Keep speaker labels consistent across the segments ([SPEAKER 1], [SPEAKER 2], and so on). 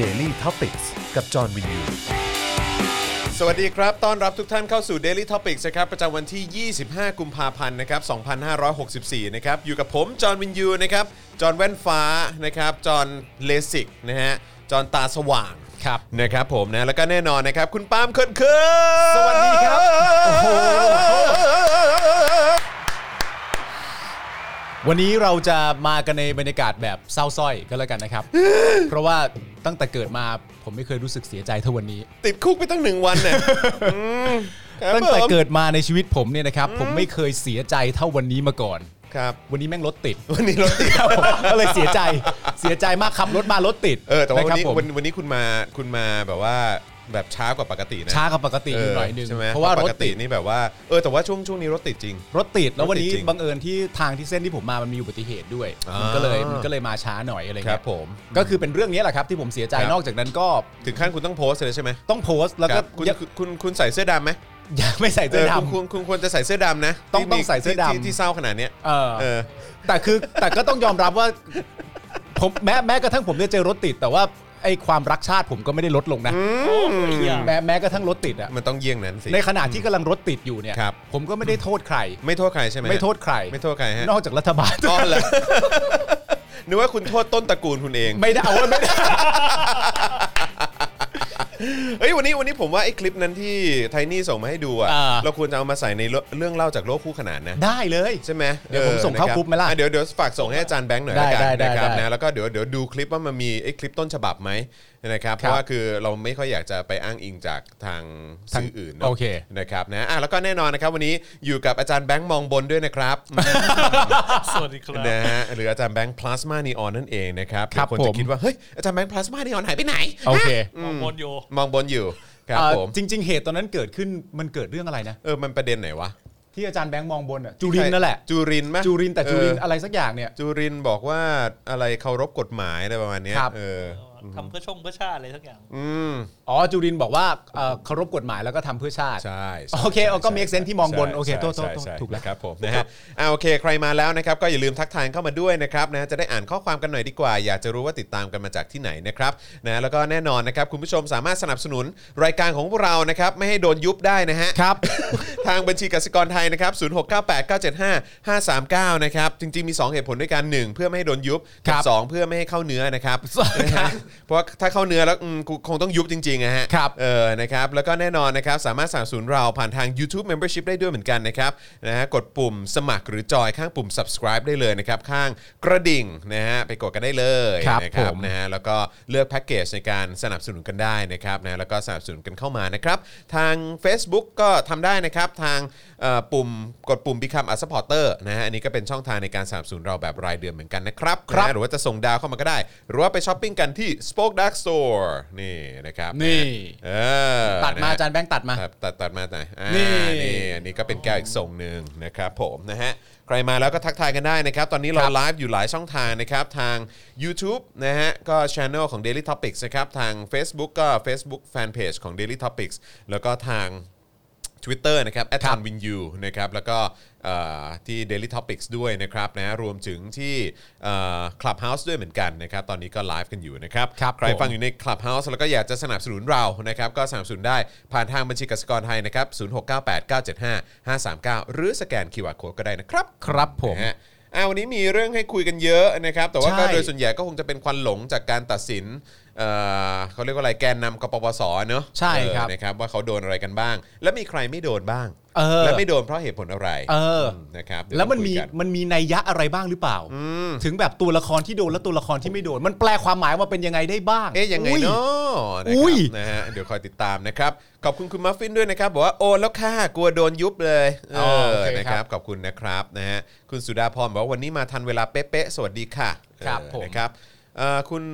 [SPEAKER 1] Daily t o p i c กกับจอห์นวินยู
[SPEAKER 2] สวัสดีครับ ต้อนรับทุกท่านเข้าสู่ Daily Topics นะครับ ประจำวันที่ 25 กุมภาพันธ์ นะครับ 2564 นะครับ อยู่กับผม จอห์นวินยู นะครับ จอห์นแว่นฟ้า นะครับ จอห์นเลสิก นะฮะ จอห์นตาสว่าง
[SPEAKER 3] ครับ
[SPEAKER 2] นะครับผมนะ แล้วก็แน่นอนนะครับ คุณปาล์มเคินเคิน
[SPEAKER 3] สวัสดีครับ
[SPEAKER 2] โอ้โห
[SPEAKER 3] วันนี้เราจะมากันในบรรยากาศแบบเศร้าสร้อยก็แล้วกัน นะครับ เพราะว่าตั้งแต่เกิดมาผมไม่เคยรู้สึกเสียใจเท่าวันนี้
[SPEAKER 2] ติดคุกไปตั้งหนึ่งวัน เนี่ยอืมครับ
[SPEAKER 3] ตั้งแต่
[SPEAKER 2] ผม
[SPEAKER 3] เกิดมาในชีวิตผมเนี่ยนะครับ ผมไม่เคยเสียใจเท่าวันนี้มาก่อน
[SPEAKER 2] ครับ
[SPEAKER 3] วันนี้แม่งรถติด
[SPEAKER 2] วันนี้รถติด
[SPEAKER 3] ครับผมก็เลยเสียใจเสียใจมากขับรถมารถติด
[SPEAKER 2] เออ แต่ว่า
[SPEAKER 3] ะ
[SPEAKER 2] วัน
[SPEAKER 3] ครับ
[SPEAKER 2] นี้
[SPEAKER 3] ผม
[SPEAKER 2] วันวันนี้คุณมา คุณมาแบบว่า แบบช้ากว่าปกตินะ
[SPEAKER 3] ช้ากว่าปกติอยู่หน่อยนึง
[SPEAKER 2] ใช่ไหม
[SPEAKER 3] เพราะว่าร
[SPEAKER 2] ป
[SPEAKER 3] ถ
[SPEAKER 2] กติ
[SPEAKER 3] ติด
[SPEAKER 2] นี่แบบว่าเออแต่ว่าช่วงช่วงนี้รถติดจริง
[SPEAKER 3] รถติดแล้ววันนี้
[SPEAKER 2] รถติดจริง
[SPEAKER 3] บังเอิญที่ทางที่เส้นที่ผมมามันมีอุบัติเหตุด้วย
[SPEAKER 2] อ่ามั
[SPEAKER 3] มันก็เลยมันก็เลยมาช้าหน่อยอะไร
[SPEAKER 2] ค
[SPEAKER 3] เงี้ย
[SPEAKER 2] รับผม
[SPEAKER 3] ก็คือเป็นเรื่องนี้แหละครับที่ผมเสียใจ
[SPEAKER 2] ครับ
[SPEAKER 3] นอกจากนั้นก็
[SPEAKER 2] ถึงขั้นคุณต้องโพสต์เลยใช่ไหม
[SPEAKER 3] ต้องโพสต์แล้ว
[SPEAKER 2] ค
[SPEAKER 3] ก็
[SPEAKER 2] รับคุณ
[SPEAKER 3] อย่า
[SPEAKER 2] คุณคุณคุณใส่เสื้อดำไหม
[SPEAKER 3] อย่า ไม่ใส่เสื้อ
[SPEAKER 2] คุณคุ
[SPEAKER 3] ดำ
[SPEAKER 2] ณคุณควรจะใส่เสื้อดำนะ
[SPEAKER 3] ต้อง
[SPEAKER 2] ที่
[SPEAKER 3] ต้อง
[SPEAKER 2] มี
[SPEAKER 3] ใส่เสื้อดำ
[SPEAKER 2] ที่ที่ที่เศร้าขนาดเนี้ย
[SPEAKER 3] เออ
[SPEAKER 2] เออ
[SPEAKER 3] แต่คือแต่ก็ต้องยอมรับว่า ผมแม้แม้กระทั่งผมได้เจอรถติด แต่ว่าไอ้ความรักชาติผมก็ไม่ได้ลดลงนะแม้แม้กระทั่งรถติดอะ
[SPEAKER 2] มันต้องเยี่ยงนั้นสิ
[SPEAKER 3] ในขณะที่กำลังรถติดอยู่เนี่ย
[SPEAKER 2] ครับ
[SPEAKER 3] ผมก็ไม่ได้โทษใคร
[SPEAKER 2] ไม่โทษใครใช่ไหม
[SPEAKER 3] ไม่โทษใคร
[SPEAKER 2] ไม่โทษใครฮะ
[SPEAKER 3] นอกจากรัฐบา ล
[SPEAKER 2] อ๋อเหรอ นึกว่าคุณโทษต้นตระกูลคุณ เอง
[SPEAKER 3] ไม่ได้เอาไว้ไม่ได้
[SPEAKER 2] เอ้ยวันนี้วันนี้ผมว่าไอ้คลิปนั้นที่ไทนี่ส่งมาให้ดูอะ
[SPEAKER 3] อ่า
[SPEAKER 2] เราควรจะเอามาใส่ในเรื่องเรื่องเล่าจากโลกคู่ขนานนะ
[SPEAKER 3] ได้เลย
[SPEAKER 2] ใช่ไหม
[SPEAKER 3] เดี๋ยวผมส่งเข้า
[SPEAKER 2] ออนะครับ
[SPEAKER 3] กรุ๊ปไหมล่ะ
[SPEAKER 2] อ่เดี๋ยวเดี๋ยวฝากส่งให้อาจารย์แบงค์หน่อย
[SPEAKER 3] ได้
[SPEAKER 2] ละกัน
[SPEAKER 3] ได้ได้
[SPEAKER 2] นะครับ
[SPEAKER 3] ได้
[SPEAKER 2] นะแล้วก็เดี๋ยวเดี๋ยวดูคลิปว่ามันมีไอ้คลิปต้นฉบับไหมนะครับเพ
[SPEAKER 3] ครับ
[SPEAKER 2] ราะว่าคือเราไม่ค่อยอยากจะไปอ้างอิงจากทางสื่ออื่นนะ
[SPEAKER 3] โอเค
[SPEAKER 2] นะครับนะอ่ะแล้วก็แน่นอนนะครับวันนี้อยู่กับอาจารย์แบงค์มองบนด้วยนะครับ
[SPEAKER 4] สวัสดีครับ
[SPEAKER 2] นะฮะหรืออาจารย์แบงค์พลาสมานีออนนั่นเองนะครับ
[SPEAKER 3] ครับ
[SPEAKER 2] เดี๋ยวคนจะ
[SPEAKER 3] ผม
[SPEAKER 2] คิดว่าเฮ้ยอาจารย์แบงค์พลาสมานีออนหายไปไหน
[SPEAKER 3] โอเค
[SPEAKER 4] หมอมดโย
[SPEAKER 2] มองบนอยู่ครับ
[SPEAKER 3] เอ่อ
[SPEAKER 2] ผม
[SPEAKER 3] จริง ๆ เหตุตอนนั้นเกิดขึ้นมันเกิดเรื่องอะไรนะ
[SPEAKER 2] เออมันประเด็นไหนวะ
[SPEAKER 3] ที่อาจารย์แบงค์มองบนอะจุรินทร์นั่นแหละ
[SPEAKER 2] จุรินทร์ไหม
[SPEAKER 3] จุรินทร์แต่จุรินทร์
[SPEAKER 2] เออ
[SPEAKER 3] อะไรสักอย่างเนี่ย
[SPEAKER 2] จุรินทร์บอกว่าอะไรเคารพกฎหมายอะไรประมาณเนี้ย
[SPEAKER 3] ครับ
[SPEAKER 2] เออ
[SPEAKER 4] ทำเพื่อชงเพื่อชาติอะไรทั้งอย่าง
[SPEAKER 2] อืม
[SPEAKER 3] อ๋อจุรินทร์บอกว่าเอ่อเคารพกฎหมายแล้วก็ทำเพื่อชาติ
[SPEAKER 2] ใช่ใช่
[SPEAKER 3] โอเคเอาก็
[SPEAKER 2] ใช่
[SPEAKER 3] make sense ที่มองบน
[SPEAKER 2] ใช่
[SPEAKER 3] โอเคโทษโทษ
[SPEAKER 2] ใช่
[SPEAKER 3] โทษ
[SPEAKER 2] ใช่
[SPEAKER 3] ถูกแล้ว
[SPEAKER 2] นะครับผมนะฮะอ่าโอเคใครมาแล้วนะครับ ก็อย่าลืมทักทายเข้ามาด้วยนะครับนะจะได้อ่านข้อความกันหน่อยดีกว่า อยากจะรู้ว่าติดตามกันมาจากที่ไหนนะครับนะแล้วก็แน่นอนนะครับ คุณผู้ชมสามารถสนับสนุนรายการของพวกเรานะครับ ไม่ให้โดนยุบได้นะฮะ
[SPEAKER 3] ครับ
[SPEAKER 2] ทางบัญชีกสิกรไทยนะครับ 0698975539 นะครับ จริงๆ มี 2 เหตุผลด้วยกัน 1 เพื่อไม่ให้โดนยุบ
[SPEAKER 3] ค
[SPEAKER 2] กั
[SPEAKER 3] รั
[SPEAKER 2] บบ 2เพื่อไม่ให้เข้าเนื้อนะครับนะฮะเพราะว่าถ้าเข้าเนื้อแล้วอืมกูคงต้องยุบจริงๆนะฮะ
[SPEAKER 3] ครับ
[SPEAKER 2] เออ นะครับ แล้วก็แน่นอนนะครับ สามารถสนับสนุนเราผ่านทาง YouTube Membership ได้ด้วยเหมือนกันนะครับ นะฮะ กดปุ่มสมัครหรือจอยข้างปุ่ม subscribe ได้เลยนะครับ ข้างกระดิ่งนะฮะ ไปกดกันได้เลย
[SPEAKER 3] ครับ
[SPEAKER 2] นะ
[SPEAKER 3] ผม
[SPEAKER 2] นะ นะฮะแล้วก็เลือกแพ็กเกจในการสนับสนุนกันได้นะครับนะแล้วก็สนับสนุนกันเข้ามานะครับ ทาง Facebook ก็ทำได้นะครับ ทางเอ่อปุ่มกดปุ่ม Become a supporter นะฮะอันนี้ก็เป็นช่องทางในการสนับสนุนเราแบบรายเดือนเหมือนกันนะครับ
[SPEAKER 3] ครับ
[SPEAKER 2] นะฮะหรือว่าจะส่งดาวเข้ามาก็ได้ หรือว่าไปช้อปปิ้งกันที่ Spoke Dark Store นี่นะครับ
[SPEAKER 3] นี่
[SPEAKER 2] เออ
[SPEAKER 3] ตัด
[SPEAKER 2] ะ
[SPEAKER 3] มา
[SPEAKER 2] ฮะ
[SPEAKER 3] อาจารย์แบงค์ตัดมา
[SPEAKER 2] ครับตัดตัดมาหน่อยอ่า
[SPEAKER 3] นี่
[SPEAKER 2] นี่อันนี้ก็เป็นแก้วอีกทรงหนึ่งนะครับผมนะฮะใครมาแล้วก็ทักทายกันได้นะครับ ตอนนี้เราไลฟ์อยู่หลายช่องทางนะครับ ทาง YouTube นะฮะก็ช่องของ Daily Topics นะครับ ทาง Facebook ก็ Facebook Fanpage ของ Daily Topics แล้วก็ทาง Twitter นะครับ a t o n w i n u นะครับ แล้วก็เอ่อที่ Daily Topics ด้วยนะครับนะรวมถึงที่เอ่อ Clubhouse ด้วยเหมือนกันนะครับ ตอนนี้ก็ไลฟ์กันอยู่นะครับ
[SPEAKER 3] ครับ
[SPEAKER 2] ใคร
[SPEAKER 3] ผม
[SPEAKER 2] ฟังอยู่ใน Clubhouse แล้วก็อยากจะสนับสนุนเรานะครับ ก็สนับสนุนได้ผ่านทางบัญชีกสิกรไทยนะครับ 0698975539 หรือสแกน QR Code ก็ได้นะครับ
[SPEAKER 3] ครับผม
[SPEAKER 2] นะฮะอ่าวันนี้มีเรื่องให้คุยกันเยอะนะครับ แต่ว่าก็
[SPEAKER 3] ใช่
[SPEAKER 2] โดยส่วนใหญ่ก็คงจะเป็นควันหลงจากการตัดสินเอ่อเขาเรียกว่าอะไรแกนนำกปปสเนอะ
[SPEAKER 3] ใช่ครับ
[SPEAKER 2] เออนะครับว่าเขาโดนอะไรกันบ้าง และมีใครไม่โดนบ้าง
[SPEAKER 3] เออ
[SPEAKER 2] และไม่โดนเพราะเหตุผลอะไร
[SPEAKER 3] เออ
[SPEAKER 2] มนะครับเดี๋ย
[SPEAKER 3] แล้วมันมี
[SPEAKER 2] ต้องคุยกั
[SPEAKER 3] มันมีนัยยะอะไรบ้างหรือเปล่า ถึงแบบตัวละครที่โดนและตัวละครที่ไม่โดน มันแปลความหมายว่าเป็นยังไงได้บ้าง
[SPEAKER 2] เอ๊ยยังไงเนาะนะ
[SPEAKER 3] อุ้
[SPEAKER 2] ครั
[SPEAKER 3] ย
[SPEAKER 2] บนะฮะเดี๋ยวคอยติดตามนะครับ ขอบคุณคุณมัฟฟินด้วยนะครับบอกว่าโอนแล้วค่ะกลัวโดนยุบเลยเออนะครับขอบคุณนะครับนะฮะคุณสุดาพรบอกว่าวันนี้มาทันเวลาเป๊ะๆสวัสดีค่ะ
[SPEAKER 3] ครับ
[SPEAKER 2] เออ
[SPEAKER 3] ผม
[SPEAKER 2] นะครับเอ่อคุณ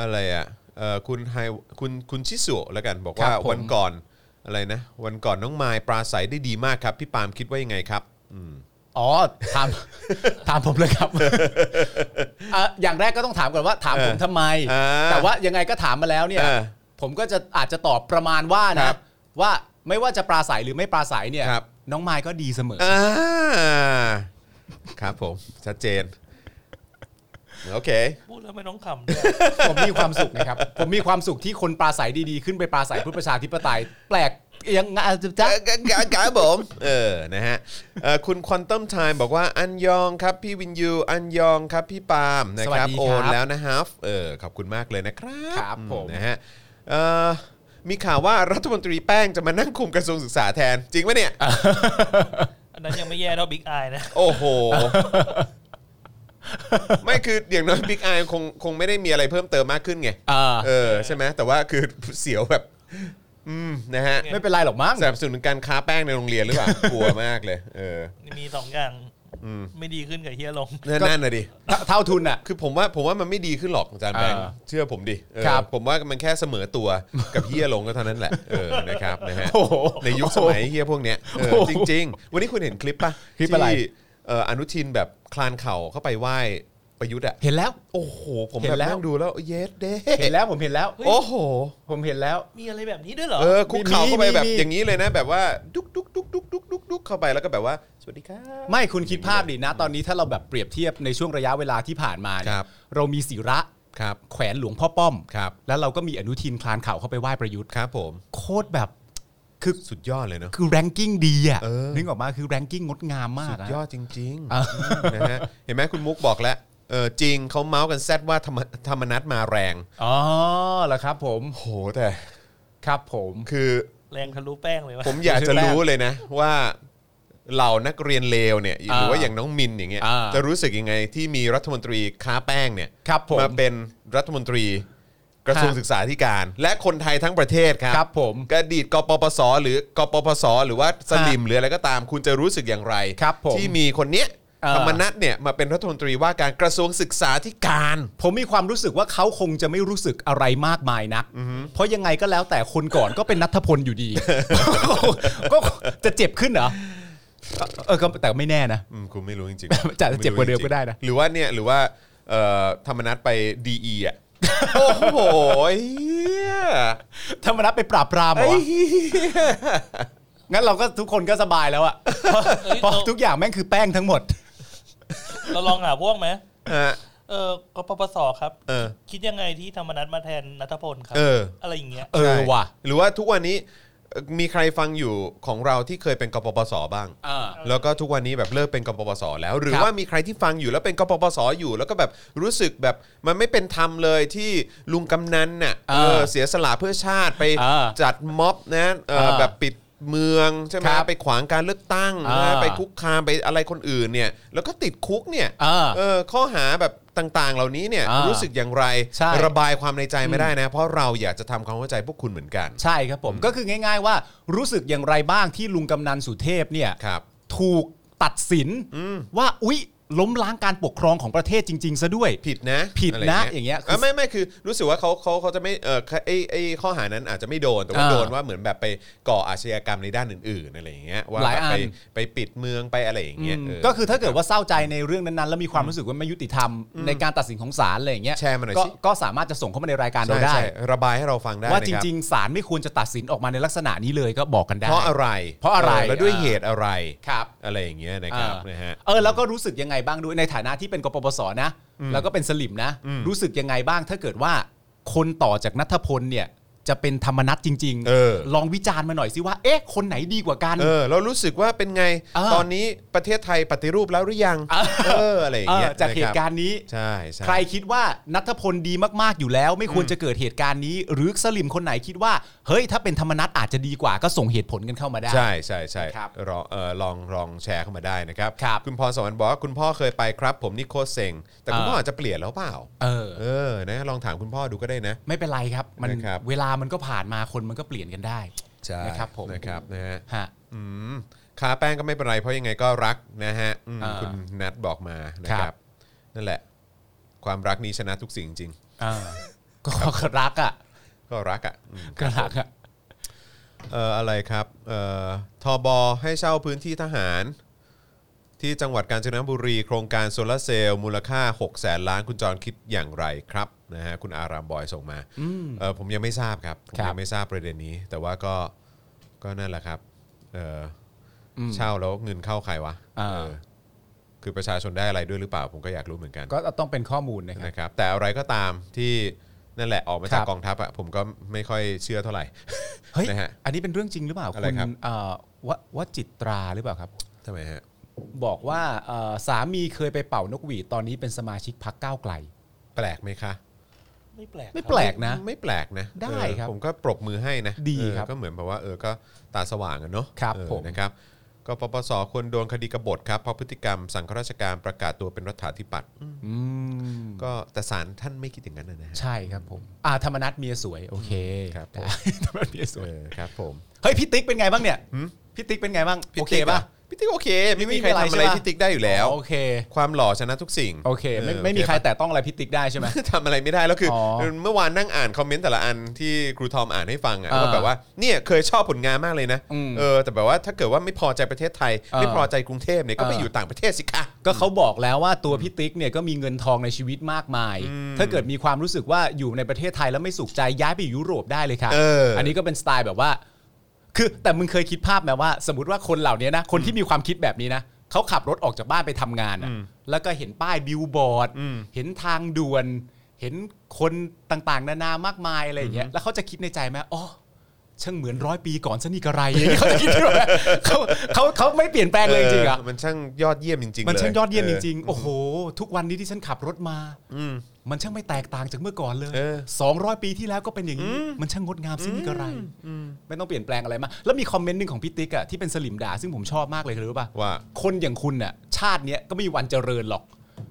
[SPEAKER 2] อะไรอ่ะเอ่อคุณไฮคุณคุณชิสุแล้วกันบอกว่า
[SPEAKER 3] ครับผม
[SPEAKER 2] วันก่อนอะไรนะวันก่อนน้องไมายปราศัยได้ดีมากครับพี่ปาล์มคิดว่ายังไงครับอืม
[SPEAKER 3] อ๋อถาม ถามผมเลย ครับเอ่ออย่างแรกก็ต้องถามก่อนว่าถาม
[SPEAKER 2] เออ
[SPEAKER 3] ผมทำไม
[SPEAKER 2] อ่า
[SPEAKER 3] แต่ว่ายังไงก็ถามมาแล้วเนี่ย
[SPEAKER 2] เออ
[SPEAKER 3] ผมก็จะอาจจะตอบประมาณว่า
[SPEAKER 2] ค
[SPEAKER 3] นะ
[SPEAKER 2] รับ
[SPEAKER 3] ว่าไม่ว่าจะปราศัยหรือไม่ปราศัยเนี่ย
[SPEAKER 2] ครับ
[SPEAKER 3] น้องไมค์ก็ดีเสมอ
[SPEAKER 2] อ่าครับผมชัดเจน โอเค
[SPEAKER 4] พูดแล้วไม่ต้องขำด้วย
[SPEAKER 3] ผมมีความสุขนะครับ ผมมีความสุขที่คนปราศัยดีๆ ขึ้นไปปราศัยเพื่อประชาธิปไตย แปลกยังไงจ๊ะ
[SPEAKER 2] เออกะกะกะผม เออ นะฮะเอ่อคุณควอนตัมไทม์บอกว่าอันยองครับพี่วินยู อันยองครับพี่ปาล์มนะครับ
[SPEAKER 3] สวัสดีครับ
[SPEAKER 2] โอนแล้วนะฮะเออขอบคุณมากเลยนะครับ
[SPEAKER 3] ครับผม
[SPEAKER 2] นะฮะเอ่อมีข่าวว่ารัฐมนตรีแป้งจะมานั่งคุมกระทรวงศึกษาแทน จริงไหมเนี่ย
[SPEAKER 4] อันนั้นยังไม่แย่เท่าบิ๊กไอนะ
[SPEAKER 2] โอ้โห ไม่คืออย่างน้อยบิ๊กไอคงคงไม่ได้มีอะไรเพิ่มเติมมากขึ้นไง
[SPEAKER 3] เออ
[SPEAKER 2] เออ ใช่ไหมแต่ว่าคือเสียวแบบ อืม นะฮะ
[SPEAKER 3] ไม่เป็นไรหรอกมั้ง
[SPEAKER 2] สนับสนุนการค้าแป้งในโรงเรียนหรือเปล่า กลัวมากเลย เออ
[SPEAKER 4] มีสองอย่างไม่ดีขึ้นกับเฮียลง
[SPEAKER 2] นั่นนั่นน่ะดิ
[SPEAKER 3] เท่าเท่าทุนอ่ะ
[SPEAKER 2] คือผมว่าผมว่ามันไม่ดีขึ้นหรอกอาจารย์แบงค์
[SPEAKER 3] อ่า
[SPEAKER 2] เชื่อผมดิเออ
[SPEAKER 3] ครับ
[SPEAKER 2] ผมว่ามันแค่เสมอ ตัวกับเฮียลงก็เท่านั้นแหละ เออ นะครับ นะฮะ
[SPEAKER 3] โอ้โห
[SPEAKER 2] ในยุคสมัยเฮียพวกเนี้ยเออ
[SPEAKER 3] โอ้โห
[SPEAKER 2] จริง ๆ วันนี้คุณเห็นคลิปป่ะ
[SPEAKER 3] คลิปอะไร
[SPEAKER 2] ที่เอ่ออนุทินแบบคลานเข่าเข้าไปไหว้ประยุทธ์อะ
[SPEAKER 3] เห็นแล้ว
[SPEAKER 2] โอ้โห ผม
[SPEAKER 3] เห็
[SPEAKER 2] แบบ
[SPEAKER 3] นแล้ว
[SPEAKER 2] นั่งดูแล้วเยสเด้
[SPEAKER 3] เห็นแล้วผมเห็นแล้ว
[SPEAKER 2] โอ้โห
[SPEAKER 3] ผมเห็นแล้ว
[SPEAKER 4] มีอะไรแบบนี้ด้วยเหรอ
[SPEAKER 2] เออคุกเข่าเข้าไปแบบ
[SPEAKER 3] มีมี
[SPEAKER 2] อย่างนี้เลยนะ แบบว่าดุกดุกดุกดุกดุกดุกดุกเข้าไปแล้วก็แบบว่า สวัสดีครับ
[SPEAKER 3] ไม่คุณคิดภาพดินะ ตอนนี้ถ้าเราแบบเปรียบเทียบในช่วงระยะเวลาที่ผ่านมา
[SPEAKER 2] ค
[SPEAKER 3] เนี่
[SPEAKER 2] รั
[SPEAKER 3] ย
[SPEAKER 2] บ
[SPEAKER 3] เรามีศิระ
[SPEAKER 2] ครับ
[SPEAKER 3] แขวนหลวงพ่อป้อม
[SPEAKER 2] ครับ
[SPEAKER 3] แล้วเราก็มีอนุทินคลานเข่าเข้าไปไหว้ประยุทธ์
[SPEAKER 2] ครับผม
[SPEAKER 3] โคตรแบบคือ
[SPEAKER 2] สุดยอดเลยเนอะ
[SPEAKER 3] คือแรงกิ้งดีอ่ะ
[SPEAKER 2] เออ
[SPEAKER 3] นึกออกมาคือแรงกิ้งงดงามมากอะ
[SPEAKER 2] ยอดจริงๆนะฮะเห็นไหมคุณมุกบอกแล้วเออจริงเขาเมาส์กันแซดว่าธรรมธรรมนัตมาแรง
[SPEAKER 3] อ๋อแล้วครับผม
[SPEAKER 2] โหแต่
[SPEAKER 3] ครับผม
[SPEAKER 2] คือ
[SPEAKER 4] แรงทะลุแป้งเลยวะ
[SPEAKER 2] ผมอยากจะรู้เลยนะ ว่าเหล่านักเรียนเลวเนี่ยหรือว่าอย่างน้องมินอย่างเงี้ย
[SPEAKER 3] อ่า
[SPEAKER 2] จะรู้สึกยังไงที่มีรัฐมนตรีค้าแป้งเนี่ย
[SPEAKER 3] ครับผม
[SPEAKER 2] มาเป็นรัฐมนตรีกระทรวง
[SPEAKER 3] ครับ
[SPEAKER 2] ศึกษาธิการ และคนไทยทั้งประเทศครับ
[SPEAKER 3] ครับผม
[SPEAKER 2] กระดีดกปปส หรือกปปส หรือว่าสลิมหรืออะไรก็ตาม คุณจะรู้สึกอย่างไร
[SPEAKER 3] ครับผม
[SPEAKER 2] ที่มีคนเนี้ย
[SPEAKER 3] เออ
[SPEAKER 2] ธรรมนัตเนี่ยมาเป็นรัฐมนตรีว่าการกระทรวงศึกษาธิการ
[SPEAKER 3] ผมมีความรู้สึกว่าเขาคงจะไม่รู้สึกอะไรมากมายนัก เพราะยังไงก็แล้วแต่คนก่อนก็เป็นนัทพลอยู่ดี ก็จะเจ็บขึ้นเหรอเออก็แต่ไม่แน่นะ
[SPEAKER 2] อืมคุณไม่รู้จริง
[SPEAKER 3] ๆจะเจ็บกว่าเดิมก็ได้นะ
[SPEAKER 2] หรือว่าเนี่ยหรือว่าเอ่อธรรมนัตไปดี อ่ะ โอ้โหเหี้ย
[SPEAKER 3] ถ้ามานับไปปราบปรามเหรอวะงั้นเราก็ทุกคนก็สบายแล้วอะ
[SPEAKER 4] เอ้ย
[SPEAKER 3] เพราะ
[SPEAKER 4] เรา
[SPEAKER 3] ทุกอย่างแม่งคือแป้งทั้งหมด
[SPEAKER 4] เราลองหาพวกไหม
[SPEAKER 2] ฮะ
[SPEAKER 4] เออกปปสครับ
[SPEAKER 2] เออ
[SPEAKER 4] คิดยังไงที่ธรรมนัตมาแทนนัทพลครับ
[SPEAKER 2] เออ
[SPEAKER 4] อะไรอย่างเงี้ย
[SPEAKER 3] เออ
[SPEAKER 2] ใช่
[SPEAKER 3] ว่ะ
[SPEAKER 2] หรือว่าทุกวันนี้เอ่อมีใครฟังอยู่ของเราที่เคยเป็นกปปส บ้าง
[SPEAKER 3] เออ
[SPEAKER 2] แล้วก็ทุกวันนี้แบบเลิกเป็นกปปส แล้ว หรือ
[SPEAKER 3] ครับ
[SPEAKER 2] ว่ามีใครที่ฟังอยู่แล้วเป็นกปปส อยู่ แล้วก็แบบรู้สึกแบบมันไม่เป็นธรรมเลยที่ลุงกำนันน่ะ
[SPEAKER 3] เออ
[SPEAKER 2] เออเสียสละเพื่อชาติไป
[SPEAKER 3] เออ
[SPEAKER 2] จัดม็อบนะเออ
[SPEAKER 3] เออ
[SPEAKER 2] แบบปิดเมืองใช่ไหม
[SPEAKER 3] ครับ
[SPEAKER 2] ไปขวางการเลือกตั้ง
[SPEAKER 3] เออ
[SPEAKER 2] นะไปคุกคามไปอะไรคนอื่นเนี่ย แล้วก็ติดคุกเนี่ย
[SPEAKER 3] เออ
[SPEAKER 2] เออข้อหาแบบต่างๆ เหล่านี้เนี่ย
[SPEAKER 3] เออ
[SPEAKER 2] รู้สึกอย่างไร
[SPEAKER 3] ใช่
[SPEAKER 2] ระบายความในใจไม่ได้นะ เพราะเราอยากจะทำความเข้าใจพวกคุณเหมือนกัน
[SPEAKER 3] ใช่ครับผมก็คือง่าย ๆ ว่ารู้สึกอย่างไรบ้างที่ลุงกำนันสุเทพเนี่ย
[SPEAKER 2] ครับ
[SPEAKER 3] ถูกตัดสินว่าอุ๊ย ล้มล้างการปกครองของประเทศจริง ๆ ซะด้วย
[SPEAKER 2] ผิดนะ
[SPEAKER 3] ผิดนะ
[SPEAKER 2] ไร
[SPEAKER 3] อย่างเงี้ย
[SPEAKER 2] ไม่ไม่คือรู้สึกว่าเขาเขาเขาจะไม่เออไอไอข้อหานั้นอาจจะไม่โดนแต่ว่า
[SPEAKER 3] อ่า
[SPEAKER 2] โดนว่าเหมือนแบบไปก่ออาชญากรรมในด้านอื่นๆอะไรอย่างเงี้ยว่า
[SPEAKER 3] หลายอัน
[SPEAKER 2] ไปไปปิดเมืองไปอะไรอย่างเงี้ยเออ
[SPEAKER 3] ก็คือถ้าเกิดว่าเศร้าใจในเรื่องนั้นๆ แล้วมีความรู้สึกว่าไม่ยุติธรรมในการตัดสินของศาลอะไรอย่างเงี้ย
[SPEAKER 2] แชร์มาหน่อย
[SPEAKER 3] ก็
[SPEAKER 2] สิ
[SPEAKER 3] ก็สามารถจะส่งเข้ามาในรายการ
[SPEAKER 2] ใช่
[SPEAKER 3] เราได้
[SPEAKER 2] ใช่ระบายให้เราฟังได้
[SPEAKER 3] ว่า
[SPEAKER 2] นะ
[SPEAKER 3] จ
[SPEAKER 2] คบ
[SPEAKER 3] ริง ๆศาลไม่ควรจะตัดสินออกมาในลักษณะนี้เลยก็บอกกันได้
[SPEAKER 2] เพราะอะไร
[SPEAKER 3] เพราะอะไร
[SPEAKER 2] อแล้วด้วยเหตุอะไร
[SPEAKER 3] ครับ
[SPEAKER 2] อะไรอย่างเงี้ยนะครับ
[SPEAKER 3] เออ
[SPEAKER 2] นะฮะ
[SPEAKER 3] เออแล้วก็รู้สึกยังไงบ้างด้วยในฐานะที่เป็นกปปสนะ แล้วก็เป็นสลิมนะ รู้สึกยังไงบ้างถ้าเกิดว่า คนต่อจากนัทพลเนี่ยจะเป็นธรรมนัตจริง
[SPEAKER 2] เออ
[SPEAKER 3] ลองวิจารณ์มาหน่อยสิว่าเอ๊ะคนไหนดีกว่ากัน
[SPEAKER 2] เออเรารู้สึกว่าเป็นไง
[SPEAKER 3] อ่า
[SPEAKER 2] ตอนนี้ประเทศไทยปฏิรูปแล้วหรือยังเอออะไรอย่า
[SPEAKER 3] เอง
[SPEAKER 2] เงี้
[SPEAKER 3] อยจาก
[SPEAKER 2] นะคบ
[SPEAKER 3] เหตุการณ์นี้
[SPEAKER 2] ใช่ใช่
[SPEAKER 3] ใครคิดว่านัทพลดีมากๆอยู่แล้ว ไม่ควรจะเกิดเหตุการณ์นี้ หรือสลิมคนไหนคิดว่า เฮ้ยถ้าเป็นธรรมนัตอาจจะดีกว่าก็ส่งเหตุผลกันเข้ามาได้
[SPEAKER 2] ใช่ใช่ใช่
[SPEAKER 3] ครับ
[SPEAKER 2] รอเออลองลองแชร์เข้ามาได้นะครับ
[SPEAKER 3] ครับ
[SPEAKER 2] ณพรสวรรค์บอกว่าคุณพ่อเคยไปครับ ผมนี่โคตรเซ็งแต่คุณ
[SPEAKER 3] เออ
[SPEAKER 2] พ่ออาจจะเปลี่ยนแล้วเปล่า
[SPEAKER 3] เออ
[SPEAKER 2] เออนะลองถามคุณพ่อดูก็ได้นะ
[SPEAKER 3] ไม่เป็นไรครับ มัน
[SPEAKER 2] นะครับ
[SPEAKER 3] เวลามันก็ผ่านมาคนมันก็เปลี่ยนกันได้ นะครับผม
[SPEAKER 2] นะครับนะฮะ
[SPEAKER 3] ฮะ
[SPEAKER 2] อืมค้าแป้งก็ไม่เป็นไรเพราะยังไงก็รักนะฮะอืม
[SPEAKER 3] เออ
[SPEAKER 2] คุณนัทบอกมานะค
[SPEAKER 3] ครั
[SPEAKER 2] รับบ นั่นแหละ ความรักนี้ชนะทุกสิ่งจริง
[SPEAKER 3] อ่าก็ก็รักอ่ะ
[SPEAKER 2] ก็รักอ่ะอืม
[SPEAKER 3] ก็รักอ่ะ
[SPEAKER 2] เอออะไรครับเอ่อทบให้เช่าพื้นที่ทหาร ที่จังหวัดกาญจนบุรี โครงการโซลาร์เซลล์มูลค่า 6 0แสนล้านคุณจรคิดอย่างไรครับนะฮะคุณอารามบอยส่งมาเออผมยังไม่ทราบครับ ผม
[SPEAKER 3] ครั
[SPEAKER 2] ยั
[SPEAKER 3] บ
[SPEAKER 2] งไม่ทราบประเด็นนี้ แต่ว่าก็ก็นั่นแหละครับเอออเช่าแล้วเงินเข้าใครวะ
[SPEAKER 3] อ่า
[SPEAKER 2] เออ คือประชาชนได้อะไรด้วยหรือเปล่าผมก็อยากรู้เหมือนกัน
[SPEAKER 3] ก็ต้องเป็นข้อมูลนะครับ
[SPEAKER 2] นะครับ แต่อะไรก็ตามที่นั่นแหละออกมาจาก
[SPEAKER 3] ครับ
[SPEAKER 2] กองทัพอะผมก็ไม่ค่อยเชื่อเท่าไหร่
[SPEAKER 3] เฮ้ย
[SPEAKER 2] นะฮะ
[SPEAKER 3] อันนี้เป็นเรื่องจริงหรือเปล่า
[SPEAKER 2] อะไรครับ
[SPEAKER 3] เอ่อวะวจิตราหรือเปล่าครับ
[SPEAKER 2] ทำไมฮะ
[SPEAKER 3] บอกว่าเอ่อสามีเคยไปเป่านกหวีดตอนนี้เป็นสมาชิกพักก้าวไกล
[SPEAKER 2] แปลกไหมคะ
[SPEAKER 4] ไม่แปลก
[SPEAKER 3] ไม่
[SPEAKER 4] ครับ
[SPEAKER 3] แปลกนะ
[SPEAKER 2] ไม่แปลกนะ
[SPEAKER 3] ได้
[SPEAKER 2] เออ
[SPEAKER 3] ครับ
[SPEAKER 2] ผมก็ปรบมือให้นะ
[SPEAKER 3] ดี
[SPEAKER 2] เออ
[SPEAKER 3] ครับ
[SPEAKER 2] ก็เหมือนแบบว่าเออก็ตาสว่างกันเนาะ
[SPEAKER 3] ครับ
[SPEAKER 2] เออ
[SPEAKER 3] ผม
[SPEAKER 2] นะครับก็ปปสควรโดนคดีกบฏครับเพราะพฤติกรรมสั่งข้าราชการประกาศตัวเป็นรัฐาธิปัตย์อืมื
[SPEAKER 3] ม
[SPEAKER 2] ก็แต่ศาลท่านไม่คิดอย่างนั้นนะนะฮะ
[SPEAKER 3] ใช่ครับผมอ่าธรรมนัฐเมียสวยโอเค
[SPEAKER 2] ครับผม
[SPEAKER 3] ได้ ธรรมนัฐเมียสว
[SPEAKER 2] เอยอครับผม
[SPEAKER 3] เฮ้ยพี่ติ๊กเป็นไงบ้างเนี่ยพี่ติ๊กเป็นไงบ้างโอ
[SPEAKER 2] พี่
[SPEAKER 3] เค
[SPEAKER 2] ติ๊ก
[SPEAKER 3] ป่ะ
[SPEAKER 2] พี่ติ๊กโอเค ไม่มีใคร
[SPEAKER 3] ไม่มีอะ
[SPEAKER 2] ทำอะ
[SPEAKER 3] ไร
[SPEAKER 2] ไร
[SPEAKER 3] ใช่ปะ
[SPEAKER 2] พี่ติ๊กได้อยู่แล้ว
[SPEAKER 3] โอเค
[SPEAKER 2] ความหล่อชนะทุกสิ่ง
[SPEAKER 3] โอเค ไม่
[SPEAKER 2] เออ
[SPEAKER 3] ไม่มี
[SPEAKER 2] โอ
[SPEAKER 3] ใคร
[SPEAKER 2] ปะ
[SPEAKER 3] แต่ต้องอะไรพี่ติ๊กได้ใช่ไหม
[SPEAKER 2] ทำอะไรไม่ได้แล้วคืออ
[SPEAKER 3] อ
[SPEAKER 2] เมื่อวานนั่งอ่านคอมเมนต์แต่ละอันที่ครูทอมอ่านให้ฟังอ่ะ
[SPEAKER 3] อ่า
[SPEAKER 2] ก็แบบว่าเนี่ยเคยชอบผลงานมากเลยนะ
[SPEAKER 3] อืม
[SPEAKER 2] เออแต่แบบว่าถ้าเกิดว่าไม่พอใจประเทศไทย
[SPEAKER 3] เออ
[SPEAKER 2] ไม่พอใจกรุงเทพเนี่ยก็ไป
[SPEAKER 3] เออ
[SPEAKER 2] อ
[SPEAKER 3] อ
[SPEAKER 2] ยู่ต่างประเทศสิคะ
[SPEAKER 3] ก็เขาบอกแล้วว่าตัวพี่ติ๊กเนี่ยก็มีเงินทองในชีวิตมากมาย ถ้าเกิดมีความรู้สึกว่าอยู่ในประเทศไทยแล้วไม่สุขใจย้ายไปอยู่ยุโรปได้เลยค่ะ
[SPEAKER 2] เอออั
[SPEAKER 3] นนี้ก็เป็นสไตล์แบบว่า คือแต่มึงเคยคิดภาพไหมว่า สมมติว่าคนเหล่านี้นะ คนที่มีความคิดแบบนี้นะเขาขับรถออกจากบ้านไปทำงานน่ะแล้วก็เห็นป้ายบิลบอร์ดเห็นทางด่วน เห็นคนต่างๆ นานามากมายอะไรอย่างเงี้ยแล้วเขาจะคิดในใจไหมอ๋อ ช่างเหมือนร้อยปีก่อนซะนี่กระไรอย่าง เงี้ยเขาจะคิดใช่ไหมเขาเขาเขาไม่เปลี่ยนแปลงเลยจริงๆอะ
[SPEAKER 2] มันช่างยอดเยี่ยมจริงๆ
[SPEAKER 3] มันช่าง
[SPEAKER 2] ล
[SPEAKER 3] ยอดเยี่ยมจริงๆ โอ้โห ทุกวันนี้ที่ฉันขับรถมา มันช่างไม่แตกต่างจากเมื่อก่อนเลย
[SPEAKER 2] เออ
[SPEAKER 3] สองร้อยปีที่แล้วก็เป็นอย่างนี้ มันช่างงดงามสิ่งนี้กระไร ไม่ต้องเปลี่ยนแปลงอะไรมาก แล้วมีคอมเมนต์หนึ่งของพี่ติ๊กอะที่เป็นสลิมด่า ซึ่งผมชอบมากเลยคือรู้ป่ะ
[SPEAKER 2] ว่า
[SPEAKER 3] คนอย่างคุณน่ะ ชาติเนี้ยก็ไม่มีวันเจริญหรอก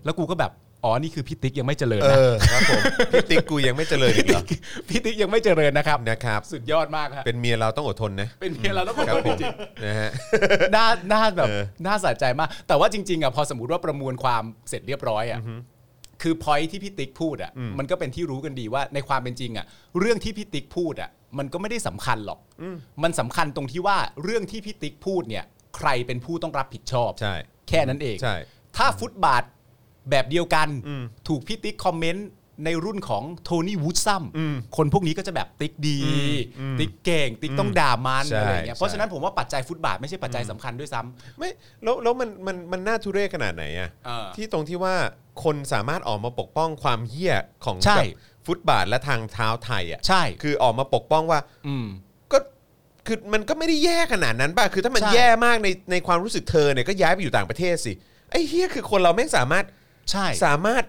[SPEAKER 3] แล้วกูก็แบบ อ๋อ นี่คือพี่ติ๊กยังไม่เจริญ
[SPEAKER 2] เอ
[SPEAKER 3] นะ
[SPEAKER 2] อครับผมพี่ติ๊กกูยังไม่เจริญอีกเหรอ
[SPEAKER 3] พี่ติ๊กยังไม่เจริญนะครับ
[SPEAKER 2] นะครับ
[SPEAKER 3] สุดยอดมากฮะ
[SPEAKER 2] เป็นเมียเราต้องอดทนนะ
[SPEAKER 3] เป็นเพียงเราต้องขอ
[SPEAKER 2] ครั
[SPEAKER 3] โท
[SPEAKER 2] บผ
[SPEAKER 3] ษจ
[SPEAKER 2] ม
[SPEAKER 3] ริงๆ
[SPEAKER 2] นะฮะ
[SPEAKER 3] น่าน่าแบบ
[SPEAKER 2] เออ
[SPEAKER 3] น่าสะใจมาก แต่ว่าจริงๆอ่ะพอสมมติว่าประมวลความเสร็จเรียบร้อยอ่ะคือพอยที่พี่ติ๊กพูดอ่ะมันก็เป็นที่รู้กันดีว่าในความเป็นจริงอ่ะเรื่องที่พี่ติ๊กพูดอ่ะมันก็ไม่ได้สำคัญหรอกมันสำคัญตรงที่ว่าเรื่องที่พี่ติ๊กพูดเนี่ย ใครเป็นผู้ต้องรับผิดชอบ
[SPEAKER 2] ใช่
[SPEAKER 3] แค่นั้นเอง
[SPEAKER 2] ใช่
[SPEAKER 3] ถ้าฟุตบาทแบบเดียวกัน ถูกพี่ติ๊กคอมเมนต์ในรุ่นของโทนี่วูดซัมคนพวกนี้ก็จะแบบติ๊กดี ติ๊กเก่ง ติ๊กต้องด่ามัน
[SPEAKER 2] ใช่
[SPEAKER 3] อะไรอย่างเงี้ย
[SPEAKER 2] ใช่
[SPEAKER 3] เพราะฉะนั้นผมว่าปัจจัยฟุตบาทไม่ใช่ปัจจัยสำคัญด้วยซ้ำ
[SPEAKER 2] ไม่แล้วแล้วมันมันมันน่าทุเรศขนาดไหนอะ
[SPEAKER 3] เออ
[SPEAKER 2] ที่ตรงที่ว่าคนสามารถออกมาปกป้องความเหี้ยของ
[SPEAKER 3] ใช่
[SPEAKER 2] แบบฟุตบาทและทางเท้าไทยอะ
[SPEAKER 3] ใช่
[SPEAKER 2] คือออกมาปกป้องว่า
[SPEAKER 3] อืม
[SPEAKER 2] ก็คือมันก็ไม่ได้แย่ขนาดนั้นป่ะ คือถ้ามัน
[SPEAKER 3] ใช่
[SPEAKER 2] แย่มากในในความรู้สึกเธอเนี่ยก็ย้ายไปอยู่ต่างประเทศสิไอ้เฮียคือคนเราแม่งสามารถ
[SPEAKER 3] ใช่
[SPEAKER 2] สามารถ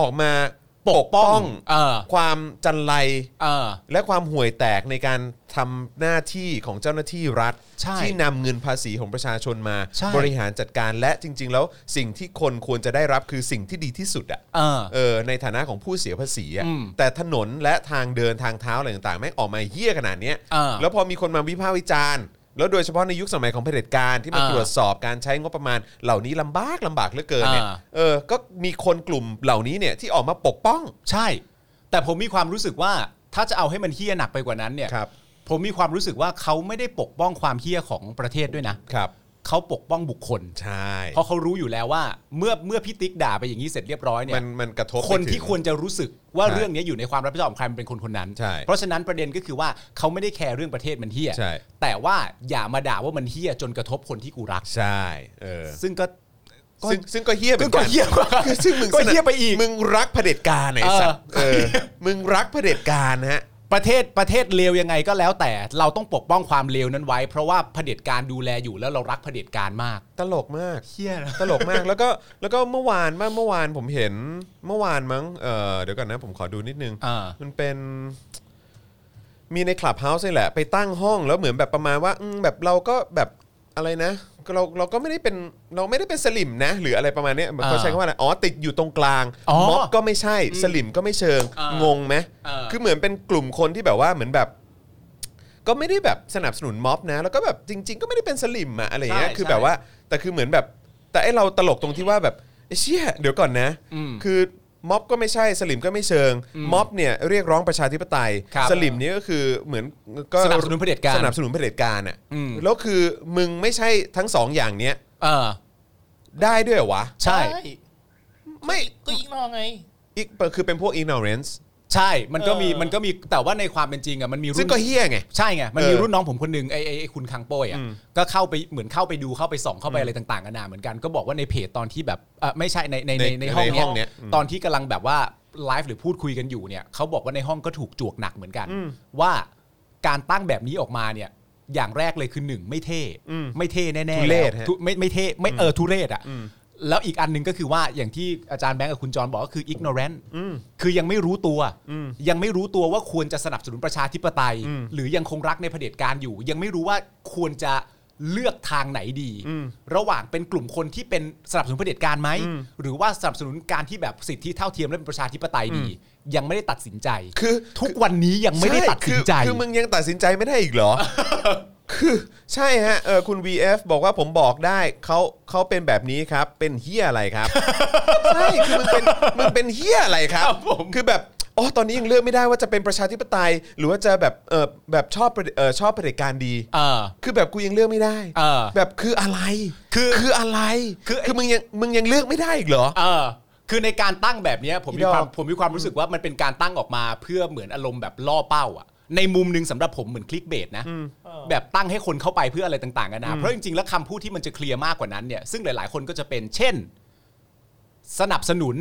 [SPEAKER 2] ออกมาปกป้อง
[SPEAKER 3] เออ
[SPEAKER 2] ความจันไร
[SPEAKER 3] เออ
[SPEAKER 2] และความห่วยแตกในการทำหน้าที่ของเจ้าหน้าที่รัฐ
[SPEAKER 3] ใช่
[SPEAKER 2] ที่นำเงินภาษีของประชาชนมา
[SPEAKER 3] ใช่
[SPEAKER 2] บริหารจัดการและจริง ๆ แล้วสิ่งที่คนควรจะได้รับคือสิ่งที่ดีที่สุดอะ
[SPEAKER 3] เออ
[SPEAKER 2] เออในฐานะของผู้เสียภาษีอะ
[SPEAKER 3] อืม
[SPEAKER 2] แต่ถนนและทางเดินทางเท้าอะไรต่างๆแม่งออกมาเหี้ยขนาดเนี้ย
[SPEAKER 3] เออ
[SPEAKER 2] แล้วพอมีคนมาวิพากษ์วิจารณ์แล้วโดยเฉพาะในยุคสมัยของเผด็จการที่มา
[SPEAKER 3] เออ
[SPEAKER 2] ตรวจสอบการใช้งบประมาณ เหล่านี้ลำบากลำบากเหลือเกินเนี่ย
[SPEAKER 3] เออ
[SPEAKER 2] เออก็มีคนกลุ่มเหล่านี้เนี่ยที่ออกมาปกป้อง
[SPEAKER 3] ใช่ แต่ผมมีความรู้สึกว่าถ้าจะเอาให้มันเฮี้ยหนักไปกว่านั้นเนี่ย
[SPEAKER 2] ครับ
[SPEAKER 3] ผมมีความรู้สึกว่าเขาไม่ได้ปกป้องความเฮี้ยของประเทศด้วยนะครับ เขาปกป้องบุคคล
[SPEAKER 2] ใช่
[SPEAKER 3] เพราะเขารู้อยู่แล้วว่า เมื่อเมื่อพี่ติ๊กด่าไปอย่างนี้เสร็จเรียบร้อยเนี่
[SPEAKER 2] มั
[SPEAKER 3] ย
[SPEAKER 2] นมันกระทบ
[SPEAKER 3] คน
[SPEAKER 2] ไปถึง
[SPEAKER 3] ที่ควรจะรู้สึกว่า
[SPEAKER 2] ใช่
[SPEAKER 3] เรื่องนี้อยู่ในความรับผิดชอบของใครมันเป็นคนคนนั้น
[SPEAKER 2] ใช่
[SPEAKER 3] เพราะฉะนั้นประเด็นก็คือว่าเขาไม่ได้แคร์เรื่องประเทศมันเฮี้ย
[SPEAKER 2] ใช่
[SPEAKER 3] แต่ว่าอย่ามาด่าว่ามันเฮี้ยจนกระทบคนที่กูรัก
[SPEAKER 2] ใช่เออ
[SPEAKER 3] ซึ่งก็ ก็
[SPEAKER 2] ซึ่งซึ่งก็เฮี้ยเหมื
[SPEAKER 3] ก็
[SPEAKER 2] อน
[SPEAKER 3] ก็
[SPEAKER 2] กัน
[SPEAKER 3] เฮี้ยกว่า
[SPEAKER 2] คือซึ่งมึง
[SPEAKER 3] ก็
[SPEAKER 2] สนับ
[SPEAKER 3] เฮี้ยไปอีก
[SPEAKER 2] มึงรักเผด็จการไหนสัตว์เออมึงรักเผด็จการนะฮะ
[SPEAKER 3] ประเทศประเทศเลวยังไงก็แล้วแต่ เราต้องปกป้องความเลวนั้นไว้ เพราะว่าเผด็จการดูแลอยู่แล้วเรารักเผด็จการมาก
[SPEAKER 2] ตลกมาก
[SPEAKER 3] เฮี้ยนะ
[SPEAKER 2] ตลกมากแล้วก็แล้วก็เมื่อวานเมื่อเมื่อวานผมเห็นเมื่อวานมั้งเออเดี๋ยวก่อนนะผมขอดูนิดนึง
[SPEAKER 3] อ่ามั
[SPEAKER 2] มันเป็น มีในคลับเฮาส์นี่แหละ ไปตั้งห้องแล้วเหมือนแบบประมาณว่าอืมแบบเราก็แบบอะไรนะเราเราก็ไม่ได้เป็นเราไม่ได้เป็นสลิมนะ หรืออะไรประมาณเนี้ย
[SPEAKER 3] อ่า
[SPEAKER 2] เขาใช้คำว่าอะไรอ๋อติดอยู่ตรงกลาง
[SPEAKER 3] อ๋อ
[SPEAKER 2] ม็อบก็ไม่ใช่สลิมก็ไม่เชิง
[SPEAKER 3] อ่าง ง
[SPEAKER 2] งไหม
[SPEAKER 3] อ่า
[SPEAKER 2] คือเหมือนเป็นกลุ่มคนที่แบบว่าเหมือนแบบ ก็ไม่ได้แบบสนับสนุนม็อบนะ แล้วก็แบบจริง ๆ ก็ไม่ได้เป็นสลิมอะอะไรอย่างเงี้ย
[SPEAKER 3] ใช่
[SPEAKER 2] คือ
[SPEAKER 3] ใช่
[SPEAKER 2] แบบว่า แต่คือเหมือนแบบ แต่ไอเราตลกตรงที่ว่าแบบไอ้เชี่ยเดี๋ยวก่อนนะ
[SPEAKER 3] อืม
[SPEAKER 2] คือม็อบก็ไม่ใช่สลิมก็ไม่เชิง ม็อบเนี่ยเรียกร้องประชาธิปไตย
[SPEAKER 3] ครับ
[SPEAKER 2] สลิมเนี่ยก็คือเหมือนก็
[SPEAKER 3] สนับสนุนเผด็จการ
[SPEAKER 2] สนับสนุนเผด็จการอ่ะ
[SPEAKER 3] อืม
[SPEAKER 2] แล้วคือมึงไม่ใช่ทั้งสองอย่างเนี้ย
[SPEAKER 3] เออ
[SPEAKER 2] ได้ด้วยเหรอวะ
[SPEAKER 3] ใช่
[SPEAKER 4] ได้
[SPEAKER 2] ไม่
[SPEAKER 4] ก็อีกนองไง
[SPEAKER 2] อีกคือเป็นพวก ignorance
[SPEAKER 3] ใช่มันก็มี
[SPEAKER 4] เออ
[SPEAKER 3] มันก็มีแต่ว่าในความเป็นจริงอ่ะมันมีรุ่
[SPEAKER 2] ซึ่ง
[SPEAKER 3] น
[SPEAKER 2] ก็เฮี้ยไง
[SPEAKER 3] ใช่ไงมันมี
[SPEAKER 2] เออ
[SPEAKER 3] รุ่นน้องผมคนหนึ่งไอ้ไอ้ไอ้คุณคังโป้ยอ่ะก็เข้าไปเหมือนเข้าไปดูเข้าไปส่องเข้าไปอะไรต่างๆกันานาเหมือนกันก็บอกว่าในเพจตอนที่แบบเอ่อไม่ใช่ในในใน
[SPEAKER 2] ใน
[SPEAKER 3] ในห้อง
[SPEAKER 2] ในห้องเนี้
[SPEAKER 3] เนี้
[SPEAKER 2] ย
[SPEAKER 3] ย
[SPEAKER 2] อืม
[SPEAKER 3] ตอนที่กำลังแบบว่าไลฟ์หรือพูดคุยกันอยู่เนี่ยเขาบอกว่าในห้องก็ถูกจวกหนักเหมือนกัน ว่าการตั้งแบบนี้ออกมาเนี่ยอย่างแรกเลยคือหนึ่งไม่เท่ไม่เท่แน่ๆ
[SPEAKER 2] ทุเรศ
[SPEAKER 3] แล้ว
[SPEAKER 2] ฮะ
[SPEAKER 3] ทุไม่ไม่เท่ไม่เออทุเรศอ่ะแล้วอีกอันหนึ่งก็คือว่าอย่างที่อาจารย์แบงค์กับคุณจรบอกก็คือ ignorant คือยังไม่รู้ตัว ยังไม่รู้ตัวว่าควรจะสนับสนุนประชาธิปไตย หรือยังคงรักในเผด็จการอยู่ ยังไม่รู้ว่าควรจะเลือกทางไหนดี ระหว่างเป็นกลุ่มคนที่เป็นสนับสนุนเผด็จการไหมหรือว่าสนับสนุนการที่แบบสิทธิเท่าเทียมและเป็นประชาธิปไตยดี ยังไม่ได้ตัดสินใจ
[SPEAKER 2] คือ
[SPEAKER 3] ทุกวันนี้ยังไม่ได้
[SPEAKER 2] ช่
[SPEAKER 3] ตัดสินใจ
[SPEAKER 2] คือคือมึงยังตัดสินใจไม่ได้อีกเห รอ คือใช่ฮะเออคุณ VF บอกว่าผมบอกได้เขาเขาเป็นแบบนี้ครับ เป็นเฮี้ยอะไร ครับ ใช่คือมึงเป็นมึงเป็นเฮี้ยอะไรครับ
[SPEAKER 3] ครับผม
[SPEAKER 2] คือแบบอ๋อตอนนี้ยังเลือกไม่ได้ว่าจะเป็นประชาธิปไตย หรือว่าจะแบบเออแบบชอบประเออชอบเผด็จการดี
[SPEAKER 3] เออ
[SPEAKER 2] คือแบบกูยังเลือกไม่ได้
[SPEAKER 3] เออ
[SPEAKER 2] แบบคืออะไร
[SPEAKER 3] คือ
[SPEAKER 2] คืออะไร
[SPEAKER 3] คือ
[SPEAKER 2] มึงยังมึงยังเลือกไม่ได้อีกเหรอ
[SPEAKER 3] เออคือในการตั้งแบบเนี้ยผม
[SPEAKER 2] อี
[SPEAKER 3] มี
[SPEAKER 2] ดอก
[SPEAKER 3] ความผมมีความรู้สึกว่ามันเป็นการตั้งออกมาเพื่อเหมือนอารมณ์แบบล่อเป้าอะในมุมหนึ่งสำหรับผมเหมือนคลิกเบสนะแบบตั้งให้คนเข้าไปเพื่ออะไรต่างๆกันานะเพราะจริงๆแล้วคำพูดที่มันจะเคลียร์มากกว่านั้นเนี่ยซึ่งหลายๆคนก็จะเป็นเช่น สนับสนุน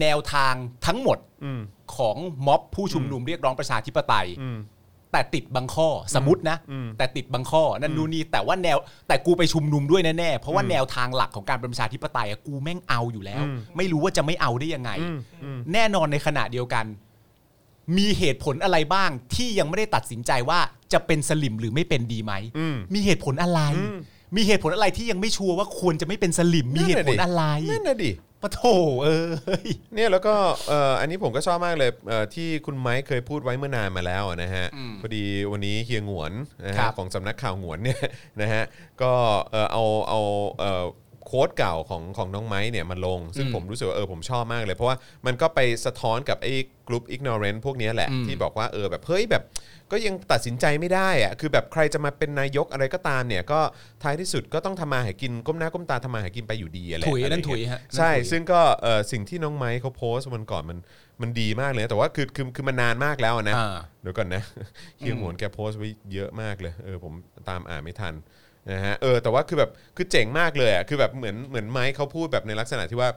[SPEAKER 3] แนวทางทั้งหมดของม็อบผู้ชุมนุมเรียกร้องประชาธิปไตย แต่ติดบางข้อสมมตินะ แต่ติดบางข้อนั่นนู่นนี่แต่ว่าแนวแต่กูไปชุมนุมด้วยแน่ๆเพราะว่าแนวทางหลักของการเป็นประชาธิปไตยอะกูแม่งเอาอยู่แล้ว ไม่รู้ว่าจะไม่เอาได้ยังไง แน่นอนในขณะเดียวกัน มีเหตุผลอะไรบ้างที่ยังไม่ได้ตัดสินใจว่าจะเป็นสลิมหรือไม่เป็นดีไหมมีเหตุผลอะไร มีเหตุผลอะไรที่ยังไม่ชัวร์ว่าควรจะไม่เป็นสลิมมีเหตุผลอะไร
[SPEAKER 2] นั่นน่ะดิ
[SPEAKER 3] ปะโถเอ้ย
[SPEAKER 2] เนี่ยแล้วก็เอ่ออันนี้ผมก็ชอบมากเลยเอ่อที่คุณไม้เคยพูดไว้เมื่อนานมาแล้วนะฮะพอดีวันนี้เฮียหงวนนะ
[SPEAKER 3] ครั
[SPEAKER 2] ฮะ
[SPEAKER 3] บ
[SPEAKER 2] ของสำนักข่าวหงวนเนี่ย นะฮะก็เอ่อเอาเอาเอ่อโค้ดเก่าของของน้องไม้เนี่ยมาลง ซึ่ง
[SPEAKER 3] อืม
[SPEAKER 2] ผมรู้สึกว่าเออผมชอบมากเลย เพราะว่ามันก็ไปสะท้อนกับไอ้กลุ่ม ignorant พวกเนี้ยแหละ
[SPEAKER 3] อืม
[SPEAKER 2] ที่บอกว่าเออแบบเฮ้ยแบบก็ยังตัดสินใจไม่ได้อะคือแบบใครจะมาเป็นนายกอะไรก็ตามเนี่ยก็ท้ายที่สุดก็ต้องทำมาหากินก้มหน้าก้มตาทำมาหากินไปอยู่ดีอะไร
[SPEAKER 3] ถุย
[SPEAKER 2] อะไร
[SPEAKER 3] นั่น
[SPEAKER 2] เงี้
[SPEAKER 3] ถุยฮะ
[SPEAKER 2] ใช่
[SPEAKER 3] นั่นถุย
[SPEAKER 2] ซึ่งก็เอ่อสิ่งที่น้องไม้เขาโพสต์วันก่อนมันมันดีมากเลยนะแต่ว่าคือคือคือมันนานมากแล้วนะ
[SPEAKER 3] อ่า
[SPEAKER 2] เดี๋ยวก่อนนะ เฮียหงวนแกโพสต์ไว้เยอะมากเลยเออผมตามอ่านไม่ทันนะฮะเออแต่ว่าคือแบบคือเจ๋งมากเลยอ่ะคือแบบเหมือนเหมือนไม้เขาพูดแบบในลักษณะที่ว่า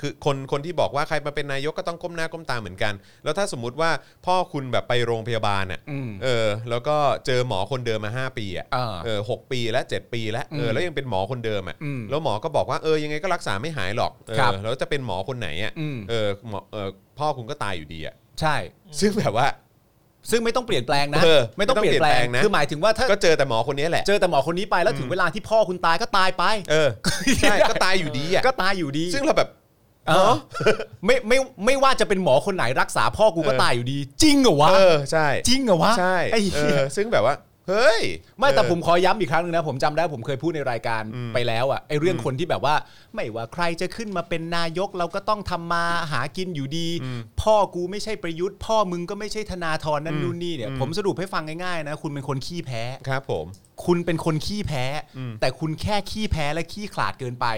[SPEAKER 2] คือคนคนที่บอกว่าใครมาเป็นนายกก็ต้องก้มหน้าก้มตาเหมือนกัน แล้วถ้าสมมุติว่าพ่อคุณแบบไปโรงพยาบาลอ่ะ
[SPEAKER 3] อืม
[SPEAKER 2] เออ แล้วก็เจอหมอคนเดิมมา 5 ปีอ่ะ
[SPEAKER 3] อ่า
[SPEAKER 2] เออหกปีและ 7 ปีแล้วเออแล้วยังเป็นหมอคนเดิมอ่ะ
[SPEAKER 3] อืม
[SPEAKER 2] แล้วหมอก็บอกว่าเออยังไงก็รักษาไม่หายหรอกเออ
[SPEAKER 3] ครับ
[SPEAKER 2] แล้วจะเป็นหมอคนไหนอ่ะ
[SPEAKER 3] อืม
[SPEAKER 2] เออหมอเออพ่อคุณก็ตายอยู่ดีอ่ะ
[SPEAKER 3] ใช่
[SPEAKER 2] ซึ่งแบบว่า
[SPEAKER 3] ซึ่งไม่ต้องเปลี่ยนแปลงนะ
[SPEAKER 2] เออ
[SPEAKER 3] ไม่ต้องเปลี่ยนแปล
[SPEAKER 2] ไม่
[SPEAKER 3] ง
[SPEAKER 2] ต้องเปลี่ยนแปลงนะ
[SPEAKER 3] คือหมายถึงว่าถ้า
[SPEAKER 2] ก็เจอแต่หมอคนนี้แหละ
[SPEAKER 3] เจอแต่หมอคนนี้ไปแล้วถึงเวลาที่พ่อคุณตายก็ตายไป
[SPEAKER 2] เออใช่ก็ตายอยู่ดีอ่ะ
[SPEAKER 3] ก็ตายอยู่ดี
[SPEAKER 2] ซึ่งเราแบบ
[SPEAKER 3] เออไม่ไม่ไม่ว่าจะเป็นหมอคนไหนรักษาพ่อกูก็ตายอยู่ดี จริงเหรอวะ
[SPEAKER 2] เออใช่
[SPEAKER 3] จริงเหรอวะ
[SPEAKER 2] ใช่
[SPEAKER 3] ไอ้เหี้ย
[SPEAKER 2] เออซึ่งแบบว่า เฮ้ย
[SPEAKER 3] ไม่แต่
[SPEAKER 2] เออ
[SPEAKER 3] ผมขอย้ำอีกครั้งหนึงนะ ผมจำได้ผมเคยพูดในรายการไปแล้วอะไอ้เรื่องคนที่แบบว่า ไม่ว่าใครจะขึ้นมาเป็นนายกเราก็ต้องทำมาหากินอยู่ดี พ่อกูไม่ใช่ประยุทธ์ พ่อมึงก็ไม่ใช่ธนาธรนั่นนู่นนี่เนี่ยผมสรุปให้ฟังง่ายๆนะคุณเป็นคนขี้แพ้
[SPEAKER 2] ครับผม
[SPEAKER 3] คุณเป็นคนขี้แพ้ แต่คุณแค่ขี้แพ้และขี้ขลาดเกินไป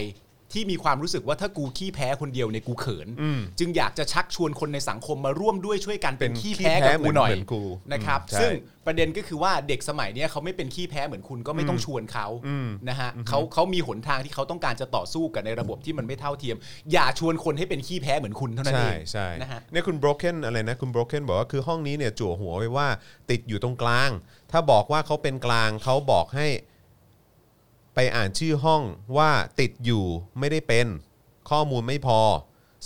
[SPEAKER 3] ที่มีความรู้สึกว่าถ้ากูขี้แพ้คนเดียวเนี่ยกูเขิน จึงอยากจะชักชวนคนในสังคมมาร่วมด้วยช่วยกันเป็นขี้แพ้กับ
[SPEAKER 2] เหมื
[SPEAKER 3] กู
[SPEAKER 2] อน
[SPEAKER 3] หน่อย
[SPEAKER 2] เหมือนกู
[SPEAKER 3] นะครับ
[SPEAKER 2] อืมใช่
[SPEAKER 3] ซึ่งประเด็นก็คือว่าเด็กสมัยเนี้ยเขาไม่เป็นขี้แพ้เหมือนคุณก็ไม่ต้องชวนเขานะฮะเขาเขามีหนทางที่เขาต้องการจะต่อสู้กับในระบบที่มันไม่เท่าเทียม อย่าชวนคนให้เป็นขี้แพ้เหมือนคุณเท่านั้นเอง
[SPEAKER 2] ใช่
[SPEAKER 3] นะ
[SPEAKER 2] ใช่
[SPEAKER 3] ฮะ
[SPEAKER 2] เนี่ยคุณ broken อะไรนะคุณ broken บอกว่าคือห้องนี้เนี่ยจั่วหัวไว้ว่าติดอยู่ตรงกลาง ถ้าบอกว่าเขาเป็นกลางเขาบอกให้ไปอ่านชื่อห้องว่าติดอยู่ไม่ได้เป็นข้อมูลไม่พอ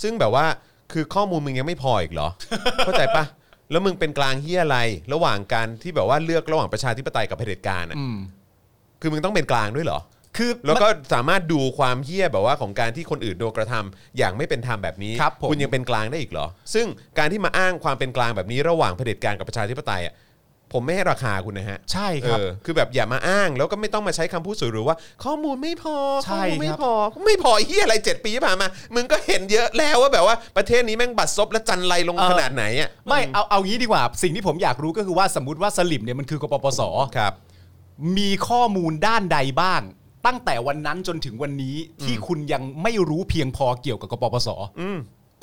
[SPEAKER 2] ซึ่งแบบว่าคือข้อมูลมึงยังไม่พออีกเหรอ เข้าใจปะแล้วมึงเป็นกลางเฮียอะไร ระหว่างการที่แบบว่าเลือกระหว่างประชาธิปไตยกับเผด็จการอ่ะ
[SPEAKER 3] อืม
[SPEAKER 2] คือมึงต้องเป็นกลางด้วยเหรอ
[SPEAKER 3] คือ
[SPEAKER 2] แล้วก็สามารถดูความเฮี้ยแบบว่าของการที่คนอื่นโดนกระทำอย่างไม่เป็นธรรมแบบนี้
[SPEAKER 3] ครับผม
[SPEAKER 2] ณยังเป็นกลางได้อีกเหรอ ซึ่งการที่มาอ้างความเป็นกลางแบบนี้ระหว่างเผด็จการกับประชาธิปไตยอ่ะผมไม่ให้ราคาคุณนะฮะ
[SPEAKER 3] ใช่
[SPEAKER 2] เอ
[SPEAKER 3] ครับ
[SPEAKER 2] อคือแบบอย่ามาอ้างแล้วก็ไม่ต้องมาใช้คำพูดสวยหรูว่า ข้อมูลไม่พอ
[SPEAKER 3] ใช่
[SPEAKER 2] ข้อมูลไม่
[SPEAKER 3] ครับ
[SPEAKER 2] พอไม่พอเฮี้ยอะไรเจ็ดปีที่ผ่านมามึงก็เห็นเยอะแล้วว่าแบบว่าประเทศนี้แม่งบัดซบและจันไรลงขนาดไหนอ่ะ
[SPEAKER 3] ไม่เอาเอางี้ดีกว่า สิ่งที่ผมอยากรู้ก็คือว่าสมมติว่าสลิมเนี่ยมันคือกปปส
[SPEAKER 2] ครับ
[SPEAKER 3] มีข้อมูลด้านใดบ้าง ตั้งแต่วันนั้นจนถึงวันนี้ที่คุณยังไม่รู้เพียงพอเกี่ยวกับกปปส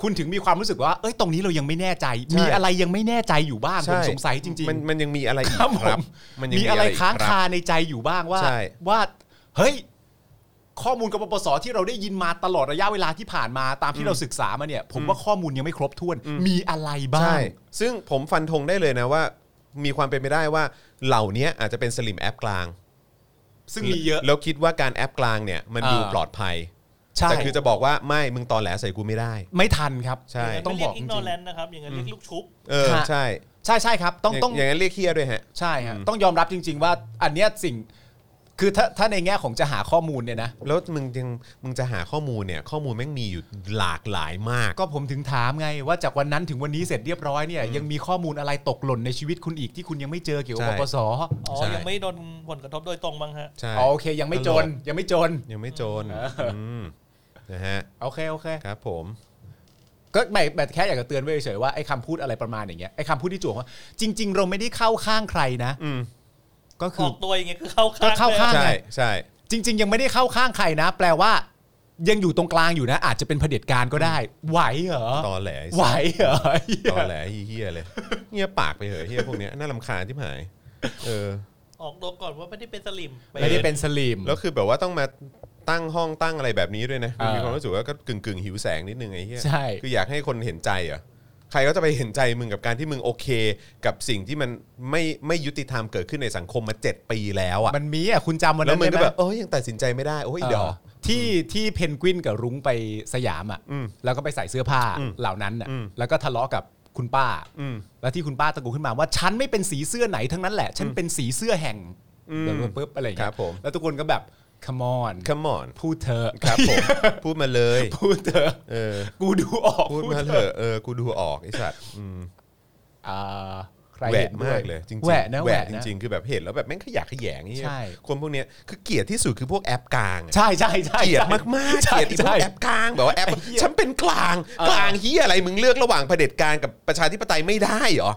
[SPEAKER 3] คุณถึงมีความรู้สึกว่า เอ้ยตรงนี้เรายังไม่แน่ใจ
[SPEAKER 2] ใช่
[SPEAKER 3] มีอะไรยังไม่แน่ใจอยู่บ้างผม
[SPEAKER 2] ใช่
[SPEAKER 3] สงสัยจริง
[SPEAKER 2] มันมันยังมีอะไรอี
[SPEAKER 3] ๆ
[SPEAKER 2] ก
[SPEAKER 3] ครับผ
[SPEAKER 2] ครับ
[SPEAKER 3] ม
[SPEAKER 2] มันยัง
[SPEAKER 3] มีอะไรค้าง
[SPEAKER 2] รับ
[SPEAKER 3] คาในใจอยู่บ้างว่า
[SPEAKER 2] ใช่
[SPEAKER 3] ว่าเฮ้ย ข้อมูลกบปสที่เราได้ยินมาตลอดระยะเวลาที่ผ่านมาตามที่เราศึกษามาเนี่ย ผมว่าข้อมูลยังไม่ครบถ้วน มีอะไรบ้า
[SPEAKER 2] ใช่
[SPEAKER 3] ง
[SPEAKER 2] ซึ่งผมฟันธงได้เลยนะว่า มีความเป็นไปได้ว่าเหล่านี้อาจจะเป็นสลิมแอปกลาง
[SPEAKER 3] ซึ่งมีเยอะ
[SPEAKER 2] แล้วคิดว่าการแอปกลางเนี่ยมันดู
[SPEAKER 3] อ่า
[SPEAKER 2] ปลอดภัย
[SPEAKER 3] ใช่
[SPEAKER 2] แต่คือจะบอกว่าไม่มึงตอแหลใส่กูไม่ได้
[SPEAKER 3] ไม่ทันครับ
[SPEAKER 2] ใช่
[SPEAKER 4] ย่า
[SPEAKER 3] ต้อง
[SPEAKER 4] ไม่เรีย
[SPEAKER 3] บอกจริ
[SPEAKER 4] อิ
[SPEAKER 3] งๆ
[SPEAKER 4] กโนแลนนะครับ อย่างนั้นเรียกลูกชุบ
[SPEAKER 2] เออใช่
[SPEAKER 3] ใช่ใช่ครับ ต้องต้อง
[SPEAKER 2] อย่างนั้นเรียกเคียด้วยฮะ
[SPEAKER 3] ใช่ฮะต้องยอมรับจริง ๆ ว่าอันเนี้ยสิ่งคือถ้าถ้าในแง่ของจะหาข้อมูลเนี่ยนะ
[SPEAKER 2] แล้วมึงยังมึงจะหาข้อมูลเนี่ย ข้อมูลแม่งมีอยู่หลากหลายมาก
[SPEAKER 3] ก็ผมถึงถามไงว่าจากวันนั้นถึงวันนี้เสร็จเรียบร้อยเนี่ยยังมีข้อมูลอะไรตกหล่นในชีวิตคุณอีกที่คุณยังไม่เจอเกี่ยวกับ
[SPEAKER 2] ใช่
[SPEAKER 3] ปปส
[SPEAKER 4] อ๋อ
[SPEAKER 2] ใช่
[SPEAKER 4] ยังไม่โดนผลกระทบโดยตรงบ้างฮะ
[SPEAKER 2] ใช่
[SPEAKER 3] อ๋อโอเค ยังไม่จน
[SPEAKER 2] ตลก
[SPEAKER 3] ยังไม่จน
[SPEAKER 2] ยังไม่โจรมนะฮะ
[SPEAKER 3] โอเคโอเค
[SPEAKER 2] ครับผม
[SPEAKER 3] ก็ไม่แบบแค่อยากจะเตือนไว้เฉยๆว่าไอ้คำพูดอะไรประมาณอย่างเงี้ยไอ้คำพูดที่จ่วงว่าจริง ๆ เราไม่ได้เข้าข้างใครนะ
[SPEAKER 2] อืม
[SPEAKER 3] ก็
[SPEAKER 4] อ
[SPEAKER 3] คือ
[SPEAKER 4] อกตัวอย่างเงี้ยคือเข้าข้าง
[SPEAKER 3] ก็เข้าข้าง
[SPEAKER 4] ลย
[SPEAKER 2] ใช่ใช่
[SPEAKER 3] จริง ๆ ยังไม่ได้เข้าข้างใครนะ แปลว่า ยังอยู่ตรงกลางอยู่นะ อาจจะเป็นเผด็จการก็ได้ ไหวเหรอ
[SPEAKER 2] ตอแหลไอ้
[SPEAKER 3] ไหว
[SPEAKER 2] สัส
[SPEAKER 3] เหรอ
[SPEAKER 2] ตอแหลไอ้เฮียเลยเงียบปากไปเหอะเฮียพวกเนี้ยน่าลำคาญที่หาย เออ
[SPEAKER 4] ออกตัวก่อนว่าไม่ได้เป็นสลิม
[SPEAKER 2] ไม่
[SPEAKER 3] ไม่ได้เป็นสลิม
[SPEAKER 2] แล้วคือแบบว่าต้องมาตั้งห้องตั้งอะไรแบบนี้ด้วยนะ
[SPEAKER 3] อ่ามี
[SPEAKER 2] มีความรู้สึกว่าก็กึ่งกึ่งๆหิวแสงนิดนึงไอ้เหี้ย
[SPEAKER 3] ใช่
[SPEAKER 2] คืออยากให้คนเห็นใจเหรอ่ะใครก็จะไปเห็นใจมึงกับการที่มึงโอเค กับสิ่งที่มันไม่ไม่ยุติธรรมเกิดขึ้นในสังคมมา 7 ปีแล้วอ่ะ
[SPEAKER 3] มันมีอ่ะคุณจำวัน
[SPEAKER 2] แล้
[SPEAKER 3] นั้
[SPEAKER 2] วน มึง
[SPEAKER 3] ได้
[SPEAKER 2] ก็
[SPEAKER 3] ไหม
[SPEAKER 2] แบบเอ้ยยังตัดสินใจไม่ได้โอ้ย
[SPEAKER 3] เอ
[SPEAKER 2] เดอ
[SPEAKER 3] อที่ที่เพนกวินกับรุ้งไปสยามอ่ะแล้วก็ไปใส่เสื้อผ้าเหล่านั้นอ่ะแล้วก็ทะเลาะกับคุณป้า แล้วที่คุณป้าตะโกนขึ้นมาว่าฉันไม่เป็นสีเสื้อไหนทั้งนั้นแหละ ฉันเป็นสีเสื้อแห่งแล้วก็ปุ๊บอะไรอย่าง
[SPEAKER 2] ค
[SPEAKER 3] เงี้
[SPEAKER 2] รับ
[SPEAKER 3] ย
[SPEAKER 2] ผม
[SPEAKER 3] แล้วทุกคนก็แบบ come on
[SPEAKER 2] come on
[SPEAKER 3] พูดเธอะ
[SPEAKER 2] ครับผม พูดมาเลย
[SPEAKER 3] พูดเธอะ
[SPEAKER 2] เออ
[SPEAKER 3] กูดูออก
[SPEAKER 2] พูดมาเถอะเออกูดูออกไอ้สัตว์อืม
[SPEAKER 3] อ่าใคร
[SPEAKER 2] แหว
[SPEAKER 3] เห็
[SPEAKER 2] ก
[SPEAKER 3] นด้
[SPEAKER 2] มา
[SPEAKER 3] วย
[SPEAKER 2] กเลยจริงๆ
[SPEAKER 3] แหวะนะแห
[SPEAKER 2] แห
[SPEAKER 3] วะ
[SPEAKER 2] วะจ
[SPEAKER 3] นะ
[SPEAKER 2] ริงๆคือแบบเห็นแล้วแบบแม่งขยะแขยงไอ้เหี้ย
[SPEAKER 3] ใช่
[SPEAKER 2] คนพวกเนี้ยคือเกลียดที่สุดคือพวกแอปกลางอะ
[SPEAKER 3] ใช่ใช่ใช่
[SPEAKER 2] เกลียด
[SPEAKER 3] ใช่
[SPEAKER 2] มากๆ เก
[SPEAKER 3] ใช่
[SPEAKER 2] ลียดอีพว
[SPEAKER 3] ใช่
[SPEAKER 2] กแอปกลางแบบว่าแอป
[SPEAKER 3] ไอ้เหี้ย
[SPEAKER 2] ฉันเป็นกลาง
[SPEAKER 3] เออ
[SPEAKER 2] กลางเฮียอะไรมึงเลือกระหว่างเผด็จการกับประชาธิปไตยไม่ได้เหรอ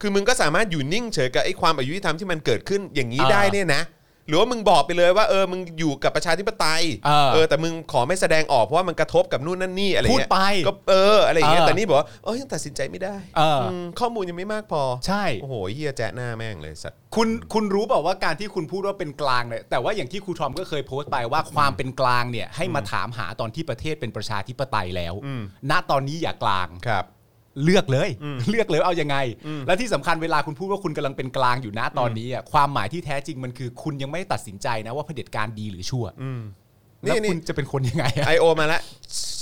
[SPEAKER 2] คือมึงก็สามารถอยู่นิ่งเฉยกับไอ้ความอายุธรรมที่มันเกิดขึ้นอย่างนี้ได้เนี่ยนะ หรือว่ามึงบอกไปเลยว่าเออมึงอยู่กับประชาธิปไตย
[SPEAKER 3] เออ
[SPEAKER 2] แต่มึงขอไม่แสดงออกเพราะว่ามันกระทบกับนู่นนั่นนี่อะไรเงี้ย
[SPEAKER 3] พูดไป
[SPEAKER 2] ก็เอออะไรเงี้ย
[SPEAKER 3] เออ
[SPEAKER 2] แต่นี่บอกว่าเออยังตัดสินใจไม่ได้
[SPEAKER 3] เอออื
[SPEAKER 2] มข้อมูลยังไม่มากพอ
[SPEAKER 3] ใช่
[SPEAKER 2] โอ้โหเฮียแจ๊ะหน้าแม่งเลยสัตว์
[SPEAKER 3] คุณคุณรู้เปล่าว่าการที่คุณพูดว่าเป็นกลางเนี่ยแต่ว่าอย่างที่ครูทอมก็เคยโพสต์ไปว่าความเป็นกลางเนี่ยให้มาถามหาตอนที่ประเทศเป็นประชาธิปไตยแล้ว
[SPEAKER 2] อืม
[SPEAKER 3] ณตอนนี้อย่ากลาง
[SPEAKER 2] ครับ
[SPEAKER 3] เลือกเลย เลือกเลยว่าเอายังไง และที่สำคัญเวลาคุณพูดว่าคุณกำลังเป็นกลางอยู่ณตอนนี้อ่ะความหมายที่แท้จริงมันคือ คุณยังไม่ตัดสินใจนะว่าเผด็จการดีหรือชั่วแล้ว
[SPEAKER 2] นี่นี่
[SPEAKER 3] คุณจะเป็นคนยังไงอะ
[SPEAKER 2] ไอโอมาละ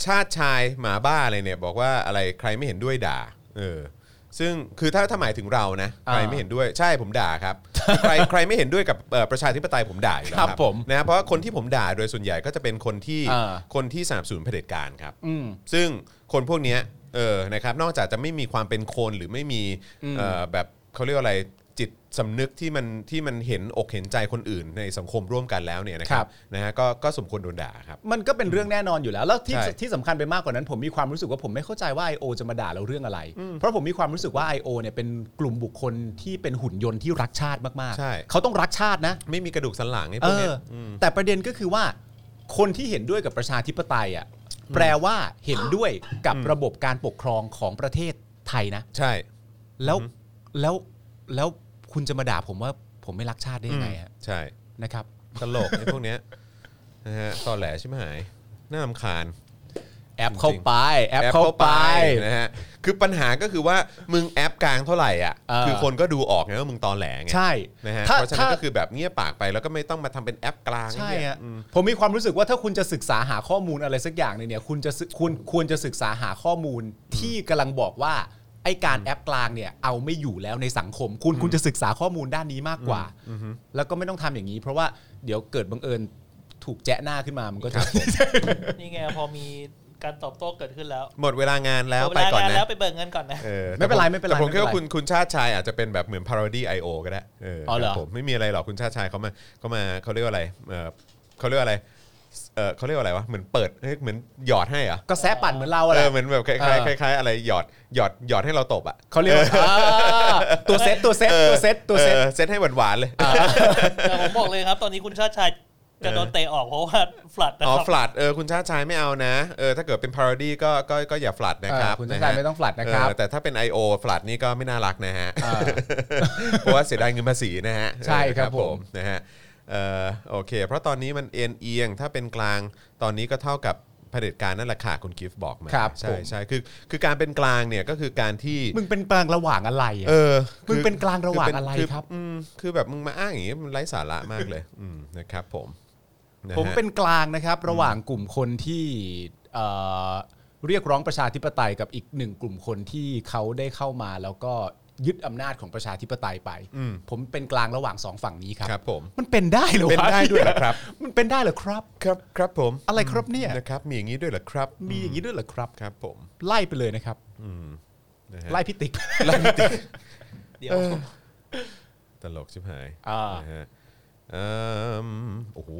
[SPEAKER 2] ชาติชายหมาบ้าอะไรเนี่ย บอกว่าอะไรใครไม่เห็นด้วยด่า เออ ซึ่งคือถ้าถ้าหมายถึงเรานะใครไม่เห็นด้วยใช่ผมด่า ครับ ใครใครไม่เห็นด้วยกับเอ่อประชาธิปไตยผมด่าอยู่แล้วครับนะเพราะว่าคนที่ผมด่าโดยส่วนใหญ่ก็จะเป็นคนที่
[SPEAKER 3] อ่า
[SPEAKER 2] คนที่สนับสนุนเผด็จการครับ
[SPEAKER 3] อืม
[SPEAKER 2] ซึ่งคนพวกเนี้ยเออนะครับนอกจากจะไม่มีความเป็นคนหรือไม่มี
[SPEAKER 3] อืม
[SPEAKER 2] เอ่อแบบเขาเรียกว่าอะไรจิตสำนึกที่มันที่มันเห็นอกเห็นใจคนอื่นในสังคมร่วมกันแล้วเนี่ยนะค
[SPEAKER 3] ครั
[SPEAKER 2] รับบ นะฮะก็ก็สมควรโดนด่าครับ
[SPEAKER 3] มันก็เป็นเรื่องแน่นอนอยู่แล้ว แล้วที่
[SPEAKER 2] ใช่
[SPEAKER 3] ที่สำคัญไปมากกว่านั้น ผมมีความรู้สึกว่าผมไม่เข้าใจว่า I.O. จะมาด่าเราเรื่องอะไร เพราะผมมีความรู้สึกว่า I.O. เนี่ยเป็นกลุ่มบุคคลที่เป็นหุ่นยนต์ที่รักชาติมาก
[SPEAKER 2] ใช่
[SPEAKER 3] ๆ เขาต้องรักชาตินะ
[SPEAKER 2] ไม่มีกระดูกสันหลังไอ้พ
[SPEAKER 3] เอ
[SPEAKER 2] วกเนี้
[SPEAKER 3] อย อแต่ประเด็นก็คือว่า คนที่เห็นด้วยกับประชาธิปไตยอ่ะแปลว่าเห็นด้วยกับระบบการปกครองของประเทศไทยนะ
[SPEAKER 2] ใช่
[SPEAKER 3] แล้วแล้วแล้วคุณจะมาด่าผมว่าผมไม่รักชาติได้ยังไงฮะ
[SPEAKER 2] ใช่
[SPEAKER 3] นะครับ
[SPEAKER 2] ตลกไอ้พวกเนี้ยนะฮะตอแหลใช่ไหมหายน่ารำคาญ
[SPEAKER 3] แอปเข้าไป แอปเข้าไป
[SPEAKER 2] นะฮะคือปัญหาก็คือว่ามึงแอปกลางเท่าไหร่อ่ะ
[SPEAKER 3] เออ
[SPEAKER 2] คือคนก็ดูออกไงว่ามึงตอแหลไง
[SPEAKER 3] ใช่
[SPEAKER 2] นะฮะ
[SPEAKER 3] ถ้า
[SPEAKER 2] เพราะฉะนั้น
[SPEAKER 3] ถ้า
[SPEAKER 2] ก็คือแบบเงียบปากไปแล้วก็ไม่ต้องมาทำเป็นแอปกลาง
[SPEAKER 3] ใช่
[SPEAKER 2] เนี่ย
[SPEAKER 3] ฮะผมมีความรู้สึกว่าถ้าคุณจะศึกษาหาข้อมูลอะไรสักอย่างหนึ่งเนี่ยคุณจะศึกควรควรจะศึกษาหาข้อมูลที่กำลังบอกว่าไอการแอปกลางเนี่ยเอาไม่อยู่แล้วในสังคม คุณคุณจะศึกษาข้อมูลด้านนี้มากกว่า แล้วก็ไม่ต้องทำอย่างนี้ เพราะว่าเดี๋ยวเกิดบังเอิญถูกแจ้หน้าขึ้นมามันก็จะ
[SPEAKER 4] นี่ไงพอมีการตอบโต้เกิดขึ้นแล้ว
[SPEAKER 2] หมดเวลางานแล้ว
[SPEAKER 4] เว
[SPEAKER 2] ไป
[SPEAKER 4] ลา
[SPEAKER 2] ก่อน
[SPEAKER 4] งาน
[SPEAKER 2] นะ
[SPEAKER 4] แล้วไปเบิกเงินก่อนนะ
[SPEAKER 2] ออ
[SPEAKER 3] ไม่เป็นไร
[SPEAKER 2] แต่ผ
[SPEAKER 3] ไม่เป็นไร
[SPEAKER 2] แต่ผมคิดว่า
[SPEAKER 3] ไเป็นไร
[SPEAKER 2] คุณคุณชาติชายอาจจะเป็นแบบเหมือน parody io ก็ได้เออ
[SPEAKER 3] อเห
[SPEAKER 2] ค
[SPEAKER 3] รอ
[SPEAKER 2] รับผมไม่มีอะไรหรอกคุณชาติชายเขามาเขามาเขาเรียกว่าอะไรเออเขาเรียกว่าอะไรเออเขาเรียกว่าอะไรวะเหมือนเปิดเอ้ยเหมือนหยอดให้เหรอะ
[SPEAKER 3] ก็แซะปั่นเหมือนเราอะ
[SPEAKER 2] เอ
[SPEAKER 3] ไร
[SPEAKER 2] อเหมือนแบบคล้าย
[SPEAKER 3] เออ
[SPEAKER 2] ๆคล้ายๆอะไรหยอดหยอดหยอดให้เราตบอ่ะ
[SPEAKER 3] เขาเรียกว่าาตัวเซตตัวเซตตัวเซตตัวเซต
[SPEAKER 2] ออเซตให้หวานๆเลย
[SPEAKER 4] แต่ผมบอกเลยครับ ตอนนี้คุณชาติชาย จะโดนเตะออกเพราะว่าฟลัดนะ
[SPEAKER 2] อ๋อ
[SPEAKER 4] ครับ
[SPEAKER 2] ฟลัดเออคุณชาติชายไม่เอานะเออถ้าเกิดเป็นพาราดีก็ก็ก็อย่าฟลัดนะครับ
[SPEAKER 3] เออคุณชาติชาย
[SPEAKER 2] นะฮะ
[SPEAKER 3] ไม่ต้อง flood นะครับ
[SPEAKER 2] เออแต่ถ้าเป็น I.O. ฟลัดนี่ก็ไม่น่ารักนะฮะ
[SPEAKER 3] อ่า
[SPEAKER 2] เพราะว่าเสียดายเงินภาษีนะฮะ
[SPEAKER 3] ใช่ครับ
[SPEAKER 2] เออ
[SPEAKER 3] ผม
[SPEAKER 2] นะฮะเออโอเค เพราะตอนนี้มันเอ็นเอียงถ้าเป็นกลางตอนนี้ก็เท่ากับเผด็จการนั่นแหละค่ะคุณกิฟต์บอกมา
[SPEAKER 3] ครับผ
[SPEAKER 2] ใช่
[SPEAKER 3] ม
[SPEAKER 2] ใช่คือคือการเป็นกลางเนี่ยก็คือการที่
[SPEAKER 3] มึงเป็นกลางระหว่างอะไรอะ
[SPEAKER 2] เออ
[SPEAKER 3] มึงเป็นกลางระหว่าง
[SPEAKER 2] คืเป็
[SPEAKER 3] อะไร
[SPEAKER 2] น
[SPEAKER 3] ครับ
[SPEAKER 2] อืมคือแบบมึงมาอ้างอย่างนี้มันไร้สาระมากเลย อืมนะครับผมะฮะ
[SPEAKER 3] ผมเป็นกลางนะครับ ระหว่างกลุ่มคนที่เอ่อเรียกร้องประชาธิปไตยกับอีกหนึ่งกลุ่มคนที่เขาได้เข้ามาแล้วก็ยึดอำนาจของประชาธิปไตยไป ผมเป็นกลางระหว่างสองฝั่งนี้ครับ
[SPEAKER 2] ครับผม
[SPEAKER 3] มันเป็นได้เหรอวะ
[SPEAKER 2] เป็นได้ด้วยเหรอครับ
[SPEAKER 3] มันเป็นได้เหรอครับ
[SPEAKER 2] ครับครับผม
[SPEAKER 3] อะไรครับเนี่ย
[SPEAKER 2] นะครับมีอย่างนี้ด้วยเหรอครับ
[SPEAKER 3] มีอย่างนี้ด้วยเหรอครับ
[SPEAKER 2] ครับผม
[SPEAKER 3] ไล่ไปเลยนะครับ
[SPEAKER 2] นะฮะ
[SPEAKER 3] ไล่พิติก
[SPEAKER 4] เดี๋ยว
[SPEAKER 2] ตลกชิบหาย
[SPEAKER 3] อ่า
[SPEAKER 2] นะฮะเอิ่มโอ้โห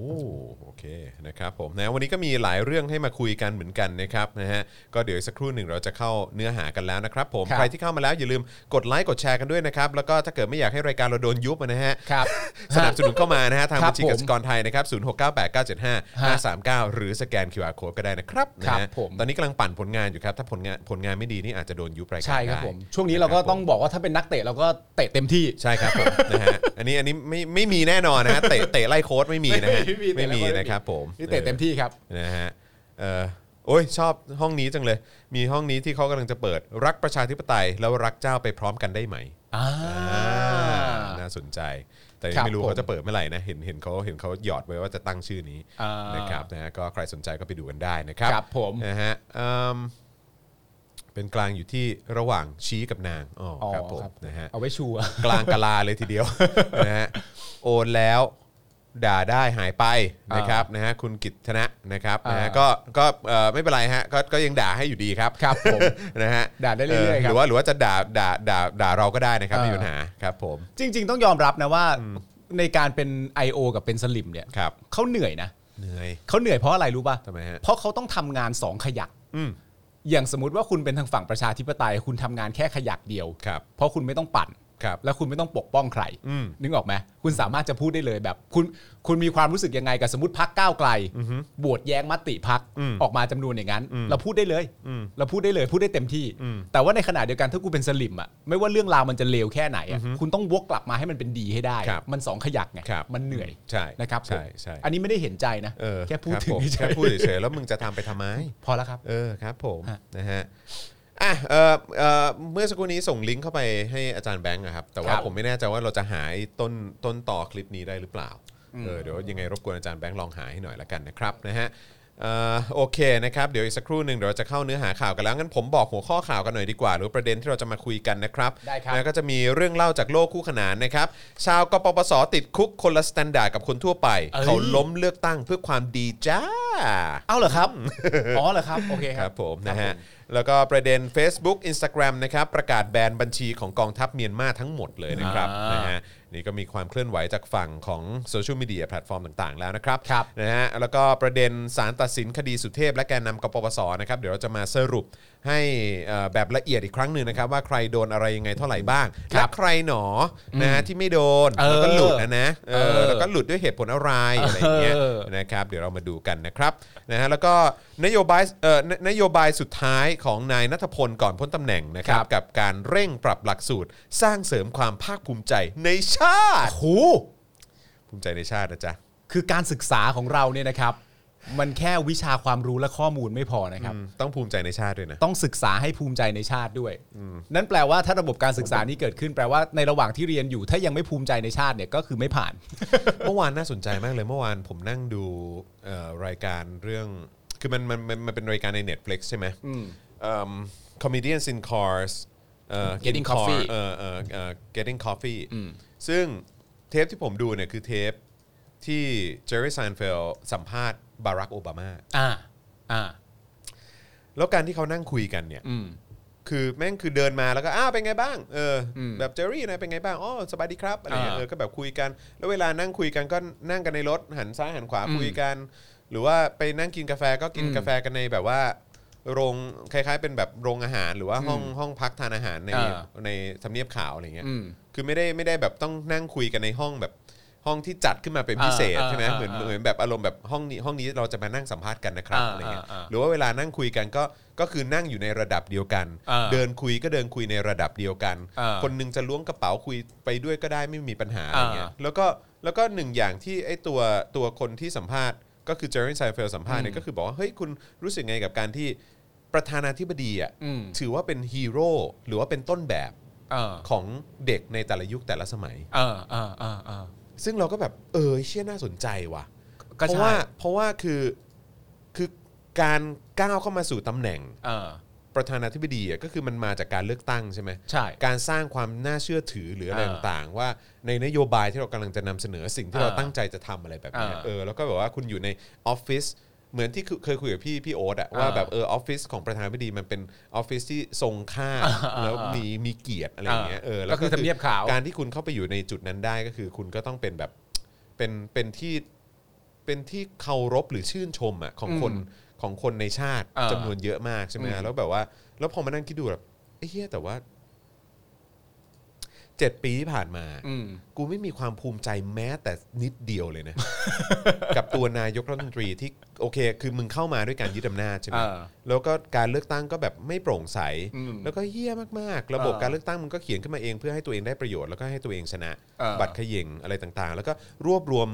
[SPEAKER 2] โอเคนะครับผมนะวันนี้ก็มีหลายเรื่องให้มาคุยกันเหมือนกันนะครับนะฮะก็เดี๋ยวอีกสักครู่หนึ่งเราจะเข้าเนื้อหากันแล้วนะครับ ผม
[SPEAKER 3] ครับ
[SPEAKER 2] ใครที่เข้ามาแล้วอย่าลืมกดไลค์กดแชร์กันด้วยนะครับแล้วก็ถ้าเกิดไม่อยากให้รายการเราโดนยุบอะนะฮะ
[SPEAKER 3] ครับ
[SPEAKER 2] สนับสนุนเข้ามานะฮะ ทา
[SPEAKER 3] ครับ
[SPEAKER 2] งัญชีกสิกรไทยนะครับ0 6 9 8 9 7 5 5 3 9 หรือสแกน QR Code ก็ได้นะครับ
[SPEAKER 3] ครั
[SPEAKER 2] นะ
[SPEAKER 3] บ
[SPEAKER 2] ฮะ
[SPEAKER 3] ผม
[SPEAKER 2] ตอนนี้กำลังปั่นผลงานอยู่ครับ ถ้าผลงานผลงานไม่ดีนี่อาจจะโดนยุบรายการ
[SPEAKER 3] ใช่ครับ
[SPEAKER 2] ได้
[SPEAKER 3] ผม ช่วงนี้เราก็ต้อง
[SPEAKER 2] ะคบผม
[SPEAKER 3] บอกว่าถ้าเป็นนักเตะเราก็เตะเต็มที่
[SPEAKER 2] ใช่ครับผมนะฮะอันนี้อันนี้ไม่ไม่มีแน่นอนนะฮะเตะเตะไล่โค้ดไม่มีนะฮะ
[SPEAKER 3] ไม่มี
[SPEAKER 2] ไม่มี
[SPEAKER 3] เตะไล่โค้ดไม่มี
[SPEAKER 2] นะครับผม
[SPEAKER 3] นี่เตะเต็มที่ครับ
[SPEAKER 2] นะฮะเออโอ้ยชอบห้องนี้จังเลย มีห้องนี้ที่เขากำลังจะเปิดรักประชาธิปไตยแล้วรักเจ้าไปพร้อมกันได้ไหม
[SPEAKER 3] อ่า
[SPEAKER 2] น่าสนใจ แต่ยั
[SPEAKER 3] ค
[SPEAKER 2] ง
[SPEAKER 3] รับ
[SPEAKER 2] ไม่รู้
[SPEAKER 3] ผม
[SPEAKER 2] เขาจะเปิดเมื่อไหร่นะ เห็นเห็นเขาเห็นเขาหยอดไว้ว่าจะตั้งชื่อนี้
[SPEAKER 3] อ่าน
[SPEAKER 2] นะครับนะฮะก็ใครสนใจก็ไปดูกันได้นะครับ
[SPEAKER 3] ครับผม
[SPEAKER 2] นะฮะเอิ่มเป็นกลางอยู่ที่ระหว่างชี้กับนางอ๋ออ
[SPEAKER 3] อ๋อ
[SPEAKER 2] ครับผม
[SPEAKER 3] ครับ
[SPEAKER 2] นะฮะ
[SPEAKER 3] เอาไว้ชัวร์
[SPEAKER 2] กลางกะลาเลยที เดียว นะฮะโอนแล้วด่าได้หายไปนะครับนะฮะคุณกิตธนะนะครับนะฮะ
[SPEAKER 3] อ่า
[SPEAKER 2] ก็ก็เอ่อไม่เป็นไรฮะก็ก็ยังด่าให้อยู่ดีครับ
[SPEAKER 3] ครับผม
[SPEAKER 2] นะฮะ
[SPEAKER 3] ด่าได้เรื่อยๆครับ
[SPEAKER 2] หรือว่าหรือว่าจะด่าด่าด่าด่าเราก็ได้นะครับ
[SPEAKER 3] เออ
[SPEAKER 2] ไม่มีปัญหาครับผม
[SPEAKER 3] จริง ๆ ต้องยอมรับนะว่าในการเป็น I.O. กับเป็นสลิมเนี่ย
[SPEAKER 2] ครับ
[SPEAKER 3] เขาเหนื่อยนะ
[SPEAKER 2] เหนื่อย
[SPEAKER 3] เขาเหนื่อยเพราะอะไรรู้ป่ะ
[SPEAKER 2] ทำไมฮะ
[SPEAKER 3] เพราะเขาต้องทำงานสองขยัก
[SPEAKER 2] อืม
[SPEAKER 3] อย่างสมมติว่าคุณเป็นทางฝั่งประชาธิปไตย คุณทำงานแค่ขยักเดียว
[SPEAKER 2] ครับ
[SPEAKER 3] เพราะคุณไม่ต้องปั่น
[SPEAKER 2] ครับ
[SPEAKER 3] แล้วคุณไม่ต้องปกป้องใคร
[SPEAKER 2] อืม
[SPEAKER 3] นึกออกไหมคุณสามารถจะพูดได้เลยแบบ คุณคุณมีความรู้สึกยังไงกับสมมติพักก้าวไกลบวชแย้งมติพัก
[SPEAKER 2] อืม
[SPEAKER 3] ออกมาจำนวนอย่างนั้น
[SPEAKER 2] อืม
[SPEAKER 3] เราพูดได้เลย
[SPEAKER 2] อืม
[SPEAKER 3] เราพูดได้เลยพูดได้เต็มที่
[SPEAKER 2] อืม
[SPEAKER 3] แต่ว่าในขณะเดียวกันถ้ากูเป็นสลิมอ่ะไม่ว่าเรื่องราวมันจะเลวแค่ไหนอ่ะคุณต้องวกกลับมาให้มันเป็นดีให้ได้
[SPEAKER 2] ครับ
[SPEAKER 3] มันสองขยักไง
[SPEAKER 2] ครับ
[SPEAKER 3] มันเหนื่อย
[SPEAKER 2] ใช่
[SPEAKER 3] นะครับผม
[SPEAKER 2] ใช่ใช่
[SPEAKER 3] อันนี้ไม่ได้เห็นใจนะ
[SPEAKER 2] เออ
[SPEAKER 3] แค่พูด
[SPEAKER 2] รับ
[SPEAKER 3] ถึง
[SPEAKER 2] ผม
[SPEAKER 3] เฉ
[SPEAKER 2] แค่
[SPEAKER 3] ย
[SPEAKER 2] พูดเฉยๆแล้วมึงจะทำไปทำไม
[SPEAKER 3] ๆพอแล้วครับ
[SPEAKER 2] เออครับผม
[SPEAKER 3] ฮะ
[SPEAKER 2] นะฮะอ่ะเออเออเมื่อสักครู่นี้ส่งลิงก์เข้าไปให้อาจารย์แบงค์นะครับแต่ว่า
[SPEAKER 3] ครับ
[SPEAKER 2] ผมไม่แน่ใจว่าเราจะหายต้นต้นต่อคลิปนี้ได้หรือเปล่าเออเดี๋ยวยังไงรบกวนอาจารย์แบงค์ลองหาให้หน่อยละกันนะครับนะฮะเอ่อโอเคนะครับเดี๋ยวอีกสักครู่หนึ่งเดี๋ยวเราจะเข้าเนื้อหาข่าวกันแล้วงั้นผมบอกหัวข้อข่าวกันหน่อยดีกว่า หรือประเด็นที่เราจะมาคุยกันนะครับ
[SPEAKER 3] ได้ครับ
[SPEAKER 2] นะก็จะมีเรื่องเล่าจากโลกคู่ขนานนะครับชาวกปปสติดคุกคนละสแตนดาร์ดกับคนทั่วไปเขาล้มเลือกตั้งเพื่อความดีจ้า
[SPEAKER 3] เอาเหรอครับอ๋อเหรอครับโอเค
[SPEAKER 2] ค
[SPEAKER 3] ค
[SPEAKER 2] รั
[SPEAKER 3] รั
[SPEAKER 2] บบ ผมนะ
[SPEAKER 3] ค
[SPEAKER 2] ฮะ
[SPEAKER 3] รับผ
[SPEAKER 2] แล้วก็ประเด็น Facebook Instagram นะครับประกาศแบนบัญชีของกองทัพเมียนมาทั้งหมดเลยนะครับ
[SPEAKER 3] อ่าน
[SPEAKER 2] นะฮะนี่ก็มีความเคลื่อนไหวจากฝั่งของโซเชียลมีเดียแพลตฟอร์มต่าง ๆ แล้วนะครับ
[SPEAKER 3] ครับ
[SPEAKER 2] นะฮะแล้วก็ประเด็นสารตัดสินคดีสุเทพและแกนนำกปปสนะครับเดี๋ยวเราจะมาสรุปให้เอ่อแบบละเอียดอีกครั้งหนึ่งนะครับ ว่าใครโดนอะไรยังไงเท่าไหร่บ้าง
[SPEAKER 3] ครั
[SPEAKER 2] และ
[SPEAKER 3] บ
[SPEAKER 2] ใครหนอนะฮะที่ไม่โดน
[SPEAKER 3] เออ
[SPEAKER 2] แล้วก็หลุดนะนะเออ
[SPEAKER 3] เออ
[SPEAKER 2] แล้วก็หลุดด้วยเหตุผลอะไรอะไรอย่างเงี้ย
[SPEAKER 3] เออ
[SPEAKER 2] นะครับเดี๋ยวเรามาดูกันนะครับนะฮะแล้วก็นโยบายเอ่อนนโยบายสุดท้ายของนายนัทพลก่อนพ้นตำแหน่งนะครับ
[SPEAKER 3] ครับ
[SPEAKER 2] กับการเร่งปรับหลักสูตร สร้างเสริมความภาคภูมิใจในชาติ
[SPEAKER 3] โอ้โห
[SPEAKER 2] ภูมิใจในชาตินะจ๊ะ
[SPEAKER 3] คือการศึกษาของเราเนี่ยนะครับ มันแค่วิชาความรู้และข้อมูลไม่พอนะครับ
[SPEAKER 2] ต้องภูมิใจในชาติด้วยนะ
[SPEAKER 3] ต้องศึกษาให้ภูมิใจในชาติด้วย นั่นแปลว่าถ้าระบบการศึกษานี้เกิดขึ้นแปลว่าในระหว่างที่เรียนอยู่ ถ้ายังไม่ภูมิใจในชาติเนี่ยก็คือไม่ผ่าน
[SPEAKER 2] เมื่อวานน่าสนใจมากเลยเมื่อวานผมนั่งดูเอ่อรายการเรื่อง คือมันมันมันมันเป็นรายการใน Netflix ใช่ไหมคอมเมดี้ in cars เอ่อ
[SPEAKER 3] Getting
[SPEAKER 2] car
[SPEAKER 3] Coffee
[SPEAKER 2] เอ่อเอ่อเอ่อ getting coffee ซึ่งเทปที่ผมดูเนี่ยคือเทปที่เจอร์รี่ไซนเฟลสัมภาษณ์บารักโอบามา
[SPEAKER 3] อ่า อ่า
[SPEAKER 2] แล้วการที่เขานั่งคุยกันเนี่ย
[SPEAKER 3] อืม
[SPEAKER 2] คือแม่งคือเดินมาแล้วก็อ้าวเป็นไงบ้างเอออ
[SPEAKER 3] ม
[SPEAKER 2] แบบเจอรี่นายเป็นไงบ้างอ๋อสบายดีครับอะไรเงี้ย
[SPEAKER 3] อ่า
[SPEAKER 2] เออก็แบบคุยกัน แล้วเวลานั่งคุยกันก็นั่งกันในรถหันซ้ายหันขวาคุยกัน หรือว่าไปนั่งกินกาแฟก็กิน
[SPEAKER 3] อืม
[SPEAKER 2] กาแฟกันในแบบว่า โรงคล้ายๆ เป็นแบบโรงอาหารหรือว่าห้องห้องพักทานอาหารใน
[SPEAKER 3] อ่า
[SPEAKER 2] ในทำเนียบขาวอะไรเงี้ย
[SPEAKER 3] อืม
[SPEAKER 2] คือไม่ได้ไม่ได้แบบต้องนั่งคุยกันในห้องแบบ ห้องที่จัดขึ้นมาเป็นพิเศษ
[SPEAKER 3] อ่า
[SPEAKER 2] ใช่ไหม
[SPEAKER 3] อ่า
[SPEAKER 2] เหมือน
[SPEAKER 3] อ่า
[SPEAKER 2] เหมือนแบบอารมณ์แบบห้องนี้ห้องนี้เราจะมานั่งสัมภาษณ์กันนะครับ
[SPEAKER 3] อ่า
[SPEAKER 2] อะไรเงี้ย
[SPEAKER 3] อ่าอ่า
[SPEAKER 2] หรือว่าเวลานั่งคุยกันก็ก็คือนั่งอยู่ในระดับเดียวกัน
[SPEAKER 3] อ่า
[SPEAKER 2] เดินคุยก็เดินคุยในระดับเดียวกัน
[SPEAKER 3] อ่า
[SPEAKER 2] คนหนึงจะล้วงกระเป๋าคุยไปด้วยก็ได้ไม่มีปัญหาอะไรเงี้ย
[SPEAKER 3] อ่า
[SPEAKER 2] แล้วก็แล้วก็หนึ่งอย่างที่ไอ้ตัวตัวคนที่สัมภาษณ์ ก็คือเจอร์รี่ไซเฟลสัมภาษณ์เนี่ย
[SPEAKER 3] อืม
[SPEAKER 2] ก็คือบอกว่าเฮ้ยคุณรู้สึกไงกับการที่ประธานาธิบดีอ่ะ
[SPEAKER 3] อืม
[SPEAKER 2] ถือว่าเป็นฮีโร่หรือว่าเป็นต้นแบบ
[SPEAKER 3] เออ
[SPEAKER 2] ของเด็กในแต่ละยุคแต่ละสมัย
[SPEAKER 3] เออเออเออเออ
[SPEAKER 2] ซึ่งเราก็แบบเออเชี่ยน่าสนใจว่ะ
[SPEAKER 3] ก็
[SPEAKER 2] เพราะ
[SPEAKER 3] ใช่
[SPEAKER 2] ว่าเพราะว่าคือคือการก้าวเข้ามาสู่ตำแหน่ง
[SPEAKER 3] เออ
[SPEAKER 2] ประธานาธิบดีอะก็คือมันมาจากการเลือกตั้งใช่ไหม
[SPEAKER 3] ใช่
[SPEAKER 2] การสร้างความน่าเชื่อถือหรืออะไร
[SPEAKER 3] เออ
[SPEAKER 2] ต่างๆ ว่าในนโยบายที่เรากำลังจะนำเสนอสิ่งที่เรา
[SPEAKER 3] เออ
[SPEAKER 2] ตั้งใจจะทำอะไรแบบเนี้ย
[SPEAKER 3] เออ
[SPEAKER 2] เออแล้วก็แบบว่าคุณอยู่ในออฟฟิศเหมือนที่เคยคุยกับพี่พี่โอ๊ตอะว่า
[SPEAKER 3] เออ
[SPEAKER 2] แบบเออออฟฟิศของประธานาธิบดีมันเป็นออฟฟิศที่ทรงค่า
[SPEAKER 3] เออเออ
[SPEAKER 2] แล้วมีมีเกียรติอะไรอย่างเงี้ยเออแล้ว
[SPEAKER 3] ก็คือทำเนียบขาว
[SPEAKER 2] การที่คุณเข้าไปอยู่ในจุดนั้นได้ก็คือคุณก็ต้องเป็นแบบเป็นเป็นที่เป็นที่เคารพหรือชื่นชมอ่ะของคน
[SPEAKER 3] อืม
[SPEAKER 2] ของคนในชาติ
[SPEAKER 3] เออ
[SPEAKER 2] จำนวนเยอะมากใช่ไหม
[SPEAKER 3] อืม
[SPEAKER 2] ฮะแล้วแบบว่า แล้วพอมานั่งคิดดูแบบไอ้เฮียแต่ว่าเจ็ดปีที่ผ่านมา
[SPEAKER 3] อืม
[SPEAKER 2] กูไม่มีความภูมิใจแม้แต่นิดเดียวเลยนะ กับตัวนายกรัฐมนตรีที่โอเค คือมึงเข้ามาด้วยการยึดอำนาจใช่ไหม
[SPEAKER 3] เออ
[SPEAKER 2] แล้วก็การเลือกตั้งก็แบบไม่โปร่งใส
[SPEAKER 3] อืม
[SPEAKER 2] แล้วก็เฮี้ยมากๆ ระบบ
[SPEAKER 3] เออ
[SPEAKER 2] การเลือกตั้งมึงก็เขียนขึ้นมาเองเพื่อให้ตัวเองได้ประโยชน์แล้วก็ให้ตัวเองชนะ
[SPEAKER 3] เออ
[SPEAKER 2] บัตรเขย่งอะไรต่างๆ แล้วก็รวบรวม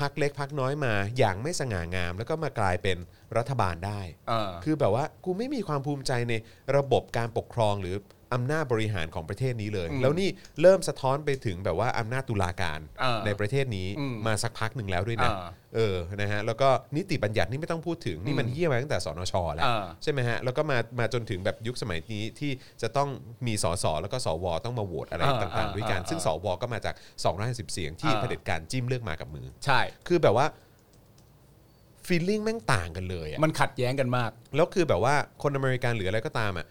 [SPEAKER 2] พักเล็กพักน้อยมา อย่างไม่สง่างาม แล้วก็มากลายเป็นรัฐบาลได้
[SPEAKER 3] เออ
[SPEAKER 2] คือแบบว่ากูไม่มีความภูมิใจในระบบการปกครองหรืออำนาจบริหารของประเทศนี้เลย
[SPEAKER 3] อืม
[SPEAKER 2] แล้วนี่เริ่มสะท้อนไปถึงแบบว่าอำนาจตุลาการ
[SPEAKER 3] เออ
[SPEAKER 2] ในประเทศนี้
[SPEAKER 3] อืม
[SPEAKER 2] มาสักพักหนึ่งแล้วด้วยนะ
[SPEAKER 3] เออ
[SPEAKER 2] เออนะฮะแล้วก็นิติบัญญัตินี่ไม่ต้องพูดถึงนี่มัน
[SPEAKER 3] อืม
[SPEAKER 2] เยี่ยมาตั้งแต่สนชแล้ว
[SPEAKER 3] เออ
[SPEAKER 2] ใช่ไหมฮะแล้วก็มามาจนถึงแบบยุคสมัยนี้ที่จะต้องมีสสแล้วก็สวต้องมาโหวตอะไร
[SPEAKER 3] เออ
[SPEAKER 2] ต่างๆ ด้วยกัน
[SPEAKER 3] เออ
[SPEAKER 2] ซึ่งสวก็มาจาก250เสียงที่
[SPEAKER 3] เออ
[SPEAKER 2] เผด็จการจิ้มเลือกมากับมือ
[SPEAKER 3] ใช่
[SPEAKER 2] คือแบบว่าฟีลลิ่งแม่งต่างกันเลยอะ
[SPEAKER 3] มันขัดแย้งกันมาก
[SPEAKER 2] แล้วคือแบบว่าคนอเมริกันหรืออะไรก็ตามอ่ะ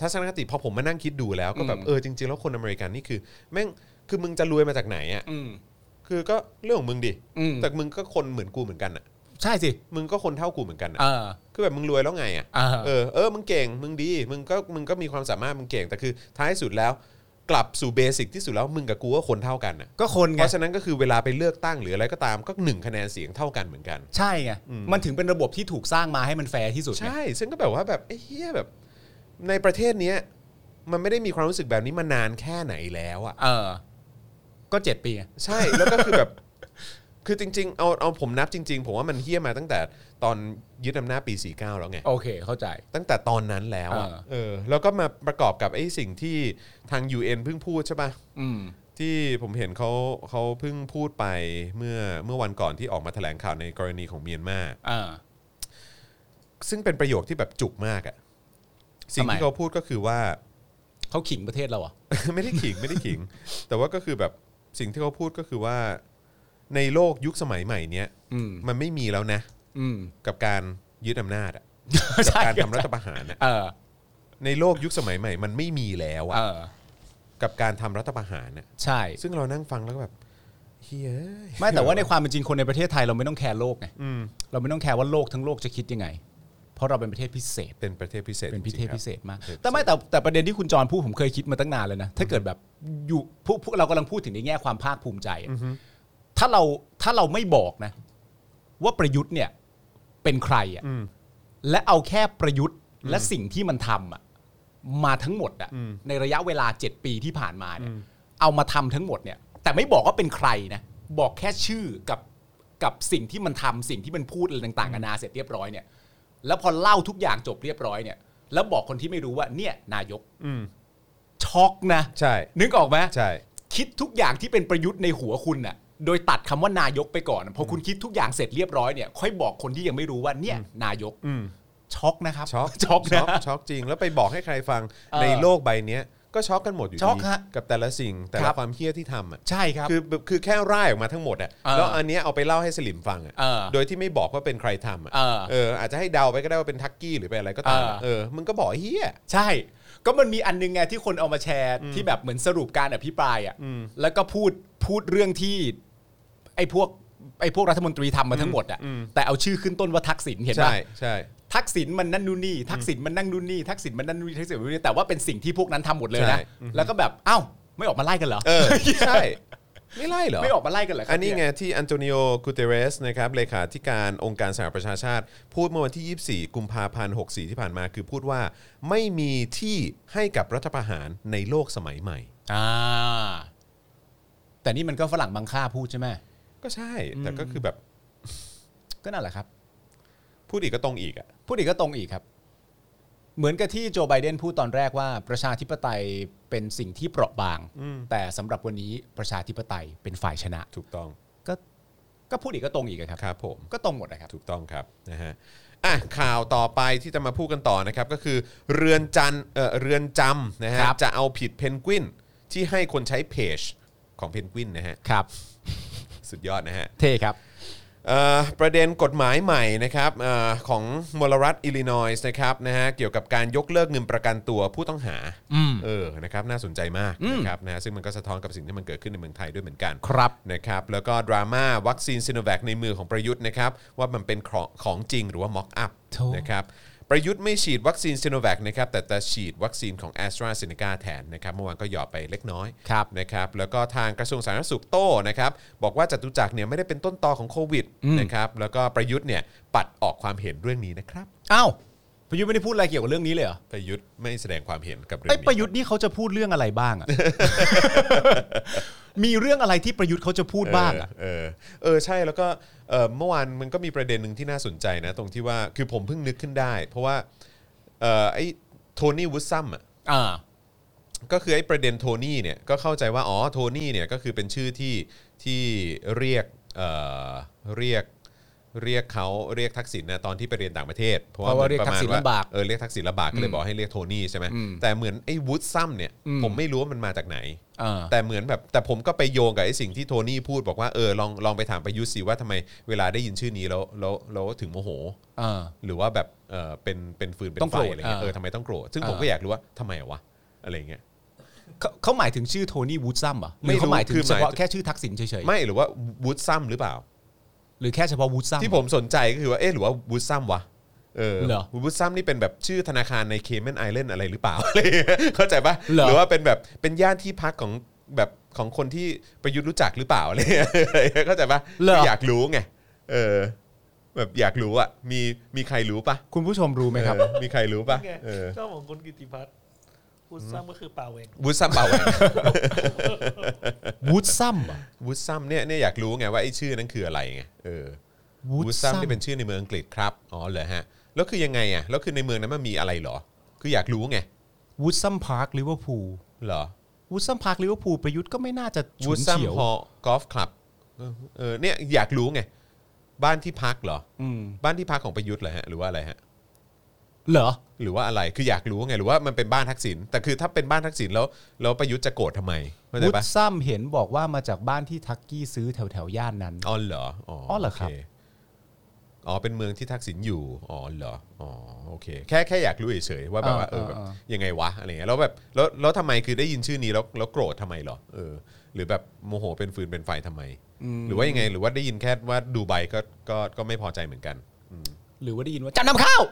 [SPEAKER 2] ทัศนคติพอผมมานั่งคิดดูแล้วก็แบบ
[SPEAKER 3] อืม
[SPEAKER 2] เออจริงๆแล้วคนอเมริกันนี่คือแม่งคือมึงจะรวยมาจากไหนอ่ะ
[SPEAKER 3] อืม
[SPEAKER 2] คือก็เรื่องของมึงดิ
[SPEAKER 3] อืม
[SPEAKER 2] แต่มึงก็คนเหมือนกูเหมือนกันอ่ะ
[SPEAKER 3] ใช่สิ
[SPEAKER 2] มึงก็คนเท่ากูเหมือนกันอ่ะ
[SPEAKER 3] เออ
[SPEAKER 2] คือแบบมึงรวยแล้วไงอ่ะ
[SPEAKER 3] เออ
[SPEAKER 2] เออเออมึงเก่งมึงดีมึงก็มึงก็มีความสามารถมึงเก่งแต่คือท้ายสุดแล้ว กลับสู่เบสิกที่สุดแล้วมึงกับกูก็คนเท่ากันอ่ะ
[SPEAKER 3] ก็คน
[SPEAKER 2] เพ
[SPEAKER 3] ไง
[SPEAKER 2] ราะฉะนั้นก็คือเวลาไปเลือกตั้งหรืออะไรก็ตามก็หนึ่งคะแนนเสียงเท่ากันเหมือนกัน
[SPEAKER 3] ใช่ไง มันถึงเป็นระบบที่ถูกสร้างมาให้มันแฟร์ที่สุดไง
[SPEAKER 2] ใช่ ซึ่งก็แบบว่าแบบไอ้เฮียแบบในประเทศเนี้ยมันไม่ได้มีความรู้สึกแบบนี้มานานแค่ไหนแล้วอ่ะ
[SPEAKER 3] เออ ก็เจ็ดปี
[SPEAKER 2] ใช่ แล้วก็คือแบบ คือจริง ๆ เอาเอาผมนับจริง ๆ ผมว่ามันเฮี้ยมาตั้งแต่ตอนยึดอำนาจปี 49 แล้วไง
[SPEAKER 3] โอเค เข้าใจ
[SPEAKER 2] ตั้งแต่ตอนนั้นแล้วอะ
[SPEAKER 3] เออ
[SPEAKER 2] เออ แล้วก็มาประกอบกับไอ้สิ่งที่ทาง UN เพิ่งพูดใช่ปะ
[SPEAKER 3] อืม
[SPEAKER 2] ที่ผมเห็นเขาเขาเพิ่งพูดไปเมื่อเมื่อวันก่อนที่ออกมาแถลงข่าวในกรณีของเมียนมา
[SPEAKER 3] เออ
[SPEAKER 2] ซึ่งเป็นประโยคที่แบบจุกมากอะสิ่ง
[SPEAKER 3] ทำไม
[SPEAKER 2] ที่เขาพูดก็คือว่า
[SPEAKER 3] เขาขิงประเทศเราเหรอ่ะ
[SPEAKER 2] ไม่ได้ขิงไม่ได้ขิง แต่ว่าก็คือแบบสิ่งที่เขาพูดก็คือว่าในโลกยุคสมัยใหม่เนี้ย
[SPEAKER 3] อืม
[SPEAKER 2] มันไม่มีแล้วนะ
[SPEAKER 3] อืม
[SPEAKER 2] กับการยึดอำนาจอะ
[SPEAKER 3] ใช่
[SPEAKER 2] กับการทำรัฐประหารอะ
[SPEAKER 3] เออ
[SPEAKER 2] ในโลกยุคสมัยใหม่ มันไม่มีแล้ว
[SPEAKER 3] เอ
[SPEAKER 2] อะ
[SPEAKER 3] อ
[SPEAKER 2] กับการทำรัฐประหารอะ
[SPEAKER 3] ใช่
[SPEAKER 2] ซึ่งเรานั่งฟังแล้วก็แบบเฮ้ย
[SPEAKER 3] ไม่แต่ว่าในความเป็นจริงคนในประเทศไทยเราไม่ต้องแคร์โลกไง
[SPEAKER 2] อืม
[SPEAKER 3] เราไม่ต้องแคร์ว่าโลกทั้งโลกจะคิดยังไง เพราะเราเป็นประเทศพิเศษ
[SPEAKER 2] เป็นประเทศพิเศษ
[SPEAKER 3] เป็นประเท
[SPEAKER 2] จ
[SPEAKER 3] ศ
[SPEAKER 2] ริงๆครับ
[SPEAKER 3] พิเศษมาก
[SPEAKER 2] เป็นประเทศพิเศษ
[SPEAKER 3] แต่ไม่แต่แต่ประเด็นที่คุณจรพูดผมเคยคิดมาตั้งนานเลยนะ ถ้าเกิดแบบอยู่พวกพวกเรากำลังพูดถึงในแง่ความภาคภูมิใจอะถ้าเราถ้าเราไม่บอกนะ ว่าประยุทธ์เนี่ยเป็นใครอ่ะ
[SPEAKER 2] อืม
[SPEAKER 3] และเอาแค่ประยุทธ์และสิ่งที่มันทำอะมาทั้งหมดอะ
[SPEAKER 2] อืม
[SPEAKER 3] ในระยะเวลา 7 ปีที่ผ่านมาเนี่ยเอามาทำทั้งหมดเนี่ย แต่ไม่บอกว่าเป็นใครนะบอกแค่ชื่อกับกับสิ่งที่มันทำสิ่งที่มันพูดอะไรต่างๆกันานาเสร็จเรียบร้อยเนี่ยแล้วพอเล่าทุกอย่างจบเรียบร้อยเนี่ย แล้วบอกคนที่ไม่รู้ว่าเนี่ยนายก
[SPEAKER 2] อืม
[SPEAKER 3] ช็อกนะ
[SPEAKER 2] ใช่
[SPEAKER 3] นึกออกไหม
[SPEAKER 2] ใช่
[SPEAKER 3] คิดทุกอย่างที่เป็นประยุทธ์ในหัวคุณน่ะ โดยตัดคำว่านายกไปก่อน พอคุณคิดทุกอย่างเสร็จเรียบร้อยเนี่ย ค่อยบอกคนที่ยังไม่รู้ว่าเนี่ยนายก
[SPEAKER 2] อืม
[SPEAKER 3] ช็อกนะครับ
[SPEAKER 2] ช็อก
[SPEAKER 3] ช็อก
[SPEAKER 2] ช็
[SPEAKER 3] นะ
[SPEAKER 2] อกช็อกจริง แล้วไปบอกให้ใครฟัง
[SPEAKER 3] เออ
[SPEAKER 2] ในโลกใบเนี้ยก็ช็อกกันหมดอยู่
[SPEAKER 3] ช็อก
[SPEAKER 2] ดี
[SPEAKER 3] ฮะ
[SPEAKER 2] กับแต่ละสิ่งแต่
[SPEAKER 3] ครั
[SPEAKER 2] ละ
[SPEAKER 3] บ
[SPEAKER 2] ความเฮี้ยที่ทำอะ
[SPEAKER 3] ใช่ครับ
[SPEAKER 2] คือแบบคือแค่ร่ายออกมาทั้งหมดอ่ะ
[SPEAKER 3] เออ
[SPEAKER 2] แล้วอันเนี้ยเอาไปเล่าให้สลิมฟังอ่ะ
[SPEAKER 3] เออ
[SPEAKER 2] โดยที่ไม่บอกว่าเป็นใครทำอ่ะ
[SPEAKER 3] เออ
[SPEAKER 2] เอออาจจะให้เดาไปก็ได้ว่าเป็นทักกี้หรือเป็นอะไรก็ตามอะ
[SPEAKER 3] เออ
[SPEAKER 2] เออมึงก็บอกไอ้เฮีย
[SPEAKER 3] ใช่ ก็มันมีอันนึงไงที่คนเอามาแชร์ที่แบบเหมือนสรุปการอภิปรายอ่ะ
[SPEAKER 2] อืม
[SPEAKER 3] แล้วก็พูดพูดเรื่องที่ ไอ้พวกไอ้พวกรัฐมนตรีทำมาทั้งหมดอ่ะ
[SPEAKER 2] อืม
[SPEAKER 3] แต่เอาชื่อขึ้นต้นว่าทักษิณเห็นปะ
[SPEAKER 2] ใช่ใช่
[SPEAKER 3] ทักษิณมันนั่นนู่นนี่ทักษิณมันนั่งนู่นนี่ทักษิณมันนั่นนู่นนี่ทักษิณมันนั่นนู่นนี่แต่ว่าเป็นสิ่งที่พวกนั้นทำหมดเลยนะ
[SPEAKER 2] ใช่
[SPEAKER 3] แล้วก็แบบเอ้าไม่ออกมาไล่กันเหรอ
[SPEAKER 2] เออ ใช่ ไม่ไล่เหรอ
[SPEAKER 3] ไม่ออกมาไล่กันเหรอครับ
[SPEAKER 2] อันนี้ไง
[SPEAKER 3] เย
[SPEAKER 2] ที่อันโตนิโอกูเตเรสนะครับเลขาธิการองค์การสหประชาชาติ พูดเมื่อวันที่ 24 กุมภาพันธ์ 64 ที่ผ่านมาคือพูดว่าไม่มีที่ให้กับรัฐประหารในโลกสมัยใหม่
[SPEAKER 3] อ่า แต่นี่มันก็ฝรั่งบางค่าพูดใช่ไหม
[SPEAKER 2] ก็ใช่ แต่ก็คือแบบ
[SPEAKER 3] ก็นั่นแหละครับ
[SPEAKER 2] พูดอีกก็ตรงอีกอ่ะ
[SPEAKER 3] พูดอีกก็ตรงอีกครับ เหมือนกับที่โจไบเดนพูดตอนแรกว่าประชาธิปไตยเป็นสิ่งที่เปราะบาง แต่สำหรับวันนี้ประชาธิปไตยเป็นฝ่ายชนะ
[SPEAKER 2] ถูกต้อง
[SPEAKER 3] ก็ก็พูดอีกก็ตรงอีกอะครับ
[SPEAKER 2] ครับผม
[SPEAKER 3] ก็ตรงหมดนะครับ
[SPEAKER 2] ถูกต้องครับนะฮะอ่ะข่าวต่อไปที่จะมาพูดกันต่อนะครับ ก็คือเรือนจันเอ่อเรือนจำนะฮะ
[SPEAKER 3] ครับ
[SPEAKER 2] จะเอาผิดเพนกวินที่ให้คนใช้เพจของเพนกวินนะฮะ
[SPEAKER 3] ครับ
[SPEAKER 2] สุดยอดนะฮะ
[SPEAKER 3] เท่ครับ
[SPEAKER 2] เอ่อประเด็นกฎหมายใหม่นะครับเออของมลรัฐอิลลินอยส์นะครับนะฮะเกี่ยวกับการยกเลิกเงินประกันตัวผู้ต้องหา
[SPEAKER 3] อืม
[SPEAKER 2] เออนะครับน่าสนใจมากนะครับนะฮะซึ่งมันก็สะท้อนกับสิ่งที่มันเกิดขึ้นในเมืองไทยด้วยเหมือนกัน
[SPEAKER 3] ครับ
[SPEAKER 2] นะครับแล้วก็ดราม่าวัคซีนซิโนแวคในมือของประยุทธ์นะครับว่ามันเป็นของของจริงหรือว่าม็อกอัพ
[SPEAKER 3] โถ่
[SPEAKER 2] นะครับประยุทธ์ไม่ฉีดวัคซีนซิโนแวคนะครับแต่จะฉีดวัคซีนของแอสตราเซเนกาแทนนะครับเมื่อวานก็หยอดไปเล็กน้อย
[SPEAKER 3] ครับ
[SPEAKER 2] นะครับแล้วก็ทางกระทรวงสาธารณสุขโต้นะครับบอกว่าจตุจักรเนี่ยไม่ได้เป็นต้นตอของโควิดนะครับแล้วก็ประยุทธ์เนี่ยปัดออกความเห็นเรื่องนี้นะครับ
[SPEAKER 3] อ้าวประยุทธ์ไม่ได้พูดอะไรเกี่ยวกับเรื่องนี้เลยเหรอ
[SPEAKER 2] ประยุทธ์ไม่แสดงความเห็นกับเรื่อง
[SPEAKER 3] ไอ้ย
[SPEAKER 2] นี้
[SPEAKER 3] ประยุทธ์นี่เขาจะพูดเรื่องอะไรบ้างอะ มีเรื่องอะไรที่ประยุทธ์เขาจะพูดบ้างอะ
[SPEAKER 2] เออเออเออใช่แล้วก็เอ่อเมื่อวานมันก็มีประเด็นหนึ่งที่น่าสนใจนะตรงที่ว่าคือผมเพิ่งนึกขึ้นได้ เพราะว่าเอ่อไอ้โทนี่วูดซัมอ่ะ
[SPEAKER 3] อ่า
[SPEAKER 2] ก็คือไอ้ประเด็นโทนี่เนี่ยก็เข้าใจว่าอ๋อโทนี่เนี่ยก็คือเป็นชื่อที่ที่เรียกเอ่อเรียกเรียกเขาเรียกทักษิณนะตอนที่ไปเรียนต่างประเทศ
[SPEAKER 3] เพราะว่า
[SPEAKER 2] หมือนปมณ
[SPEAKER 3] เรียกทักษิณลำบาก
[SPEAKER 2] เออเรียกทักษิณลำบากก็เลยบอกให้เรียกโทนี่ใช่ไหม
[SPEAKER 3] อืม
[SPEAKER 2] แต่เหมือนไอ้วูดซัมเนี่ย
[SPEAKER 3] อืม
[SPEAKER 2] ผมไม่รู้ว่ามันมาจากไหน
[SPEAKER 3] อ่า
[SPEAKER 2] แต่เหมือนแบบแต่ผมก็ไปโยงกับไอ้สิ่งที่โทนี่พูดบอกว่าเออลองลองไปถามประยุทธ์สิว่าทำไมเวลาได้ยินชื่อนี้แล้วแล้วแล้วถึงโมโห
[SPEAKER 3] อ่า
[SPEAKER 2] หรือว่าแบบเออเป็นเป็นฟืนเป็น
[SPEAKER 3] ต้อง
[SPEAKER 2] ไฟ
[SPEAKER 3] โกรธ
[SPEAKER 2] อะไรเงี้ย
[SPEAKER 3] อ่า
[SPEAKER 2] เออทำไมต้องโกรธซึ่งผม
[SPEAKER 3] อ่า
[SPEAKER 2] ก็อยากรู้ว่าทำไมอะวะอะไรเงี้ย
[SPEAKER 3] เขาเขาหมายถึงชื่อโทนี่วูดซัมเหรอห
[SPEAKER 2] ไม่
[SPEAKER 3] รื
[SPEAKER 2] รู้
[SPEAKER 3] อเขาหมายถึง
[SPEAKER 2] คือห
[SPEAKER 3] เฉ
[SPEAKER 2] มาย
[SPEAKER 3] พาะแค่ชื่อทักษิณเฉย
[SPEAKER 2] ไม่หรือว่าวูดซัมหรือเปล่า
[SPEAKER 3] ๆ หรือแค่เฉพาะวูดซัม
[SPEAKER 2] ที่ผมสนใจก็คือว่าเอ๊ะหรือว่าวูดซัมวะเออ
[SPEAKER 3] เหรอ
[SPEAKER 2] วูดซัมนี่เป็นแบบชื่อธนาคารในเคเมนไอแลนด์อะไรหรือ เปล่า อะไรอย่างเงี้ยเข้าใจปะ
[SPEAKER 3] เหรอ
[SPEAKER 2] หรือว่าเป็นแบบเป็นย่านที่พักของแบบของคนที่ประยุทธ์รู้จักหรือเปล่าอะไรอย่างเงี้ย เข้าใจปะคืออยากรู้ไงเออแบบอยากรู้อ่ะมีมีใครรู้ปะ
[SPEAKER 3] คุณผู้ชมรู้ไหมครับ
[SPEAKER 2] เออมีใครรู้ปะ
[SPEAKER 4] นี่ไง
[SPEAKER 2] เออ
[SPEAKER 4] เจ้าของคุณกิติพัฒน์พูดซ้ำก็คือป่าเวง
[SPEAKER 2] วูดซัมเปล่า
[SPEAKER 3] วูดซัมเหรอ
[SPEAKER 2] วูดซัมเนี่ยเนี่ยอยากรู้ไงว่าไอ้ชื่อนั้นคืออะไรไงเออ
[SPEAKER 3] วูด
[SPEAKER 2] วูดซั
[SPEAKER 3] ซั
[SPEAKER 2] ม
[SPEAKER 3] ม
[SPEAKER 2] ที่เป็นชื่อในเมืองอังกฤษครับ อ๋อเหรอฮะ แล้วคือยังไงอ่ะ แล้วคือในเมืองนั้นมันมีอะไรเหรอ คืออยากรู้ไง
[SPEAKER 3] วูดซัมพาร์คลิเวอร์พูล
[SPEAKER 2] เหรอ
[SPEAKER 3] วูดซัมพาร์คลิเวอร์พูลประยุทธ์ก็ไม่น่าจะ
[SPEAKER 2] วู
[SPEAKER 3] ฉุ
[SPEAKER 2] ด
[SPEAKER 3] น
[SPEAKER 2] ซัม
[SPEAKER 3] เฉียว
[SPEAKER 2] พอกอล์ฟคลับ เออ เนี่ยอยากรู้ไง บ้านที่พักเหรอ
[SPEAKER 3] อืม
[SPEAKER 2] บ้านที่พักของประยุทธ์เหรอฮะ หรือว่าอะไรฮะ
[SPEAKER 3] เหรอ
[SPEAKER 2] หรือว่าอะไร คืออยากรู้ไง หรือว่ามันเป็นบ้านทักษิณ แต่คือถ้าเป็นบ้านทักษิณแล้ว แล้วประยุทธ์จะโกรธทำไมเข้าใจ
[SPEAKER 3] วูด
[SPEAKER 2] ปะ
[SPEAKER 3] ซัมเห็นบอกว่ามาจากบ้านที่ทักกี้ซื้อแถวแถวๆย่านนั้น
[SPEAKER 2] อ๋อเหรอ อ๋อ
[SPEAKER 3] อเหรอครับ
[SPEAKER 2] โอ๋อ เป็นเมืองที่ทักษิณอยู่ อ๋อเหรอ อ๋อ โอเค แค่แค่อยากรู้เฉยๆว่าแบบว่า เออแบบ ยังไงวะอะไรเงี้ยแล้วแบบแล้วแล้วทำไมคือได้ยินชื่อนี้แล้วแล้วโกรธทำไมเหรอเออ หรือแบบโมโหเป็นฟืนเป็นไฟทำไม หรือว่ายังไงหรือว่าได้ยินแค่ว่าดูไบก็ก็ก็ไม่พอใจเหมือนกัน
[SPEAKER 3] หรือว่าได้ยินว่าจำนำข้าว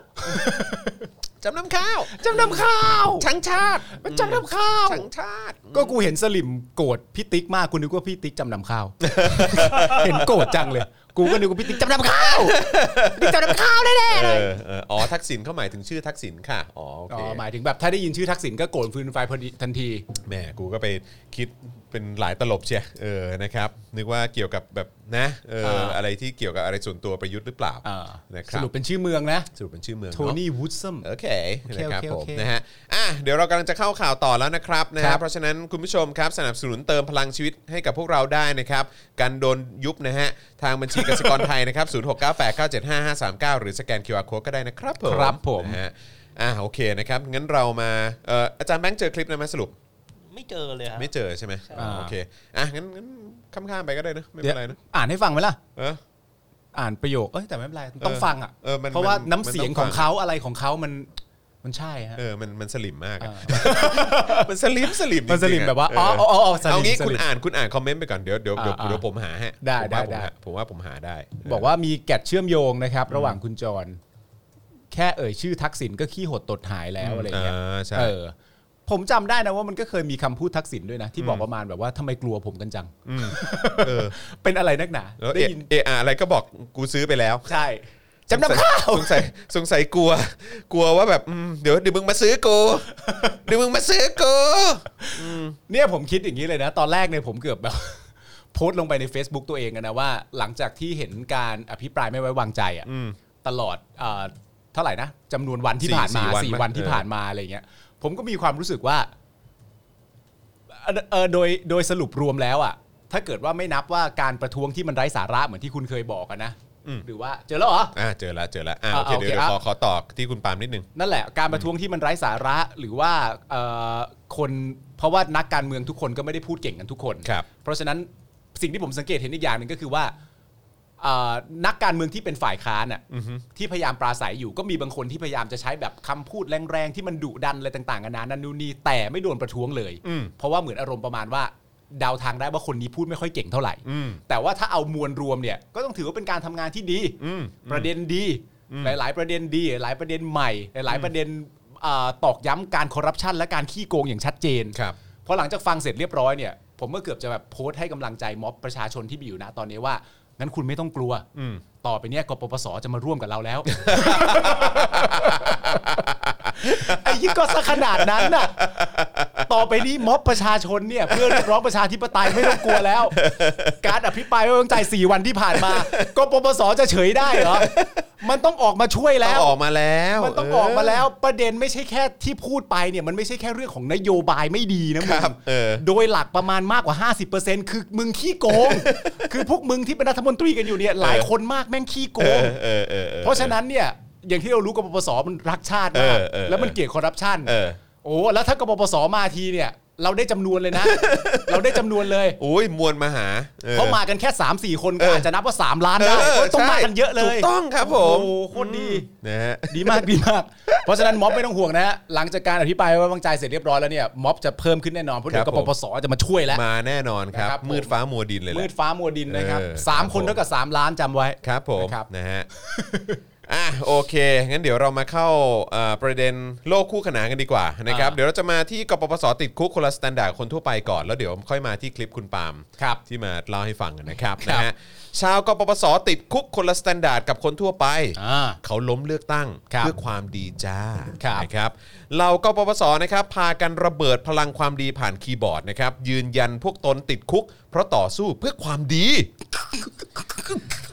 [SPEAKER 2] จำนำข้าว
[SPEAKER 3] จำนำข้าว
[SPEAKER 2] ชังชาติ
[SPEAKER 3] มันจำนำข้าว
[SPEAKER 2] ชังชาติ
[SPEAKER 3] ก็กูเห็นสลิมโกรธพี่ติ๊กมากกูนึกว่าพี่ติ๊กจำนำข้าว เห็นโกรธจังเลย กูก็นึกว่าพี่ติ๊กจำนำข้าวพี่จำนำข้าวแน่ๆ
[SPEAKER 2] เอ
[SPEAKER 3] เลย
[SPEAKER 2] อเอออ๋อทักษิณเขาหมายถึงชื่อทักษิณค่ะอ๋อโอ
[SPEAKER 3] อ๋
[SPEAKER 2] เค
[SPEAKER 3] อหมายถึงแบบถ้าได้ยินชื่อทักษิณก็โกรธฟืนไฟพอดีทันที
[SPEAKER 2] แหมกูก็ไปคิดเป็นหลายตลบเชียเออนะครับนึกว่าเกี่ยวกับแบบนะเออ
[SPEAKER 3] อ่า
[SPEAKER 2] อะไรที่เกี่ยวกับอะไรส่วนตัวประยุทธ์หรือเปล่า
[SPEAKER 3] อ่า
[SPEAKER 2] นะค
[SPEAKER 3] ส
[SPEAKER 2] รับ
[SPEAKER 3] รุปเป็นชื่อเมืองนะ
[SPEAKER 2] สรุปเป็นชื่อเมือง
[SPEAKER 3] โท
[SPEAKER 2] เอะ
[SPEAKER 3] นี่วูดซัม
[SPEAKER 2] โอเค
[SPEAKER 3] โอเค
[SPEAKER 2] นะครับ
[SPEAKER 3] โอเค
[SPEAKER 2] ผม
[SPEAKER 3] โอเค
[SPEAKER 2] นะฮะอ่ะเดี๋ยวเรากำลังจะเข้าข่าวต่อแล้วนะครับนะ
[SPEAKER 3] ครั
[SPEAKER 2] ฮะ
[SPEAKER 3] บ
[SPEAKER 2] เพราะฉะนั้นคุณผู้ชมครับสนับสนุนเติมพลังชีวิตให้กับพวกเราได้นะครับการโดนยุบนะฮะทางบัญชีกสิกรไทยนะครับ 0698975539 หรือสแกน QR Code ก็ได้นะครับผม
[SPEAKER 3] ครับผม
[SPEAKER 2] นะฮะอ่ะโอเคนะครับงั้นเรามาเอ่ออาจารย์แบงค์เจอคลิปนะไหมสรุป
[SPEAKER 4] ไม่เจอเลยครับ
[SPEAKER 2] ไม่เจอใช่ไหม
[SPEAKER 3] อ่า
[SPEAKER 2] โอเคอ่ะงั้นงั้นข้ามๆไปก็ได้นะไม่
[SPEAKER 3] เดี๋
[SPEAKER 2] เป็
[SPEAKER 3] ยวน
[SPEAKER 2] ไรนะ
[SPEAKER 3] อ่านให้ฟังไหมล่ะ
[SPEAKER 2] เออ
[SPEAKER 3] อ่านประโยคเอ้ยแต่ไม่เป็นไรต้องฟังอ่ะ
[SPEAKER 2] เออมัน
[SPEAKER 3] เพราะว่า
[SPEAKER 2] มัน
[SPEAKER 3] น้ำเสียงของ
[SPEAKER 2] มันต้องฟัง
[SPEAKER 3] เขาอะไรของเขามันมันใช่ฮะ
[SPEAKER 2] เออมันมันสลิมมากอะ
[SPEAKER 3] อ่า
[SPEAKER 2] มันสลิมสลิมจริงๆ
[SPEAKER 3] มันสลิม
[SPEAKER 2] อะ
[SPEAKER 3] แบบว่า
[SPEAKER 2] เ
[SPEAKER 3] อ๋ออ๋ออ๋อสลิ
[SPEAKER 2] เอา
[SPEAKER 3] ม
[SPEAKER 2] งี้
[SPEAKER 3] ส
[SPEAKER 2] คุณ
[SPEAKER 3] ลิม
[SPEAKER 2] อ่านคุณอ่านคอมเมนต์ไปก่อนเดี๋ยวเดี๋ยวเดี๋ยว
[SPEAKER 3] อ่า
[SPEAKER 2] เดี๋ยวผมหาฮะ
[SPEAKER 3] ได้
[SPEAKER 2] ผมว่า
[SPEAKER 3] ได้
[SPEAKER 2] ผ
[SPEAKER 3] ได้
[SPEAKER 2] มหาผมว่าผมหาได้
[SPEAKER 3] บอกว่ามีแกดเชื่อมโยงนะครับ ระหว่างคุณจร แค่เอ่ยชื่อทักษิณก็ขี้หดตดหายแล้วอะไรเงี้ย
[SPEAKER 2] อ่าใช่
[SPEAKER 3] เออพ ผมจำได้นะว่ามันก็เคยมีคำพูดทักษิณด้วยนะ ที่บอกประมาณแบบว่าทำไมกลัวผมกันจัง
[SPEAKER 2] เออ
[SPEAKER 3] เป็นอะไรนักหนา
[SPEAKER 2] แล้ว
[SPEAKER 3] ได้
[SPEAKER 2] เอะ
[SPEAKER 3] ยิน
[SPEAKER 2] เอะอะอะไรก็บอกกูซื้อไปแล้ว
[SPEAKER 3] ใช่จำนำข้าว
[SPEAKER 2] สงสัยสงสัยกลัว กลัวว่าแบบอืมเดี๋ยวเดี๋ยวมึงมาซื้อ กูเดี๋ยวมึงมาซื้อกู
[SPEAKER 3] เนี่ยผมคิดอย่างนี้เลยนะ ตอนแรกเนี่ยผมเกือบแบบ โพสต์ลงไปใน Facebook ตัวเองอะนะว่า หลังจากที่เห็นการอภิปรายไม่ไว้วางใจอ่ะ
[SPEAKER 2] อืม
[SPEAKER 3] ตลอดเอ่อเท่าไหร่นะจำนวนวันที่
[SPEAKER 2] สี่
[SPEAKER 3] ผ่านมา
[SPEAKER 2] สี่วัน
[SPEAKER 3] สี่
[SPEAKER 2] มั้ย
[SPEAKER 3] วันที่
[SPEAKER 2] เออ
[SPEAKER 3] ผ่านมาอะไรเงี้ย ผมก็มีความรู้สึกว่าเอ่อเออโดยโดยสรุปรวมแล้วอ่ะ ถ้าเกิดว่าไม่นับว่าการประท้วงที่มันไร้สาระเหมือนที่คุณเคยบอกอะนะหรือว่าเจอแล้วเหรอ
[SPEAKER 2] อ่าเจอละเจอละอ่า
[SPEAKER 3] อ่ะ
[SPEAKER 2] โอเค
[SPEAKER 3] โอเค
[SPEAKER 2] เดี๋ยว
[SPEAKER 3] อ่ะ
[SPEAKER 2] ขอขอตอบที่คุณปาล์มนิดนึง
[SPEAKER 3] นั่นแหละการประท้วงที่มันไร้สาระหรือว่าเอ่อคนเพราะว่านักการเมืองทุกคนก็ไม่ได้พูดเก่งกันทุกคน
[SPEAKER 2] ครับ
[SPEAKER 3] เพราะฉะนั้นสิ่งที่ผมสังเกตเห็นอีกอย่างหนึ่งก็คือว่าเอ่อนักการเมืองที่เป็นฝ่ายค้านอ่ะที่พยายามปราศัยอยู่ก็มีบางคนที่พยายามจะใช้แบบคำพูดแรงๆ ที่มันดุดันอะไรต่างๆนานานั่นนู่นนี่แต่ไม่โดนประท้วงเลย
[SPEAKER 2] อืม
[SPEAKER 3] เพราะว่าเหมือนอารมณ์ประมาณว่าเดาทางได้ว่าคนนี้พูดไม่ค่อยเก่งเท่าไหร่
[SPEAKER 2] อืม
[SPEAKER 3] แต่ว่าถ้าเอามวลรวมเนี่ยก็ต้องถือว่าเป็นการทำงานที่ดี
[SPEAKER 2] อืม
[SPEAKER 3] ประเด็นดี หลาย ๆ ประเด็นดี หลายประเด็นใหม่ หลาย ๆ ประเด็นเอ่อตอกย้ำการคอร์รัปชันและการขี้โกงอย่างชัดเจน
[SPEAKER 2] ครับ
[SPEAKER 3] พอหลังจากฟังเสร็จเรียบร้อยเนี่ยผมก็เกือบจะแบบโพสต์ให้กำลังใจม็อบประชาชนที่มีอยู่นะตอนนี้ว่า งั้นคุณไม่ต้องกลัว
[SPEAKER 2] อืม
[SPEAKER 3] ต่อไปเนี่ยกปปสจะมาร่วมกับเราแล้ว ไอ้ยี่ก็ซะขนาดนั้นน่ะ ต่อไปนี้ม็อบประชาชนเนี่ยเพื่อเรียกร้องประชาธิปไตยไม่ต้องกลัวแล้ว การอภิปรายไม่ไว้วางใจสี่วันที่ผ่านมากปปสจะเฉยได้เหรอ มันต้องออกมาช่วย
[SPEAKER 2] ต้อ
[SPEAKER 3] แล้ว
[SPEAKER 2] งออกมาแล้ว
[SPEAKER 3] มันต้องออกมาแล้วประเด็นไม่ใช่แค่ที่พูดไปเนี่ยมันไม่ใช่แค่เรื่องของนโยบายไม่ดีนะ
[SPEAKER 2] ค
[SPEAKER 3] มึง
[SPEAKER 2] รับ เออ
[SPEAKER 3] โดยหลักประมาณมากกว่า 50%คือมึงขี้โก ง คือพวกมึงที่เป็นรัฐมนตรีกันอยู่เนี่ยหลายคนมากแม่งขี้โก
[SPEAKER 2] เอง อเออเออออ
[SPEAKER 3] เพราะฉะนั้นเนี่ยอย่างที่เรารู้กบปปสมันรักชาติมาก
[SPEAKER 2] เออเออ
[SPEAKER 3] แล้วมันเกลียดคอร์รัปชัน
[SPEAKER 2] เออ
[SPEAKER 3] โอ้แล้วถ้ากบปสมาทีเนี่ย เราได้จำนวน เลยนะ เราได้จำนวนเลย
[SPEAKER 2] โอ้ยมวลมหาออ
[SPEAKER 3] เพราะมากันแค่ 3 4 คน
[SPEAKER 2] เอ
[SPEAKER 3] ก็
[SPEAKER 2] ออ
[SPEAKER 3] อาจจะนับว่า 3 ล้านได้
[SPEAKER 2] เ
[SPEAKER 3] เพราะต้อง
[SPEAKER 2] ใช่
[SPEAKER 3] มากันเยอะเลย
[SPEAKER 2] ถูกต้องครับผม
[SPEAKER 3] โอ้โหโคตรดี
[SPEAKER 2] นะฮะ
[SPEAKER 3] ดีมากดีมาก เพราะฉะนั้นม็อบไม่ต้องห่วงนะฮะหลังจากการอภิปรายไว้วางใจเสร็จเรียบร้อยแล้วเนี่ยม็อบจะเพิ่มขึ้นแน่นอนเพราะเดี๋ยว
[SPEAKER 2] ค
[SPEAKER 3] ก
[SPEAKER 2] รับผม
[SPEAKER 3] ปปสจะมาช่วยแล้ว
[SPEAKER 2] มาแน่นอนครับ
[SPEAKER 3] นะครับผม
[SPEAKER 2] มืดฟ้ามัวดินเลยแห
[SPEAKER 3] มื
[SPEAKER 2] ละ
[SPEAKER 3] ดฟ้ามัวดินนะครับ
[SPEAKER 2] เออ
[SPEAKER 3] สาม
[SPEAKER 2] ครับ
[SPEAKER 3] คน
[SPEAKER 2] ผม
[SPEAKER 3] เท่ากับสามล้านจำไว้
[SPEAKER 2] ครับผม
[SPEAKER 3] นะครับ
[SPEAKER 2] นะฮะ อ่ะโอเค งั้นเดี๋ยวเรามาเข้าเอ่อประเด็นโลกคู่ขนานกันดีกว่านะครับ เดี๋ยวเราจะมาที่กปปสติดคุกคนละสแตนดาร์ดคนทั่วไปก่อนแล้วเดี๋ยวค่อยมาที่คลิปคุณปาล์ม
[SPEAKER 3] ครับ
[SPEAKER 2] ที่มาเล่าให้ฟังกันนะครับ
[SPEAKER 3] ครั
[SPEAKER 2] นะ
[SPEAKER 3] บ
[SPEAKER 2] ฮะชาวกปปสติดคุกคนละสแตนดาร์ดกับคนทั่วไป
[SPEAKER 3] อ่า
[SPEAKER 2] เขาล้มเลือกตั้ง
[SPEAKER 3] ครับ
[SPEAKER 2] เพื่อความดีจ้า
[SPEAKER 3] ครับ
[SPEAKER 2] นะครับเรากปปสนะครับพากันระเบิดพลังความดีผ่านคีย์บอร์ดนะครับยืนยันพวกตนติดคุก เพราะต่อสู้เพื่อความดี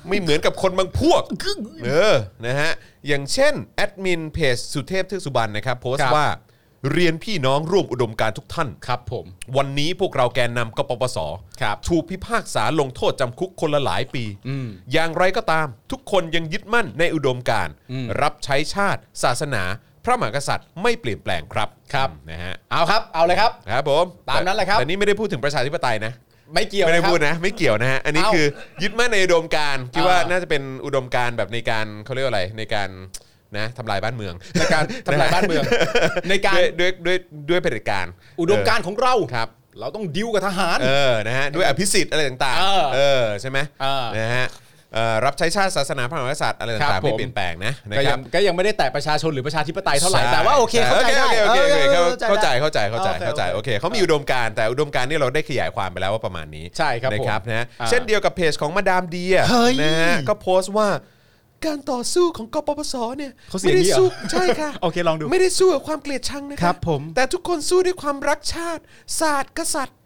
[SPEAKER 2] ไม่เหมือนกับคนบางพวกเออนะฮะอย่างเช่นแอดมินเพจสุเทพเทือกสุบรรณนะครับโพส
[SPEAKER 3] ครั
[SPEAKER 2] ต์
[SPEAKER 3] บ
[SPEAKER 2] ว่าเรียนพี่น้องร่วมอุดมการณ์ทุกท่าน
[SPEAKER 3] ครับผม
[SPEAKER 2] วันนี้พวกเราแกนนำกปปส ถูกพิพากษาลงโทษจำคุกคนละหลายปี อย่างไรก็ตาม ทุกคนยังยึดมั่นในอุดมการณ์รับใช้ชาติ ศาสนา พระมหากษัตริย์ไม่เปลี่ยนแปลงครับครับนะฮะ
[SPEAKER 3] เอาครับเอาเลยครับ
[SPEAKER 2] ครับผม
[SPEAKER 3] ตามนั้นแหละครับ
[SPEAKER 2] แต่นี่ไม่ได้พูดถึงประชาธิปไตยนะ
[SPEAKER 3] ไม่เกี่ยว
[SPEAKER 2] ไม่ได้
[SPEAKER 3] นะครั
[SPEAKER 2] พูด
[SPEAKER 3] บ
[SPEAKER 2] นะ ไม่เกี่ยวนะฮะอันนี้
[SPEAKER 3] เอ้า
[SPEAKER 2] คือยึดมั่นในอุดมการณ์คิดว่า
[SPEAKER 3] เออ
[SPEAKER 2] น่าจะเป็นอุดมการณ์แบบในการเขาเรียกว่าอะไรในการนะทำลายบ้านเมือง
[SPEAKER 3] ในการทำลายบ้านเมื องในการ
[SPEAKER 2] ด้วยด้วยด้วยด้วยเผด็จการ
[SPEAKER 3] อุดมการณ์ของเรา
[SPEAKER 2] ครับ
[SPEAKER 3] เราต้องดิวกับทหาร
[SPEAKER 2] เออ นะฮะ ด้วยอภิสิทธิ์อะไรต่าง
[SPEAKER 3] เออ
[SPEAKER 2] เออ ใช่ไหม
[SPEAKER 3] เออ
[SPEAKER 2] นะฮะเอ่อรับใช้ชาติศาสนาพระมหากษัตริย์อะไร
[SPEAKER 3] ครั
[SPEAKER 2] ต่าง
[SPEAKER 3] บ
[SPEAKER 2] ๆ
[SPEAKER 3] ผม
[SPEAKER 2] ไม่เปลี่ยนแปลงนะนะ
[SPEAKER 3] ก็
[SPEAKER 2] ค
[SPEAKER 3] ยั
[SPEAKER 2] รั
[SPEAKER 3] ง
[SPEAKER 2] บ
[SPEAKER 3] ก็ยังไม่ได้แตะประชาชนหรือประชาธิปไตยเท่าไหร่
[SPEAKER 2] ใช่
[SPEAKER 3] แต่ว่าโอเคเข้าใจได้
[SPEAKER 2] โอเคโอเคโอเคเข้าเข้าใจเข้าใจเข้าใจ
[SPEAKER 3] โอเค
[SPEAKER 2] เข้าใจโอเคเขามีอุดมการณ์แต่อุดมการณ์นี่เราได้ขยายความไปแล้วว่าประมาณนี้
[SPEAKER 3] ใช่ครับผ
[SPEAKER 2] นะ
[SPEAKER 3] ม
[SPEAKER 2] ครับนะฮะ
[SPEAKER 3] อ่า
[SPEAKER 2] เช่นเดียวกับเพจของมาดามเดีย
[SPEAKER 3] เฮ้ย
[SPEAKER 2] นะฮะก็โพสต์ว่าการต่อสู้ของกปปสเนี่ย
[SPEAKER 3] เขาเสี
[SPEAKER 2] ไม่
[SPEAKER 3] ยง
[SPEAKER 2] ได้
[SPEAKER 3] นี้เหรอ
[SPEAKER 2] สู้ใช่ค่ะ
[SPEAKER 3] โอเคลองดู
[SPEAKER 2] ไม่ได้สู้กับความเกลียดชังนะะ
[SPEAKER 3] ครับผม
[SPEAKER 2] แต่ทุกคนสู้ด้วยความรักชาติ ศาสตร์กษัตริย์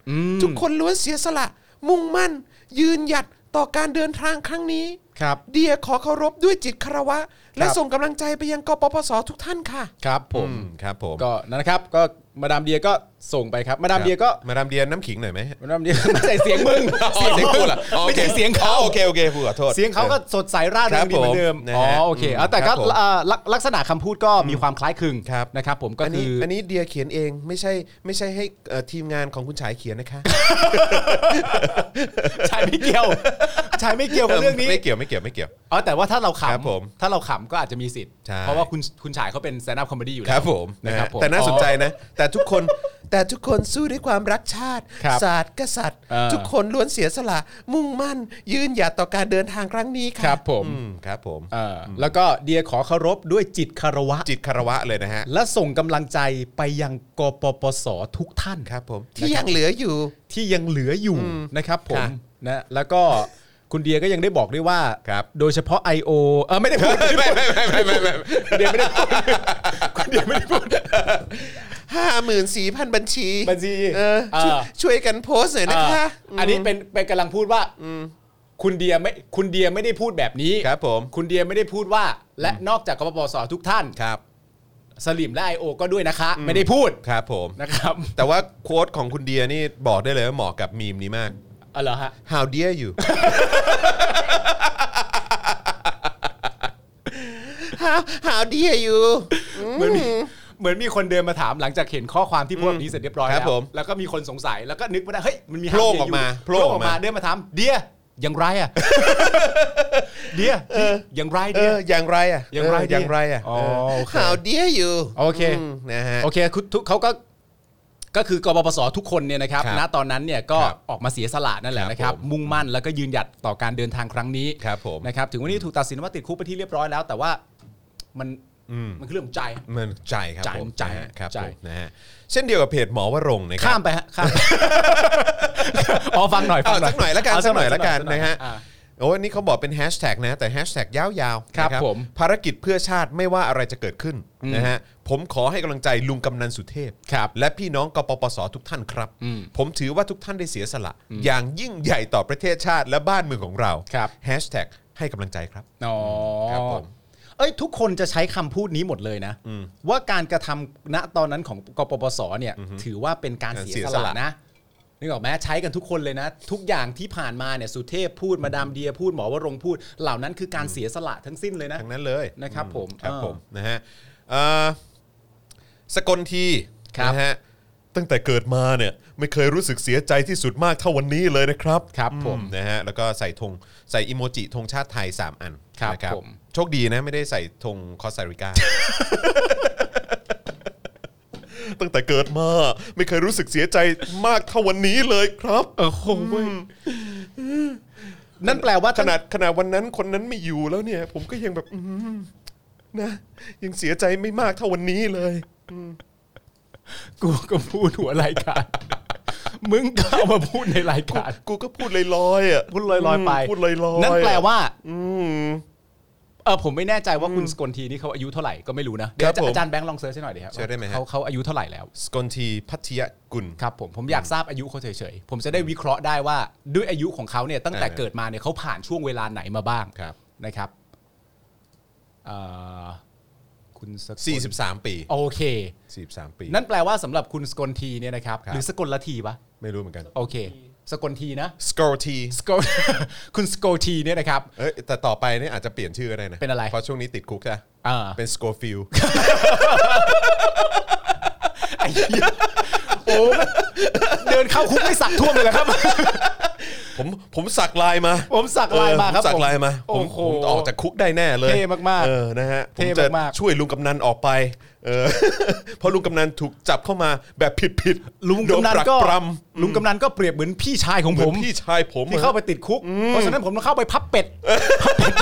[SPEAKER 2] ทุกคนล้วนเสียสละ มุ่งมั่น ยืนหยัดต่อการเดินทางครั้งนี้
[SPEAKER 3] ครับ
[SPEAKER 2] เดียขอเคารพด้วยจิตคารวะ และส่งกำลังใจไปยังกปปสทุกท่านค่ะ
[SPEAKER 3] ครับผ
[SPEAKER 2] ผม
[SPEAKER 3] ม
[SPEAKER 2] ครับผม
[SPEAKER 3] ก็นั่นนะครับก็มาดามเดียก็ส่งไปครับ มาดามเดียก็
[SPEAKER 2] มาดามเดียน้ำขิงหน่อยไหม
[SPEAKER 3] มาดามเดีย ไม่ใช่เสียงมึง
[SPEAKER 2] เสียง
[SPEAKER 3] มึ
[SPEAKER 2] พูดเหรออ๋อ
[SPEAKER 3] ไม่ใช่เสียงเขา
[SPEAKER 2] อ๋อโอเคโอเคพูดขอโทษ
[SPEAKER 3] เสียงเขาก็สดใสร่าเริงดีเหมือนเดิม
[SPEAKER 2] ครับผม
[SPEAKER 3] อ๋อ
[SPEAKER 2] นะฮะ
[SPEAKER 3] โอเคเอาแต่
[SPEAKER 2] ครั
[SPEAKER 3] ก็
[SPEAKER 2] บผม
[SPEAKER 3] เอ่อลักลักษณะคำพูดก็มีความคล้ายคลึง
[SPEAKER 2] ครับ
[SPEAKER 3] นะครับ ผมก็
[SPEAKER 2] อัน
[SPEAKER 3] คื
[SPEAKER 2] นี้
[SPEAKER 3] ออ
[SPEAKER 2] อันนี้เดียเขียนเองไม่ใช่ไม่ใช่ให้เอ่อทีมงานของคุณชายเขียนนะคะ
[SPEAKER 3] ใช่ไม่เกี่ยว ชัยไม่เกี่ยวกับเรื่องนี้
[SPEAKER 2] ไม่เกี่ยวไม่เกี่ยวไม่เกี่ยว
[SPEAKER 3] อ๋อแต่ว่าถ้าเรา
[SPEAKER 2] ครับผม
[SPEAKER 3] ขำถ้าเราขำก็อาจจะมีสิทธิ์
[SPEAKER 2] ใช่
[SPEAKER 3] เพราะว่าคุณคุณชายเขาเป็นแซนด์อัพคอมเมดี้อยู่
[SPEAKER 2] ค
[SPEAKER 3] แล้ว
[SPEAKER 2] รับผมนะ
[SPEAKER 3] นะครั
[SPEAKER 2] ฮะ
[SPEAKER 3] บผม
[SPEAKER 2] แต่น่าสนใจนะ แต่ทุกคนแต่ทุกคนสู้ด้วยความรักชาติ
[SPEAKER 3] ครับ
[SPEAKER 2] ศาสตร์กษัตริย์
[SPEAKER 3] เออ
[SPEAKER 2] ทุกคนล้วนเสียสละ มุ่งมั่น ยืนหยัดต่อการเดินทางครั้งนี้
[SPEAKER 3] ค
[SPEAKER 2] ค่ะ
[SPEAKER 3] รับผม
[SPEAKER 2] อืมครับผม
[SPEAKER 3] เออแล้วก็เดียขอเคารพด้วยจิตคารวะ
[SPEAKER 2] จิตคารวะเลยนะฮะ
[SPEAKER 3] และส่งกำลังใจไปยังกปปสทุกท่าน
[SPEAKER 2] ครับผมที่ยังเหลืออยู่
[SPEAKER 3] ที่ยังเหลืออยู่นะครับผม
[SPEAKER 2] ค่ะ
[SPEAKER 3] นะแล้วก็คุณเดียก็ยังได้บอกด้วยว่า
[SPEAKER 2] ครับ
[SPEAKER 3] โดยเฉพาะ I.O. เออไม่ได้พูด
[SPEAKER 2] ไม่ไม่ไม่ไม่ไม่ไม่
[SPEAKER 3] เดียไม่ได้ พูดคุณเดียไม่ได้พูด
[SPEAKER 2] ห้าหมื่นสี่พันบัญชี
[SPEAKER 3] บัญชี
[SPEAKER 2] เออ
[SPEAKER 3] เออ
[SPEAKER 2] ช่วยช่วยกันโพสต์หน่อยนะคะ
[SPEAKER 3] อ่าอันนี้เป็นเป็นกำลังพูดว่าคุณเดียไม่คุณเดียไม่ได้พูดแบบนี้
[SPEAKER 2] ครับผม
[SPEAKER 3] คุณเดียไม่ได้พูดว่า และนอกจากกปปสทุกท่าน
[SPEAKER 2] ครับ
[SPEAKER 3] สลิมและไอโอก็ด้วยนะคะ ไม่ได้พูด
[SPEAKER 2] ครับผม
[SPEAKER 3] นะครับ
[SPEAKER 2] แต่ว่าโค้ดของคุณเดียนี่บอกได้เลยว่าเหมาะกับมีมนี้มาก
[SPEAKER 3] เออเหรอฮะ
[SPEAKER 2] How dare you How How dare you
[SPEAKER 3] เหมือนมีเหมือนมีคนเดินมาถามหลังจากเห็นข้อความที่พวกนี้เสร็จเรียบร้อย
[SPEAKER 2] ครั
[SPEAKER 3] แล้
[SPEAKER 2] บ
[SPEAKER 3] ว
[SPEAKER 2] ผม
[SPEAKER 3] แล้วก็มีคนสงสัยแล้วก็นึกว่าได้เฮ้ยมันมี
[SPEAKER 2] โผล่
[SPEAKER 3] หงเดีย
[SPEAKER 2] ออกมา
[SPEAKER 3] ยู่
[SPEAKER 2] โผ
[SPEAKER 3] โผ
[SPEAKER 2] ล่
[SPEAKER 3] ล่
[SPEAKER 2] ออกมา
[SPEAKER 3] ออกมาเดินมาถามเดียอย่างไรอ่ะ เดียอย่างไร
[SPEAKER 2] เอ
[SPEAKER 3] เดีย
[SPEAKER 2] ออย่างไรอ่ะ
[SPEAKER 3] อย่างไร
[SPEAKER 2] เอออย่างไรอ่ะ
[SPEAKER 3] อ๋อ
[SPEAKER 2] เออ
[SPEAKER 3] โอเค
[SPEAKER 2] How dare you
[SPEAKER 3] โอเค
[SPEAKER 2] มนะฮะ
[SPEAKER 3] โอเคคุณทุกเขาก็ก็คือกบปสทุกคนเนี่ยนะครับ
[SPEAKER 2] ครับ
[SPEAKER 3] ณตอนนั้นเนี่ยก็
[SPEAKER 2] ครับ
[SPEAKER 3] ออกมาเสียสละนั่นแหละนะค
[SPEAKER 2] ครั
[SPEAKER 3] รั
[SPEAKER 2] บบ ผม
[SPEAKER 3] มุ่งมั่นแล้วก็ยืนหยัดต่อการเดินทางครั้งนี้
[SPEAKER 2] ครับผม
[SPEAKER 3] นะครับถึงวันนี้ถูกตัดสินว่าติดคุกไปนที่เรียบร้อยแล้ว แต่ว่ามัน
[SPEAKER 2] อืม
[SPEAKER 3] มันคือเรื่องของใจ
[SPEAKER 2] มันใจครับ
[SPEAKER 3] ใจ
[SPEAKER 2] ผม
[SPEAKER 3] ใจ
[SPEAKER 2] นะฮะครับ
[SPEAKER 3] ใจ
[SPEAKER 2] ผมนะฮะเช่นเดียวกับเพจหมอวรงค์นะครั
[SPEAKER 3] ข้ามไปฮะข้ามไป อ๋อฟังหน่อยฟั
[SPEAKER 2] เอา
[SPEAKER 3] งหน่
[SPEAKER 2] สั
[SPEAKER 3] อย
[SPEAKER 2] กหน่อยละกัน
[SPEAKER 3] เา
[SPEAKER 2] สักหน่อยละกัน
[SPEAKER 3] สัหอย
[SPEAKER 2] นะฮะ
[SPEAKER 3] อ่
[SPEAKER 2] โอ้ยนี่เขาบอกเป็นแฮชแท็กนะ แต่แฮชแท็กยาวๆ
[SPEAKER 3] ครับ
[SPEAKER 2] นะ
[SPEAKER 3] ผม
[SPEAKER 2] ภารกิจเพื่อชาติไม่ว่าอะไรจะเกิดขึ้น
[SPEAKER 3] อืม
[SPEAKER 2] นะฮะผมขอให้กำลังใจลุงกำนันสุเทพ
[SPEAKER 3] ครับ
[SPEAKER 2] และพี่น้องกปปสทุกท่านครับ
[SPEAKER 3] อืม
[SPEAKER 2] ผมถือว่าทุกท่านได้เสียสละ อย่างยิ่งใหญ่ต่อประเทศชาติและบ้านเมืองของเรา
[SPEAKER 3] ครับ
[SPEAKER 2] แฮชแท็กให้กำลังใจครับ
[SPEAKER 3] อ๋อ
[SPEAKER 2] ครับผม
[SPEAKER 3] เอ้ยทุกคนจะใช้คำพูดนี้หมดเลยนะ ว่าการกระทำณตอนนั้นของกปปสเนี่ยถือว่าเป็นการ
[SPEAKER 2] การ
[SPEAKER 3] เสี
[SPEAKER 2] เสีย
[SPEAKER 3] ย
[SPEAKER 2] ส
[SPEAKER 3] ส
[SPEAKER 2] ละ
[SPEAKER 3] ละนะนึกออกไหมใช้กันทุกคนเลยนะ ทุกอย่างที่ผ่านมาเนี่ยสุเทพพูดมาดามเดียพูดหมอวรงค์พูด เหล่านั้นคือการเสียสละทั้งสิ้นเลยนะ
[SPEAKER 2] ทั้งนั้นเลย
[SPEAKER 3] นะครับผม
[SPEAKER 2] ครับ
[SPEAKER 3] เออ
[SPEAKER 2] ผมนะฮะเอ่อสกลที
[SPEAKER 3] ครับ
[SPEAKER 2] นะฮะตั้งแต่เกิดมาเนี่ยไม่เคยรู้สึกเสียใจที่สุดมากเท่าวันนี้เลยนะครับ
[SPEAKER 3] ครับ
[SPEAKER 2] อื
[SPEAKER 3] ผม
[SPEAKER 2] นะฮะแล้วก็ใส่ธงใส่อิโมจิธงชาติไทย 3 อัน
[SPEAKER 3] ครับ
[SPEAKER 2] นะ
[SPEAKER 3] ผม
[SPEAKER 2] โชคดีนะไม่ได้ใส่ธงคอสตา ริกา ตั้งแต่เกิดมา ไม่เคยรู้สึกเสียใจมากเท่าวันนี้เลยครับ
[SPEAKER 3] เออโหนั่นแปลว่า
[SPEAKER 2] ขนาดขนาดวันนั้นคนนั้นไม่อยู่แล้วเนี่ย ผมก็ยังแบบอื้อหือนะยังเสียใจไม่มากเท่าวันนี้เลย
[SPEAKER 3] กูก็พูดหัวราย การมึงก็เอามาพูดในรายการ
[SPEAKER 2] กูก็พูดลอยๆอ่ะ
[SPEAKER 3] พูดลอยๆไป
[SPEAKER 2] พูดลอยๆ
[SPEAKER 3] นั่นแปลว่า
[SPEAKER 2] อืม
[SPEAKER 3] เออผมไม่แน่ใจว่าคุณสกลทีนี่เขาอายุเท่าไหร่ก็ไม่รู้นะเดี๋ย
[SPEAKER 2] ค
[SPEAKER 3] ว
[SPEAKER 2] รับผม
[SPEAKER 3] อาจารย์แบงค์ลองเซิร์ชให้หน่อยดีครับ
[SPEAKER 2] เซิร์ชได้ไหมฮะ
[SPEAKER 3] เขาเขาอายุเท่าไหร่แล้ว
[SPEAKER 2] สกลทีพัทยกุล
[SPEAKER 3] ครับผมผมอยากทราบอายุเขาเฉยๆผมจะได้วิเคราะห์ได้ว่าด้วยอายุของเขาเนี่ยตั้งแต่
[SPEAKER 2] อ่า
[SPEAKER 3] เกิดมาเนี่ยเขาผ่านช่วงเวลาไหนมาบ้าง
[SPEAKER 2] ครับ
[SPEAKER 3] นะครับเอ่อคุณสกล
[SPEAKER 2] 43 ปี
[SPEAKER 3] โอเค
[SPEAKER 2] 43 ปี
[SPEAKER 3] นั่นแปลว่าสำหรับคุณสกลทีเนี่ยนะครับ
[SPEAKER 2] ครับ
[SPEAKER 3] หรือสกลละทีปะ
[SPEAKER 2] ไม่รู้เหมือนกัน
[SPEAKER 3] โอเค สกลทีนะ
[SPEAKER 2] สกลที
[SPEAKER 3] สกล คุณสกลทีเนี่ยนะครับ
[SPEAKER 2] เอ้ยแต่ต่อไปเนี่ยอาจจะเปลี่ยนชื่อก็ได้นะ
[SPEAKER 3] เป็นอะไร
[SPEAKER 2] เพราะช่วงนี้ติดคุกใช่ปะ
[SPEAKER 3] อ่า
[SPEAKER 2] เป็นสกลฟิล
[SPEAKER 3] โอ้เดินเข้าคุกไม่สักท่วมเลยเหรอครับ
[SPEAKER 2] ผมผมสักลายมา
[SPEAKER 3] ผมสักลายมาครับ
[SPEAKER 2] เออผมสักลายมา
[SPEAKER 3] โอ้
[SPEAKER 2] ผม
[SPEAKER 3] โห
[SPEAKER 2] ผมออกจากคุกได้แน่เลย
[SPEAKER 3] เท่มากๆ
[SPEAKER 2] เออนะฮะผ
[SPEAKER 3] เท่
[SPEAKER 2] มจะ
[SPEAKER 3] มากๆ
[SPEAKER 2] ช่วยลุงกำนันออกไปเออ เพราะลุงกำนันถูกจับเข้ามาแบบผิดผิดๆ
[SPEAKER 3] ลุง
[SPEAKER 2] โด
[SPEAKER 3] กำนัน
[SPEAKER 2] ปรั
[SPEAKER 3] ก็
[SPEAKER 2] ปร
[SPEAKER 3] ลุงกำนันก็เปรียบเหมือนพี่ชายของ
[SPEAKER 2] ำเหมื
[SPEAKER 3] ผ
[SPEAKER 2] อน
[SPEAKER 3] ม
[SPEAKER 2] พี่ชายผม
[SPEAKER 3] ที่เข้าไปติดคุก เพราะฉะนั้นผมต้องเข้าไปพับเป็ดพับเป็ด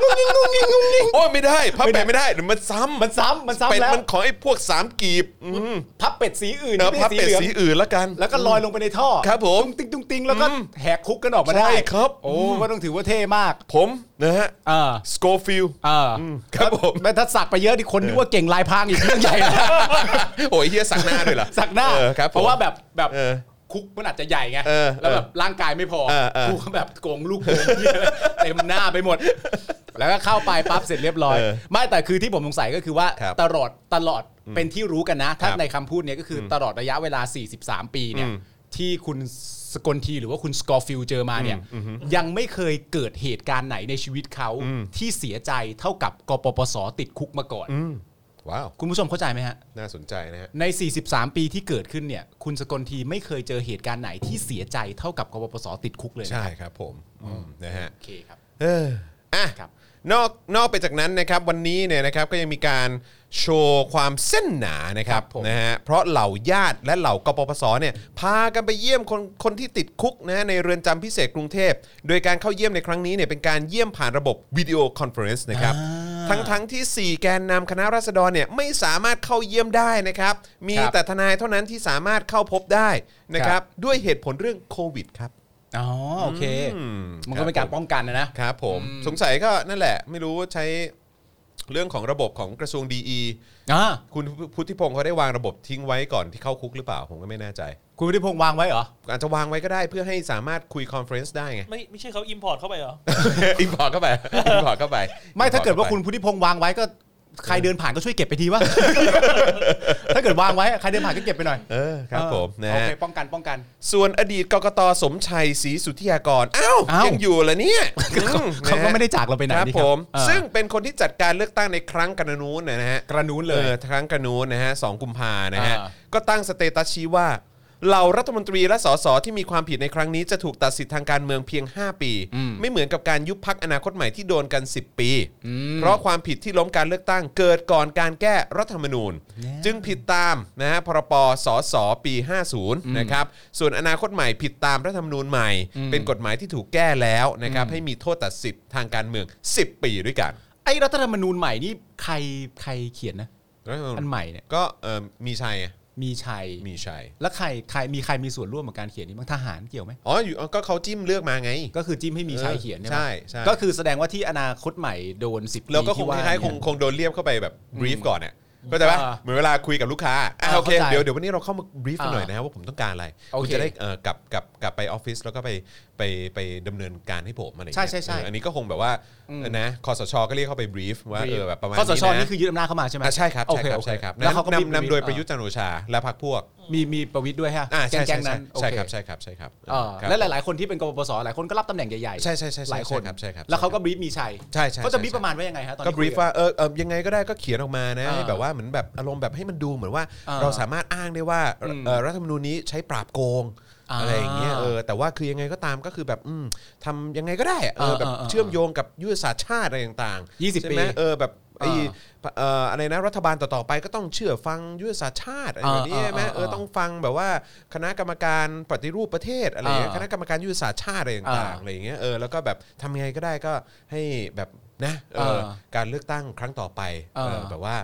[SPEAKER 3] งุ้งงิ้งงุ้งงิ้งงุ้งงิ้ง
[SPEAKER 2] โอ้ยไม่ได้พับแปะไม่ได้เดี๋ยวมันซ้ำ
[SPEAKER 3] มันซ้ำมันซ้ำ
[SPEAKER 2] เป็ด
[SPEAKER 3] แล้ว
[SPEAKER 2] มันของไอ้พวกสามกีบอืม
[SPEAKER 3] พับเป็ดสีอื่น
[SPEAKER 2] นะ
[SPEAKER 3] ที่
[SPEAKER 2] พับเป็ด
[SPEAKER 3] หลือง
[SPEAKER 2] สีอื่นละกัน
[SPEAKER 3] แล้วก็ลอยลงไปในท่อ
[SPEAKER 2] ครับผม
[SPEAKER 3] ตุ้งติ้งตุ้งติ้งแล้วก็แหกคุกกันออกมา
[SPEAKER 2] ใช่
[SPEAKER 3] ได้
[SPEAKER 2] ครับ
[SPEAKER 3] โอ้ก็ต้องถือว่าเท่มาก
[SPEAKER 2] ผมนะฮะ
[SPEAKER 3] เออ
[SPEAKER 2] สโกฟิล
[SPEAKER 3] เอออ
[SPEAKER 2] ครับผม
[SPEAKER 3] แม่ถ้าสักไปเยอะที่คนนึกว่าเก่งลายพรางอีกเรื่องใหญ่นะ
[SPEAKER 2] โอ้ยเฮียสักหน้าด้วยเหรอ
[SPEAKER 3] สักหน้า
[SPEAKER 2] เออครับผม
[SPEAKER 3] เพราะว่าแบบแบบ
[SPEAKER 2] เออ
[SPEAKER 3] คุกมันอาจจะใหญ่ไง
[SPEAKER 2] เออ
[SPEAKER 3] แล้วแบบร่างกายไม่พอ
[SPEAKER 2] เออเออ
[SPEAKER 3] กูก็แบบโกงลูกโกงเหี้ยอะไร เต็มหน้าไปหมด แล้วก็เข้าไปปั๊บเสร็จเรียบร้อย
[SPEAKER 2] เออ
[SPEAKER 3] ไม่แต่คือที่ผมสงสัยก็คือว่า
[SPEAKER 2] ครับ
[SPEAKER 3] ตลอดตลอดเป็นที่รู้กันนะ ถ้า
[SPEAKER 2] ครับ
[SPEAKER 3] ในคำพูดเนี้ยก็คืออตลอดระยะเวลา 43 ปีเนี่ยที่คุณสกลทีหรือว่าคุณสกอร์ฟิลเจอมาเนี่ยยังไม่เคยเกิดเหตุการณ์ไหนในชีวิตเขาที่เสียใจเท่ากับกปปสติดคุกมาก่อน
[SPEAKER 2] ว้าว
[SPEAKER 3] คุณผู้ชมเข้าใจไหมฮะ
[SPEAKER 2] น่าสนใจนะฮะ
[SPEAKER 3] ใน 43 ปีที่เกิดขึ้นเนี่ย คุณสกลทีไม่เคยเจอเหตุการณ์ไหนที่เสียใจเท่ากับกบปสติดคุกเลยนะ
[SPEAKER 2] ใช่ครับผมอืมนะฮะ
[SPEAKER 3] โอเคครับ
[SPEAKER 2] เอออ่ะ
[SPEAKER 3] ครับ
[SPEAKER 2] นอกนอกไปจากนั้นนะครับวันนี้เนี่ยนะครับก็ยังมีการโชว์ความเส้นหนานะครับนะฮะเพราะเหล่าญาติและเหล่ากปปสเนี่ยพากันไปเยี่ยมคนคนที่ติดคุกนะฮะในเรือนจำพิเศษกรุงเทพ โดยการเข้าเยี่ยมในครั้งนี้เนี่ยเป็นการเยี่ยมผ่านระบบวิดีโอคอนเฟอเรนซ์นะครับทั้งทั้งที่ 4 แกนนำคณะราษฎรเนี่ยไม่สามารถเข้าเยี่ยมได้นะครับ มี
[SPEAKER 3] ครับ
[SPEAKER 2] แต่ทนายเท่านั้นที่สามารถเข้าพบได้นะครับด้วยเหตุผลเรื่องโควิดครับ
[SPEAKER 3] อ๋อโอเค
[SPEAKER 2] อืม
[SPEAKER 3] มันก็เป็นการป้องกันนะนะ
[SPEAKER 2] ครับผมสงสัยก็นั่นแหละ ไม่รู้ใช้เรื่องของระบบของกระทรวงดี
[SPEAKER 3] อ่า
[SPEAKER 2] คุณพุทธิพงศ์เขาได้วางระบบทิ้งไว้ก่อนที่เข้าคุกหรือเปล่า ผมก็ไม่แน่ใจ
[SPEAKER 3] คุณวิทยพงษ์วางไว้เหรอ
[SPEAKER 2] อาจจะวางไว้ก็ได้เพื่อให้สามารถคุยคอนเฟอเรนซ์ได้ไง
[SPEAKER 4] ไม่ไม่ใช่เขาอิมพอร์ตเข้าไปเหรอ
[SPEAKER 2] อินพอร์ตเข้าไปอินพอร์ตเข้าไป
[SPEAKER 3] ไม่ถ้าเกิดว่าคุณ
[SPEAKER 2] อินพอร์ตข้
[SPEAKER 3] พุทธิพงษ์วางไว้ก็ใครเดินผ่านก็ช่วยเก็บไปที วะ ถ้าเกิดวางไว้ใครเดินผ่านก็เก็บไปหน่อย
[SPEAKER 2] ไปเออครับผมนะ
[SPEAKER 3] โอเค
[SPEAKER 2] ฮะ
[SPEAKER 3] ป้องกันป้องกัน
[SPEAKER 2] ส่วนอดีตกกตสมชัยศรีสุทธิยากรอ้าว
[SPEAKER 3] อ้าว
[SPEAKER 2] ยังอยู่เหรอเนี่ยอื
[SPEAKER 3] เขา
[SPEAKER 2] นะ
[SPEAKER 3] ก็
[SPEAKER 2] ฮะ
[SPEAKER 3] ไม่ได้จากเราไปไหน
[SPEAKER 2] ครับ
[SPEAKER 3] นี่
[SPEAKER 2] ผม
[SPEAKER 3] เออ
[SPEAKER 2] ซึ่งเป็นคนที่จัดการเลือกตั้งในครั้งกันนู้นนะฮะ
[SPEAKER 3] กระนู้นเลย
[SPEAKER 2] ออครั้งกระนูนนะฮะสองกุมภานะฮะ
[SPEAKER 3] อ่า
[SPEAKER 2] ก็ตั้งสเตตัสชี้ว่า เหล่ารัฐมนตรีและสสที่มีความผิดในครั้งนี้จะถูกตัดสิทธิ์ทางการเมืองเพียง 5 ปี ไม่เหมือนกับการยุบพักอนาคตใหม่ที่โดนกัน 10 ปี เพราะความผิดที่ล้มการเลือกตั้งเกิดก่อนการแก้รัฐธรรมนูญ จึงผิดตามนะฮะพรปสสปี 50 นะครับ ส่วนอนาคตใหม่ผิดตามรัฐธรรมนูญใหม่ เป็นกฎหมายที่ถูกแก้แล้วนะครับให้มีโทษตัดสิทธิ์ทางการเมือง 10 ปีด้วยกัน
[SPEAKER 3] ไอ้รัฐธรรมนูญใหม่นี่ใครใครเขียนนะ
[SPEAKER 2] รัฐธรรม
[SPEAKER 3] อัน
[SPEAKER 2] นูญ
[SPEAKER 3] ใหม่เนี่ย
[SPEAKER 2] ก็เอ่อมีชัยไง
[SPEAKER 3] มีชัย
[SPEAKER 2] มีชัย
[SPEAKER 3] แล้วใครใครมีใครมีส่วนร่วมกับการเขียนนี้บ้างทหารเกี่ยวไหม
[SPEAKER 2] อ๋ออยู่อ๋อก็เขาจิ้มเลือกมาไง
[SPEAKER 3] ก็คือจิ้มให้มีชัยเขียนไหม
[SPEAKER 2] ใช่ใช่
[SPEAKER 3] ก็คือแสดงว่าที่อนาคตใหม่โดนสิบปี
[SPEAKER 2] แล้วก็คงค
[SPEAKER 3] ที่
[SPEAKER 2] ล้ายๆคงคงโดนเรียบเข้าไปแบบบรีฟก่อนเนี่ยก็จะว่า
[SPEAKER 3] อ่า
[SPEAKER 2] เหมือนเวลาคุยกับลูกค้าอ่ะ
[SPEAKER 3] อ่า
[SPEAKER 2] โอเค
[SPEAKER 3] เข้าใจ
[SPEAKER 2] เดี๋ยวเดี๋ยววันนี้เราเข้ามาบรีฟกัน
[SPEAKER 3] อ่า
[SPEAKER 2] หน่อยนะครับว่าผมต้องการอะไร
[SPEAKER 3] โอเค
[SPEAKER 2] คุณจะได้เอ่อกลับกลับกลับไปออฟฟิศแล้วก็ไปไปไปดำเนินการให้ผมอะไรอย่างเงี้ย
[SPEAKER 3] ใช่ใช่ใช่
[SPEAKER 2] เอออันนี้ก็คงแบบว่านะคอสชก็เรียกเข้าไปบรีฟว่าเออแบบประมาณ
[SPEAKER 3] ข้อ
[SPEAKER 2] นี้
[SPEAKER 3] สช
[SPEAKER 2] นะ
[SPEAKER 3] นี่คือยึดอำนาจเข้ามาใช่ไหม
[SPEAKER 2] อ่ะใช่ครับ
[SPEAKER 3] โอ
[SPEAKER 2] ใช่
[SPEAKER 3] เค
[SPEAKER 2] ครับ
[SPEAKER 3] โอเค
[SPEAKER 2] ใช่ครับ
[SPEAKER 3] แล้วเขาก็
[SPEAKER 2] นำนำโดยประยุทธ์จันทร์โอชาและพรรคพวก
[SPEAKER 3] มีมีประวิทย์ด้วยฮะ
[SPEAKER 2] อ่าใช่
[SPEAKER 3] แก๊
[SPEAKER 2] ใช่ใช่
[SPEAKER 3] งๆนั้นโอ
[SPEAKER 2] ใช่
[SPEAKER 3] เค
[SPEAKER 2] ครับใช่ครับใช่ครับ
[SPEAKER 3] เออ
[SPEAKER 2] ครับ
[SPEAKER 3] และหลาย ๆ คนที่เป็นกบปสหลายคนก็รับตำแหน่งใหญ่ๆ
[SPEAKER 2] ใช่ใช่ใช่ใช่
[SPEAKER 3] หลายคน
[SPEAKER 2] ครับใช่ครับ
[SPEAKER 3] แล้วเขา
[SPEAKER 2] ใช่ค
[SPEAKER 3] ก็
[SPEAKER 2] รับ
[SPEAKER 3] บรีฟมีชัย
[SPEAKER 2] ใช่ใช่
[SPEAKER 3] เขาจะ
[SPEAKER 2] ใช่
[SPEAKER 3] บรีฟ
[SPEAKER 2] ใช่
[SPEAKER 3] ประมาณว่ายังไงฮะตอน
[SPEAKER 2] ก็
[SPEAKER 3] นี้
[SPEAKER 2] บรีฟ
[SPEAKER 3] คุย
[SPEAKER 2] ว่าเออเออยังไงก็ได้ก็เขียนออกมานะ
[SPEAKER 3] อ่า
[SPEAKER 2] ให้แบบว่าเหมือนแบบอารมณ์แบบให้มันดูเหมือนว่า
[SPEAKER 3] อ่า
[SPEAKER 2] เราสามารถอ้างได้ว่า
[SPEAKER 3] อืม
[SPEAKER 2] เอ่อรัฐธรรมนูญนี้ใช้ปราบโกง
[SPEAKER 3] อ่า
[SPEAKER 2] อะไรอย่างเงี้ยเออแต่ว่าคือยังไงก็ตามก็คือแบบอืมทำยังไงก็ได้อะเออ
[SPEAKER 3] เออ
[SPEAKER 2] แบบ
[SPEAKER 3] เออเออ
[SPEAKER 2] เชื่อมโยงกับยุทธศาสตร์ชาติอะไรต่างๆ
[SPEAKER 3] 20
[SPEAKER 2] ใช่ไหม
[SPEAKER 3] ปี
[SPEAKER 2] เออแบบไอ้
[SPEAKER 3] อ่า
[SPEAKER 2] เอ่ออะไรนะรัฐบาลต่อๆไปก็ต้องเชื่อฟังยุทธศาสตร์ชาติอะไรแบบนี้
[SPEAKER 3] อ่า
[SPEAKER 2] ใช่ไหม
[SPEAKER 3] อ่า
[SPEAKER 2] เออ
[SPEAKER 3] อ่า
[SPEAKER 2] ต้องฟังแบบว่าคณะกรรมการปฏิรูปประเทศอะไรอย่างเงี้ย
[SPEAKER 3] อ่า
[SPEAKER 2] คณะกรรมการยุทธศาสตร์ชาติอะไรต่างๆ
[SPEAKER 3] อ่า
[SPEAKER 2] อะไรอย่างเงี้ยเออแล้วก็แบบทำยังไงก็ได้ก็ให้แบบนะเออ
[SPEAKER 3] า
[SPEAKER 2] การเลือกตั้งครั้งต่อไป
[SPEAKER 3] เออ
[SPEAKER 2] เออแบบว่า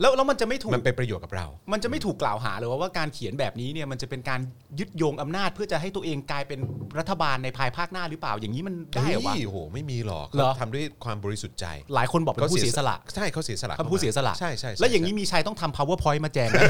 [SPEAKER 3] แล้วแล้วมันจะไม่ถูก
[SPEAKER 2] มันเป็นประโยชน์กับเรา
[SPEAKER 3] มันจะไม่ถูกกล่าวหาเลยว่าว่าการเขียนแบบนี้เนี่ยมันจะเป็นการยึดโยงอำนาจเพื่อจะให้ตัวเองกลายเป็นรัฐบาลในภายภาคหน้าหรือเปล่าอย่างนี้มันได้
[SPEAKER 2] ได้
[SPEAKER 3] เหรอวะ
[SPEAKER 2] โอ้โห ไม่มีหรอก
[SPEAKER 3] เหรอ
[SPEAKER 2] ทำด้วยความบริสุทธิ์ใจ
[SPEAKER 3] หลายคนบอกเป็นผู้เสียสละ
[SPEAKER 2] ใช่เขาเสียสละ
[SPEAKER 3] คำผู้เสียสละ
[SPEAKER 2] ใช่ใช่ใช่
[SPEAKER 3] แล้วอย่าง
[SPEAKER 2] นี้
[SPEAKER 3] นี้มีชัยต้องทำ powerpoint มาแจงนะ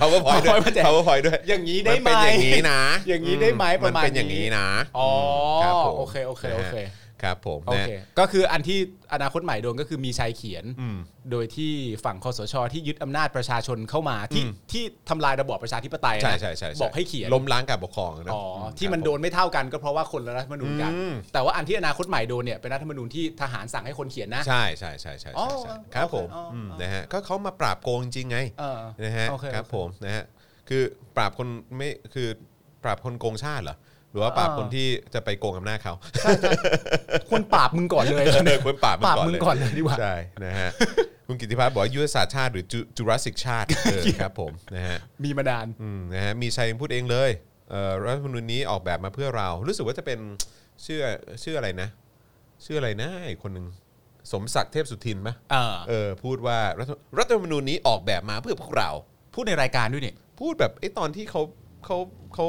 [SPEAKER 2] powerpoint ด้วย
[SPEAKER 3] PowerPoint มาแจก
[SPEAKER 2] powerpoint ด้วย
[SPEAKER 3] อย่างนี้ได้ไหม
[SPEAKER 2] นเป็นอย่างนี้นะ
[SPEAKER 3] อย่างนี้ได้ไหม
[SPEAKER 2] อื
[SPEAKER 3] ประมาณ
[SPEAKER 2] นเป็นอย่างนี้นะ
[SPEAKER 3] อ๋ออื
[SPEAKER 2] ครับผม
[SPEAKER 3] โอเคโอเคโอเค
[SPEAKER 2] นะฮะครับผม
[SPEAKER 3] โอ
[SPEAKER 2] นะ
[SPEAKER 3] เคก็คืออันที่อนาคตใหม่โดนก็คือมีชัยเขียน
[SPEAKER 2] อืม
[SPEAKER 3] โดยที่ฝั่งคอสชที่ยึดอำนาจประชาชนเข้ามาที่
[SPEAKER 2] อืม
[SPEAKER 3] ที่ทำลายระบอบประชาธิปไตยนะ
[SPEAKER 2] ใช่ใช่ใช่ช่
[SPEAKER 3] บอกให้เขียน
[SPEAKER 2] ล้มล้างการปกครองนะ
[SPEAKER 3] อ๋อที่
[SPEAKER 2] ครับ
[SPEAKER 3] มัน
[SPEAKER 2] ผ
[SPEAKER 3] โดนไม่เท่ากันก็เพราะว่าคนละรัฐธรรมนูญกัน
[SPEAKER 2] อืม
[SPEAKER 3] แต่ว่าอันที่อนาคตใหม่โดนเนี่ยเป็นรัฐธรรมนูญที่ทหารสั่งให้คนเขียนนะ
[SPEAKER 2] ใช่ใช่ใช่ใช่
[SPEAKER 3] อ๋อ
[SPEAKER 2] ใช่ใช่ครับผม
[SPEAKER 3] โอเคอ๋ออื
[SPEAKER 2] ม
[SPEAKER 3] อ๋อ
[SPEAKER 2] นะฮะก็เขามาปราบโกงจริงไง
[SPEAKER 3] เออ
[SPEAKER 2] นะฮะ
[SPEAKER 3] โอเค
[SPEAKER 2] ครับ
[SPEAKER 3] โอเค
[SPEAKER 2] ผมนะฮะคือปราบคนไม่คือปราบคนโกงชาติเหรอหรือว่าปราบ
[SPEAKER 3] เอ่อ
[SPEAKER 2] คนที่จะไปโกงอำนาจเขา
[SPEAKER 3] ควรปราบมึงก่อนเลย
[SPEAKER 2] เออควรปราบ
[SPEAKER 3] ป
[SPEAKER 2] น
[SPEAKER 3] ราบมึงก่อนเลยดีกว่า
[SPEAKER 2] ใช่นะฮะ คุณกิติพัฒน์บอกว่ายุทธศาสตร์ชาติหรือจุราสสิกชาติเออครับผมนะฮะ
[SPEAKER 3] มีมานาน
[SPEAKER 2] อืมนะฮะมีชัยพูดเองเลยเอ่อรัฐธรรมนูญนี้ออกแบบมาเพื่อเรา รู้สึกว่าจะเป็นชื่อชื่ออะไรนะ ชื่ออะไรนะอีกคนหนึ่งสมศักดิ์เทพสุทินไหม
[SPEAKER 3] เออ
[SPEAKER 2] เออพูดว่ารัฐรัฐธรรมนูญนี้ออกแบบมาเพื่อพวกเรา
[SPEAKER 3] พูดในรายการด้วยเนี่ย
[SPEAKER 2] พูดแบบไอ้ตอนที่เขาเขาเขา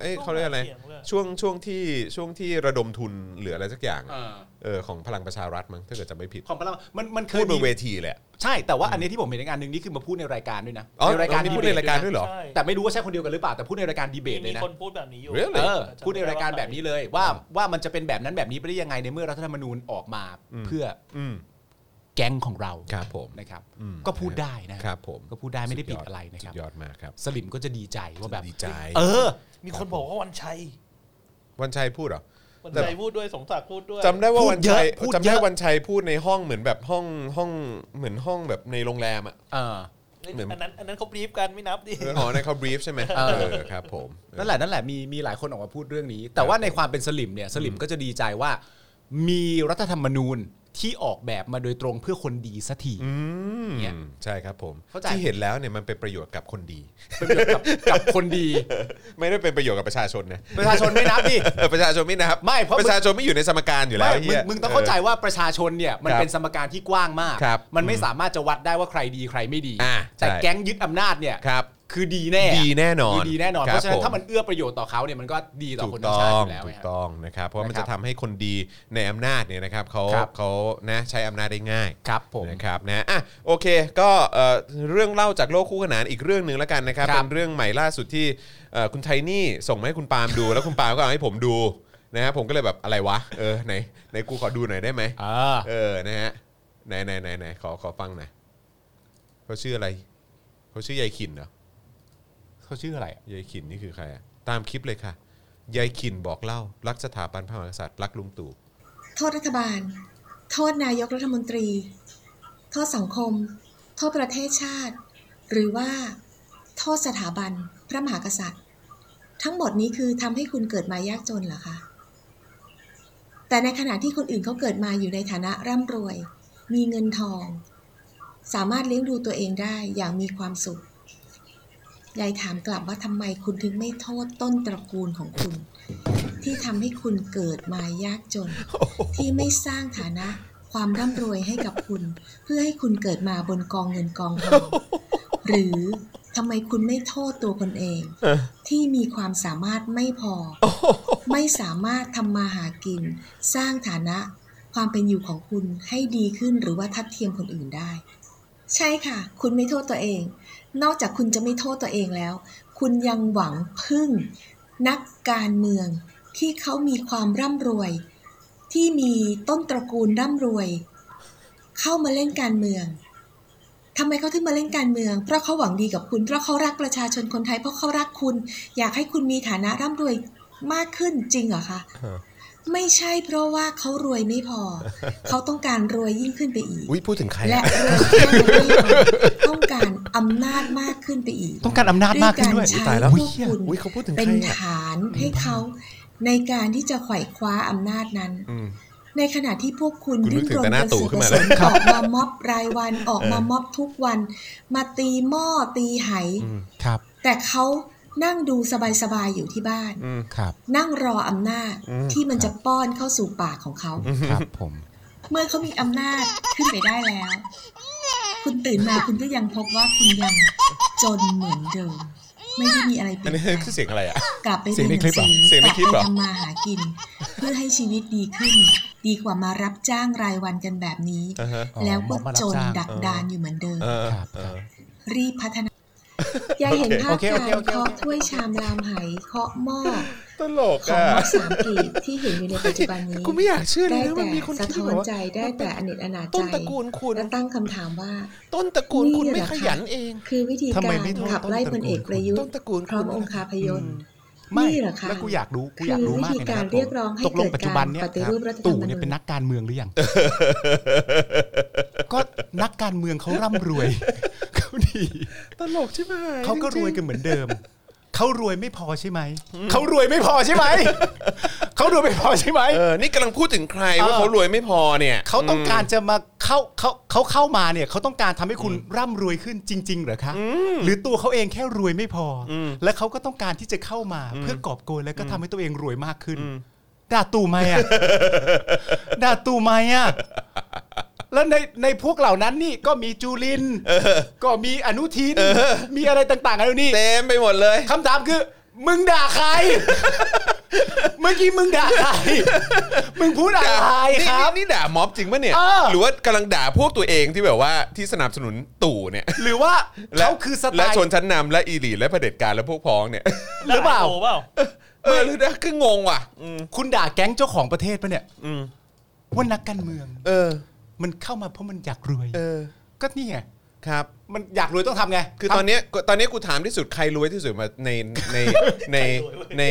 [SPEAKER 2] ไอ้ย
[SPEAKER 4] ช่วง
[SPEAKER 2] เขาเรียกอะไร
[SPEAKER 4] หาเสียงเลย
[SPEAKER 2] ช่วงช่วงที่ช่วงที่ระดมทุนหรืออะไรสักอย่าง
[SPEAKER 3] เออ
[SPEAKER 2] เออของพลังประชารัฐมั้งถ้าเกิดจะไม่ผิด
[SPEAKER 3] ของพลังมันมันเค
[SPEAKER 2] พู
[SPEAKER 3] ย
[SPEAKER 2] ดบ
[SPEAKER 3] มี
[SPEAKER 2] นเวทีเลยอะ
[SPEAKER 3] ใช่แต่ว่าอันนี้ที่ผมเห็นในงานหนึ่งนี่คือมาพูดในรายการด้วยนะ
[SPEAKER 2] อ๋อ
[SPEAKER 3] ในรายการ
[SPEAKER 2] มีพูด
[SPEAKER 3] เบ
[SPEAKER 2] ใน
[SPEAKER 3] ต
[SPEAKER 2] รายการด้วยเหรอ
[SPEAKER 4] ใช่
[SPEAKER 3] แต่ไม่รู้ว่าใช่คนเดียวกันหรือเปล่าแต่พูดในรายการดีเบตเล
[SPEAKER 4] มี
[SPEAKER 3] ยนะ
[SPEAKER 4] คนพูดแบบนี้อยู่
[SPEAKER 2] Really?
[SPEAKER 3] เออพูดในรายการแบบนี้เลยว่าว่ามันจะเป็นแบบนั้นแบบนี้ไปได้ยังไงในเมื่อรัฐธรรมนูญออกมา
[SPEAKER 2] อืม
[SPEAKER 3] เพื่อ
[SPEAKER 2] อืม
[SPEAKER 3] แก๊งของเรา
[SPEAKER 2] ครับผม
[SPEAKER 3] นะครับ
[SPEAKER 2] อืม
[SPEAKER 3] ก็พูดได้นะ
[SPEAKER 2] ค
[SPEAKER 3] ครั
[SPEAKER 2] รั
[SPEAKER 3] บ
[SPEAKER 2] บผม
[SPEAKER 3] ก็พูดได้ไม่ได้ผิด
[SPEAKER 2] สุย
[SPEAKER 3] อะไรนะครับ
[SPEAKER 2] สุดยอดมากครับ
[SPEAKER 3] สลิมก็จะดีใจว่าแบบ
[SPEAKER 2] ดีใจ
[SPEAKER 3] เออ
[SPEAKER 4] มีคนบอกว่าวันชัย
[SPEAKER 2] วันชัยพูดเหรอ
[SPEAKER 4] วัน วัน
[SPEAKER 2] แต่
[SPEAKER 4] ใจพูดด้วยสงศักดิ์พูดด้วย
[SPEAKER 2] จำได้ว่า
[SPEAKER 3] พูด
[SPEAKER 2] วัน
[SPEAKER 3] เยอะ
[SPEAKER 2] ชัย
[SPEAKER 3] พูดเยอะ
[SPEAKER 2] จำได้วันชัยพูดในห้องเหมือนแบบห้องห้องเหมือนห้องแบบในโรงแรมอ่ะ
[SPEAKER 3] เออ
[SPEAKER 4] เอ้ย
[SPEAKER 2] เหมือน
[SPEAKER 4] อันนั้นอันนั้นเขาบรีฟกันไม่นับดิ
[SPEAKER 2] อ๋อในเขาบรีฟใช่ไหมเออครับผม
[SPEAKER 3] นั่นแหละนั่นแหละมีมีหลายคนออกมาพูดเรื่องนี้ แต่ว่าในความเป็นสลิมเนี่ยสลิมก็จะดีใจว่า มีรัฐธรรมนูญที่ออกแบบมาโดยตรงเพื่อคนดีสักที
[SPEAKER 2] อืม
[SPEAKER 3] เนี่ย
[SPEAKER 2] ใช่ครับผม
[SPEAKER 3] เข้าใจ
[SPEAKER 2] ที่เห็นแล้วเนี่ยมันเป็นประโยชน์กับคนดี
[SPEAKER 3] ประโยชน์กับกับคนดี
[SPEAKER 2] ไม่ได้เป็นประโยชน์กับประชาชนนะ
[SPEAKER 3] ประชาชนไม่นับดิ
[SPEAKER 2] เออประชาชนไม่นะครับ
[SPEAKER 3] ไม่เพราะ
[SPEAKER 2] ประชาชนไม่อยู่ในสมการอยู่แล้ว
[SPEAKER 3] ไม่
[SPEAKER 2] ไอ้
[SPEAKER 3] มึ
[SPEAKER 2] เหี้
[SPEAKER 3] ง
[SPEAKER 2] ย
[SPEAKER 3] มึงต้องเข้าใจว่าประชาชนเนี่ยมัน
[SPEAKER 2] ครับ
[SPEAKER 3] เป็นสมการที่กว้างมาก
[SPEAKER 2] ครับ
[SPEAKER 3] มันไม่สามารารถจะวัดได้ว่าใครดีใครไม่ดี
[SPEAKER 2] อ่า
[SPEAKER 3] แต่
[SPEAKER 2] ใช่
[SPEAKER 3] แก๊งยึดอำนาจเนี่ย
[SPEAKER 2] ครับ
[SPEAKER 3] คือดีแน่
[SPEAKER 2] ดีแน่นอน
[SPEAKER 3] คือดีแน่นอน
[SPEAKER 2] ค
[SPEAKER 3] เพ
[SPEAKER 2] บ
[SPEAKER 3] ราะฉะนั้
[SPEAKER 2] ผ
[SPEAKER 3] นถ้ามันเอื้อประโยชน์ต่อเขาเนี่ยมันก็ดีต่อ
[SPEAKER 2] ถู
[SPEAKER 3] ค
[SPEAKER 2] ก
[SPEAKER 3] นทั้ง
[SPEAKER 2] ต้
[SPEAKER 3] ชาติ
[SPEAKER 2] อง
[SPEAKER 3] อยู่แล้ว
[SPEAKER 2] ถู
[SPEAKER 3] ไง
[SPEAKER 2] ก
[SPEAKER 3] ฮะ
[SPEAKER 2] ต้องนะครับ เพราะว่ามัน
[SPEAKER 3] นะครับ
[SPEAKER 2] จะทำให้คนดีในอำนาจเนี่ยนะครับเขา
[SPEAKER 3] ครับ
[SPEAKER 2] เขานะใช้อำนาจได้ง่าย
[SPEAKER 3] ครับผม
[SPEAKER 2] นะครับนะอ่ะโอเคก็เอ่อเรื่องเล่าจากโลกคู่ขนานอีกเรื่องหนึ่งแล้วกันนะครับ
[SPEAKER 3] ครับ
[SPEAKER 2] เป็นเรื่องใหม่ล่าสุดที่เอ่อคุณไทนี่ส่งมาให้คุณปาล์มดู แล้วคุณปาล์มก็เอาให้ผมดูนะฮะผมก็เลยแบบอะไรวะเออไหนไหนกูขอดูหน่อยได้ไหมเออนะฮะไหนไหนไหนไหนขอขอฟังหน่อยเขาชื่ออะไรเขาชื่อยายขินเหรอ
[SPEAKER 3] เขาชื่ออะไร
[SPEAKER 2] ยายขินนี่คือใครอะตามคลิปเลยค่ะ ยายขินบอกเล่า รักสถาบันพระมหากษัตริย์รักลุงตู่
[SPEAKER 5] โทษรัฐบาล โทษนายกรัฐมนตรี โทษสังคม โทษประเทศชาติ หรือว่า โทษสถาบัน พระมหากษัตริย์ ทั้งหมดนี้คือทำให้คุณเกิดมายากจนเหรอคะ แต่ในขณะที่คนอื่นเขาเกิดมาอยู่ในฐานะร่ำรวย มีเงินทอง สามารถเลี้ยงดูตัวเองได้อย่างมีความสุข ยายถามกลับว่าทำไมคุณถึงไม่โทษต้นตระกูลของคุณ ที่ทำให้คุณเกิดมายากจน ที่ไม่สร้างฐานะความร่ำรวยให้กับคุณ เพื่อให้คุณเกิดมาบนกองเงินกองท องหรือทำไมคุณไม่โทษตัวคนเอง ที่มีความสามารถไม่ พอ ไม่สามารถทำมาหากิน สร้างฐานะ ความเป็นอยู่ของคุณให้ดีขึ้นหรือว่าทัดเทียมคนอื่นได้ ใช่ค่ะ คุณไม่โทษตัวเอง นอกจากคุณจะไม่โทษตัวเองแล้ว คุณยังหวังพึ่ง นักการเมืองที่เขามีความร่ำรวย ที่มีต้นตระกูลร่ำรวย เข้ามาเล่นการเมืองทำไมเขาถึงมาเล่นการเมือง เพราะเขาหวังดีกับคุณ เพราะเขารักประชาชนคนไทย เพราะเขารักคุณ อยากให้คุณมีฐานะร่ำรวยมากขึ้นจริงเหรอคะ ไม่ใช่เพราะว่าเขารวยไม่พ อ เขาต้องการรวยยิ่งขึ้นไปอีก
[SPEAKER 1] อุ้ยพูดถึงใคร
[SPEAKER 5] และ
[SPEAKER 1] อะ
[SPEAKER 5] รวยแค่นั้นไม่พอต้องการอำนาจมากขึ้นไปอีก
[SPEAKER 3] ต้องการอำนาจมากขึ้นด้วย
[SPEAKER 5] ด้วยการใช้
[SPEAKER 1] ตายแล้ว
[SPEAKER 5] พวกคุณ
[SPEAKER 1] อุ้ยเขาพูดถึง
[SPEAKER 5] เป็
[SPEAKER 1] ใคน รอะ
[SPEAKER 5] ฐานให้เขาในการที่จะไขว่คว้าอำนาจนั้น
[SPEAKER 2] อืม
[SPEAKER 5] ในขณะที่พวกคุณ
[SPEAKER 2] คุณนึ
[SPEAKER 5] ดิ้
[SPEAKER 2] ก
[SPEAKER 5] น
[SPEAKER 2] ถึง
[SPEAKER 5] ร
[SPEAKER 2] แต่
[SPEAKER 5] น
[SPEAKER 2] หน้าตู่ขึ้นมาเลย
[SPEAKER 5] กระสือกระสนออกมาม็อบรายวันออกมาม็อบทุกวัน มาตีหม้อตีไห
[SPEAKER 3] ครับ
[SPEAKER 5] แต่เขานั่งดูสบาย ๆ อยู่ที่บ้าน
[SPEAKER 3] ครับ
[SPEAKER 5] นั่งรออำนาจที่มันจะป้อนเข้าสู่ปากของเขา
[SPEAKER 3] ครับผม
[SPEAKER 5] เมื่อเขามีอำนาจขึ้นไปได้แล้ว คุณตื่นมาคุณก็ยังพบว่าคุณยังจนเหมือนเดิม ไม่ได้มีอะไรเป
[SPEAKER 2] อั
[SPEAKER 5] ลี่
[SPEAKER 2] นนี้
[SPEAKER 5] ยนแปลง
[SPEAKER 2] คือเสียงอะไรอ่ะ
[SPEAKER 5] กลับไป
[SPEAKER 3] เสียงในคลิปเหรอ
[SPEAKER 2] เสียงในคลิปเหรอ
[SPEAKER 5] กลับไปทำมาหากิน เพื่อให้ชีวิตดีขึ้น ดีกว่ามารับจ้างรายวันกันแบบนี้
[SPEAKER 2] อ่าฮะ
[SPEAKER 5] แล้วก็
[SPEAKER 3] อ๋อมารับ
[SPEAKER 5] จน
[SPEAKER 3] จ้าง
[SPEAKER 5] ดักดานอยู่เหมือนเดิม
[SPEAKER 2] เออ
[SPEAKER 3] ครับ
[SPEAKER 2] เออ
[SPEAKER 5] รีบพัฒ นา ยายเห็นภาพ
[SPEAKER 3] โอเคโอ
[SPEAKER 5] การ
[SPEAKER 3] เคโอเคโอเค
[SPEAKER 5] เคาะถ้วยชามรามไหเคาะ หม้อ
[SPEAKER 2] ตลก
[SPEAKER 5] ของ
[SPEAKER 2] อ่ะ
[SPEAKER 5] ม็อบสามกีบที่เห็นอยู่ในปัจจุบันนี้
[SPEAKER 2] กูไม่อยากเชื่อเล
[SPEAKER 5] ได้
[SPEAKER 2] ยนะ
[SPEAKER 5] แต่
[SPEAKER 2] มันมีคน
[SPEAKER 5] สะ
[SPEAKER 2] คิดแบ
[SPEAKER 5] ท้อน
[SPEAKER 2] บว่า
[SPEAKER 5] ใจได้แต่อเนจอนาจ
[SPEAKER 2] ต้น
[SPEAKER 5] ใจ
[SPEAKER 2] ตระกูลคุณ
[SPEAKER 5] และตั้งคำถามว่า
[SPEAKER 2] ต้นตระกูลคุณ
[SPEAKER 5] นี่
[SPEAKER 2] ไม่
[SPEAKER 5] แหละ
[SPEAKER 2] ข
[SPEAKER 5] ค่ะ
[SPEAKER 2] ยันเอง
[SPEAKER 5] คือวิธี
[SPEAKER 2] ทำไม
[SPEAKER 5] การ
[SPEAKER 2] ไม่โทษ
[SPEAKER 5] ขับไล่พลเอกประยุท
[SPEAKER 2] ต้
[SPEAKER 5] ธ์
[SPEAKER 2] นตระกูล
[SPEAKER 5] พร้อม
[SPEAKER 2] คุณ
[SPEAKER 5] องคาพยพ
[SPEAKER 3] ไม่
[SPEAKER 5] นี่เหรอคะ
[SPEAKER 3] แล้วกูอยากรู้กูอยากรู้มากเลยนะ
[SPEAKER 5] คือวิธีการ
[SPEAKER 3] คั
[SPEAKER 5] ร
[SPEAKER 3] บ
[SPEAKER 5] เรียกร้องให้
[SPEAKER 3] ตกลง
[SPEAKER 5] เกิดการ
[SPEAKER 3] ปัจจุบันเนี่ย
[SPEAKER 5] ปฏิรูปรัฐธรรมนูญ
[SPEAKER 3] ตู่เนี่ยเป็นนักการเมืองหรือยัง ก็นักการเมืองเขาร่ำรวย เขาดี
[SPEAKER 2] ตลกใช่ไหม
[SPEAKER 3] เขาก็รวยกันเหมือนเดิมเขารวยไม่พอใช่ไหมเขารวยไม่พอใช่ไหมเขารวยไม่พอใช่ไหม
[SPEAKER 2] เออนี่กำลังพูดถึงใคร
[SPEAKER 3] เออ
[SPEAKER 2] ว่าเขารวยไม่พอเนี่ย
[SPEAKER 3] เขาต้องการจะมาเข้าเขาเขาเข้ามาเนี่ยเขาต้องการทำให้คุณร่ำรวยขึ้นจริง ๆ เหรอคะหรือตัวเขาเองแค่รวยไม่พออและเขาก็ต้องการที่จะเข้ามาเพื่อกอบโกยแล้วก็ทำให้ตัวเองรวยมากขึ้นด่าตู่ไหม อ่ะ ด่าตู่ไหมอ่ะแล้วในในพวกเหล่านั้นนี่ก็มีจู ลินก็มีอนุทินมีอะไรต่างๆอะไรนี่
[SPEAKER 2] เต็มไปหมดเลย
[SPEAKER 3] คำถามคือ มึงด่า ใคร เมื่อกี้มึงด่าใครมึงพูดอะไรครับ
[SPEAKER 2] นี่นี่นี่ด่าม็อบจริงปะเนี่ย
[SPEAKER 3] เออ
[SPEAKER 2] หรือว่ากำลังด่าพวกตัวเองที่แบบว่าที่สนับสนุนตู่เนี่ย
[SPEAKER 3] หรือว่า
[SPEAKER 2] และ
[SPEAKER 3] เขาคือสไต
[SPEAKER 2] และ
[SPEAKER 3] ล์
[SPEAKER 2] ชนชั้นนำและอีลีทและเผด็จการและพวกพ้องเนี่ย
[SPEAKER 3] หรือเปล่า
[SPEAKER 4] โเปล่า
[SPEAKER 2] เออหรือนะคืองงว่ะ อืม
[SPEAKER 3] คุณด่าแก๊งเจ้าของประเทศปะเนี่ย
[SPEAKER 2] อืม
[SPEAKER 3] ว่านักการเมือง
[SPEAKER 2] เออ
[SPEAKER 3] มันเข้ามาเพราะมันอยากรวย
[SPEAKER 2] เออ
[SPEAKER 3] ก็นี่ไง
[SPEAKER 2] ครับ
[SPEAKER 3] มันอยากรวยต้องทำไง
[SPEAKER 2] คือตอนเนี้ยตอนเนี้ยกูถามที่สุดใครรวยที่สุดมาในในในในใน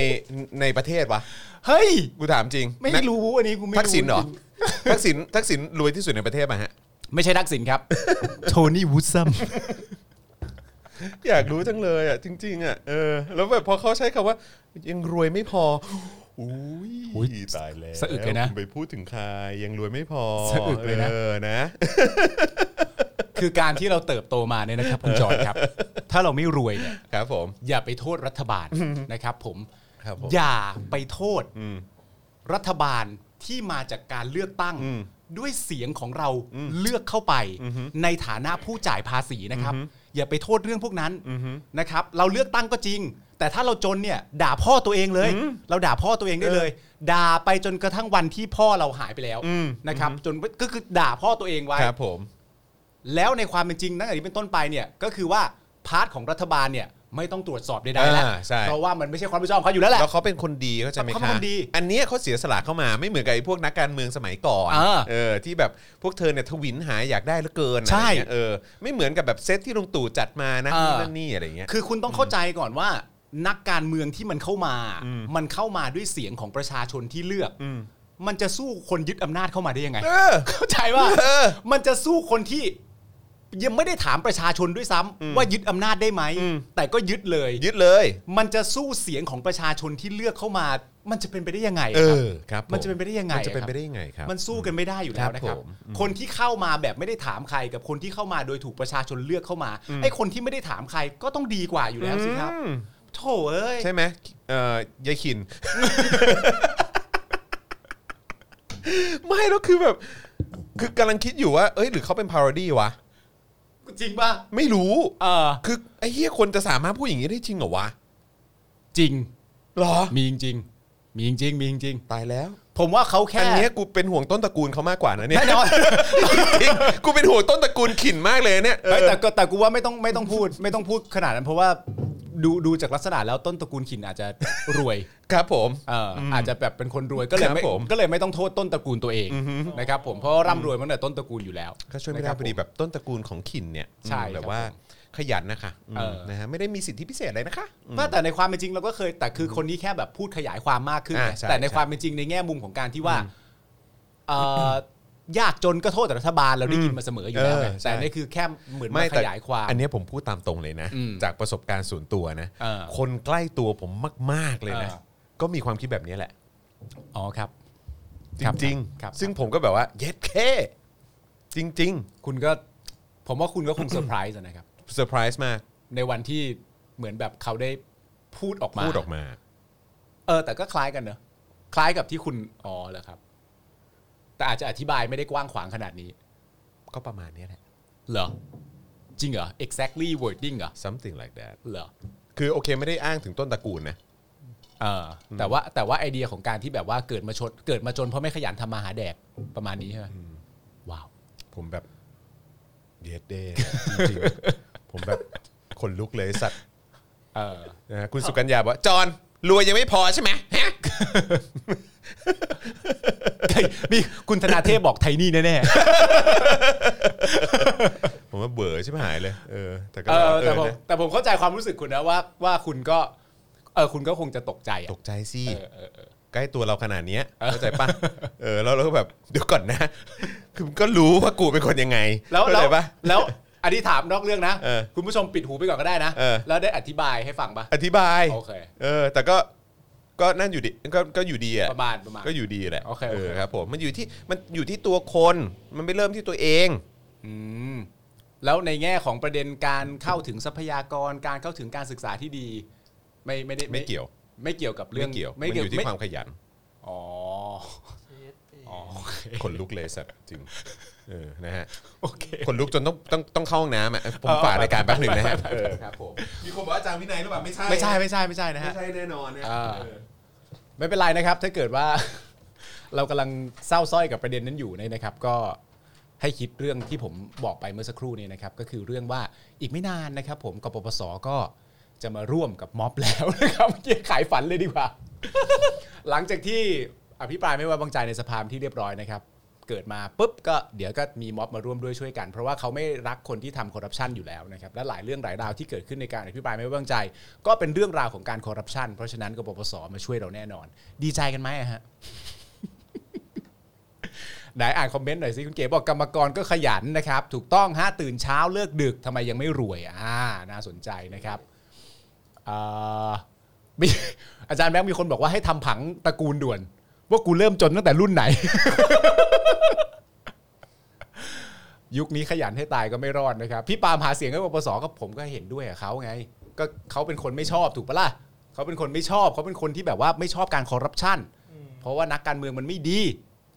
[SPEAKER 2] ในประเทศวะ
[SPEAKER 3] เฮ้ย
[SPEAKER 2] กูถามจริง
[SPEAKER 3] ไม่
[SPEAKER 2] นัก
[SPEAKER 3] รู้อันนี้กูไม่
[SPEAKER 2] ทักษิณเหรอ
[SPEAKER 3] จง
[SPEAKER 2] ทักษิณทักษิณรวยที่สุดในประเทศไหมฮะ
[SPEAKER 3] ไม่ใช่ทักษิณ ครับ โทนี่วูดซัม
[SPEAKER 2] อยากรู้จังเลยอ่ะจริง ๆ อ่ะเออแล้วแบบพอเขาใช้คำว่า ยังรวยไม่พอ อุ้ย
[SPEAKER 3] อุ๊ย
[SPEAKER 2] ตายแล้ว
[SPEAKER 3] สะอึกเลยนะ
[SPEAKER 2] คุณไปพูดถึงใครยังรวยไม่พอ
[SPEAKER 3] สะอึกเลยนะ
[SPEAKER 2] เออนะ
[SPEAKER 3] คือการที่เราเติบโตมาเนี่ยนะครับคุณจอนครับ ถ้าเราไม่รวยเนี่ย
[SPEAKER 2] ครับผม
[SPEAKER 3] อย่าไปโทษรัฐบาลนะครับ ผม
[SPEAKER 2] ครับผม
[SPEAKER 3] อย่าไปโทษ
[SPEAKER 2] อืม
[SPEAKER 3] รัฐบาลที่มาจากการเลือกตั้ง
[SPEAKER 2] อืม
[SPEAKER 3] ด้วยเสียงของเราเลือกเข้าไป ในฐานะผู้จ่ายภาษีนะครับ อย่าไปโทษเรื่องพวกนั้นนะครับ เราเลือกตั้งก็จริง แต่ถ้าเราจนเนี่ย ด่าพ่อตัวเองเลย เราด่าพ่อตัวเองได้เลย ด่าไปจนกระทั่งวันที่พ่อเราหายไปแล้ว
[SPEAKER 2] อืม
[SPEAKER 3] นะครับ จนก็คือด่าพ่อตัวเองไว้
[SPEAKER 2] ครับผม
[SPEAKER 3] แล้วในความเป็นจริงตั้งแต่นี้เป็นต้นไปเนี่ยก็คือว่าพาร์ทของรัฐบาลเนี่ยไม่ต้องตรวจสอบใดๆแล้ว
[SPEAKER 2] อ่าใช่
[SPEAKER 3] เพราะว่ามันไม่ใช่ความรับผิดชอบของเขาอยู่แล้วแหละ
[SPEAKER 2] แล้วเขาเป็นคนดีเข้าใจไหม
[SPEAKER 3] เขา
[SPEAKER 2] ค
[SPEAKER 3] เป็น
[SPEAKER 2] รับ
[SPEAKER 3] คนดี
[SPEAKER 2] อันเนี้ยเขาเสียสละเข้ามาไม่เหมือนกับไอ้พวกนักการเมืองสมัยก่อน
[SPEAKER 3] เออ
[SPEAKER 2] ที่แบบพวกเธอเนี่ยทวินหาอยากได้เหลือเกิน
[SPEAKER 3] ใช่
[SPEAKER 2] อะไรเงี้ยเออไม่เหมือนกับแบบเซตที่ลุงตู่จัดมานะ
[SPEAKER 3] เออ
[SPEAKER 2] นั่นนี่อะไรเงี้ย
[SPEAKER 3] คือคุณต้องเข้าใจก่อนว่า นักการเมืองที่มันเข้ามา มันเข้ามาด้วยเสียงของประชาชนที่เลือก มันจะสู้คนยึดอำนาจเข้ามาได้ ยังไง
[SPEAKER 2] เออ
[SPEAKER 3] เข้าใจว่า
[SPEAKER 2] เออ
[SPEAKER 3] มันจะสู้คนที่ยังไม่ได้ถามประชาชนด้วยซ้ำว่ายึดอำนาจได้ไหมแต่ก็ยึดเลย
[SPEAKER 2] ยึดเลย
[SPEAKER 3] มันจะสู้เสียงของประชาชนที่เลือกเข้ามา มันจะเป็นไปได้ยังไง
[SPEAKER 2] เอ
[SPEAKER 3] ครับ
[SPEAKER 2] อครับผ
[SPEAKER 3] มันจะเป็นไปได้ยังไง
[SPEAKER 2] มันจะเป็น
[SPEAKER 3] ครับ
[SPEAKER 2] ไปได้ยังไงครับ
[SPEAKER 3] มันสู้กันไม่ได้อยู่แล้วนะค
[SPEAKER 2] ครั
[SPEAKER 3] รั
[SPEAKER 2] บบ ผม
[SPEAKER 3] คนที่เข้ามาแบบไม่ได้ถามใครกับคนที่เข้ามาโดยถูกประชาชนเลือกเข้ามาไอ้คนที่ไม่ได้ถามใครก็ต้องดีกว่าอยู่แล้วสิครับ
[SPEAKER 2] อืม
[SPEAKER 3] โถเอ้ย
[SPEAKER 2] ใช่ไหมเอ่อยายขิ น ไม่แล้วคือแบบ คือกำลังคิดอยู่ว่า เอ้ย หรือเขาเป็นพาราดี้วะ
[SPEAKER 3] จริงป่ะ
[SPEAKER 2] ไม่รู้
[SPEAKER 3] เออ
[SPEAKER 2] คือ ไอ้เหี้ยคนจะสามารถพูดอย่างนี้ได้จริงเหรอวะ
[SPEAKER 3] จริง
[SPEAKER 2] หรอ
[SPEAKER 3] มีจริงๆมีจริงๆมีจริง
[SPEAKER 2] ตายแล้ว
[SPEAKER 3] ๆผมว่าเขาแค่
[SPEAKER 2] อันเนี้ยกูเป็นห่วงต้นตระกูลเขามากกว่านะเนี่ย
[SPEAKER 3] แน่นอน
[SPEAKER 2] จริงกูเป็นห่วงต้นตระกูลขินมากเลยเนี่ยเอ
[SPEAKER 3] เฮ้ย
[SPEAKER 2] อ
[SPEAKER 3] แต่ก็แต่กูว่าไม่ต้องไม่ต้องพูด ไม่ต้องพูดขนาดนั้นเพราะว่าดูดูจากลักษณะแล้วต้นตระกูลขินอาจจะรวย
[SPEAKER 2] ครับผม
[SPEAKER 3] เอ่อออาจจะแบบเป็นคนรวยก็เลย
[SPEAKER 2] ครับ
[SPEAKER 3] ไม่
[SPEAKER 2] ผม
[SPEAKER 3] ก็เลยไม่ต้องโทษต้นตระกูลตัวเองนะครับผมเพราะว่าร่ำรวยมาตั้งแต่ต้นตระกูลอยู่แล้ว
[SPEAKER 2] ก็ช่วยไม่
[SPEAKER 3] นะค
[SPEAKER 2] ได้
[SPEAKER 3] รับ
[SPEAKER 2] พอดี
[SPEAKER 3] ผม
[SPEAKER 2] แบบต้นตระกูลของขินเนี่ย
[SPEAKER 3] ใช่
[SPEAKER 2] อืมแบบว่าขยันนะคะอืม
[SPEAKER 3] เออ
[SPEAKER 2] นะฮะไม่ได้มีสิทธิพิเศษอะไรนะคะอืม
[SPEAKER 3] ว่าแต่ในความเป็นจริงเราก็เคยแต่คือคนนี้แค่แบบพูดขยายความมากขึ้น
[SPEAKER 2] อ่า
[SPEAKER 3] ไง
[SPEAKER 2] ใช่
[SPEAKER 3] แต่ในความเป็นจริงในแง่มุมของการที่ว่าเอ่อยากจนก็โทษแต่รัฐบาลเราได้ยินมาเสมออยู่แล้วไง
[SPEAKER 2] เออใช่
[SPEAKER 3] แต่นี่คือแค่เหมือนมา
[SPEAKER 2] ไม่
[SPEAKER 3] ข
[SPEAKER 2] แต่
[SPEAKER 3] ยายความ
[SPEAKER 2] อันเนี้ยผมพูดตามตรงเลยนะ
[SPEAKER 3] อืม
[SPEAKER 2] จากประสบการณ์ส่วนตัวนะ
[SPEAKER 3] เออ
[SPEAKER 2] คนใกล้ตัวผมมาก ๆ เลยนะ
[SPEAKER 3] เออ
[SPEAKER 2] ก็มีความคิดแบบนี้แหละ
[SPEAKER 3] อ๋อครับ
[SPEAKER 2] จ
[SPEAKER 3] ครับ
[SPEAKER 2] ริง
[SPEAKER 3] ครับ
[SPEAKER 2] ๆ ซึ่งผมก็แบบว่า เย็ดเคจริง
[SPEAKER 3] คุณก็ผมว่าคุณก็คงเซอร์ไพรส์อะนะครับ
[SPEAKER 2] ๆ เซอร์ไพรส์มาก
[SPEAKER 3] ในวันที่เหมือนแบบเขาได้พูดออกมา
[SPEAKER 2] พูดออกมา
[SPEAKER 3] เออแต่ก็คล้ายกันเนอะคล้ายกับที่คุณอ๋อเหรอครับ แต่อาจจะอธิบายไม่ได้กว้างขวางขนาดนี้
[SPEAKER 2] ก็ประมาณเนี้ยแหละ
[SPEAKER 3] เหรอจริงเหรอ exactly wording เหรอ
[SPEAKER 2] something like that
[SPEAKER 3] เหรอ
[SPEAKER 2] คือโอเคไม่ได้อ้างถึงต้นตระกูลนะ
[SPEAKER 3] เออแต่ว่าแต่ว่าไอเดียของการที่แบบว่าเกิดมาชดเกิดมาจนเพราะไม่ขยันทำมาหาแดกประมาณนี้ใช่ไหมว้าว
[SPEAKER 2] ผมแบบเย็ดเด้จริงๆ ผมแบบขนลุกเลยสัตว์
[SPEAKER 3] เออ
[SPEAKER 2] นะฮะคุณสุกัญญาบอกว่าจอนรวยยังไม่พอใช่ไหมฮะ
[SPEAKER 3] นี่คุณธนาเทพบอกไทนี่แน่ๆ
[SPEAKER 2] ผมว่าเบื่อใช่ไหมหายเลย เออ แต่ก็
[SPEAKER 3] เออแต่ผม
[SPEAKER 2] นะ
[SPEAKER 3] แต่ผมเข้าใจความรู้สึกคุณนะว่าว่าคุณก็เออคุณก็คงจะตกใจอะ
[SPEAKER 2] ตกใจสิ
[SPEAKER 3] เออเออเออ
[SPEAKER 2] ใกล้ตัวเราขนาดเนี้ยเข้าใจป่ะ เออแล้วเราก็แบบเดี๋ยวก่อนนะ คือก็รู้ว่ากูเป็นคนยังไง
[SPEAKER 3] แล้ว
[SPEAKER 2] เข้า
[SPEAKER 3] แล้
[SPEAKER 2] ใจ
[SPEAKER 3] ว
[SPEAKER 2] ป่ะ
[SPEAKER 3] แล้วอันนี้ถามนอกเรื่องนะ
[SPEAKER 2] เออ
[SPEAKER 3] คุณผู้ชมปิดหูไปก่อนก็ได้นะ
[SPEAKER 2] เออ
[SPEAKER 3] แล้วได้อธิบายให้ฟังปะ
[SPEAKER 2] อธิบาย
[SPEAKER 3] โอเค
[SPEAKER 2] เออ แต่ก็ก็นั่นอยู่ดีก็ก็อยู่ดีอ่ะ
[SPEAKER 3] ประมาณประมาณ
[SPEAKER 2] ก็อยู่ดีแหละ
[SPEAKER 3] โอเค
[SPEAKER 2] เอ
[SPEAKER 3] โอเค
[SPEAKER 2] อครับผมมันอยู่ที่มันอยู่ที่ตัวคน มันไม่เริ่มที่ตัวเอง
[SPEAKER 3] อืมแล้วในแง่ของประเด็นการเข้าถึงทรัพยากรการเข้าถึงการศึกษาที่ดี ไม่ไม่ได้
[SPEAKER 2] ไม่เกี่ยว
[SPEAKER 3] ไม่เกี่ยวกับเรื่
[SPEAKER 2] ไม่
[SPEAKER 3] อง
[SPEAKER 2] เกี่ยว
[SPEAKER 3] ไม่
[SPEAKER 2] มันอ
[SPEAKER 3] เกี่ยว
[SPEAKER 2] ยู่ที่
[SPEAKER 3] ไม่
[SPEAKER 2] ความขยัน
[SPEAKER 3] อ๋ออ๋อโอเค
[SPEAKER 2] ขนลุกเลยสัตว์จริงเออนะฮะ
[SPEAKER 3] โอเค
[SPEAKER 2] ขนลุกจนต้องต้องต้องเข้าห้องน้ำอ่ะผมฝากรายการแป๊บหนึ่งนะฮะ
[SPEAKER 3] ไปไปไปครับผม
[SPEAKER 2] มีคนบอกอาจารย์วินัยหรือเปล่าไม่ใช่
[SPEAKER 3] ไม่ใช่ไม่ใช่ไม่ใช่นะฮะ
[SPEAKER 2] ไม่ใช่แน่นอนนะ
[SPEAKER 3] อ่า ไม่เป็นไรนะครับ ถ้าเกิดว่า เรากำลังเศร้าสร้อยกับประเด็นนั้นอยู่เนี่ยนะครับ ก็ให้คิดเรื่องที่ผมบอกไปเมื่อสักครู่นี้นะครับ ก็คือเรื่องว่าอีกไม่นานนะครับ ผมกปปสก็จะมาร่วมกับม็อบแล้วนะครับเมื่อกี้ขายฝันเลยดีกว่า หลังจากที่อภิปรายไม่ไว้วางใจในสภาเป็นที่เรียบร้อยนะครับ เกิดมาปุ๊บก็เดี๋ยวก็มีม็อบมาร่วมด้วยช่วยกัน เพราะว่าเขาไม่รักคนที่ทำคอร์รัปชันอยู่แล้วนะครับและหลายเรื่องหลายราวที่เกิดขึ้นในการอภิปรายไม่ไว้วางใจ ก็เป็นเรื่องราวของการคอร์รัปชันเพราะฉะนั้นกบพศมาช่วยเราแน่นอน ดีใจกันไหมอะฮ ะ ไหนอ่านคอมเมนต์หน่อยสิคุณเก๋บอกกรรมกรก็ขยันนะครับ ถูกต้องฮะตื่นเช้าเลิกดึกทำไมยังไม่รวยอ่าน่าสนใจนะครับอ่ามี อาจารย์แบงค์มีคนบอกว่าให้ทำผังตระกูลด่วน ว่ากูเริ่มจนตั้งแต่รุ่นไหน ยุคนี้ขยันให้ตายก็ไม่รอดนะครับ พี่ปาล์มหาเสียงให้ปปสก็ผมก็เห็นด้วยกับเขาไง ก็เขาเป็นคนไม่ชอบถูกปะล่ะเขาเป็นคนไม่ชอบเขาเป็นคนที่แบบว่าไม่ชอบการคอร์รัปชัน
[SPEAKER 4] อืม
[SPEAKER 3] เพราะว่านักการเมืองมันไม่ดี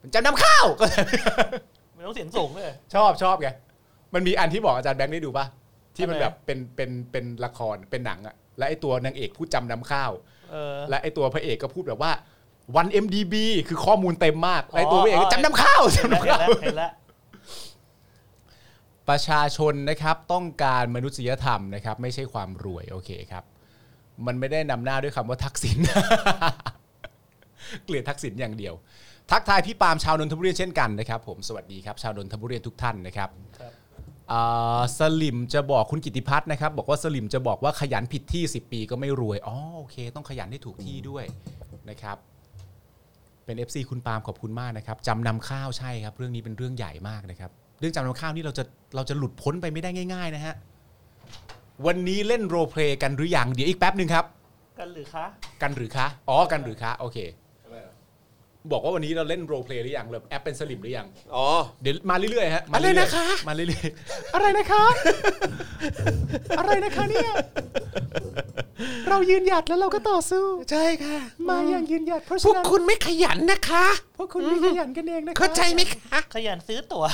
[SPEAKER 3] มันจะนำข้าว ก็
[SPEAKER 4] มันต้องเสียงสูงเลย
[SPEAKER 3] ชอบชอบไง มันมีอันที่บอกอาจารย์แบงค์ได้ดูปะที่มัน
[SPEAKER 4] อันไหน
[SPEAKER 3] แบบเป็นเป็นเป็นละครเป็นหนังอะและไอตัวนางเอกพูดจำนำข้าว
[SPEAKER 4] เออ
[SPEAKER 3] และไอตัวพระเอกก็พูดแบบว่าวัน MDB คือข้อมูลเต็มมากและไอตัวพระเอก
[SPEAKER 4] อ๋
[SPEAKER 3] ก็
[SPEAKER 4] อ
[SPEAKER 3] จำนำข้าว
[SPEAKER 4] เห็น
[SPEAKER 3] จำนำ
[SPEAKER 4] แล้ว
[SPEAKER 3] ข้าว
[SPEAKER 4] เห็นแล้ว
[SPEAKER 3] ประชาชนนะครับต้องการมนุษยธรรมนะครับ ไม่ใช่ความรวยโอเคครับ มันไม่ได้นำหน้าด้วยคำว่าทักษิณ เกลียดทักษิณอย่างเดียว ทักทายพี่ปาล์มชาวนนทบุรีเช่นกันนะครับ ผมสวัสดีครับ ชาวนนทบุรีทุกท่านนะครับ
[SPEAKER 4] เห็นแล้วครับ
[SPEAKER 3] เอ่อสลิมจะบอกคุณกิติพัฒน์นะครับ บอกว่าสลิมจะบอกว่าขยันผิดที่ 10 ปีก็ไม่รวยอ๋อโอเค ต้องขยันให้ถูกที่ด้วยนะครับ เป็น FC คุณปาล์มขอบคุณมากนะครับจำนำข้าวใช่ครับ เรื่องนี้เป็นเรื่องใหญ่มากนะครับ เรื่องจำนำข้าวนี่เราจะเราจะหลุดพ้นไปไม่ได้ง่าย ๆ นะฮะวันนี้เล่นโรลเพลย์กันหรือยังเดี๋ยวอีกแป๊บหนึ่งครับ
[SPEAKER 4] กันหรือคะ
[SPEAKER 3] กันหรือคะอ๋อกันหรือคะโอเคบอกว่าวันนี้เราเล่นโรลเพลย์หรือยังหรือแอปเป็นสลิมหรือยัง
[SPEAKER 2] อ๋อ
[SPEAKER 3] เดี๋ยวมาเรื่อยๆฮะมา
[SPEAKER 2] อะไร
[SPEAKER 3] เรื่อยๆ
[SPEAKER 2] นะคะ
[SPEAKER 3] มาเรื่อยๆอะไรนะคะ อะไรนะคะเนี่ย เรายืนหยัดแล้วเราก็ต่อ สู้
[SPEAKER 2] ใช่ค่ะ
[SPEAKER 3] มาอย่างยืนหยัดเพราะ
[SPEAKER 2] พ
[SPEAKER 3] ฉะ
[SPEAKER 2] วก
[SPEAKER 3] นั้น
[SPEAKER 2] คุณไม่ขยันนะคะ
[SPEAKER 3] พวกคุณไม่ขยันกันเองนะคะ
[SPEAKER 2] เข้าใจไหมคะ
[SPEAKER 4] ขยันซื้อตั๋ว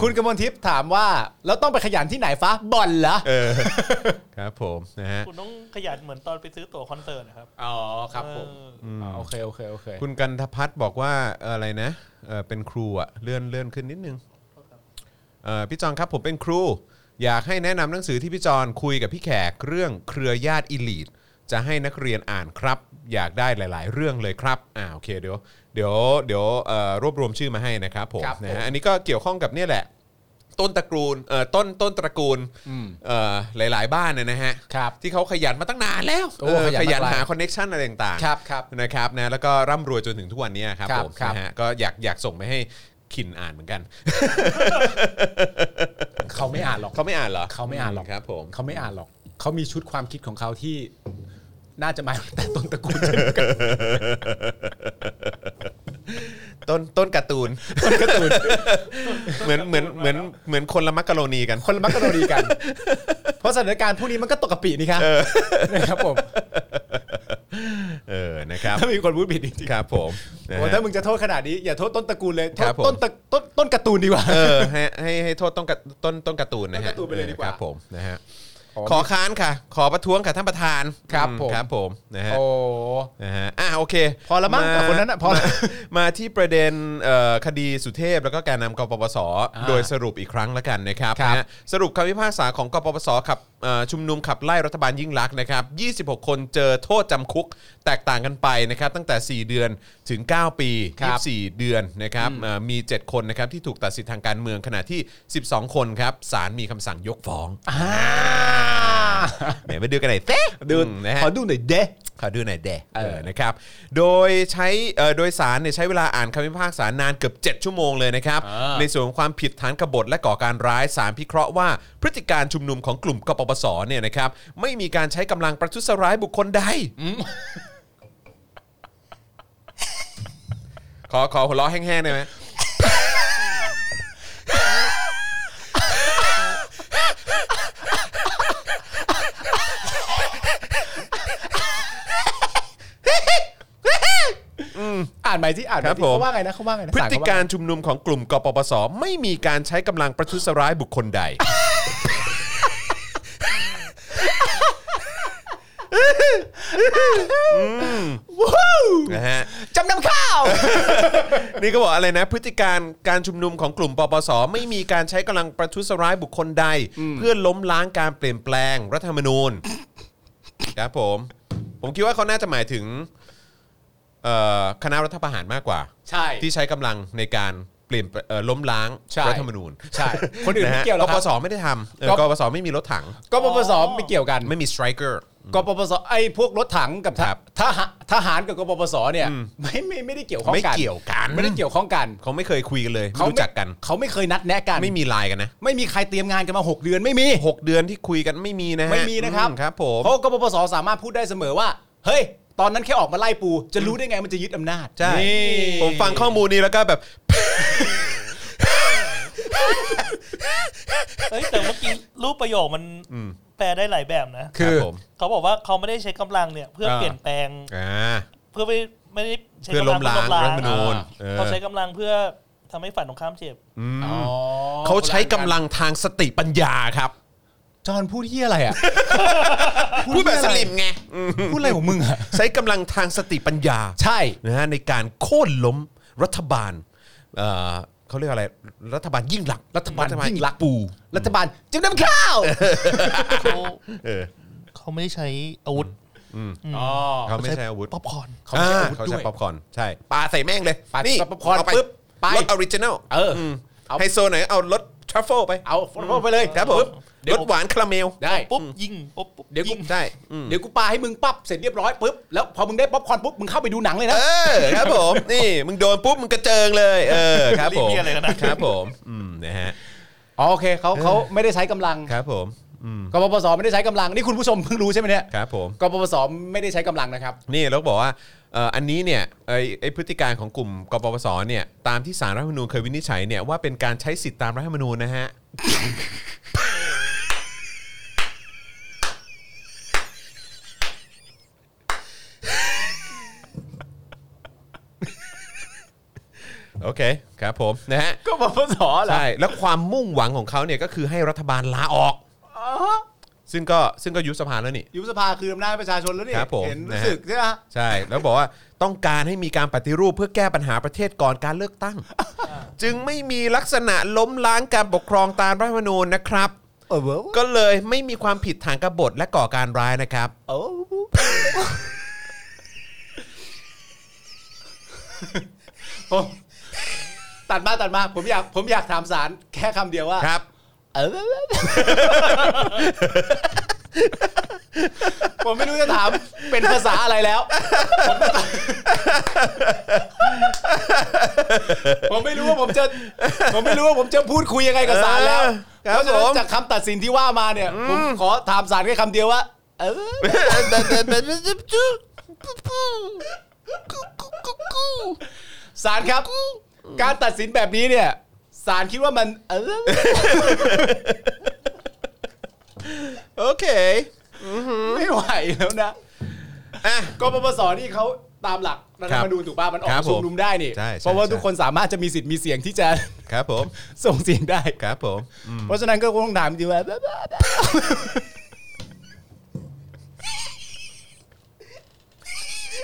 [SPEAKER 3] คุณกมลทิพย์ถามว่า แล้วต้องไปขยันที่ไหนฟ้าบ่อนเหรอ
[SPEAKER 2] เออ ครับผมนะฮะ
[SPEAKER 4] คุณต้องขยันเหมือนตอนไปซื้อตั๋วคอนเสิร์ตนะครับ
[SPEAKER 3] อ๋อครับผม
[SPEAKER 4] เออ
[SPEAKER 3] อ๋อโอเคโอเคโอเค
[SPEAKER 2] คุณกันทพัฒน์บอกว่าเอ่ออะไรนะเอ่อเป็นครูอะเลื่อนเลื่อนขึ้นนิดนึงเอ่อพี่จอนครับผมเป็นครู อยากให้แนะนำหนังสือที่พี่จอนคุยกับพี่แขกเรื่องเครือญาติอิลีทจะให้นักเรียนอ่านครับ อยากได้หลาย ๆ เรื่องเลยครับอ่าโอเคเดี๋ยวเดี๋ยวเดี๋ยวเอ่อรวบรวมชื่อมาให้นะครับผมนะฮะอันนี้ก็เกี่ยวข้องกับเนี่ยแหละ ต้นตระกูลเอ่อต้นต้นตระกูล
[SPEAKER 3] อืม
[SPEAKER 2] เอ่อหลาย ๆ บ้านเนยนะฮะ
[SPEAKER 3] ครับ
[SPEAKER 2] ที่เขาขยันมาตั้งนานแล้ว
[SPEAKER 3] โอ้
[SPEAKER 2] เออ
[SPEAKER 3] ข
[SPEAKER 2] ข
[SPEAKER 3] ยั
[SPEAKER 2] ยั
[SPEAKER 3] น
[SPEAKER 2] น
[SPEAKER 3] มาก
[SPEAKER 2] หาคอนเน็ชันอะไรต่างๆ
[SPEAKER 3] ครับครับ
[SPEAKER 2] นะครับนะแล้วก็ร่ำรวยจนถึงทุกวันนี้ครับ
[SPEAKER 3] ครับ
[SPEAKER 2] ผม
[SPEAKER 3] ครับ
[SPEAKER 2] นะฮะก็อยากอยากส่งไปให้ขินอ่านเหมือนกัน
[SPEAKER 3] เขาไม่อ่านหรอก
[SPEAKER 2] เขาไม่อ่านเหรอ
[SPEAKER 3] เขาไม่อ่านหรอก
[SPEAKER 2] ครับผม
[SPEAKER 3] เขาไม่อ่านหรอก เขามีชุดความคิดของเขาที่น่าจะมาตั้งแต่ต้นตระกูลเช่นกัน
[SPEAKER 2] ต้นต้นการ์ตูน
[SPEAKER 3] การ์ตูน
[SPEAKER 2] เหมือนเหมือนเหมือนเหมือนคนละมักกะโรนีกัน
[SPEAKER 3] คนละมักกะโรนีกัน เพราะสถานการณ์พวกนี้มันก็ตกกะปินี่ครับนะครับผม
[SPEAKER 2] เออนะครับ
[SPEAKER 3] ถ้ามีคนพูดผิดจริง
[SPEAKER 2] ครับผม
[SPEAKER 3] ๆ
[SPEAKER 2] นะ
[SPEAKER 3] โอ้
[SPEAKER 2] ฮะ
[SPEAKER 3] ถ้ามึงจะโทษขนาดนี้อย่าโทษต้นตระกูลเลยโท
[SPEAKER 2] ครั
[SPEAKER 3] ษ
[SPEAKER 2] บผม
[SPEAKER 3] ต้นตระต้นต้นการ์ตูนดีกว่า
[SPEAKER 2] เออให้ให้ให้โทษต้นกระต้นต้นการ์ตูนนะฮะ
[SPEAKER 3] ต้นการ์ตูนไปเลยดีก
[SPEAKER 2] ค
[SPEAKER 3] ว่า
[SPEAKER 2] รับผมนะฮะขอค้านค่ะ ขอประท้วงค่ะท่านประธาน
[SPEAKER 3] ครับ
[SPEAKER 2] อื
[SPEAKER 3] ผม
[SPEAKER 2] ครับผมนะฮะ
[SPEAKER 3] โอ้
[SPEAKER 2] นะฮะอ่ะโอเค
[SPEAKER 3] พอละมั้งกับคนนั้นอะพอละ
[SPEAKER 2] มามาที่ประเด็นเอ่อคดีสุเทพแล้วก็แการนำกปปส
[SPEAKER 3] อ่า
[SPEAKER 2] โดยสรุปอีกครั้งละกันนะครับ
[SPEAKER 3] ครับ
[SPEAKER 2] นะฮะสรุปคำพิพากษาของกปปสขับเอ่อชุมนุมขับไล่รัฐบาลยิ่งลักษณ์นะครับ 26 คนเจอโทษจำคุกแตกต่างกันไปนะครับ ตั้งแต่ 4 เดือนถึง 9 ปี
[SPEAKER 3] ครับ
[SPEAKER 2] 24 เดือนนะครับเอ่อมี 7 คนนะครับที่ถูกตัดสิทธิทางการเมืองขณะที่ 12 คนครับศาลมีคำสั่งยกฟ้องไหนมาดูกันหน่อยเต้
[SPEAKER 3] ดู
[SPEAKER 2] นะฮะ
[SPEAKER 3] ขอดูหน่อยเด้
[SPEAKER 2] ขอดูหน่อยแดะ
[SPEAKER 3] เออ
[SPEAKER 2] เออนะครับ โดยใช้เอ่อโดยสารเนี่ยใช้เวลาอ่านคำพิพากษานานเกือบ 7 ชั่วโมงเลยนะครับ
[SPEAKER 3] อ่า
[SPEAKER 2] ในส่วนของความผิดฐานกบฏและก่อการร้ายสารพิเคราะห์ว่า พฤติการชุมนุมของกลุ่มกปปสเนี่ยนะครับ ไม่มีการใช้กำลังประทุษร้ายบุคคลใด ขอขอหัวเราะแห้งๆได้ไหม
[SPEAKER 3] อ่านไหมที่อ่านไหม
[SPEAKER 2] ครับ
[SPEAKER 3] สิ
[SPEAKER 2] ผม
[SPEAKER 3] เขาว่าไงนะเขาว่าไงนะ
[SPEAKER 2] พฤ
[SPEAKER 3] ศลเข
[SPEAKER 2] ติ
[SPEAKER 3] ว่ไง
[SPEAKER 2] การชุมนุมของกลุ่มกปปส ไม่มีการใช้กำลังประทุษร้ายบุคคลใด นะฮะ
[SPEAKER 3] จำนำข้าว
[SPEAKER 2] นี่ก็บอกอะไรนะ พฤติการการชุมนุมของกลุ่มปปส ไม่มีการใช้กำลังประทุษร้ายบุคคลใด เพื่อล้มล้างการเปลี่ยนแปลงรัฐธรรมนูญ ครับผม ผมคิดว่าเขาน่าจะหมายถึง เอ่อคณะรัฐประหารมากกว่า
[SPEAKER 3] ใช่
[SPEAKER 2] ที่ใช้กำลังในการเปลี่ยนเอ่อล้มล้าง
[SPEAKER 3] ใช่
[SPEAKER 2] รัฐธรรมนูญ
[SPEAKER 3] ใช่ คนอื่นไม่เกี่ยวหรอก
[SPEAKER 2] ก
[SPEAKER 3] ค
[SPEAKER 2] ป
[SPEAKER 3] รับ
[SPEAKER 2] สไม่ได้ทำเออ
[SPEAKER 3] ก็
[SPEAKER 2] กปสไม่มีรถถัง
[SPEAKER 3] กปปสไม่เกี่ยวกัน
[SPEAKER 2] ไม่มีสไตรเกอร์
[SPEAKER 3] กปปสไอ้พวกรถถังกับท
[SPEAKER 2] ครับ
[SPEAKER 3] ทหารทหารกับกปปสเนี่ย
[SPEAKER 2] อืม
[SPEAKER 3] ไม่ไม่ไม่ได้เกี่ยวข้องกัน
[SPEAKER 2] ไม่เกี่ยวกัน
[SPEAKER 3] ไม่ได้เกี่ยวข้องกัน
[SPEAKER 2] เขาไม่เคยคุยกันเลยไม่รู้จักกัน
[SPEAKER 3] เขาไม่เคยนัดแนะกัน
[SPEAKER 2] ไม่มีไลน์กันนะ
[SPEAKER 3] ไม่มีใครเตรียมงานกันมา 6 เดือนไม่มี
[SPEAKER 2] 6 เดือนที่คุยกันไม่มีนะฮ
[SPEAKER 3] ไม่มีนะครับ
[SPEAKER 2] อืครับผม
[SPEAKER 3] เพราะกปปสสามารถพูดได้เสมอว่า เฮ้ย ตอนนั้นแค่ออกมาไล่ปู จะรู้ได้ไงมันจะยึดอำนาจ
[SPEAKER 2] ใช่
[SPEAKER 3] นี่
[SPEAKER 2] ผมฟังข้อมูลนี้แล้วก็แบบ
[SPEAKER 4] เอ้ยแต่เมื่อกี้รูปประโยคมันแปลได้หลายแบบนะ
[SPEAKER 3] คือ
[SPEAKER 2] ครับผม
[SPEAKER 4] เขาบอกว่าเขาไม่ได้ใช้กำลังเนี่ย เพื่อ
[SPEAKER 3] เออ
[SPEAKER 4] เปลี่ยนแปลง
[SPEAKER 2] อ่า
[SPEAKER 4] เพื่อไม่ไม่ได้ใช้
[SPEAKER 2] เพื่อก
[SPEAKER 4] ำ
[SPEAKER 2] ล้ม
[SPEAKER 4] ลังเพื่
[SPEAKER 2] ล้า
[SPEAKER 4] องล้
[SPEAKER 2] รัฐธร
[SPEAKER 4] ง
[SPEAKER 2] รมนูญเออ
[SPEAKER 4] เขาใช้กำลังเพื่อทำให้ฝันของข้ามเจ็บ
[SPEAKER 3] อ๋อ
[SPEAKER 2] เขาใช้กำลังทางสติปัญญาครับ
[SPEAKER 3] จอห์นพูดที่อะไรอ่ะ
[SPEAKER 2] พูดแบบสลิมไง
[SPEAKER 3] พูดอะไรของมึงอ่ะ
[SPEAKER 2] ใช้กำลังทางสติปัญญา
[SPEAKER 3] ใช่
[SPEAKER 2] นะฮะในการโค่นล้มรัฐบาลเอ่อเขาเรียกอะไร รัฐบาลยิ่งหลักษณ์
[SPEAKER 3] รัฐบาลยิ่งลักษณ์
[SPEAKER 2] ปู
[SPEAKER 3] รัฐบาลจิ้มน้ำข้าว
[SPEAKER 4] เขา
[SPEAKER 2] เออ
[SPEAKER 4] เขาไม่ได้ใช้อาวุธ
[SPEAKER 3] อ๋อ
[SPEAKER 2] เขาไม่ใช้อาวุธ
[SPEAKER 4] ป๊อปคอร์น
[SPEAKER 3] เขาไม่ใช้อาวุธ
[SPEAKER 2] เขาใช้
[SPEAKER 3] ด้วย
[SPEAKER 2] ป๊อปคอร์นใช่ปาใส่แม่งเลย
[SPEAKER 3] ปา
[SPEAKER 2] นี่
[SPEAKER 3] ป๊อปคอร์น
[SPEAKER 2] เาไป
[SPEAKER 3] ปุ๊บไป
[SPEAKER 2] รถออริจินอล
[SPEAKER 3] เอออเอา
[SPEAKER 2] ไฮโซไหนเอารถทรัฟเฟิลไป
[SPEAKER 3] เอาฟอลไปเลย
[SPEAKER 2] ครับผม
[SPEAKER 3] ปึ๊เดี๋ย
[SPEAKER 2] ร
[SPEAKER 3] ว
[SPEAKER 2] ถหวานคาราเมล
[SPEAKER 3] ได้
[SPEAKER 4] ปุ๊บยิงปุ๊บปุ๊บ
[SPEAKER 3] เดี๋ยวกู
[SPEAKER 4] ยิง
[SPEAKER 2] ใช่อืม
[SPEAKER 3] เดี๋ยวกูปาให้มึงปั๊บเสร็จเรียบร้อยปุ๊บแล้วพอมึงได้ป๊อปคอร์นปุ๊บมึงเข้าไปดูหนังเลยนะ
[SPEAKER 2] เออครับผม นี่มึงโดนปุ๊บมึงกระเจิงเลยเออครับผม
[SPEAKER 4] เรียกอะไรกันนะครับ
[SPEAKER 2] ผมอืมนะฮะ
[SPEAKER 3] อ๋อโอเคเขาเขาไม่ได้ใช้กำลัง
[SPEAKER 2] ครับผมอืม
[SPEAKER 3] กปปสไม่ได้ใช้กำลังนี่คุณผู้ชมเพิ่งรู้ใช่ไหมเนี่ย
[SPEAKER 2] ครับผม
[SPEAKER 3] กปปสไม่ได้ใช้กำลังนะครับ
[SPEAKER 2] นี่แล้วบอกว่าเอ่ออันนี้เนี่ยไอไอพฤติการของกลุ่มกปปสเนี่ยตามที่สารรัฐธรรมนูญเคยวินิจฉัยเนี่ยว่าเป็นการใช้สิทธิตามรัฐธรรมนูญนะฮะโอเคครับผมนะฮะ
[SPEAKER 3] กปปสเหรอ
[SPEAKER 2] ใช่แล้วความมุ่งหวังของเขาเนี่ยก็คือให้รัฐบาลลาออก ซึ่งก็ซึ่งก็ยุบสภาแล้วนี่
[SPEAKER 3] ยุบสภาคืออำนาจประชาชนแล้วนี่
[SPEAKER 2] ครับผม
[SPEAKER 3] เห็น
[SPEAKER 2] นะ
[SPEAKER 3] รู้
[SPEAKER 2] ฮะ
[SPEAKER 3] สึกใช่ไหม
[SPEAKER 2] ใช่แล้วบอกว่าต้องการให้มีการปฏิรูปเพื่อแก้ปัญหาประเทศก่อนการเลือก ตั้ง จึงไม่มีลักษณะล้มล้างการปกครองตามรัฐธรรมนูญนะครับ
[SPEAKER 3] เออเว้ย
[SPEAKER 2] ก็เลยไม่มีความผิดฐานกบฏและก่อการร้ายนะครับ
[SPEAKER 3] เออผมตัดมาตัดมาผมอยากผมอยากถามสารแค่คำเดียวว่า
[SPEAKER 2] ครับ
[SPEAKER 3] เออผมไม่รู้จะถามเป็นภาษาอะไรแล้ว ผมไม่รู้ว่าผมจะ ผมไม่รู้ว่าผมจะพูดคุยยังไงกับสารแล้ว
[SPEAKER 2] เออครับ
[SPEAKER 3] เพราะฉะนั้
[SPEAKER 2] ผม
[SPEAKER 3] นจากคำตัดสินที่ว่ามาเนี่ย ผมขอถามสารแค่คำเดียวว่า เออสารครับ การตัดสินแบบนี้เนี่ยสารคิดว่ามัน เออ
[SPEAKER 2] โอเค
[SPEAKER 3] ไม่ไหวแล้วนะ
[SPEAKER 2] อ่ะ
[SPEAKER 3] กปปสนี่เขาตามหลักรัฐธรรมนูญถูกป่ะมันออก
[SPEAKER 2] ครั
[SPEAKER 3] มา
[SPEAKER 2] บผม
[SPEAKER 3] ชุมนุมได้นี่
[SPEAKER 2] ใช่ใช่
[SPEAKER 3] เพราะว่า
[SPEAKER 2] ใช่
[SPEAKER 3] ทุกคนสามารถจะมีสิทธิ์มีเสียงที่จะ
[SPEAKER 2] ครับผม
[SPEAKER 3] ส่งเสียงได้
[SPEAKER 2] ครับผมอืม
[SPEAKER 3] เพราะฉะนั้นก็คงถามดีว่า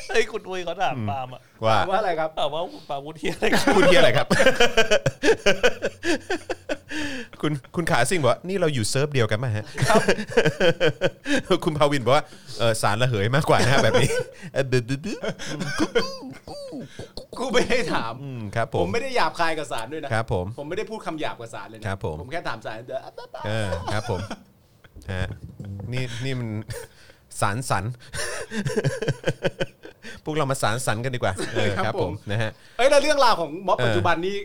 [SPEAKER 4] เฮ้ยคุณอุ้ยเขาถามปาล์มอะ
[SPEAKER 2] ว่า
[SPEAKER 3] ว่าอะไรครับ
[SPEAKER 4] ถามว่าปาล์มวุฒิอะไรกัน
[SPEAKER 2] คุณเฮียอะไรครับ คุณคุณขาสิ่งบอกว่านี่เราอยู่เซิร์ฟเดียวกันมาฮะ คุณภาวินบอกว่าเอ่อสารระเหยมากกว่านะฮะแบบ นี้เอ่อดึ๊ดดึ๊ดดึ๊ด
[SPEAKER 3] กูไม่ได้ถาม
[SPEAKER 2] อืมครับผ
[SPEAKER 3] ผม
[SPEAKER 2] ม
[SPEAKER 3] ไม่ได้หยาบคายกับสารด้วยนะครับ
[SPEAKER 2] ผม
[SPEAKER 3] ผมไม่ได้พูดคำหยาบกับสารเลยนะครับ
[SPEAKER 2] ผม
[SPEAKER 3] ผมแค่ถามสาร
[SPEAKER 2] เออครับผมฮะนี่นี่มันสารสัน พวกเรามาสารสันกันดีกว่าเออครับผมนะฮะ
[SPEAKER 3] เอ้ยแล้วเรื่องราวของม็อบ
[SPEAKER 2] เออ
[SPEAKER 3] ปัจจุบันนี้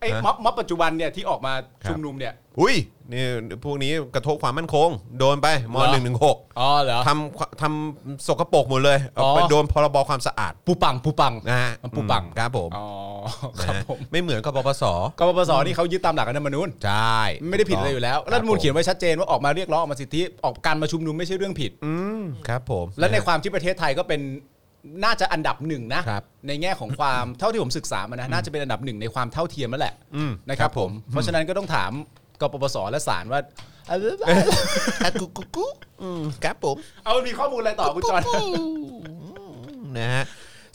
[SPEAKER 3] ไอ้
[SPEAKER 2] ฮะ
[SPEAKER 3] ม็อบม็อบปัจจุบันเนี่ยที่ออกมา
[SPEAKER 2] ครับ
[SPEAKER 3] ชุมนุมเนี่ย
[SPEAKER 2] อุ้ยนี่พวกนี้กระทบความมั่นคง โดนไปม
[SPEAKER 3] เหรอ
[SPEAKER 2] หนึ่งหนึ่งหก
[SPEAKER 3] อ๋อเหรอ
[SPEAKER 2] ทำควทำสกปรกหมดเลยเอาไป
[SPEAKER 3] อ๋อ
[SPEAKER 2] โดนพรบความสะอาด
[SPEAKER 3] ปูปังปูปัง
[SPEAKER 2] นะฮะ
[SPEAKER 3] มันปูปัง
[SPEAKER 2] อืมครับผม
[SPEAKER 3] อ๋อครับ
[SPEAKER 2] นะฮะ
[SPEAKER 3] ผม
[SPEAKER 2] ไม่เหมือนกับปปส
[SPEAKER 3] กปปสนี่เขายึดตามหลักรัฐธรรมนูญ
[SPEAKER 2] ใช่
[SPEAKER 3] ไม่ได้ผิดอะไรอยู่แล้วรัฐธรรมนูญ
[SPEAKER 2] บ
[SPEAKER 3] เขียนไว้ชัดเจนว่าออกมาเรียกร้องออกมาสิทธิออกการมาชุมนุมไม่ใช่เรื่องผิด
[SPEAKER 2] อืมครับผม
[SPEAKER 3] และใน
[SPEAKER 2] นะฮะ
[SPEAKER 3] ความที่ประเทศไทยก็เป็นน่าจะอันดับหนึ่งนะครับ ในแง่ของความ เท่าที่ผมศึกษามานะน่าจะเป็นอันดับหนึ่งในความเท่าเทียมแล้วแหละ
[SPEAKER 2] อืม
[SPEAKER 3] นะครั
[SPEAKER 2] ครั
[SPEAKER 3] บ
[SPEAKER 2] บผ
[SPEAKER 3] ผม ม เพราะฉะนั้นก็ต้องถามกปปสและศาลว่าเอา
[SPEAKER 2] อ่ะกุ๊กกุ๊กกุ๊กอืมครับผม
[SPEAKER 3] เอามีข้อมูลอะไรต่อคุณจอน
[SPEAKER 2] นะฮะ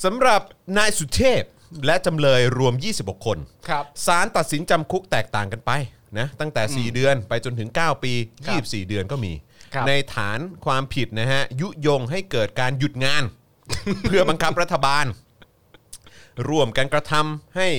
[SPEAKER 2] สำหรับนายสุเทพและจำเลยรวม 26 คน
[SPEAKER 3] ครับ
[SPEAKER 2] สารตัดสินจำคุกแตกต่างกันไปนะตั้งแต่ 4 เดือนไปจนถึง 9 ปี
[SPEAKER 3] ครับ
[SPEAKER 2] 24 เดือนก็มี
[SPEAKER 3] ครับ
[SPEAKER 2] ในฐาน ความผิดนะฮะ ยุยงให้เกิดการหยุดงาน เพื่อบังคับรัฐบาล ร่วมกันกระทำให้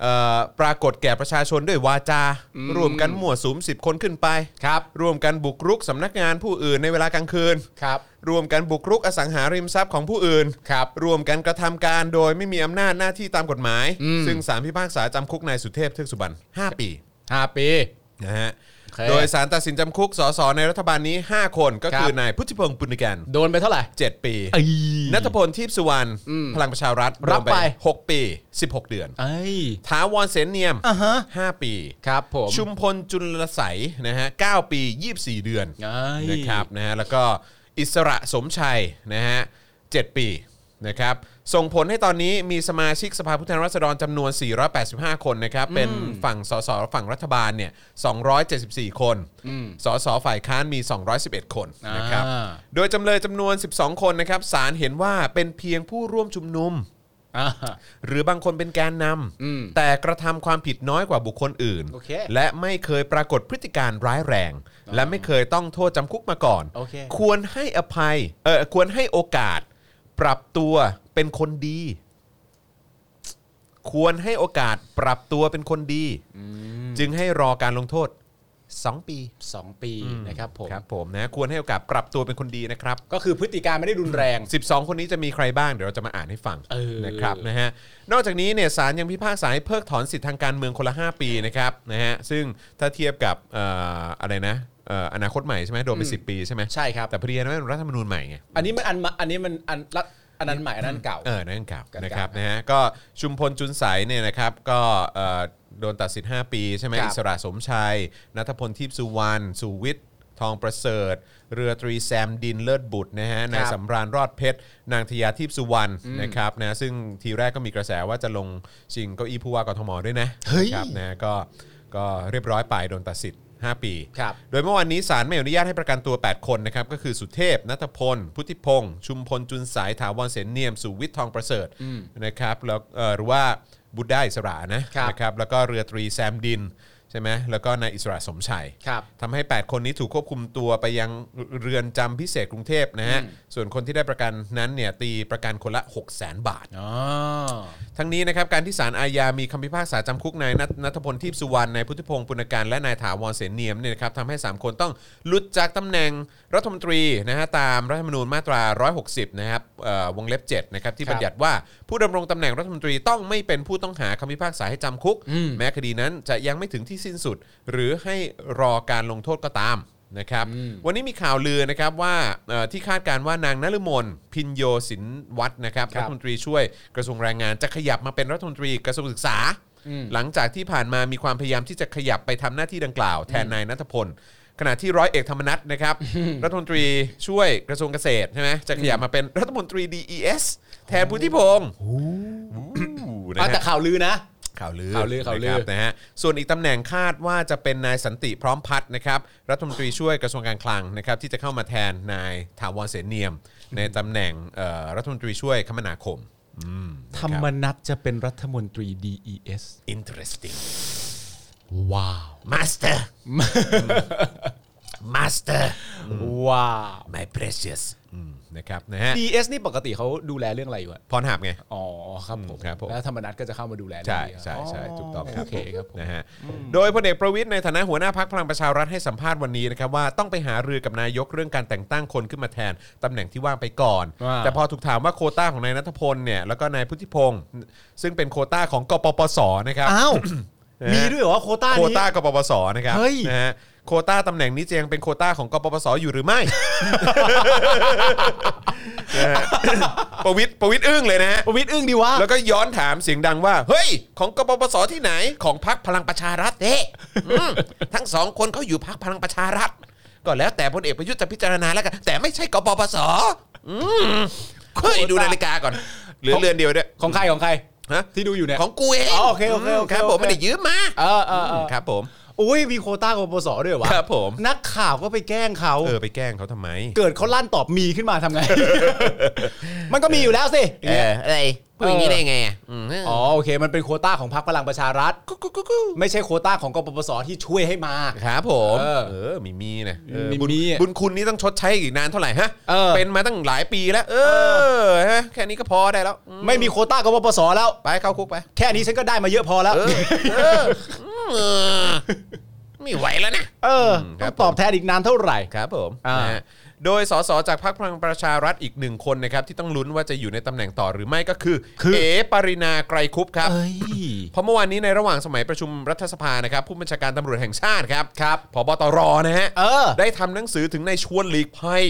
[SPEAKER 2] เอ่อปรากฏแก่ประชาชนด้วยวาจา
[SPEAKER 3] อืม
[SPEAKER 2] ร่วมกันมั่วสุม10 คนขึ้นไป
[SPEAKER 3] ครับ
[SPEAKER 2] ร่วมกันบุกรุกสำนักงานผู้อื่นในเวลากลางคืน
[SPEAKER 3] ครับ
[SPEAKER 2] ร่วมกันบุกรุกอสังหาริมทรัพย์ของผู้อื่น
[SPEAKER 3] ครับ
[SPEAKER 2] ร่วมกันกระทำการโดยไม่มีอำนาจหน้าที่ตามกฎหมาย
[SPEAKER 3] อืม
[SPEAKER 2] ซึ่งสารพิพากษาจำคุกนายสุเทพเทือกสุบรรณ5ปี
[SPEAKER 3] ห้าปี
[SPEAKER 2] นะฮะ
[SPEAKER 3] โอเค
[SPEAKER 2] โดยสารตัดสินจำคุกสสในรัฐบาลนี้ 5 คนก็คือนายพุทธิพงศ์ปุณกัน
[SPEAKER 3] โดนไปเท่าไหร่
[SPEAKER 2] 7 ปี
[SPEAKER 3] เอ้ย
[SPEAKER 2] นัทพลทิพสุวรรณ
[SPEAKER 3] อืม
[SPEAKER 2] พลังประชารัฐ
[SPEAKER 3] รับ
[SPEAKER 2] วม
[SPEAKER 3] ไป
[SPEAKER 2] หกปี 16 เดือน
[SPEAKER 3] เอ้ย
[SPEAKER 2] ถาวรเสนเนียม
[SPEAKER 3] อ่ะฮะ
[SPEAKER 2] 5 ปี
[SPEAKER 3] ครับผม
[SPEAKER 2] ชุมพลจุลใสยนะฮะ9ปี 24 เดือน
[SPEAKER 3] เอ้ย
[SPEAKER 2] นะครับนะฮะแล้วก็อิสระสมชัยนะฮะ7ปีนะครับส่งผลให้ตอนนี้มีสมาชิกสภาผู้แทนราษฎรจำนวน 485 คนนะครับ เป็นฝั่งสสฝั่งรัฐบาลเนี่ย274 คน
[SPEAKER 3] อืม
[SPEAKER 2] สสฝ่ายค้านมี 211 คนนะครับ
[SPEAKER 3] อ่า
[SPEAKER 2] โดยจำเลยจำนวน 12 คนนะครับศาลเห็นว่าเป็นเพียงผู้ร่วมชุมนุม
[SPEAKER 3] อ่าฮะ
[SPEAKER 2] หรือบางคนเป็นแกนน
[SPEAKER 3] อืม
[SPEAKER 2] ำแต่กระทำความผิดน้อยกว่าบุคคลอื่น
[SPEAKER 3] โอเค
[SPEAKER 2] และไม่เคยปรากฏพฤติการร้ายแรง และไม่เคยต้องโทษจำคุกมาก่อน
[SPEAKER 3] โอเค
[SPEAKER 2] ควรให้อภัยเออควรให้โอกาส ปรับตัวเป็นคนดี ควรให้โอกาสปรับตัวเป็นคนดี จึงให้รอการลงโทษ 2 ปี
[SPEAKER 3] สองปีนะครับผม
[SPEAKER 2] ครับผมนะควรให้โอกาสปรับตัวเป็นคนดีนะครับ
[SPEAKER 3] ก็คือพฤติการไม่ได้รุนแรง
[SPEAKER 2] 12 คนนี้จะมีใครบ้างเดี๋ยวเราจะมาอ่านให้ฟัง
[SPEAKER 3] เออ
[SPEAKER 2] นะครับนะฮะนอกจากนี้เนี่ยศาลยังพิพากษาให้เพิกถอนสิทธิทางการเมืองคนละ 5 ปีนะครับนะฮะซึ่งถ้าเทียบกับเอ่ออะไรนะเอ่ออนาคตใหม่ใช่ไหมโดนไป 10 ปีใช่ไหม
[SPEAKER 3] ใช่ครับ
[SPEAKER 2] แต่พอดีนั้นมันรัฐธรรมนูญใหม่ไง
[SPEAKER 3] อันนี้มันอันมาอันนี้มันอันละอันนั้นใหม่อันนั้นเก่า
[SPEAKER 2] เออนั่นเก่า
[SPEAKER 3] เก่าๆ
[SPEAKER 2] นะครับนะฮะก็ชุมพลจุนใสเนี่ยนะครับก็เอ่อโดนตัดสิน5 ปีใช่ไหม
[SPEAKER 3] ครับ
[SPEAKER 2] อิสระสมชัยนัทพลทิพย์สุวรรณสุวิทย์ทองประเสริฐ เรือตรีแซมดินเลิศบุตรนะฮะนายสำ สำราญรอดเพชรนางธยาทิพย์สุวรรณนะครับนะซึ่งทีแรกก็มีกระแสว่าจะลงชิงเก้าอี้ผู้ว่ากทมด้วยนะ
[SPEAKER 3] เฮ้ย
[SPEAKER 2] นะครับนะก็ก็เรียบร้อยไปโดนตัดสิทธิ์ 5 ปี
[SPEAKER 3] ครับ
[SPEAKER 2] โดยเมื่อวานนี้ศาลไม่อนุญาตให้ประกันตัว 8 คนนะครับก็คือสุเทพนัทพล พุทธิพงษ์ชุมพลจุนสายถาวรเสนเนียม สุวิทย์ทองประเสริฐ
[SPEAKER 3] อืม
[SPEAKER 2] นะครับแล้วเอ่อหรือว่าบุตรได้อิสระนะครับ นะครับแล้วก็เรือตรีแซมดินใช่ไหมแล้วก็นายอิสระสมชัย
[SPEAKER 3] ครับ
[SPEAKER 2] ทำให้ 8 คนนี้ถูกควบคุมตัวไปยังเรือนจำพิเศษกรุงเทพนะฮะ
[SPEAKER 3] อืม
[SPEAKER 2] ส่วนคนที่ได้ประกันนั้นเนี่ยตีประกันคนละ 6 0 0 0 0 0 บาท
[SPEAKER 3] อ๋อ
[SPEAKER 2] ทั้งนี้นะครับการที่ศาลอาญามีคำพิพากษาจำคุกนายนัทนัทพลทิพสุวรรณนายพุทธิพงศ์ปุณการและนายถาวรเสนเนียมเนี่ยนะครับทำให้ 3 คนต้องหลุดจากตำแหน่งรัฐมนตรีนะฮะตามรัฐธรรมนูญมาตรา 160 นะครับเอ่อวงเล็บ7นะครับที่
[SPEAKER 3] ครับ
[SPEAKER 2] บัญญัติว่าผู้ดำรงตำแหน่งรัฐมนตรีต้องไม่เป็นผู้ต้องหาคำพิพากษาให้จำคุก
[SPEAKER 3] อืม
[SPEAKER 2] แม้คดีนั้นจะยังไม่ถึงที่สิ้นสุด หรือให้รอการลงโทษก็ตามนะครับ
[SPEAKER 3] อืม
[SPEAKER 2] วันนี้มีข่าวลือนะครับว่าเอ่อที่คาดการณ์ว่านางนฤมลพินโยสินวัฒน์นะครับ
[SPEAKER 3] ครับ
[SPEAKER 2] รัฐมนตรีช่วยกระทรวงแรงงานจะขยับมาเป็นรัฐมนตรีกระทรวงศึกษา
[SPEAKER 3] อืม
[SPEAKER 2] หลังจากที่ผ่านมามีความพยายามที่จะขยับไปทำหน้าที่ดังกล่าวแทนนายนัทพล ขณะที่ร้อยเอกธรรมนัฐ นะครับ รัฐมนตรีช่วยกระทรวงเกษตรใช่ไหมจะขยับมาเป็นรัฐมนตรี DES แทนพุทธิพงศ์อู้นะ
[SPEAKER 3] อ่ะ
[SPEAKER 2] ฮะ
[SPEAKER 3] แต่ข่าวลือนะ
[SPEAKER 2] ข่าวลือ
[SPEAKER 3] ข่าวลือข่าวลื
[SPEAKER 2] นะค
[SPEAKER 3] อ
[SPEAKER 2] รับนะฮะส่วนอีกตำแหน่งคาดว่าจะเป็นนายสันติพร้อมพัฒน์นะครับรัฐมนตรีช่วยกระทรวงการคลังนะครับที่จะเข้ามาแทนนายถาวรเสนเนียม ในตำแหน่งเอ่อรัฐมนตรีช่วยคมนาคมอืม
[SPEAKER 3] ธรรมนัตจะเป็นรัฐมนตรี DES
[SPEAKER 2] อินเทอร์สติ้ง
[SPEAKER 3] ว้าว
[SPEAKER 2] มาสเต อร์มาสเตอร์
[SPEAKER 3] ว้าว
[SPEAKER 2] my precious อืมนะครับนะฮะ
[SPEAKER 3] DES นี่ปกติเขาดูแลเรื่องอะไรอยู่อะ
[SPEAKER 2] พรหับไง
[SPEAKER 3] อ๋อครับผม
[SPEAKER 2] ครับผม
[SPEAKER 3] แล้วธรรมนัตก็จะเข้ามาดูแลเรื่อ
[SPEAKER 2] ใช่
[SPEAKER 3] งนี้อะ
[SPEAKER 2] ใช่ใช่ถูกต้องครับ
[SPEAKER 3] โอเคครับผม
[SPEAKER 2] นะฮะโดยพลเอกประวิทย์ในฐานะหัวหน้าพักพลังประชารัฐให้สัมภาษณ์วันนี้นะครับว่าต้องไปหารือกับนายกเรื่องการแต่งตั้งคนขึ้นมาแทนตำแหน่งที่ว่างไปก่อน
[SPEAKER 3] ว่า
[SPEAKER 2] แต่พอถูกถามว่าโควต้าของนายนัทพลเนี่ยแล้วก็นายพุทธิพงศ์ซึ่งเป็นโควต้าของกปปสนะครับ
[SPEAKER 3] อ้าว
[SPEAKER 2] นะฮะ
[SPEAKER 3] มีด้วยเหรอโควต้า
[SPEAKER 2] โคว
[SPEAKER 3] นี้
[SPEAKER 2] ต้ากปปสนะครับ
[SPEAKER 3] เฮ้ย
[SPEAKER 2] นะฮะโควต้าตำแหน่งนี้จะยังเป็นโควต้าของกปปสอยู่หรือไม่ นะฮะ ประวิทย์ประวิทย์อึ้งเลยนะฮะ
[SPEAKER 3] ประวิตรอึ้งดีวะ
[SPEAKER 2] แล้วก็ย้อนถามเสียงดังว่า เฮ้ย ของกปปสที่ไหนของพักพลังประชารัฐเด้อืม ทั้งสองคนเขาอยู่พักพลังประชารัฐ ก็แล้วแต่พลเอกประยุทธ์จะพิจารณาแล้วกันแต่ไม่ใช่กปปสอืมเฮ้ยดูนาฬิกาก่อนเหลือเรือนเดียวด้วย
[SPEAKER 3] ของใครของใคร
[SPEAKER 2] ฮะ
[SPEAKER 3] ที่ดูอยู่เนี่ย
[SPEAKER 2] ของกูเอง
[SPEAKER 3] อ๋อโอเคโอเคโอเค
[SPEAKER 2] ครับผม
[SPEAKER 3] โอเค
[SPEAKER 2] ไม่ได้ยืมมา
[SPEAKER 3] เออเออเออ
[SPEAKER 2] ครับผม
[SPEAKER 3] อุ้ยมีโควต้ากปปสด้วยเหอวะ
[SPEAKER 2] ครับผม
[SPEAKER 3] นักข่าวก็ไปแกล้งเขา
[SPEAKER 2] เออไปแกล้งเขาทำไม
[SPEAKER 3] เกิดเขาลั่นตอบมีขึ้นมาทำไง มันก็มีอยู่แล้วสิ
[SPEAKER 2] อะไร พูดอย่างนี้ได้ไงอ่ะม
[SPEAKER 3] อ๋อโอเค มันเป็นโควต้าของพรรคพลังประชารัฐไม่ใช่โควต้าของกปปสที่ช่วยให้มา
[SPEAKER 2] ครับผม
[SPEAKER 3] เออ
[SPEAKER 2] เออมีมีนะเออ
[SPEAKER 3] มี
[SPEAKER 2] บุญ
[SPEAKER 3] มี
[SPEAKER 2] บุญคุณนี่ต้องชดใช้อีกนานเท่าไหร่ฮะ
[SPEAKER 3] เออ
[SPEAKER 2] นมาตั้งหลายปีแล้ว เออฮะแค่นี้ก็พอได้แล้วอืม
[SPEAKER 3] ไม่มีโควต้ากปปสแล้ว
[SPEAKER 2] ไปเข้าคุกไป
[SPEAKER 3] แค่นี้ฉันก็ได้มาเยอะพอแล้ว
[SPEAKER 2] เออเออเออไม่ไหวแล้วนะ
[SPEAKER 3] เออ
[SPEAKER 2] มครั
[SPEAKER 3] ต้อบ งตอบแทนอีกนานเท่าไหร่
[SPEAKER 2] ครับผม
[SPEAKER 3] อ่า
[SPEAKER 2] นะฮะโดยสสจากพรรคพลังประชารัฐอีกหนึ่งคนนะครับที่ต้องลุ้นว่าจะอยู่ในตำแหน่งต่อหรือไม่ก็คือเอ๋ปรินาไกรคุปครับ
[SPEAKER 3] เอ้ย
[SPEAKER 2] เพราะเมื่อวานนี้ในระหว่างสมัยประชุมรัฐสภานะครับผู้บัญชาการตำรวจแห่งชาติครับครับพบตรนะฮะ
[SPEAKER 3] เออ
[SPEAKER 2] ได้ทำหนังสือถึงในชวนหลีกภัย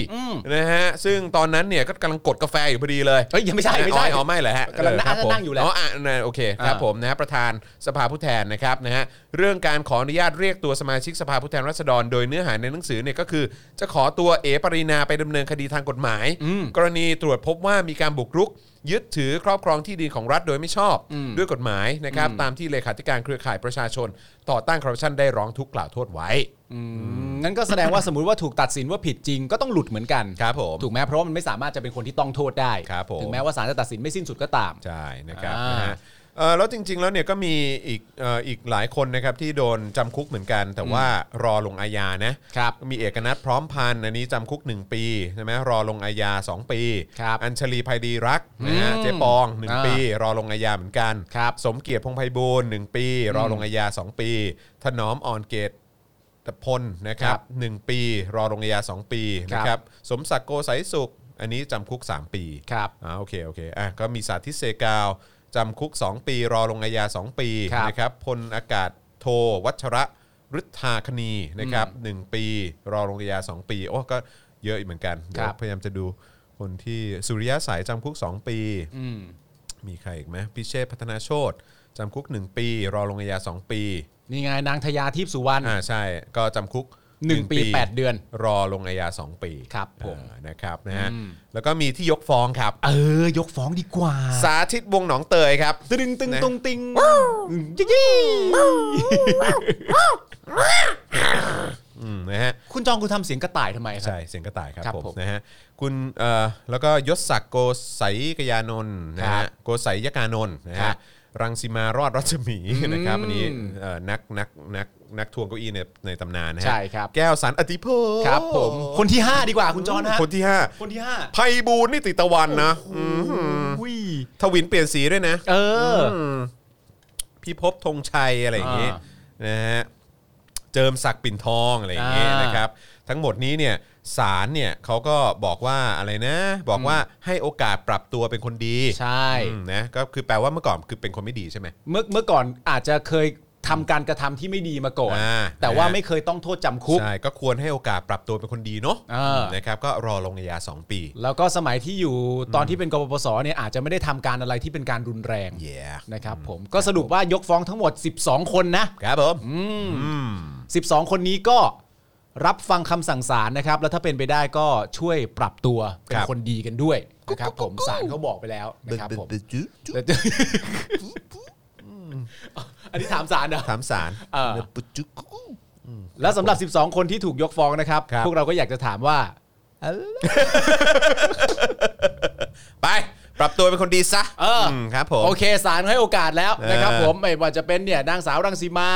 [SPEAKER 2] นะฮะซึ่งตอนนั้นเนี่ยก็กำลังกดกาแฟอยู่พอดีเลย
[SPEAKER 3] เอ้ยยังไม่ใช่ไม่ใช่
[SPEAKER 2] อ๋ออ๋อไม่เหรอฮะ
[SPEAKER 3] กำลังนั่ง
[SPEAKER 2] เครับผม
[SPEAKER 3] นั่งอยู่แหละ
[SPEAKER 2] อ๋ออ่ะนั่นโอเคครับ
[SPEAKER 3] อ่า
[SPEAKER 2] ผมนะฮะประธานสภาผู้แทนนะครับนะฮะเรื่องการขออนุญาตเรียกตัวสมาชิกสภาผู้แทนราษฎร โดยเนื้อหาในหนังสือเนี่ยก็คือ จะขอตัวเอปรินาไปดำเนินคดีทางกฎหมาย กรณีตรวจพบว่ามีการบุกรุก ยึดถือครอบครองที่ดินของรัฐโดยไม่ชอบ ด้วยกฎหมายนะครับตามที่เลขาธิการเครือข่ายประชาชน ต่อต้านคอร์รัปชันได้ร้องทุกข์กล่าวโทษไว้
[SPEAKER 3] นั่นก็แสดงว่าสมมติว่าถูกตัดสินว่าผิดจริงก็ต้องหลุดเหมือนกัน
[SPEAKER 2] ครับผม
[SPEAKER 3] ถูกไหมเพราะว่ามันไม่สามารถจะเป็นคนที่ต้องโทษได้
[SPEAKER 2] ครับผม
[SPEAKER 3] ถึงแม้ว่าศาลจะตัดสินไม่สิ้นสุดก็ตาม
[SPEAKER 2] ใช่นะครับ
[SPEAKER 3] อ่าน
[SPEAKER 2] นะฮะเอ่อแล้วจริง ๆ แล้วเนี่ยก็มีอีกเอ่ออีกหลายคนนะครับที่โดนจำคุกเหมือนกัน แต่ว่ารอลงอาญานะครับ มีเอกนัทพร้อมพันธ์อันนี้จำคุก 1 ปีใช่ไหมรอลงอาญา 2 ปี
[SPEAKER 3] ครับ
[SPEAKER 2] อัญชลีภัยดีรักษ์นะฮะ
[SPEAKER 3] อืม
[SPEAKER 2] เจ๊ปอง
[SPEAKER 3] อ่า
[SPEAKER 2] 1 ปี รอลงอาญาเหมือนกัน
[SPEAKER 3] ครับ
[SPEAKER 2] สมเกียรติพงษ์ไพบูลย์หนึ่งปี รอลงอาญา 2 ปี ถนอมอ่อนเกตตพลนะครั
[SPEAKER 3] ครับ บ
[SPEAKER 2] หนึ่งปี รอลงอาญา 2 ปีนะค
[SPEAKER 3] ครั
[SPEAKER 2] รับบ สมศักดิ์โกไสยสุข อันนี้จำคุก 3 ปี
[SPEAKER 3] ครับ
[SPEAKER 2] อ่าโอเค โอเคอ่ะก็มีสาธิตเซกาวจำคุก 2 ปีรอลงอาญา 2 ปี
[SPEAKER 3] ครับ
[SPEAKER 2] นะครับพลอากาศโท วัชระฤทธาคณีนะครับหนึ่งปี รอลงอาญา 2 ปี โอ้ก็เยอะอีกเหมือนกัน
[SPEAKER 3] ครั
[SPEAKER 2] เดี๋
[SPEAKER 3] บ
[SPEAKER 2] ยวพยายามจะดูคนที่สุริยะสายจำคุก 2 ปี
[SPEAKER 3] อืม
[SPEAKER 2] มีใครอีกไหมพิเชษพัฒนาโชตจำคุก 1 ปี รอลงอาญา 2 ปี
[SPEAKER 3] นี่ไงนางทยาทิพย์สุวรรณ
[SPEAKER 2] อ่าใช่ก็จำคุก
[SPEAKER 3] หนึ่งปีแปดเดือน
[SPEAKER 2] รอลงอาญา 2 ปี
[SPEAKER 3] ครับผม
[SPEAKER 2] อ่านะครับนะฮะแล้วก็มีที่ยกฟ้องครับ
[SPEAKER 3] เออ ยกฟ้องดีกว่า
[SPEAKER 2] สาธิตวงศ์หนองเตยครับ
[SPEAKER 3] ตึงตึง
[SPEAKER 2] นะ
[SPEAKER 3] ตรงติงยิ่งยิ่ง
[SPEAKER 2] อืมนะฮะ
[SPEAKER 3] คุณจองคุณทำเสียงกระต่ายทำไมครั
[SPEAKER 2] ใช่
[SPEAKER 3] บ
[SPEAKER 2] เสียงกระต่ายครับ
[SPEAKER 3] ครับ
[SPEAKER 2] ผม
[SPEAKER 3] ผม
[SPEAKER 2] นะฮะคุณเอ่อแล้วก็ยศศักดิ์โกไสยกยานนท์นะ
[SPEAKER 3] ครั
[SPEAKER 2] ฮะ
[SPEAKER 3] บ
[SPEAKER 2] โกไสยกานนท์นะ
[SPEAKER 3] ครั
[SPEAKER 2] ฮะ
[SPEAKER 3] บ
[SPEAKER 2] รังสีมารอดรัศมีนะครับ
[SPEAKER 3] อืม
[SPEAKER 2] อันนี้เอ่อนักนักนักนักทวงเก้าอี้ในในตำนานนะฮะ
[SPEAKER 3] ใช่ครับ
[SPEAKER 2] แก้วสันอติโพงศ์
[SPEAKER 3] ครับผมคนที่ 5 ดีกว่าคุณจอนฮะ
[SPEAKER 2] คนที่ห้า
[SPEAKER 3] คนที่ห้า
[SPEAKER 2] ไพบูลย์นิติตะวันนะอืม
[SPEAKER 3] อุ้ย
[SPEAKER 2] ทวินเปลี่ยนสีด้วยนะ
[SPEAKER 3] เออ
[SPEAKER 2] มพี่ภพบธงชัยอะไรอย่างเงี้ย
[SPEAKER 3] อ่
[SPEAKER 2] นะฮะเจิมศักดิ์ปิ่นทองอะไรอย่างเงี้ย
[SPEAKER 3] อ่าน
[SPEAKER 2] นะครับ ทั้งหมดนี้เนี่ยศาลเนี่ยเขาก็บอกว่าอะไรนะ บอกว่าให้โอกาสปรับตัวเป็นคนดี
[SPEAKER 3] ใช่
[SPEAKER 2] อืมนะก็คือแปลว่าเมื่อก่อนคือเป็นคนไม่ดีใช่ไหม
[SPEAKER 3] เมื่อเมื่อก่อนอาจจะเคยทำการกระทำที่ไม่ดีมาก่อน
[SPEAKER 2] อ่า
[SPEAKER 3] แต่ว่าไม่เคยต้องโทษจำคุก
[SPEAKER 2] ใช่ก็ควรให้โอกาสปรับตัวเป็นคนดีเนาะ
[SPEAKER 3] อ่า
[SPEAKER 2] นะครับ ก็รอลงอาญา2 ปี
[SPEAKER 3] แล้วก็สมัยที่อยู่ตอนที่เป็นกปปสเนี่ยอาจจะไม่ได้ทำการอะไรที่เป็นการรุนแรง
[SPEAKER 2] Yeah
[SPEAKER 3] นะครับผมก็สรุปว่ายกฟ้องทั้งหมด 12 คนนะ
[SPEAKER 2] ครับผมอืม
[SPEAKER 3] 12 คนนี้ก็รับฟังคำสั่งศาลนะครับ แล้วถ้าเป็นไปได้ก็ช่วยปรับตัวเป็
[SPEAKER 2] คน รับ
[SPEAKER 3] คนดีกันด้วยนะครับผมศาลเขาบอกไปแล้วนะครับ ผมแต่อันนี้ถามศาลเหรอ
[SPEAKER 2] ถามศาล
[SPEAKER 3] เออ
[SPEAKER 2] ปุจุกุ
[SPEAKER 3] แล้วสำหรับ 12 คนที่ถูกยกฟ้องนะครับ
[SPEAKER 2] ครับ
[SPEAKER 3] พวกเราก็อยากจะถามว่า
[SPEAKER 2] ไป ปรับตัวเป็นคนดีซะ
[SPEAKER 3] เอออื
[SPEAKER 2] มครับผม
[SPEAKER 3] โอเคศาลให้โอกาสแล้วนะครับ
[SPEAKER 2] เออ
[SPEAKER 3] ผมไม่ว่าจะเป็นเนี่ยนางสาวรังสีมา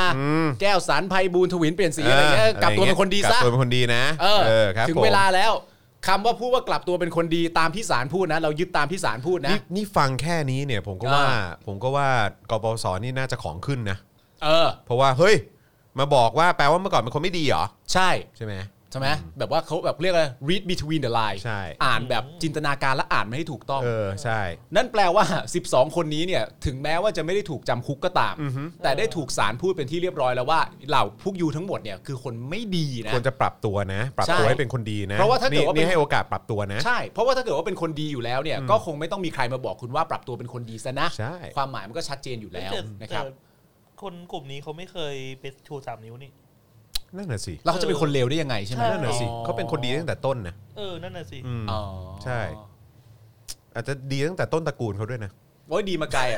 [SPEAKER 3] แก้วสารไพบูลย์ทวินเปลี่ยนสีอะไรเงี้ย
[SPEAKER 2] ออก
[SPEAKER 3] ลับตัวเป็นคนดี
[SPEAKER 2] กลั
[SPEAKER 3] ซะ
[SPEAKER 2] บตัวเป็นคนดีนะ
[SPEAKER 3] เออ
[SPEAKER 2] ครับ
[SPEAKER 3] ถึง
[SPEAKER 2] ผม
[SPEAKER 3] เวลาแล้วคำว่าพูดว่ากลับตัวเป็นคนดีตามที่ศาลพูดนะ เรายึดตามที่ศาลพูดนะ
[SPEAKER 2] นี่นี่ฟังแค่นี้เนี่ยผมก็ว่า
[SPEAKER 3] อ่า
[SPEAKER 2] ผมก็ว่ากปสนี่น่าจะของขึ้นนะ
[SPEAKER 3] เออ
[SPEAKER 2] เพราะว่าเฮ้ย มาบอกว่าแปลว่าเมื่อก่อนเป็นคนไม่ดีเหรอ
[SPEAKER 3] ใช่
[SPEAKER 2] ใช่ไหม
[SPEAKER 3] ใช่ไหมแบบว่าเขาแบบเรียกอะไร read between the line
[SPEAKER 2] ใช่
[SPEAKER 3] อ่านแบบจินตนาการและอ่านไม่ให้ถูกต้อง
[SPEAKER 2] เออ ใช่
[SPEAKER 3] นั่นแปลว่า 12 คนนี้เนี่ย ถึงแม้ว่าจะไม่ได้ถูกจำคุกก็ตาม แต่ได้ถูกสารพูดเป็นที่เรียบร้อยแล้วว่าเหล่าพวกยูทั้งหมดเนี่ยคือคนไม่ดีนะ
[SPEAKER 2] ควรจะปรับตัวนะ ปรับ
[SPEAKER 3] ใช่
[SPEAKER 2] ตัวให้เป็นคนดีนะ
[SPEAKER 3] เพราะว่าถ้าเกิดว่านี่
[SPEAKER 2] นี่ให้โอกาสปรับตัวนะ
[SPEAKER 3] ใช่ เพราะว่าถ้าเกิดว่าเป็นคนดีอยู่แล้วเนี่ย ก็คงไม่ต้องมีใครมาบอกคุณว่าปรับตัวเป็นคนดีซะนะ
[SPEAKER 2] ใช่
[SPEAKER 3] ความหมายมันก็ชัดเจนอยู่แล้ว
[SPEAKER 4] แต่
[SPEAKER 3] นะครับ
[SPEAKER 4] แต่คนกลุ่มนี้เขาไม่เคยไปชูสามนิ้วนี่
[SPEAKER 2] นั่นน่ะสิ
[SPEAKER 3] แล้วเขาจะเป็นคนเลวได้ยังไงใช่ไหม
[SPEAKER 4] ใช่
[SPEAKER 2] นั่นน่ะสิ
[SPEAKER 3] อ๋อ
[SPEAKER 2] เขาเป็นคนดีตั้งแต่ต้นนะ
[SPEAKER 4] เออ นั่นน่ะสิ
[SPEAKER 2] อืม
[SPEAKER 3] อ๋อ
[SPEAKER 2] ใช่ อาจจะดีตั้งแต่ต้นตระกูลเขาด้วยนะ
[SPEAKER 3] โอ้ยดีมาไกล อ่ะ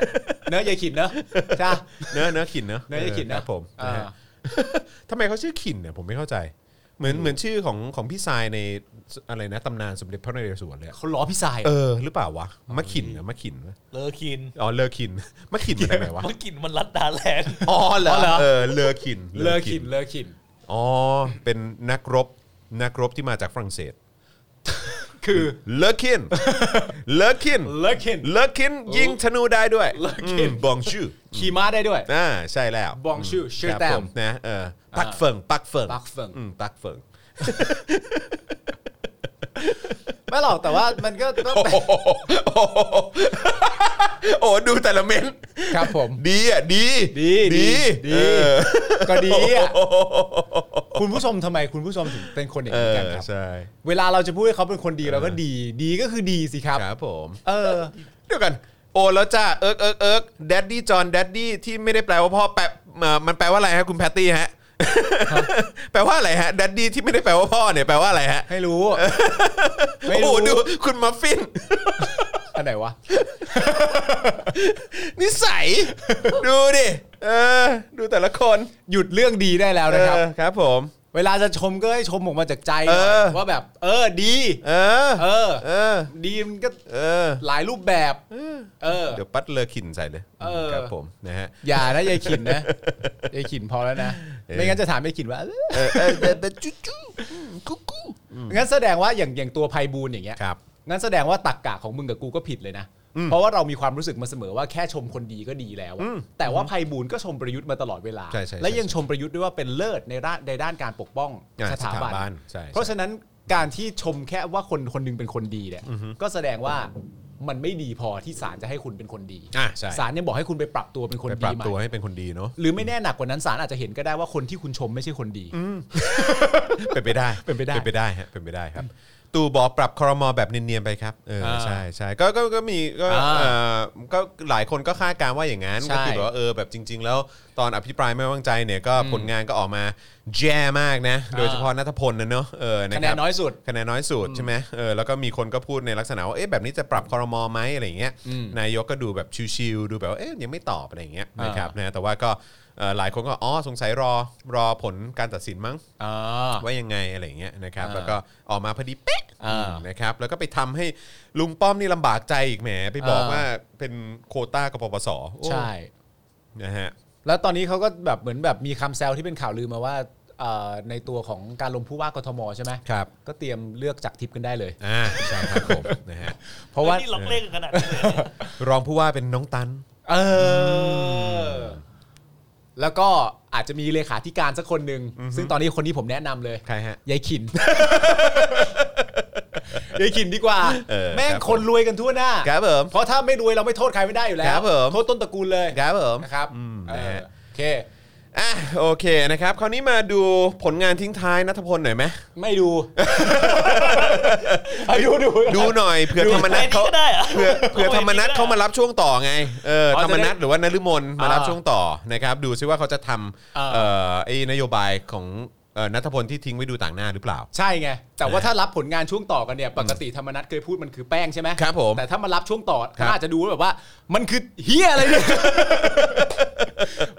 [SPEAKER 3] เนื้อะยายขินเนอะใช่
[SPEAKER 2] เนื้อะเนื้อะขินเนอะ
[SPEAKER 3] เนื้อะยายขิน
[SPEAKER 2] ค
[SPEAKER 3] นะ
[SPEAKER 2] รับผม
[SPEAKER 3] อ่า
[SPEAKER 2] นะฮะทำไมเขาชื่อขินเนี่ยผมไม่เข้าใจ เหมือนเหมือนชื่อของของพี่ทรายในอะไรนะตำนานสมเด็จพระนเรศวรเลยอะ
[SPEAKER 3] เขาล้อพี่สาย
[SPEAKER 2] เออหรือเปล่าวะมะขินเหรอมะขินวะ
[SPEAKER 4] เลอคิน
[SPEAKER 2] อ๋อเลอขิน มะขินมาจากไหนวะ
[SPEAKER 4] เมื่อกินมันรัดดาแลนด์
[SPEAKER 2] อ๋อเหรอเออเลอขิน
[SPEAKER 3] เลิกขินเลิกขิน
[SPEAKER 2] อ๋อเป็นนักรบนักรบที่มาจากฝรั่งเศส
[SPEAKER 3] คือ
[SPEAKER 2] เลอคิน เลอคิน
[SPEAKER 3] เลิกขิน
[SPEAKER 2] เลอคินยิงธนูได้ด้วย
[SPEAKER 3] เลอคิน
[SPEAKER 2] บองชื่อ
[SPEAKER 3] ขี่ม้าได้ด้วย
[SPEAKER 2] อ่าใช่แล้ว
[SPEAKER 3] บองชื่อชื่อ
[SPEAKER 2] ครับ
[SPEAKER 3] แต้
[SPEAKER 2] ผม มนะเออปักเฟิงปักเฟิง
[SPEAKER 3] ปักเฟิง
[SPEAKER 2] อืมปักเฟิง
[SPEAKER 3] ไม่หรอกแต่ว่ามันก็ก็
[SPEAKER 2] โอ้โหโอ้โหโอ้โหดูแต่ละเม้นต์
[SPEAKER 3] ครับผม
[SPEAKER 2] ดีอ่ะดี
[SPEAKER 3] ดีดีดี
[SPEAKER 2] เออ
[SPEAKER 3] ก็ดีอ่ะคุณผู้ชมทำไมคุณผู้ชมถึงเป็นคนอย่าง
[SPEAKER 2] เอ
[SPEAKER 3] นี้
[SPEAKER 2] อ
[SPEAKER 3] กันครับ
[SPEAKER 2] ใช่
[SPEAKER 3] เวลาเราจะพูดให้เขาเป็นคนดีเราก็ดี ดีก็คือดีสิครับ
[SPEAKER 2] ครับผม
[SPEAKER 3] เออ
[SPEAKER 2] เดี๋ยวกัน โอ้แล้วจ้าเอิร์กเอิร์กเอิร์กแดดดี้จอห์นแดดดี้ที่ไม่ได้แปลว่าพ่อแปลเอ่อมันแปลว่าอะไรฮะคุณแพตตี้ฮะ แปลว่าอะไรฮะแดดดี้ที่ไม่ได้แปลว่าพ่อเนี่ยแปลว่าอะไรฮะ
[SPEAKER 3] ให้รู้ ไม่
[SPEAKER 2] โอ้
[SPEAKER 3] รู้
[SPEAKER 2] โหดูคุณมัฟฟิน
[SPEAKER 3] อันไหนวะ
[SPEAKER 2] นิสัย ดูดิเออดูแต่ละคน
[SPEAKER 3] หยุดเรื่องดีได้แล้วนะครับ
[SPEAKER 2] เออครับผม
[SPEAKER 3] เวลาจะชมก็ให้ชมออกมาจากใจหน่
[SPEAKER 2] เออ
[SPEAKER 3] อยว่าแบบ เออดี
[SPEAKER 2] เออ
[SPEAKER 3] เออ
[SPEAKER 2] เออ
[SPEAKER 3] ดีมันก็
[SPEAKER 2] เออ
[SPEAKER 3] หลายรูปแบบ เออ
[SPEAKER 2] เดี๋ยวปัดเลอขินใส่เลย
[SPEAKER 3] เออ
[SPEAKER 2] ครับผมนะฮะ
[SPEAKER 3] อย่านะยายขินนะยายขินพอแล้วนะ ไม่งั้นจะถามยายขินว่าเอ้ย
[SPEAKER 2] เออเออเออเออจุ๊จุ๊กุ๊กกุ๊ก
[SPEAKER 3] งั้นแสดงว่าอย่างอย่างตัวไพบูลย์อย่างเงี้ย
[SPEAKER 2] ครับ
[SPEAKER 3] งั้นแสดงว่าตักกะของมึงกับกูก็ผิดเลยนะ เพราะว่าเรามีความรู้สึกมาเสมอว่าแค่ชมคนดีก็ดีแล้วอะแต่ว่าภัยบูลย์ก็ชมประยุทธ์มาตลอดเวลา
[SPEAKER 2] ใช่ใช่ใช่
[SPEAKER 3] และยังชมประยุทธ์ด้วยว่าเป็นเลิศในด้านในด้านการปกป้อง
[SPEAKER 2] อ่า
[SPEAKER 3] สถาบัน
[SPEAKER 2] สถาบันใช่ใช่
[SPEAKER 3] เพราะฉะนั้นการที่ชมแค่ว่าคนคนหนึงเป็นคนดีเนี่ยก็แสดงว่ามันไม่ดีพอที่ศาลจะให้คุณเป็นคนดี
[SPEAKER 2] อ่ะใช่
[SPEAKER 3] ศาลยังบอกให้คุณไปปรับตัวเป็นคน
[SPEAKER 2] ไปป
[SPEAKER 3] ดี
[SPEAKER 2] รับ
[SPEAKER 3] ให
[SPEAKER 2] ตัว
[SPEAKER 3] ม่
[SPEAKER 2] ให้เป็นคนดีเนาะ
[SPEAKER 3] หรือไม่แน่หนักกว่านั้นศาลอาจจะเห็นก็ได้ว่าคนที่คุณชมไม่ใช่คนดี
[SPEAKER 2] เป็นไปได้
[SPEAKER 3] เป็นไปได้
[SPEAKER 2] เป็นไปได้ฮะเป็นไปได้ครับ ตู่บอกปรับครมอแบบเนียนๆไปครับเออ
[SPEAKER 3] อ่า
[SPEAKER 2] ใช่ใช่ก็ก็ก็มีก็
[SPEAKER 3] อ่า
[SPEAKER 2] เอ่อก็หลายคนก็คาดการณ์ว่าอย่างนั้น
[SPEAKER 3] ใช่
[SPEAKER 2] ก็คือแบบว่าเออแบบจริง ๆ แล้วตอนอภิปรายไม่ไว้วางใจเนี่ยก็ผลงานก็ออกมาแย่มากนะ โดยเฉพาะนัทพลนะเนาะเออรับ
[SPEAKER 3] คะแนนน้อยสุด
[SPEAKER 2] คะแนนน้อยสุดใช่ไหมเออแล้วก็มีคนก็พูดในลักษณะว่าเอ๊ะแบบนี้จะปรับคอรมอไหมอะไรอย่างเงี้ยนายกก็ดูแบบชิวๆดูแบบว่าเอ๊ะยังไม่ตอบอะไรอย่างเงี้ย
[SPEAKER 3] อ่าน
[SPEAKER 2] นะครับนะแต่ว่าก็เอ่อหลายคนก็อ๋อสงสัยรอรอผลการตัดสินมั้ง
[SPEAKER 3] อ่า
[SPEAKER 2] ว่ายังไงอะไรอย่างเงี้ยนะครับ
[SPEAKER 3] อ่า
[SPEAKER 2] แล้วก็ออกมาพอดีเป๊ะ
[SPEAKER 3] อ่า
[SPEAKER 2] นะครับแล้วก็ไปทำให้ลุงป้อมนี่ลำบากใจอีกแหมไปบอก
[SPEAKER 3] อ่า
[SPEAKER 2] ว่าเป็นโควต้ากปปสโอ้
[SPEAKER 3] ใช่
[SPEAKER 2] นะฮะ
[SPEAKER 3] แล้วตอนนี้เขาก็แบบเหมือนแบบมีคำแซวที่เป็นข่าวลือมาว่าเอ่อในตัวของการลงผู้ว่ากทมใช่ไหม
[SPEAKER 2] ครับ
[SPEAKER 3] ก็เตรียมเลือกจากทิปกันได้เลย
[SPEAKER 2] อ่าใช่ครับผมนะฮะ
[SPEAKER 3] เพราะว่า
[SPEAKER 4] นี่ล็อกเลขกันขนาดนี้เลยเหรอ
[SPEAKER 2] รองผู้ว่าเป็นน้องตัน
[SPEAKER 3] เอออแล้วก็อาจจะมีเลขาธิการสักคนหนึ่งซึ่งตอนนี้คนที่ผมแนะนำเลย
[SPEAKER 2] ใครฮะ
[SPEAKER 3] ยายขิน ยายขินดีกว่า
[SPEAKER 2] เออ
[SPEAKER 3] แม่ง
[SPEAKER 2] ครับผม
[SPEAKER 3] คนรวยกันทั่วหน้า
[SPEAKER 2] ครับผม
[SPEAKER 3] เพราะถ้าไม่รวยเราไม่โทษใครไม่ได้อยู่แล้
[SPEAKER 2] ครั
[SPEAKER 3] ว
[SPEAKER 2] บผม
[SPEAKER 3] โทษต้นตระกูลเลย
[SPEAKER 2] ครับผม
[SPEAKER 3] นะครับ
[SPEAKER 2] อืม
[SPEAKER 3] เอ
[SPEAKER 2] นะ
[SPEAKER 3] อ
[SPEAKER 2] ฮะ
[SPEAKER 3] โอเค
[SPEAKER 2] อ่ะโอเคนะครับ คราวนี้มาดูผลงานทิ้งท้ายนัทพลหน่อยไหม
[SPEAKER 3] ไม่ดู เอาดูดู
[SPEAKER 2] ดูหน่อยเผื่อธรรมนัท
[SPEAKER 4] ไอ้นี่
[SPEAKER 2] เขา
[SPEAKER 4] ก็ได้อะ
[SPEAKER 2] เผื่อเผื่อธรรมนัทเขามารับช่วงต่อไงเออ
[SPEAKER 3] อ๋อ
[SPEAKER 2] ธรรมนัท
[SPEAKER 3] จะได้
[SPEAKER 2] หรือว่านฤมลมา
[SPEAKER 3] อ่ารั
[SPEAKER 2] รับช่วงต่อนะครับ ดูซิว่าเขาจะท
[SPEAKER 3] อ่า
[SPEAKER 2] ำเอ่อไอ้นโยบายของเอ่อนัทพลที่ทิ้งไว้ดูต่างหน้าหรือเปล่า
[SPEAKER 3] ใช่ไง แต่ว่าถ้ารับผลงานช่วงต่อกันเนี่ยปกติธรรมนัตเคยพูดมันคือแป้งใช่ไหม
[SPEAKER 2] ครับผม
[SPEAKER 3] แต่ถ้ามารับช่วงต่อ
[SPEAKER 2] ครับ
[SPEAKER 3] ก็อาจจะดูแบบว่า มันคือเฮียอะไรเนี่ย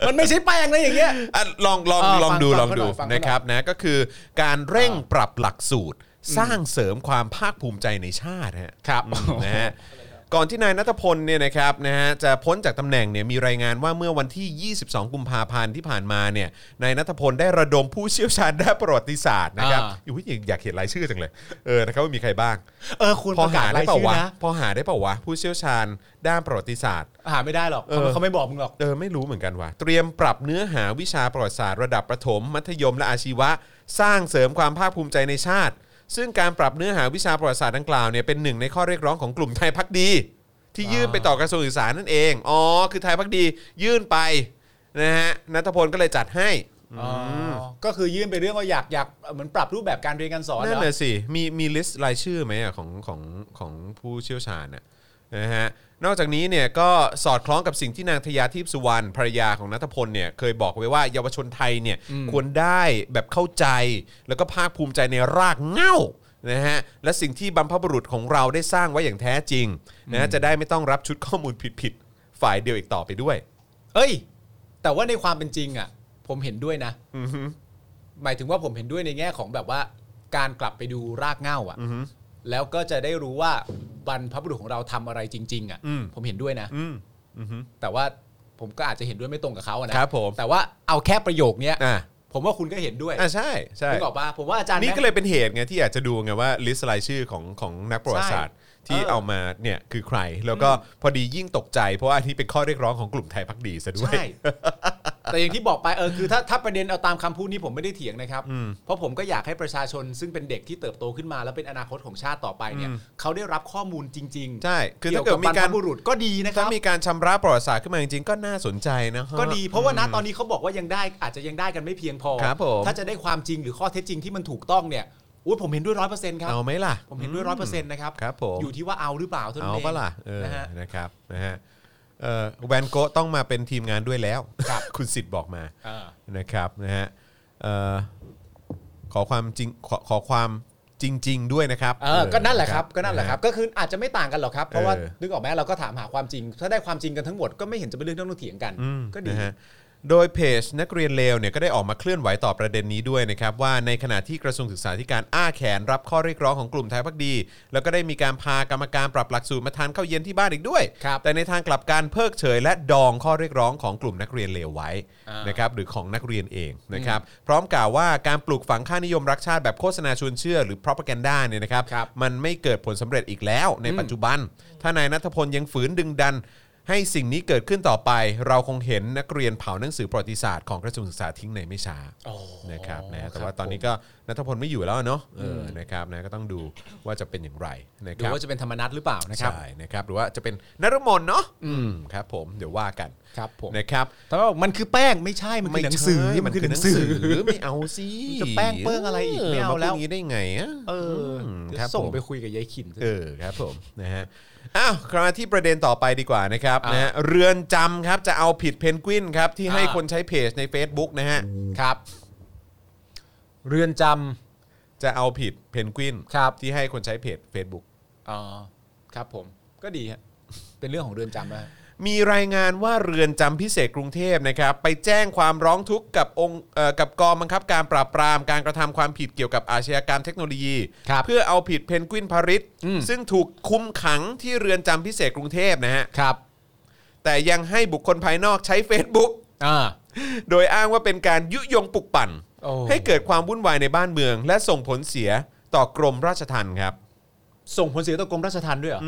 [SPEAKER 3] มันไม่ใช่แป้งนะอย่างเงี้ย
[SPEAKER 2] อ่ะลองลอง
[SPEAKER 3] เออ
[SPEAKER 2] ลอง
[SPEAKER 3] ฟัง
[SPEAKER 2] ดูล
[SPEAKER 3] ฟัง
[SPEAKER 2] อง
[SPEAKER 3] เขาห
[SPEAKER 2] ดู
[SPEAKER 3] น่อยฟังเขาหน่อย
[SPEAKER 2] นะครับนะก็คือการเร่งปรับหลักสูตร สร้างเสริมความภาคภูมิใจในชาติฮะ
[SPEAKER 3] ครับ
[SPEAKER 2] นะฮะก่อนที่นายนัทพลเนี่ยนะครับนะฮะจะพ้นจากตำแหน่งเนี่ยมีรายงานว่าเมื่อวันที่ 22 กุมภาพันธ์ที่ผ่านมาเนี่ยนายนัทพลได้ระดมผู้เชี่ยวชาญด้านประวัติศาสตร์นะครับ
[SPEAKER 3] อ่า
[SPEAKER 2] อุ๊ยอยากอยากเห็นรายชื่อจังเลยเออนะครับว่ามีใครบ้าง
[SPEAKER 3] เออควร
[SPEAKER 2] พอ
[SPEAKER 3] ประกา
[SPEAKER 2] หา
[SPEAKER 3] ศ
[SPEAKER 2] ได้
[SPEAKER 3] ราย
[SPEAKER 2] เปล่า
[SPEAKER 3] ชื่อ
[SPEAKER 2] วะ
[SPEAKER 3] นะ
[SPEAKER 2] พอหาได้เปล่าวะผู้เชี่ยวชาญด้านประวัติศาสตร์
[SPEAKER 3] หาไม่ได้หรอก
[SPEAKER 2] เออ
[SPEAKER 3] เขาเขาไม่บอกมึงหรอก
[SPEAKER 2] เออไม่รู้เหมือนกันว่ะเตรียมปรับเนื้อหาวิชาประวัติศาสตร์ระดับประถม มัธยมและอาชีวะ สร้างเสริมความภาคภูมิใจในชาติ ซึ่งการปรับเนื้อหาวิชาประวัติศาสตร์ดังกล่าวเนี่ยเป็นหนึ่งในข้อเรียกร้องของกลุ่มไทยพักดี ที่ยื่นไปต่อกระทรวงศึกษานั่นเองอ๋อคือไทยพักดียื่นไปนะฮะนัทพลก็เลยจัดให้
[SPEAKER 3] อ๋ออก็คือยื่นไปเรื่องว่าอยากอยากเหมือนปรับรูปแบบการเรียนการสอน
[SPEAKER 2] นั่น
[SPEAKER 3] เนาะ
[SPEAKER 2] น่ะสิมีมีลิสต์รายชื่อไหมอะของของของผู้เชี่ยวชาญน่ะนะฮะนอกจากนี้เนี่ยก็สอดคล้องกับสิ่งที่นางธยาทิพย์สุวรรณภรรยาของนัทพลเนี่ยเคยบอกไว้ว่าเยาวชนไทยเนี่ยควรได้แบบเข้าใจ แล้วก็ภาคภูมิใจในรากเหง้านะฮะและสิ่งที่บรรพบุรุษของเราได้สร้างไว้อย่างแท้จริงนะจะได้ไม่ต้องรับชุดข้อมูลผิดๆฝ่ายเดียวอีกต่อไปด้วย
[SPEAKER 3] เอ้ย แต่ว่าในความเป็นจริงอ่ะ ผมเห็นด้วยนะ หมายถึงว่าผมเห็นด้วยในแง่ของแบบว่า การกลับไปดูรากเหง้าอ่ะ
[SPEAKER 2] อือฮึ
[SPEAKER 3] แล้วก็จะได้รู้ว่าบรรพบุรุษของเราทำอะไรจริง ๆ อ่ะ
[SPEAKER 2] อืม
[SPEAKER 3] ผมเห็นด้วยนะ
[SPEAKER 2] อืมอือฮึ
[SPEAKER 3] แต่ว่าผมก็อาจจะเห็นด้วยไม่ตรงกับเขาอะนะครับ
[SPEAKER 2] ผม
[SPEAKER 3] แต่ว่าเอาแค่ประโยคเนี้ย
[SPEAKER 2] อ่า
[SPEAKER 3] ผมว่าคุณก็เห็นด้วย
[SPEAKER 2] อ่าใช่ใช่
[SPEAKER 3] นึกออกปะผมว่าอาจารย์
[SPEAKER 2] นี่
[SPEAKER 3] แม็ก
[SPEAKER 2] ก็เลยเป็นเหตุไงที่อยากจะดูไงว่าลิสต์รายชื่อของของนักประวัติศาสตร์ที่
[SPEAKER 3] เออ
[SPEAKER 2] เอามาเนี่ยคือใคร แล้วก็พอดียิ่งตกใจ เพราะว่าอันนี้เป็นข้อเรียกร้องของกลุ่มไทยพักดีซะด้วย
[SPEAKER 3] ใช่ แต่อย่างที่บอกไปเออคือถ้าถ้าประเด็นเอาตามคำพูดนี้ผมไม่ได้เถียงนะครับ
[SPEAKER 2] อืม
[SPEAKER 3] เพราะผมก็อยากให้ประชาชนซึ่งเป็นเด็กที่เติบโตขึ้นมาแล้วเป็นอนาคตของชาติต่อไปเนี่ย
[SPEAKER 2] อืม
[SPEAKER 3] เขาได้รับข้อมูลจริงๆ
[SPEAKER 2] ใช่คือ
[SPEAKER 3] เกี่
[SPEAKER 2] ถ้า
[SPEAKER 3] ยว
[SPEAKER 2] เกิ
[SPEAKER 3] กั
[SPEAKER 2] ด
[SPEAKER 3] บ
[SPEAKER 2] มี
[SPEAKER 3] บรรพ
[SPEAKER 2] การ
[SPEAKER 3] บุรุษก็ดีนะค
[SPEAKER 2] ถ้า
[SPEAKER 3] รับ
[SPEAKER 2] มีการชำระประวัติศาสตร์ขึ้นมาจริงๆก็น่าสนใจนะฮะ
[SPEAKER 3] ก็ดีเพราะว่าณตอนนี้เขาบอกว่ายังได้อาจจะยังได้กันไม่เพียงพอ
[SPEAKER 2] ครับผม
[SPEAKER 3] ถ้าจะได้ความจริงหรือข้อเท็จจริงที่มันถูกต้องเนี่ยอุ้ยผมเห็นด้วยร้อยเปอร์เซ็นต์ครับ
[SPEAKER 2] เอาไหมล่ะ
[SPEAKER 3] ผมเห็นด้วยร้อยเปอร์เซ็นต์นะครับ
[SPEAKER 2] ครับผม
[SPEAKER 3] อยู่ที่ว่าเอาหรือเปล่าเท่านั้
[SPEAKER 2] เอา
[SPEAKER 3] นเอง
[SPEAKER 2] ปะล่ะเออ
[SPEAKER 3] นะฮะ
[SPEAKER 2] นะครับนะฮะเอ่อแวนโกะต้องมาเป็นทีมงานด้วยแล้ว
[SPEAKER 3] ครับ
[SPEAKER 2] คุณสิทธิ์บอกมา
[SPEAKER 3] อ่า
[SPEAKER 2] นะครับนะฮะเอ่อขอความจริงขอขอความจริง ๆ ด้วยนะครับ
[SPEAKER 3] เออ ก็นั่นแหละครับ ก็นั่นแหละครับ
[SPEAKER 2] ฮ
[SPEAKER 3] ก็คืออาจจะไม่ต่างกันหรอกครับ เพราะว่า
[SPEAKER 2] เออ
[SPEAKER 3] นึกออกไหมเราก็ถามหาความจริง ถ้าได้ความจริงกันทั้งหมดก็ไม่เห็นจะเป็นเรื่องที่ต้องเถียงกัน
[SPEAKER 2] อืม
[SPEAKER 3] ก็ดี
[SPEAKER 2] นะฮะโดยเพจนักเรียนเลวเนี่ยก็ได้ออกมาเคลื่อนไหวต่อประเด็นนี้ด้วยนะครับ ว่าในขณะที่กระทรวงศึกษาธิการอ้าแขนรับข้อเรียกร้องของกลุ่มไทยพักดี แล้วก็ได้มีการพากรรมการปรับหลักสูตรมาทานข้าวเย็นที่บ้านอีกด้วย
[SPEAKER 3] ครับ
[SPEAKER 2] แต่ในทางกลับการเพิกเฉยและดองข้อเรียกร้องของกลุ่มนักเรียนเลวไว้
[SPEAKER 3] อ่าน
[SPEAKER 2] นะครับหรือของนักเรียนเองนะครับพร้อมกล่าวว่าการปลูกฝังค่านิยมรักชาติแบบโฆษณาชวนเชื่อหรือ propaganda เนี่ยนะครับ
[SPEAKER 3] ครับ
[SPEAKER 2] มันไม่เกิดผลสำเร็จอีกแล้วใน
[SPEAKER 3] อืม
[SPEAKER 2] ปัจจุบัน ถ้านายนัทพลยังฝืนดึงดัน ให้สิ่งนี้เกิดขึ้นต่อไป เราคงเห็นนักเรียนเผาหนังสือประวัติศาสตร์ของกระทรวงศึกษาทิ้งในไม่ช้า
[SPEAKER 3] โอ้
[SPEAKER 2] นะครับนะแต่ว่า
[SPEAKER 3] ครับ
[SPEAKER 2] ตอนนี้ก็นัทพลไม่อยู่แล้วเนาะเออนะครับนะก็ต้องดูว่าจะเป็นอย่างไรนะค
[SPEAKER 3] ดู
[SPEAKER 2] รับ
[SPEAKER 3] ว่าจะเป็นธรรมนัตหรือเปล่านะครับ
[SPEAKER 2] ใช่นะครับหรือว่าจะเป็นนรมนเนาะอืมครับผมเดี๋ยวว่ากัน
[SPEAKER 3] ครับผม
[SPEAKER 2] นะครับ
[SPEAKER 3] แต่ว่ามันคือแป้งไม่ใช่ มันคือหนังสือ
[SPEAKER 2] ไใช่
[SPEAKER 3] มันคือหนังสือ
[SPEAKER 2] ไม่เอาสิ
[SPEAKER 3] จะแป้งเปิ้งอะไรอีกไม่เอาแล้ว
[SPEAKER 2] พูดย่งนี้ได้ไงอะ
[SPEAKER 3] เออ
[SPEAKER 2] ม
[SPEAKER 3] เดี๋ยว
[SPEAKER 2] ครับ
[SPEAKER 3] ส่ง
[SPEAKER 2] ผม
[SPEAKER 3] ไปคุยกับยายขินซะ
[SPEAKER 2] เออครับผมนะฮะอ้าวคราวที่ประเด็นต่อไปดีกว่านะครับนะฮะเรือนจำครับจะเอาผิดเพนกวินครับที่ให้
[SPEAKER 3] อ่า
[SPEAKER 2] คนใช้เพจใน Facebook นะฮะ
[SPEAKER 3] ครับ เรือนจ
[SPEAKER 2] จะเอาผิดเพนกวิน
[SPEAKER 3] ำครับ
[SPEAKER 2] ที่ให้คนใช้เพจ Facebook
[SPEAKER 3] อ๋อครับผม ก็ดีฮะเป็นเรื่องของเรือนจำนะฮะ
[SPEAKER 2] มีรายงานว่าเรือนจำพิเศษกรุงเทพนะครับไปแจ้งความร้องทุกข์กับองค์เอ่อกับกองบังคับการปราบปรามการกระทำความผิดเกี่ยวกับอาชญากรรมเทคโนโลยี
[SPEAKER 3] ครับ
[SPEAKER 2] เพื่อเอาผิดเพนกวินพาริส
[SPEAKER 3] อืม
[SPEAKER 2] ซึ่งถูกคุมขังที่เรือนจำพิเศษกรุงเทพนะฮะ
[SPEAKER 3] ครับ
[SPEAKER 2] แต่ยังให้บุคคลภายนอกใช้ Facebook
[SPEAKER 3] อ่า
[SPEAKER 2] โดยอ้างว่าเป็นการยุยงปลุกปั่น
[SPEAKER 3] โอ้
[SPEAKER 2] ให้เกิดความวุ่นวายในบ้านเมือง และส่งผลเสียต่อกรมราชทัณฑ์ครับ
[SPEAKER 3] ส่งผลเสียต่อกรมราชทัณฑ์ด้วยเหรอ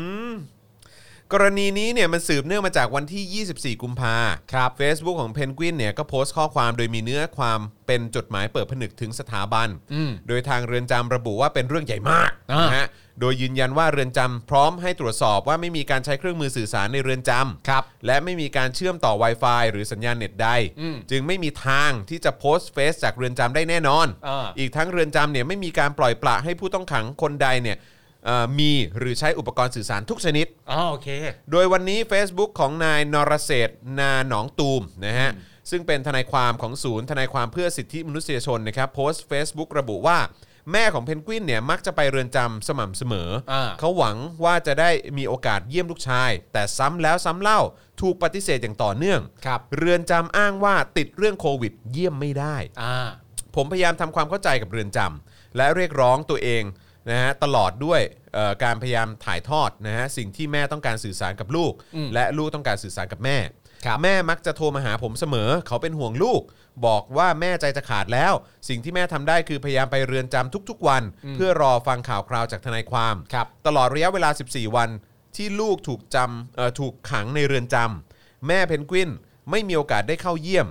[SPEAKER 2] กรณีนี้เนี่ยมันสืบเนื่องมาจากวันที่ 24 กุมภาครับ Facebook ของเพนกวินเนี่ยก็โพสต์ข้อความโดยมีเนื้อความเป็นจดหมายเปิดผนึกถึงสถาบัน
[SPEAKER 3] อืม
[SPEAKER 2] โดยทางเรือนจำระบุว่าเป็นเรื่องใหญ่มาก
[SPEAKER 3] อ่าน
[SPEAKER 2] นะฮะโดยยืนยันว่าเรือนจำพร้อมให้ตรวจสอบว่าไม่มีการใช้เครื่องมือสื่อสารในเรือนจำ
[SPEAKER 3] ครับ
[SPEAKER 2] และไม่มีการเชื่อมต่อ Wi-Fi หรือสัญญาณเน็ตใด
[SPEAKER 3] อืม
[SPEAKER 2] จึงไม่มีทางที่จะโพสต์เฟซจากเรือนจำได้แน่นอน
[SPEAKER 3] อ่า
[SPEAKER 2] อีกทั้งเรือนจำเนี่ยไม่มีการปล่อยปละให้ผู้ต้องขังคนใดเนี่ยเอ่อมีหรือใช้อุปกรณ์สื่อสารทุกชนิด
[SPEAKER 3] อ๋อโอเค
[SPEAKER 2] โดยวันนี้ Facebook ของนายนรเศรษฐ์นาหนองตูมนะฮะซึ่งเป็นทนายความของศูนย์ทนายความเพื่อสิทธิมนุษยชนนะครับโพสต์ Facebook ระบุว่า แม่ของเพนกวินเนี่ยมักจะไปเรือนจำสม่ำเสมอ
[SPEAKER 3] อ่า
[SPEAKER 2] เขาหวังว่าจะได้มีโอกาสเยี่ยมลูกชาย แต่ซ้ำแล้วซ้ำเล่าถูกปฏิเสธอย่างต่อเนื่อง
[SPEAKER 3] ครับ
[SPEAKER 2] เรือนจำอ้างว่าติดเรื่องโควิด เยี่ยมไม่ได้
[SPEAKER 3] อ่า
[SPEAKER 2] ผมพยายามทำความเข้าใจกับเรือนจำและเรียกร้องตัวเองนะฮะตลอดด้วยเอ่อการพยายามถ่ายทอดนะฮะสิ่งที่แม่ต้องการสื่อสารกับลูก
[SPEAKER 3] อืม
[SPEAKER 2] และลูกต้องการสื่อสารกับแม่
[SPEAKER 3] ครับ
[SPEAKER 2] แม่มักจะโทรมาหาผมเสมอ เขาเป็นห่วงลูก บอกว่าแม่ใจจะขาดแล้ว สิ่งที่แม่ทำได้คือพยายามไปเรือนจำทุกๆวัน เพื่อรอฟังข่าวคราวจากทนายความ
[SPEAKER 3] ครับ
[SPEAKER 2] ตลอดระยะเวลา 14 วันที่ลูกถูกจำเอ่อถูกขังในเรือนจำแม่เพนกวินไม่มีโอกาสได้เข้าเยี่ยม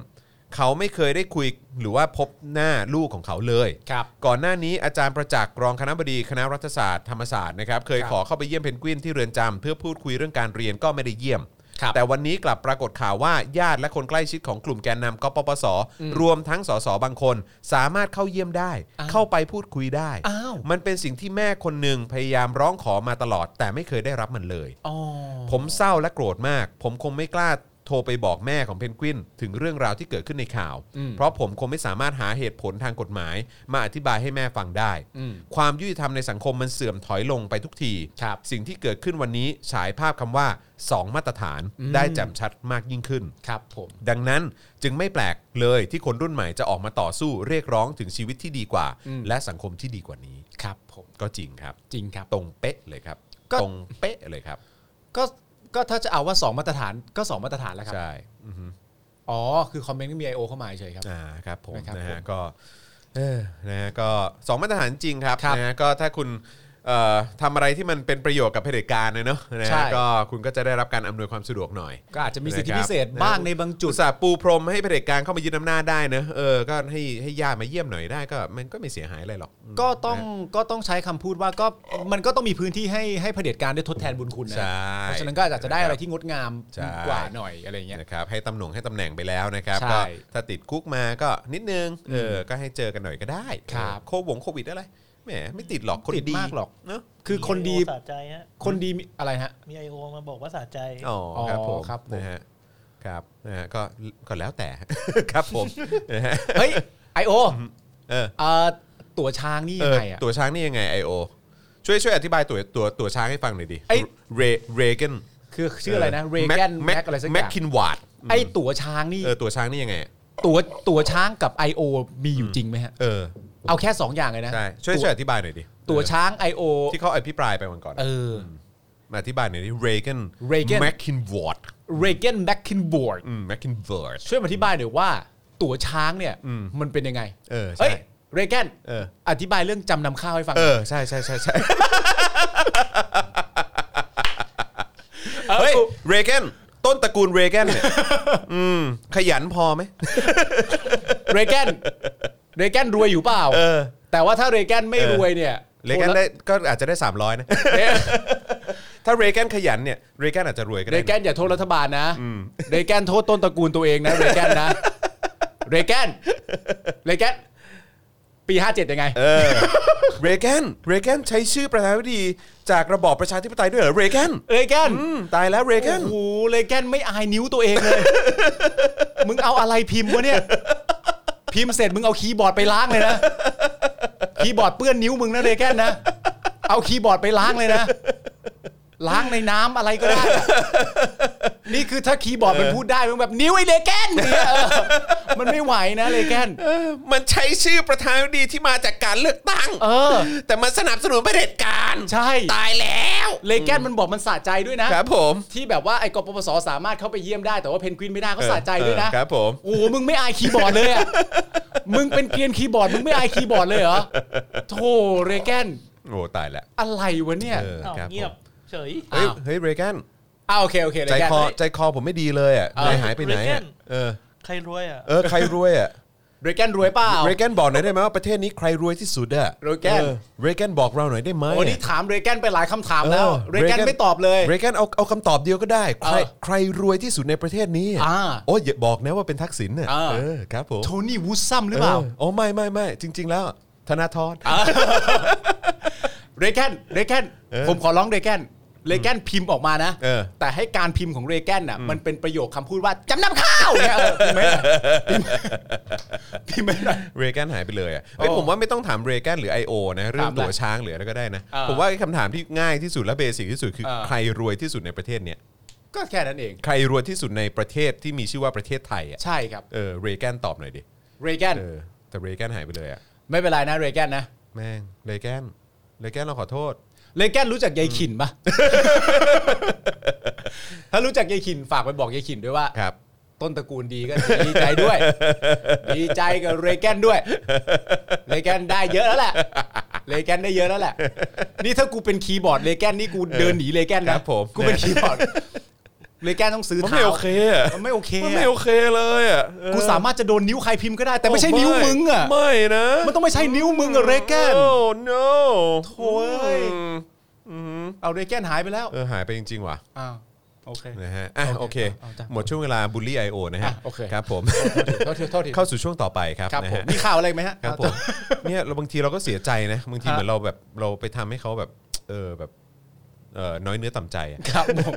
[SPEAKER 2] เขาไม่เคยได้คุยหรือว่าพบหน้าลูกของเขาเลย
[SPEAKER 3] ครับ
[SPEAKER 2] ก่อนหน้านี้อาจารย์ประจักษ์รองคณะบดีคณะรัฐศาสตร์ธรรมศาสตร์นะครับเคย
[SPEAKER 3] ครับ
[SPEAKER 2] ขอเข้าไปเยี่ยมเพนกวินที่เรือนจำเพื่อพูดคุยเรื่องการเรียนก็ไม่ได้เยี่ยม
[SPEAKER 3] ครับ
[SPEAKER 2] แต่วันนี้กลับปรากฏข่าวว่าญาติและคนใกล้ชิดของกลุ่มแกนนำกปปส รวมทั้งสสบางคน สามารถเข้าเยี่ยมได้
[SPEAKER 3] อ้าว
[SPEAKER 2] เข้าไปพูดคุยได้
[SPEAKER 3] อ้าว
[SPEAKER 2] มันเป็นสิ่งที่แม่คนหนึ่งพยายามร้องขอมาตลอด แต่ไม่เคยได้รับมันเลย
[SPEAKER 3] อ๋อ
[SPEAKER 2] ผมเศร้าและโกรธมาก ผมคงไม่กล้าโท ทรไปบอกแม่ของเพนกวินถึงเรื่องราวที่เกิดขึ้นในข่าว
[SPEAKER 3] อืม
[SPEAKER 2] เพราะผมคงไม่สามารถหาเหตุผลทางกฎหมาย มาอธิบายให้แม่ฟังได้
[SPEAKER 3] อืม
[SPEAKER 2] ความยุติธรรมในสังคมมันเสื่อมถอยลงไปทุกที
[SPEAKER 3] ครับ
[SPEAKER 2] สิ่งที่เกิดขึ้นวันนี้ฉายภาพคำว่า 2 มาตรฐาน
[SPEAKER 3] อืม
[SPEAKER 2] ได้แจ่มชัดมากยิ่งขึ้น
[SPEAKER 3] ครับผม
[SPEAKER 2] ดังนั้นจึงไม่แปลกเลยที่คนรุ่นใหม่จะออกมาต่อสู้เรียกร้องถึงชีวิตที่ดีกว่า และสังคมที่ดีกว่านี้
[SPEAKER 3] ครับผม
[SPEAKER 2] ก็จริงครับ
[SPEAKER 3] จริงครับ
[SPEAKER 2] ตรงเป๊ะเลยครับ
[SPEAKER 3] ก็
[SPEAKER 2] ตรงเป๊ะเลยครับ
[SPEAKER 3] ก็ก็ถ้าจะเอาว่า 2 มาตรฐานก็ 2 มาตรฐานแล้วครับ
[SPEAKER 2] ใช่อือฮึ
[SPEAKER 3] อ๋อ คือคอมเมนต์ก็มี I.O. เข้ามาเฉยครับ
[SPEAKER 2] อ่าครับผม
[SPEAKER 3] นะครับ
[SPEAKER 2] นะ
[SPEAKER 3] ผ
[SPEAKER 2] ฮะ
[SPEAKER 3] ม
[SPEAKER 2] ก็เออนะฮะก็สองมาตรฐานจริงครับ
[SPEAKER 3] ครับ
[SPEAKER 2] นะฮะก็ถ้าคุณเอ่อทำอะไรที่มันเป็นประโยชน์กับเผด็จการนะเนอะนะ
[SPEAKER 3] ใช่
[SPEAKER 2] ฮะก็คุณก็จะได้รับการอำนวยความสะดวกหน่อย
[SPEAKER 3] ก็อาจจะมีสิทธิ
[SPEAKER 2] นะครับ
[SPEAKER 3] พิเศษบ้างในบางจุ
[SPEAKER 2] อุ
[SPEAKER 3] ด
[SPEAKER 2] ตส่าห์ปูพรมให้เผด็จการเข้ามายึดอำนาจได้เนอะเออก็ให้ให้ญาติมาเยี่ยมหน่อยได้ก็มันก็ไม่เสียหายอะไรหรอก
[SPEAKER 3] ก็ต้องก็ต้องใช้คำพูดว่าก็มันก็ต้องมีพื้นที่ให้ให้เผด็จการได้ทดแทนบุญคุณนะ
[SPEAKER 2] ใช่
[SPEAKER 3] เพราะฉะนั้นก็อาจจะได้อะไรที่งดงาม
[SPEAKER 2] ใช่
[SPEAKER 3] กว่าหน่อยอะไรเงี้ย
[SPEAKER 2] นะครับให้ตำแหน่งให้ตำแหน่งไปแล้วนะครับ
[SPEAKER 3] ใช่
[SPEAKER 2] ก็ถ้าติดคุกมาก็นิดนึงเอออก็ให้เจอกันหน่อยก็ได้
[SPEAKER 3] ครับ
[SPEAKER 2] โควงโควิดอะไรแหมไม่ติดหรอกคน
[SPEAKER 3] ติด
[SPEAKER 2] ดี
[SPEAKER 3] มากหรอก
[SPEAKER 2] เนอะ
[SPEAKER 3] คือคนดี
[SPEAKER 4] มี IO สะใจฮะ
[SPEAKER 3] คนดีมีอะไรฮะ
[SPEAKER 4] มีไอโอมาบอกว่าสะใจ
[SPEAKER 2] อ๋อครับผม
[SPEAKER 3] ครับผม
[SPEAKER 2] นะฮะครับนะฮะก็ก็แล้วแต่ ครับ ผมนะฮะ
[SPEAKER 3] เฮ้ยไอโอ
[SPEAKER 2] เออ
[SPEAKER 3] เอ่อตัวช้างนี่
[SPEAKER 2] เอ
[SPEAKER 3] ยัง
[SPEAKER 2] อ
[SPEAKER 3] ไงอ่ะ
[SPEAKER 2] ตัวช้างนี่ยังไง I.O. ช่วยช่วยอธิบายตัวตัวตัวช้างให้ฟังหน่อยดิ
[SPEAKER 3] ไอ้
[SPEAKER 2] เรเรเกน
[SPEAKER 3] คือชื่ออะไรนะเรแกนแม็กอะไรสักอ
[SPEAKER 2] แม็ก
[SPEAKER 3] ย่าง
[SPEAKER 2] คินวาร์ด
[SPEAKER 3] ไอตัวช้างนี่
[SPEAKER 2] เออตัวช้างนี่ยังไงอะ
[SPEAKER 3] ตัวตัวช้างกับ I.O. มีอยู่จริงไหมฮะ
[SPEAKER 2] เออ
[SPEAKER 3] เอาแค่ 2 อย่างเลยนะ
[SPEAKER 2] ใช่ช่วยช่วยอธิบายหน่อยดิ
[SPEAKER 3] ตัว
[SPEAKER 2] เออ
[SPEAKER 3] ช้าง I.O.
[SPEAKER 2] ที่เขาอภิปรายไปวันก่อนอะ
[SPEAKER 3] เออ
[SPEAKER 2] มาอธิบายหน่อยดิเรเกน
[SPEAKER 3] Reagan
[SPEAKER 2] แมคคินวอร์ด
[SPEAKER 3] เรแกนแม็กคินบอร์ด
[SPEAKER 2] แมคคินวอร์ด
[SPEAKER 3] ช่วยมาอธิบายหน่อยว่า ตัวช้างเนี่ยมันเป็นยังไง
[SPEAKER 2] เออใช่
[SPEAKER 3] ฮ้ยเรแกน
[SPEAKER 2] เออ
[SPEAKER 3] อธิบายเรื่องจำนำข้าวให้ฟัง
[SPEAKER 2] เออ ใช่ใช่ใช่ใช่เฮ้ยเรเกนต้นตระกูลเรเกน เนี่ยอืมขยันพอไหม
[SPEAKER 3] เรแกนเรแกนรวยอยู่เปล่า
[SPEAKER 2] เออ
[SPEAKER 3] แต่ว่าถ้าเรแกนไม่
[SPEAKER 2] เออ
[SPEAKER 3] รวยเนี่ย
[SPEAKER 2] เรเกนได้ก็อาจจะได้ 300 นะ ถ้าเรเกนขยันเนี่ยเรเกนอาจจะรวยก็
[SPEAKER 3] เร
[SPEAKER 2] ได้
[SPEAKER 3] แกนอย่าโทษรัฐบาลนะ เรแกนโทษต้นตระกูลตัวเองนะ เรแกนนะ เรแกนเรแกนปีห้าเจ็ดยังไง
[SPEAKER 2] เออเรเกนเรเกนใช้ชื่อประธานาธิบดี จากระบอบประชาธิปไตยด้วยเหรอเรเกน
[SPEAKER 3] เรแกน
[SPEAKER 2] อืมตายแล้วเรเก
[SPEAKER 3] โอ้
[SPEAKER 2] น
[SPEAKER 3] โหเรแกนไม่อายนิ้วตัวเองเลย มึงเอาอะไรพิมพ์วะเนี่ย พิมพ์เสร็จมึงเอาคีย์บอร์ดไปล้างเลยนะ คีย์บอร์ดเปื้อนนิ้วมึงนะเรแกนนะ เอาคีย์บอร์ดไปล้างเลยนะ ล้างในน้ำอะไรก็ได้อะนี่คือถ้าคีย์บอร์ดมันพูดได้มึงแบบนิ้วไอ้เรแกนเนี่ยเออมันไม่ไหวนะเรแกน
[SPEAKER 2] มันใช้ชื่อประธานาธิบดีที่มาจากการเลือกตั้ง
[SPEAKER 3] เออ
[SPEAKER 2] แต่มันสนับสนุนเผด็จการ
[SPEAKER 3] ใช่
[SPEAKER 2] ตายแล้ว
[SPEAKER 3] เรแกนมันบอกมันสะใจด้วยนะ
[SPEAKER 2] ครับผม
[SPEAKER 3] ที่แบบว่าไอ้กปปสสามารถเข้าไปเยี่ยมได้แต่ว่าเพนกวินไม่ได้ก็สะใจด้วยนะ
[SPEAKER 2] เออครับผม
[SPEAKER 3] โอ้โหมึงไม่อายคีย์บอร์ดเลยอ่ะ มึงเป็นเกรียนคีย์บอร์ด มึงไม่อายคีย์บอร์ดเลยเหรอโธ่เรแกน
[SPEAKER 2] โอ้ตายแล้ว
[SPEAKER 3] อะไรวะเนี่ย
[SPEAKER 2] เออ
[SPEAKER 4] อ้าว
[SPEAKER 2] ครับผ
[SPEAKER 4] เงียบ
[SPEAKER 2] ม
[SPEAKER 4] เฉย
[SPEAKER 2] เฮ้ย
[SPEAKER 3] อ้าว
[SPEAKER 2] เฮ้ยเรแกน
[SPEAKER 3] อ้าวโอเคโอเคเร
[SPEAKER 2] ใจ
[SPEAKER 3] แกน
[SPEAKER 2] คอใจคอผมไม่ดีเลยอ่ะ
[SPEAKER 3] เออ
[SPEAKER 2] นายหายไปไหน
[SPEAKER 4] เรแก
[SPEAKER 2] อ่ะ
[SPEAKER 4] น
[SPEAKER 2] เออ
[SPEAKER 4] ใครรวยอ่ะ
[SPEAKER 2] เออใครรวยอ่ะ
[SPEAKER 3] เรแกนรวยเปล่า
[SPEAKER 2] เรแกนบอกหน่อยได้ไหมว่าประเทศนี้ใครรวยที่สุดอ่ะ
[SPEAKER 3] เรแกน
[SPEAKER 2] ออเรแกนบอกเราหน่อยได้ไหม
[SPEAKER 3] โอ้นี่ถามเรแกนไปหลายคำถามแล้ว เรแกนไม่ตอบเลย
[SPEAKER 2] เรแกนเอาเอาคำตอบเดียวก็ได้ ใคร
[SPEAKER 3] เออ
[SPEAKER 2] ใครรวยที่สุดในประเทศนี้ะ
[SPEAKER 3] อ่า
[SPEAKER 2] โอ้ยอย่าบอกนะว่าเป็นทักษิณน่ะ
[SPEAKER 3] อ่า
[SPEAKER 2] เออครับผม
[SPEAKER 3] โทนี่วูดซัมหรือเปล่า
[SPEAKER 2] โอ้ไม่ไม่ไม่จริง ๆ แล้วธนาธร
[SPEAKER 3] เรแกนเรแกน
[SPEAKER 2] เออ
[SPEAKER 3] ผมขอร้องเรแกนเรแกนพิมพ์ออกมานะ
[SPEAKER 2] เออ
[SPEAKER 3] แต่ให้การพิมพ์ของเรแกนน่ะ มันเป็นประโยคคำพูดว่าจำนำข้าวเนี่ยเออพิมพ์ไม่ได้ พิมพ์ไม่ได้
[SPEAKER 2] เรแกนหายไปเลยอ่ะเอ้ย
[SPEAKER 3] โอ้
[SPEAKER 2] ผมว่าไม่ต้องถามเรแกนหรือ I.O. นะเรื่อง
[SPEAKER 3] ถามอะไร
[SPEAKER 2] ตัวช้างหรืออะไรก็ได้นะ
[SPEAKER 3] อ่า
[SPEAKER 2] ผมว่าคำถามที่ง่ายที่สุดและเบสิกที่สุดคือ
[SPEAKER 3] เออ
[SPEAKER 2] ใครรวยที่สุดในประเทศเนี้ย
[SPEAKER 3] ก็แค่นั้นเอง
[SPEAKER 2] ใครรวยที่สุดในประเทศที่มีชื่อว่าประเทศไทยอ่ะ
[SPEAKER 3] ใช่ครับ
[SPEAKER 2] เออเรแกนตอบหน่อยดิ
[SPEAKER 3] เรแกน
[SPEAKER 2] เออแต่เรแกนหายไปเลยอ่ะ
[SPEAKER 3] ไม่เป็นไรนะเรแกนนะ
[SPEAKER 2] แม่งเรแกนเรแกนเราขอโทษ
[SPEAKER 3] เลแกนรู้จักยายขินปะ ถ้ารู้จักยายขินฝากไปบอกยายขินด้วยว่า
[SPEAKER 2] ครับ
[SPEAKER 3] ต้นตระกูลดีก็ดีใจด้วย ดีใจกับเรแกนด้วยเรแกนได้เยอะแล้วแหละเรแกนได้เยอะแล้วแหละ นี่ถ้ากูเป็นคีย์บอร์ดเรแกนนี่กูเดินหนีเรแกน
[SPEAKER 2] ค
[SPEAKER 3] นะ
[SPEAKER 2] รับผม
[SPEAKER 3] กูเป็นคีย์บ อร์ดเรแกนต้องซื้อ
[SPEAKER 2] มัน
[SPEAKER 3] เท้า
[SPEAKER 2] ไม่โอเคอ่ะ
[SPEAKER 3] มันไม่โอเค
[SPEAKER 2] มันไม่โอเคเลยอ่ะเออ
[SPEAKER 3] กูสามารถจะโดนนิ้วใครพิมพ์ก็ได้ แต่ไม่ใช่นิ้วมึงอ่ะ
[SPEAKER 2] ไม่นะ
[SPEAKER 3] มันต้องไม่ใช่นิ้วมึงอะเรแกน
[SPEAKER 2] โอ้ no
[SPEAKER 3] โถ่เอ้ย
[SPEAKER 2] อืมอืม
[SPEAKER 3] เอาเรแกนหายไปแล้ว
[SPEAKER 2] เออหายไปจริง ๆ ว่ะ
[SPEAKER 3] อ้าวโอเค
[SPEAKER 2] นะฮะอ่ะโอเค
[SPEAKER 3] เอาจ้ะ
[SPEAKER 2] หมดช่วงเวลาบูลลี่ไอโอนะฮะ
[SPEAKER 3] อ่ะโอเค
[SPEAKER 2] ครับผม
[SPEAKER 3] โทษทีโทษที
[SPEAKER 2] เข้าสู่ช่วงต่อไปครับ
[SPEAKER 3] ครับ
[SPEAKER 2] นะ
[SPEAKER 3] ผม
[SPEAKER 2] ฮะ
[SPEAKER 3] มีข่าวอะไรไหมฮะ
[SPEAKER 2] ครับผมเนี่ยเราบางทีเราก็เสียใจนะ บางที
[SPEAKER 3] ฮะ
[SPEAKER 2] เหมือนเราแบบเราไปทำให้เขาแบบ เออแบบเออน้อยเนื้อต่ำใจอะ
[SPEAKER 3] ครับผม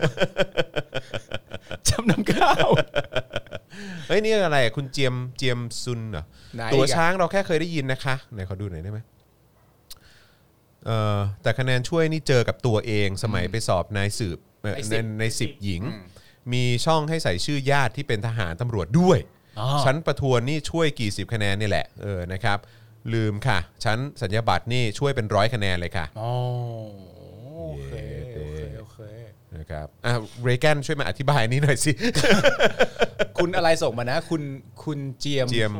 [SPEAKER 3] จ ำนำข้าว
[SPEAKER 2] เฮ้ยนี่อะไรอ่ะคุณเจียมเจียมซุนเหรอ
[SPEAKER 3] ไหน
[SPEAKER 2] ตัว
[SPEAKER 3] อีกอ่ะ
[SPEAKER 2] ช้างเราแค่เคยได้ยินนะคะไหนขอดูหน่อยได้ไหมเอ่อแต่คะแนนช่วยนี่เจอกับตัวเองสมัยไปสอบนายสืบเอ่อ
[SPEAKER 3] ในสิ
[SPEAKER 2] ใน
[SPEAKER 3] บ
[SPEAKER 2] ในสิบหญิง มีช่องให้ใส่ชื่อญาติที่เป็นทหารตำรวจด้วย
[SPEAKER 3] อ๋อ
[SPEAKER 2] ชั้นประทวนนี่ช่วยกี่สิบคะแนนนี่แหละเออนะครับ ลืมค่ะ ชั้นสัญญาบัตรนี่ช่วยเป็นร้อยคะแนนเลยค่ะ
[SPEAKER 3] อ๋อโอเค
[SPEAKER 2] เย้
[SPEAKER 3] โอเคโอเค
[SPEAKER 2] นะครับอ่ะเรแกนช่วยมาอธิบายนี้หน่ อยสิ
[SPEAKER 3] คุณอะไรส่งมานะ คุณคุณเจียม
[SPEAKER 2] เจียม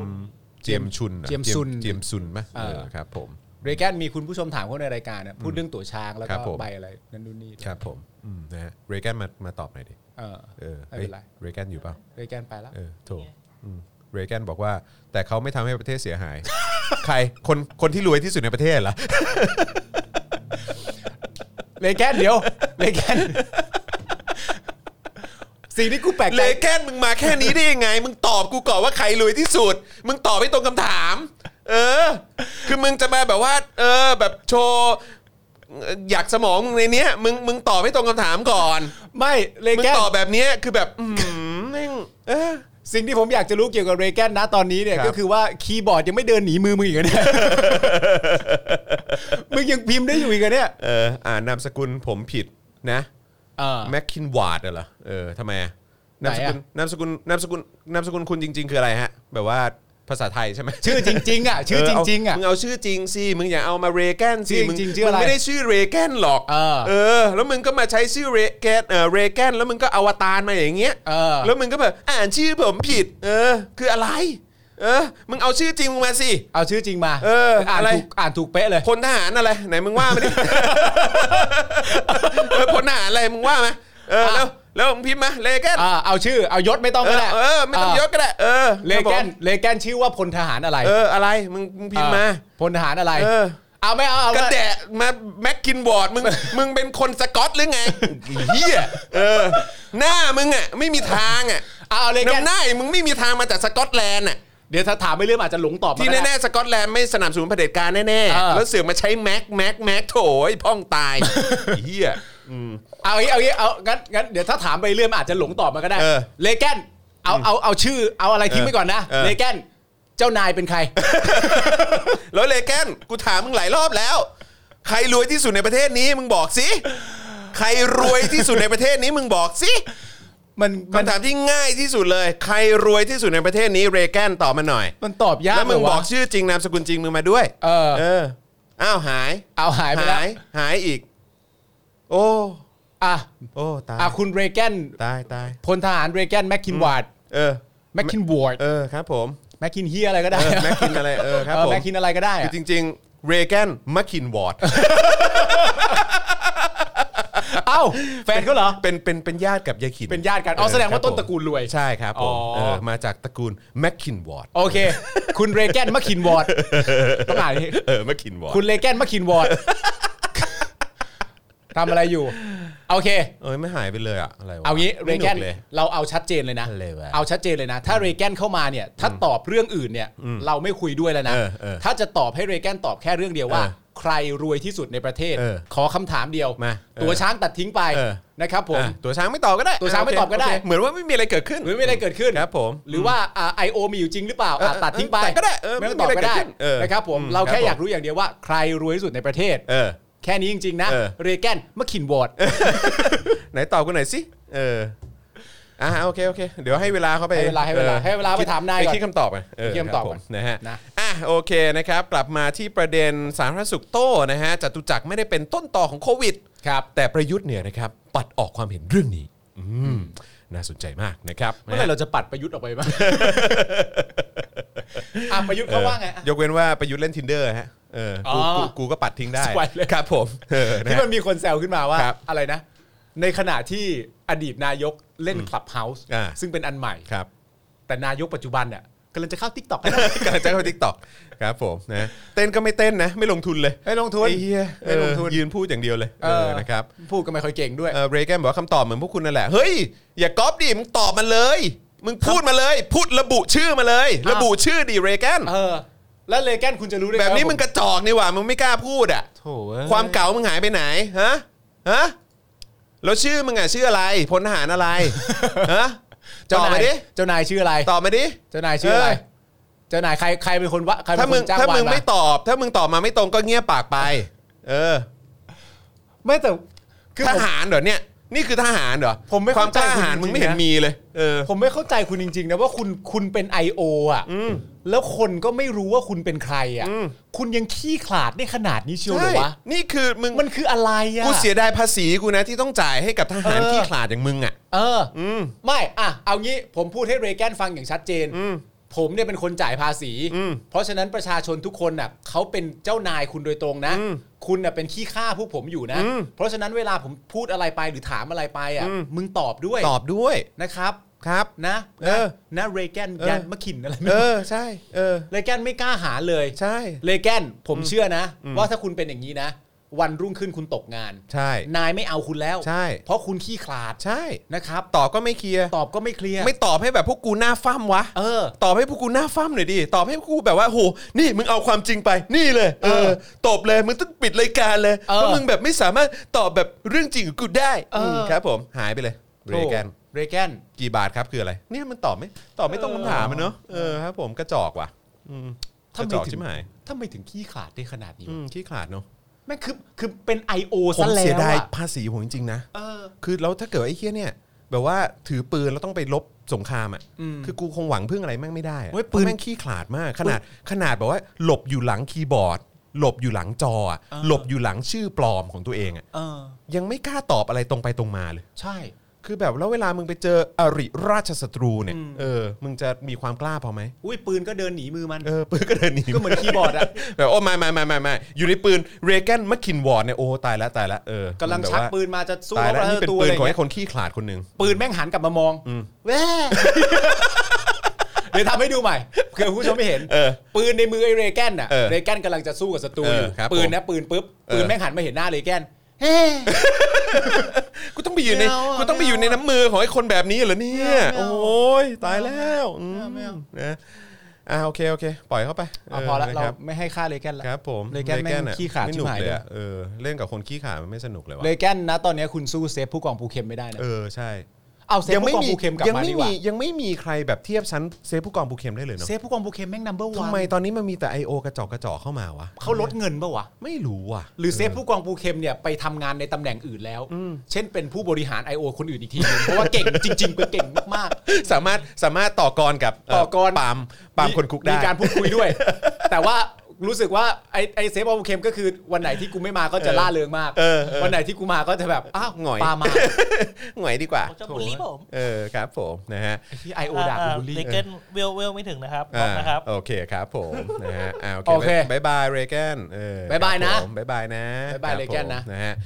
[SPEAKER 2] เจียมชุนหรอ
[SPEAKER 3] เจียมซุน
[SPEAKER 2] เจียมซุนไหม
[SPEAKER 3] เออ
[SPEAKER 2] เออครับผม
[SPEAKER 3] เรแกนมีคุณผู้ชมถามเข้าในรายการนะพูดเรื่องตั๋วช้างแล้ว
[SPEAKER 2] ครั
[SPEAKER 3] ก็
[SPEAKER 2] บผม
[SPEAKER 3] ใบอะไรนั่นนู่นนี่
[SPEAKER 2] ครับผมอืมนะฮะเรแกนมามาตอบหน่อยดิ
[SPEAKER 3] เออ
[SPEAKER 2] เออ
[SPEAKER 3] ไม่เป็นไร
[SPEAKER 2] เรแกนอยู่เปล่า
[SPEAKER 3] เรแกนไปแล้ว
[SPEAKER 2] เออโถอืมเรแกนบอกว่า แต่เขาไม่ทำให้ประเทศเสียหาย ใครคนคนที่รวยที่สุดในประเทศเหรอ
[SPEAKER 3] เลแกนเดี๋ยวเลแก นสิ่งที่กูแปลกใจ
[SPEAKER 2] เลแกนมึงมาแค่นี้ได้ยังไง มึงตอบกูก่อนว่าใครรวยที่สุด มึงตอบไม่ตรงคำถาม เออ คือมึงจะมาแบบว่า เออ แบบโชว์เอ่ออยากสมองมึงในเนี้ยมึงมึงตอบไม่ตรงคำถามก่อน
[SPEAKER 3] ไม่เล
[SPEAKER 2] มึง
[SPEAKER 3] แกน
[SPEAKER 2] ตอบแบบเนี้ยคือแบบอืมแม่งเออ
[SPEAKER 3] สิ่งที่ผมอยากจะรู้เกี่ยวกับเรแกนนะตอนนี้เนี่ย
[SPEAKER 2] ครับ
[SPEAKER 3] ก็คือว่าคีย์บอร์ดยังไม่เดินหนีมือมึงอีกเหรอเนี่ย มึงยังพิมพ์ได้อยู่อีกเหรอเนี่ย
[SPEAKER 2] เอออ่านามสกุลผมผิดนะ
[SPEAKER 3] เออ
[SPEAKER 2] แม็กคินวาร์ดเหรอเออทำไมอะ
[SPEAKER 3] ไหน
[SPEAKER 2] นามสกุ
[SPEAKER 3] อะ
[SPEAKER 2] ลนามสกุลนามสกุลนามสกุลคุณจริง ๆ คืออะไรฮะ แบบว่าภาษาไทยใช่ไหม
[SPEAKER 3] ชื่อจริง ๆ อ่ะ ชื่อจริง ๆ อ่ะ
[SPEAKER 2] เามึงเอาชื่อจริงสิมึงอย่าเอามาเรแกนสิ
[SPEAKER 3] ชื่อ
[SPEAKER 2] มึง
[SPEAKER 3] จริงชื่ออะไร
[SPEAKER 2] มึไม่ได้ชื่อเรแกนหรอก
[SPEAKER 3] เออ
[SPEAKER 2] อแล้วมึงก็มาใช้ชื่อเรแกนเออเรแกนแล้วมึงก็อวตารมาอย่างเงี้ย
[SPEAKER 3] เออ
[SPEAKER 2] แล้วมึงก็แบบอ่านชื่อผมผิด เออ คืออะไร เออ มึงเอาชื่อจริงมึงมาสิ
[SPEAKER 3] เอาชื่อจริงมา
[SPEAKER 2] เออ
[SPEAKER 3] อ่าน
[SPEAKER 2] อะไร
[SPEAKER 3] ถูกอ่านถูกเป๊ะเลย
[SPEAKER 2] พลทหารอะไรไหนมึงว่ามาดิ เออพลทหารอะไรมึงว่ามาเออแล้วแล้วมึงพิมพ์มาเลแกน
[SPEAKER 3] อ่าเอาชื่อเอายศไม่ต้อง
[SPEAKER 2] เอ
[SPEAKER 3] ก็
[SPEAKER 2] อ
[SPEAKER 3] ได้
[SPEAKER 2] เออไม่ต้องยศก็ได้ เออ
[SPEAKER 3] เล
[SPEAKER 2] ครับผม
[SPEAKER 3] แกนเลแกนชื่อว่าพลทหารอะไร
[SPEAKER 2] เอออะไรมึงมึงพิมพ์มา
[SPEAKER 3] พลทหารอะไร
[SPEAKER 2] เออ
[SPEAKER 3] เอาไม่เอาเอา
[SPEAKER 2] กระแดะมาแม็กกินบอร์ดมึง มึงเป็นคนสกอตหรือไงเฮียเออ หน้ามึงอ่ะไม่มีทางอ่ะ
[SPEAKER 3] เอาเอาเลแกน
[SPEAKER 2] น้ำหน้ามึงไม่มีทางมาจากสกอตแลนด์อ่ะ
[SPEAKER 3] เดี๋ยวถ้าถามไม่เรื่องอาจจะหลงตอบมา
[SPEAKER 2] ที่
[SPEAKER 3] ก็ได้
[SPEAKER 2] แน่ๆสกอตแลนด์ไม่สนับสนุนเผด็จการแน่
[SPEAKER 3] เออ
[SPEAKER 2] ๆแล้วเสือกมาใช้แม็กแม็กแม็กโถยพ่อง ตายเฮีย
[SPEAKER 3] เอางี้เอางี้เอางั้นงั้นเดี๋ยวถ้าถามไปเรื่อยมันอาจจะหลงตอบมาก็ได้
[SPEAKER 2] เออ
[SPEAKER 3] เลแกนเอาเอาเอาชื่อเอาอะไรทิ้ง
[SPEAKER 2] เออ
[SPEAKER 3] ไปก่อนนะ
[SPEAKER 2] เออ
[SPEAKER 3] เลแกนเจ้านายเป็นใคร
[SPEAKER 2] แล้วเลแกนกูถามมึงหลายรอบแล้ว ใครรวยที่สุดในประเทศนี้มึงบอกสิ ใครรวยที่สุดในประเทศนี้มึงบอกสิ
[SPEAKER 3] มันมัน
[SPEAKER 2] คำถ ามที่ง่ายที่สุดเลย ใครรวยที่สุดในประเทศนี้เรแกนตอบมาหน่อย
[SPEAKER 3] มันตอบยาก
[SPEAKER 2] แล้วมึง
[SPEAKER 3] เหรวะ
[SPEAKER 2] บอกชื่อจริงนามสกุลจริงมึงมาด้วย
[SPEAKER 3] เออ
[SPEAKER 2] ออ้าวหาย
[SPEAKER 3] เอาหายไปแล้ว
[SPEAKER 2] หายหายอีก โอ้
[SPEAKER 3] อ่ะ
[SPEAKER 2] โอ้ตาย
[SPEAKER 3] อ่ะคุณเรแกน
[SPEAKER 2] ตายตาย
[SPEAKER 3] พลทหารเรแกนแมคคินวาร์ด
[SPEAKER 2] เออ
[SPEAKER 3] แมคคินวอร์ด
[SPEAKER 2] เออครับผม
[SPEAKER 3] แมคคินเฮียอะไรก็ได้
[SPEAKER 2] เอ อแม็กคินอะไรเออครับ
[SPEAKER 3] เออ
[SPEAKER 2] ผม
[SPEAKER 3] แมคคินอะไรก็ได้
[SPEAKER 2] คือ
[SPEAKER 3] อะ
[SPEAKER 2] จริงๆ เรแกนมักคินวอร์ด
[SPEAKER 3] เอ้าแฟนเขาเหรอ
[SPEAKER 2] เป็นเป็นเป็นญาติกับยายขิน
[SPEAKER 3] เป็นญาติกันอ๋อแสดงว่าต้
[SPEAKER 2] ครับผ
[SPEAKER 3] น
[SPEAKER 2] ม
[SPEAKER 3] ตระกูลรวย
[SPEAKER 2] ใช่ครับผม
[SPEAKER 3] อ๋อ
[SPEAKER 2] เออมาจากตระกูลแมคคินวอร์ด
[SPEAKER 3] โอเค คุณเรแกนแมคคินวอร์ดต้องอ่านให้
[SPEAKER 2] เออแมคคินวอร์ด
[SPEAKER 3] คุณเลแกนมาคินวอร์ด ทำอะไรอยู่ โอเค
[SPEAKER 2] เอ้ยไม่หายไปเลยอะอะไรวะ
[SPEAKER 3] เอางี้
[SPEAKER 2] ไม่
[SPEAKER 3] เร
[SPEAKER 2] ห
[SPEAKER 3] แกน
[SPEAKER 2] เลย
[SPEAKER 3] เราเอาชัดเจนเลยนะ
[SPEAKER 2] เลยวะ
[SPEAKER 3] เอาชัดเจนเลยนะ ถ้าเรแกนเข้ามาเนี่ย ถ้าตอบเรื่องอื่นเนี่ย เราไม่คุยด้วยแล้วนะ
[SPEAKER 2] เออเออ
[SPEAKER 3] ถ้าจะตอบให้เรแกนตอบแค่เรื่องเดียวว่า
[SPEAKER 2] เออ
[SPEAKER 3] ใครรวยที่สุดในประเทศ
[SPEAKER 2] เออ
[SPEAKER 3] ขอคำถามเดียว
[SPEAKER 2] มา
[SPEAKER 3] ตัว
[SPEAKER 2] เออ
[SPEAKER 3] ช้างตัดทิ้งไป
[SPEAKER 2] เออ
[SPEAKER 3] นะครับผม
[SPEAKER 2] อ่ะตัวช้างไม่ตอบก็ได้
[SPEAKER 3] ตัวช้างไม่ตอบก็ได้
[SPEAKER 2] โเคเหมือนว่าไม่มีอะไรเกิดขึ้น
[SPEAKER 3] หรือไม่ได้เกิดขึ้น
[SPEAKER 2] ครับผม
[SPEAKER 3] หรือว่าไอโอมีอยู่จริงหรือเปล่าอ่ะ
[SPEAKER 2] เออ
[SPEAKER 3] ตัดทิ้งไป
[SPEAKER 2] ตัดก็ได้เออ
[SPEAKER 3] ไม่ต้องตอบก็ได้
[SPEAKER 2] ไม่มีอะไรเกิดขึ้นเออ
[SPEAKER 3] นะครับผม
[SPEAKER 2] อืม
[SPEAKER 3] เรา
[SPEAKER 2] ครั
[SPEAKER 3] แค่
[SPEAKER 2] บผม
[SPEAKER 3] อยากรู้อย่างเดียวว่า ใครรวยที่สุดในประเทศ
[SPEAKER 2] เออ
[SPEAKER 3] แค่นี้จริง ๆ นะ
[SPEAKER 2] เออ
[SPEAKER 3] เรแกนมะขินวอร์ด
[SPEAKER 2] ไหนตอบกูหน่อยสิ เออ อ่ะโอเคโอเค เดี๋ยวให้เวลาเขาไป
[SPEAKER 3] ให้เวลาให้เวลา
[SPEAKER 2] ออ
[SPEAKER 3] ให้เวลาไป
[SPEAKER 2] คิด
[SPEAKER 3] ถามนายก่อน
[SPEAKER 2] ไปคิดคำตอบไงเออ
[SPEAKER 3] ไปคิดคำตอบ
[SPEAKER 2] รัผม
[SPEAKER 3] ก่อน
[SPEAKER 2] นะฮะ
[SPEAKER 3] นะ
[SPEAKER 2] อ่ะโอเคนะครับ กลับมาที่ประเด็นสาธารณสุขโต้นะฮะจตุจักรไม่ได้เป็นต้นต่อของโควิด
[SPEAKER 3] ครับ
[SPEAKER 2] แต่ประยุทธ์เนี่ยนะครับ ปัดออกความเห็นเรื่องนี้ อืม น่าสนใจมากนะครับ
[SPEAKER 3] เมื่อไหร่เราจะปัดประยุทธ์ออกไปบ้าง อ่ะประยุทธ์เขาว่าไงอ่ะ
[SPEAKER 2] ยกเว้นว่าประยุทธ์เล่น tinder ฮะ เออกู
[SPEAKER 3] อ๋อ
[SPEAKER 2] กูกูก็ปัดทิ้งได้
[SPEAKER 3] สวยเลย
[SPEAKER 2] ครับผมเออนะ
[SPEAKER 3] ที่
[SPEAKER 2] ฮะ
[SPEAKER 3] มันมีคนแซวขึ้นมาว่า
[SPEAKER 2] ครับ
[SPEAKER 3] อะไรนะ ในขณะที่อดีตนายกเล่นคลับเฮาส์
[SPEAKER 2] อ่า
[SPEAKER 3] ซึ่งเป็นอันใหม่
[SPEAKER 2] ครับ
[SPEAKER 3] แต่นายกปัจจุบันเนี่ยกำลังจะเข้าทิกตอก
[SPEAKER 2] กำลังจะเข้าทิกตอกครับผมนะเต้นก็ไม่เต้นนะ ไม่ลงทุนเลย
[SPEAKER 3] ไม่ลงทุน
[SPEAKER 2] ไอ้เหี้ย
[SPEAKER 3] ไม่ลงทุน
[SPEAKER 2] เออยืนพูดอย่างเดียวเลยเออนะครับ
[SPEAKER 3] พูดก็ไม่ค่อยเก่งด้วย
[SPEAKER 2] เออเรแกนบอกว่าคำตอบเหมือนพวกคุณนั่นแหละ เฮ้ย อย่าก๊อปดิมึงตอบมาเลย มึงพูดมาเลย พูดระบุชื่อมาเลย
[SPEAKER 3] อ้าว
[SPEAKER 2] ระบุชื่อดิเรแกน
[SPEAKER 3] เออ แล้วเรแกนคุณจะรู้ได้ไ
[SPEAKER 2] แบบนี้
[SPEAKER 3] ว่าผ
[SPEAKER 2] มึงกระจอกนี่หว่ามึงไม่กล้าพูดอ่ะ
[SPEAKER 3] โถ่เอ้ย
[SPEAKER 2] ความเก่ามึงหายไปไหนฮะฮะแล้วชื่อมึงอ่ะชื่ออะไรพลทหารอะไร ฮะ ตอ
[SPEAKER 3] นาม
[SPEAKER 2] บาย ดิ
[SPEAKER 3] เจ้านายชื่ออะไร
[SPEAKER 2] ตอบมาดิ
[SPEAKER 3] เจ้านายชื่ออะไร
[SPEAKER 2] เออ
[SPEAKER 3] เจ้านายใครใครเป็นคนวะใครเป็
[SPEAKER 2] ถ้าน
[SPEAKER 3] ค
[SPEAKER 2] มึง
[SPEAKER 3] นจ้า
[SPEAKER 2] ถ้าว
[SPEAKER 3] งา
[SPEAKER 2] มึ
[SPEAKER 3] น
[SPEAKER 2] งไม่
[SPEAKER 3] วะ
[SPEAKER 2] ตอบ ถ้ามึงตอบมาไม่ตรงก็เงียบปากไป เออ
[SPEAKER 3] ไม่แต่คือ
[SPEAKER 2] ท
[SPEAKER 3] ผม
[SPEAKER 2] หารเหรอเนี่ย นี่คือทหารเหรอ
[SPEAKER 3] ผมไม่เข้าว
[SPEAKER 2] คามกล้า
[SPEAKER 3] ใจคุณ
[SPEAKER 2] หาญมึงไม่เห็น
[SPEAKER 3] จริงๆนะ
[SPEAKER 2] มีเลย เออ
[SPEAKER 3] ผมไม่เข้าใจคุณจริง ๆ นะว่าคุณคุณเป็น I.O. อ่ะ
[SPEAKER 2] อืม
[SPEAKER 3] แล้วคนก็ไม่รู้ว่าคุณเป็นใครอ่ะ
[SPEAKER 2] อืม
[SPEAKER 3] คุณยังขี้ขลาดได้ขนาดนี้เชียวเหร
[SPEAKER 2] ใช่
[SPEAKER 3] อวะ
[SPEAKER 2] นี่คือมึง
[SPEAKER 3] มันคืออะไรอ่ะ
[SPEAKER 2] กูเสียดายภาษีกูนะที่ต้องจ่ายให้กับทหาร
[SPEAKER 3] เออ
[SPEAKER 2] ขี้ขลาดอย่างมึงอ่ะ
[SPEAKER 3] เอออ
[SPEAKER 2] อืม
[SPEAKER 3] ไม่อ่ะเอางี้ผมพูดให้เรแกนฟังอย่างชัดเจน
[SPEAKER 2] อืม
[SPEAKER 3] ผมเนี่ยเป็นคนจ่ายภาษี
[SPEAKER 2] อืม
[SPEAKER 3] เพราะฉะนั้นประชาชนทุกคนน่ะเขาเป็นเจ้านายคุณโดยตรงนะ
[SPEAKER 2] อืม
[SPEAKER 3] คุณน่ะเป็นขี้ข้าพวกผมอยู่นะ
[SPEAKER 2] อืม
[SPEAKER 3] เพราะฉะนั้นเวลาผมพูดอะไรไปหรือถามอะไรไปอ่ะ
[SPEAKER 2] อืม
[SPEAKER 3] มึงตอบด้วย
[SPEAKER 2] ตอบด้วย
[SPEAKER 3] นะครับ
[SPEAKER 2] ครับ
[SPEAKER 3] นะ
[SPEAKER 2] เออ
[SPEAKER 3] นะเรแกน
[SPEAKER 2] เออ
[SPEAKER 3] ยันมาขินอะไรไม่
[SPEAKER 2] เอ
[SPEAKER 3] รู้
[SPEAKER 2] อ ใช่ เออ
[SPEAKER 3] เรแกนไม่กล้าหาเลย
[SPEAKER 2] ใช่
[SPEAKER 3] เรแกนผมเชื่อนะ ว่าถ้าคุณเป็นอย่างนี้นะ วันรุ่งขึ้นคุณตกงาน
[SPEAKER 2] ใช่
[SPEAKER 3] นายไม่เอาคุณแล้ว
[SPEAKER 2] ใช่
[SPEAKER 3] เพราะคุณขี้ขลาด
[SPEAKER 2] ใช่
[SPEAKER 3] นะครับ
[SPEAKER 2] ตอบก็ไม่เคลียร์
[SPEAKER 3] ตอบก็ไม่เคลียร์
[SPEAKER 2] ไม่ตอบให้แบบพวกกูหน้าฟ่ำวะ
[SPEAKER 3] เออ
[SPEAKER 2] ตอบให้พวกกูหน้าฟ่ำหน่อยดิ ตอบให้พวกกูแบบว่าโห นี่มึงเอาความจริงไป นี่เลย เอ
[SPEAKER 3] เอ
[SPEAKER 2] อ
[SPEAKER 3] อ
[SPEAKER 2] ตบเลย มึงต้องปิดรายการเลย
[SPEAKER 3] เออ
[SPEAKER 2] เพราะมึงแบบไม่สามารถตอบแบบเรื่องจริงของกูได้
[SPEAKER 3] เอออื
[SPEAKER 2] มครับผม หายไปเลย เรแกน
[SPEAKER 3] เรแกน
[SPEAKER 2] กี่บาทครับคืออะไร เนี่ยมันตอบไม่ ตอบไม่ต้องคำถามมันเนอะเออครับผมกระจอกว่ะ อืมกระ
[SPEAKER 3] ทำไม
[SPEAKER 2] จอก
[SPEAKER 3] ถึ
[SPEAKER 2] ใช่
[SPEAKER 3] ง
[SPEAKER 2] ไหม
[SPEAKER 3] ทำไมถึงขี้ขลาดได้ขนาดนี้
[SPEAKER 2] อื
[SPEAKER 3] วะ
[SPEAKER 2] มขี้ขลาดเนอะ
[SPEAKER 3] แม่งคือคือเป็น I.O.
[SPEAKER 2] ผ
[SPEAKER 3] ซะ
[SPEAKER 2] ม
[SPEAKER 3] แล้วอะ
[SPEAKER 2] เสียดายภาษีผมจริงๆนะ
[SPEAKER 3] เออ
[SPEAKER 2] คือแล้วถ้าเกิดไอ้เฮี้ยเนี่ย แบบว่าถือปืนแล้วต้องไปลบสงครามอ่ะ
[SPEAKER 3] อืม
[SPEAKER 2] คือกูคงหวังพึ่งอะไรแม่งไม่ได้อะ
[SPEAKER 3] เว้ย
[SPEAKER 2] เพ
[SPEAKER 3] ปื
[SPEAKER 2] ราะ
[SPEAKER 3] น
[SPEAKER 2] แม่งขี้ขลาดมาก ขนาดขนาดแบบว่า หลบอยู่หลังคีย์บอร์ด หลบอยู่หลังจออะ
[SPEAKER 3] เออ
[SPEAKER 2] หลบอยู่หลังชื่อปลอมของตัวเองอ่ะ
[SPEAKER 3] เออ
[SPEAKER 2] ยังไม่กล้าตอบอะไรตรงไปตรงมาเลย
[SPEAKER 3] ใช่
[SPEAKER 2] คือแบบแล้วเวลามึงไปเจออริราชศัตรูเนี่ย
[SPEAKER 3] อืม
[SPEAKER 2] เออมึงจะมีความกล้าพอไหม
[SPEAKER 3] อุ้ยปืนก็เดินหนีมือมัน
[SPEAKER 2] เออปืนก็เดินหนี
[SPEAKER 3] ก็เหมือนคีย์บอร์ดอะ
[SPEAKER 2] แบบโอ้ไม่ไม่ไม่ไม่ไม่อยู่ในปืนเรแกนมัคคินวอร์ดเนี่ยโอ้ตายแล้วตายแล้วเออก
[SPEAKER 3] ำลัง
[SPEAKER 2] แบบ
[SPEAKER 3] ชัก
[SPEAKER 2] ว่า
[SPEAKER 3] ปืนมาจะสู้
[SPEAKER 2] ตายแล้ว
[SPEAKER 3] รบ
[SPEAKER 2] นี่เป็น
[SPEAKER 3] ตัว
[SPEAKER 2] ปืน
[SPEAKER 3] อะไร
[SPEAKER 2] ของ
[SPEAKER 3] เงี้
[SPEAKER 2] ไอ้
[SPEAKER 3] ย
[SPEAKER 2] คนขี้ขลาดคนหนึ่ง
[SPEAKER 3] ปืนแม่งหันกลับมามอง
[SPEAKER 2] อืม
[SPEAKER 3] แว่เดี๋ยวทำให้ดูใหม่เผื่อคุณผู้ชมไม่เห็น
[SPEAKER 2] เออ
[SPEAKER 3] ปืนในมือไอ้เรแกนน่ะ
[SPEAKER 2] เออ
[SPEAKER 3] เรแกนกำลังจะสู้กับศัตรู
[SPEAKER 2] เออ
[SPEAKER 3] อยู่
[SPEAKER 2] ครับ
[SPEAKER 3] ปืน
[SPEAKER 2] ผม
[SPEAKER 3] นะปืนปุ๊บ
[SPEAKER 2] เออ
[SPEAKER 3] ปืนแม่งหันมาเห็นหน้าเรแกน
[SPEAKER 2] กูต้องไปอยู่ใน
[SPEAKER 3] ไม่เอาอ่ะ
[SPEAKER 2] กูต้องไปอยู่ในน้ำมือของไอ้คนแบบนี้เหรอเนี่ย
[SPEAKER 3] ไม่
[SPEAKER 2] โอ
[SPEAKER 3] เอาไม่เอา
[SPEAKER 2] ้ยตายแล้วอืม
[SPEAKER 3] ไม่เอา
[SPEAKER 2] นะอ่าโอเคโอเค ปล่อยเข้าไป
[SPEAKER 3] เอาพอละ
[SPEAKER 2] นะ
[SPEAKER 3] เรา
[SPEAKER 2] ครับ
[SPEAKER 3] ไม่ให้ค่าเรแกนละ
[SPEAKER 2] ครับผม
[SPEAKER 3] เรแกนแม่ง
[SPEAKER 2] อะ
[SPEAKER 3] ขี้ขลาด
[SPEAKER 2] ไม่หนุก
[SPEAKER 3] ชิบหาย
[SPEAKER 2] เล
[SPEAKER 3] เลยย
[SPEAKER 2] อะเออเล่นกับคนขี้ขลาดมันไม่สนุกเลยวะ
[SPEAKER 3] เรแกนนะ ตอนนี้คุณสู้เซฟผู้กองภูเข็มไม่ได้นะ
[SPEAKER 2] เออใช่
[SPEAKER 3] เอาเซฟผู้กองภูเข็มกลับ
[SPEAKER 2] ยัง
[SPEAKER 3] มา
[SPEAKER 2] ไม่
[SPEAKER 3] ดีก
[SPEAKER 2] มี
[SPEAKER 3] ว่า
[SPEAKER 2] ยังไม่มีใครแบบเทียบชั้นเซฟผู้กองปูเข็มได้เลยเนาะ
[SPEAKER 3] เซฟผู้กองภูเข็มแม่งนัมเบอร์วั
[SPEAKER 2] ทำ
[SPEAKER 3] น
[SPEAKER 2] ไมตอนนี้มันมีแต่ I.O. กระจอกกระจอกเข้ามาวะ
[SPEAKER 3] เขาลดเงินปะวะ
[SPEAKER 2] ไม่รู้ว่ะ
[SPEAKER 3] หรือเซฟผู้กองปูเข็มเนี่ยไปทำงานในตำแหน่งอื่นแล้ว เช่นเป็นผู้บริหาร I.O. คนอื่นอีกทีหนึงเพราะว่าเก่งจริงๆเป็นเก่งมาก
[SPEAKER 2] สามารถสามารถต่อกรกับเ
[SPEAKER 3] ต่อกร
[SPEAKER 2] ปาล์ม
[SPEAKER 3] ๆ
[SPEAKER 2] ปาล์มคนคุกได้
[SPEAKER 3] มีการพูดคุย ด้วย แต่ว่ารู้สึกว่าไอ้ไอ้เซฟปูเข็มก็คือวันไหนที่กูไม่มาก็จะล่าเริงมาก
[SPEAKER 2] เออเออ
[SPEAKER 3] วันไหนที่กูมาก็จะแบบอ้าว
[SPEAKER 2] หงอย
[SPEAKER 3] ปามา
[SPEAKER 2] หน่วยดีกว่า
[SPEAKER 4] ผมจะบูลลี่ผม
[SPEAKER 2] เออครับผมนะฮะ
[SPEAKER 3] ที่ไอโอด่ากูบูลลี่
[SPEAKER 4] เลเกนเวลเวลไม่ถึงนะครับบ
[SPEAKER 2] อ่า
[SPEAKER 4] อกนะครับ
[SPEAKER 2] โอเคครับผม นะฮะอ่า
[SPEAKER 3] โอ
[SPEAKER 2] โอเค
[SPEAKER 3] เค
[SPEAKER 2] บายบายเรแกนเออ
[SPEAKER 3] บ๊ายบายนะครับ
[SPEAKER 2] ผมบายบายนะ
[SPEAKER 3] บ๊ายบาย
[SPEAKER 2] คผม
[SPEAKER 3] Reagan นะ
[SPEAKER 2] นะฮะ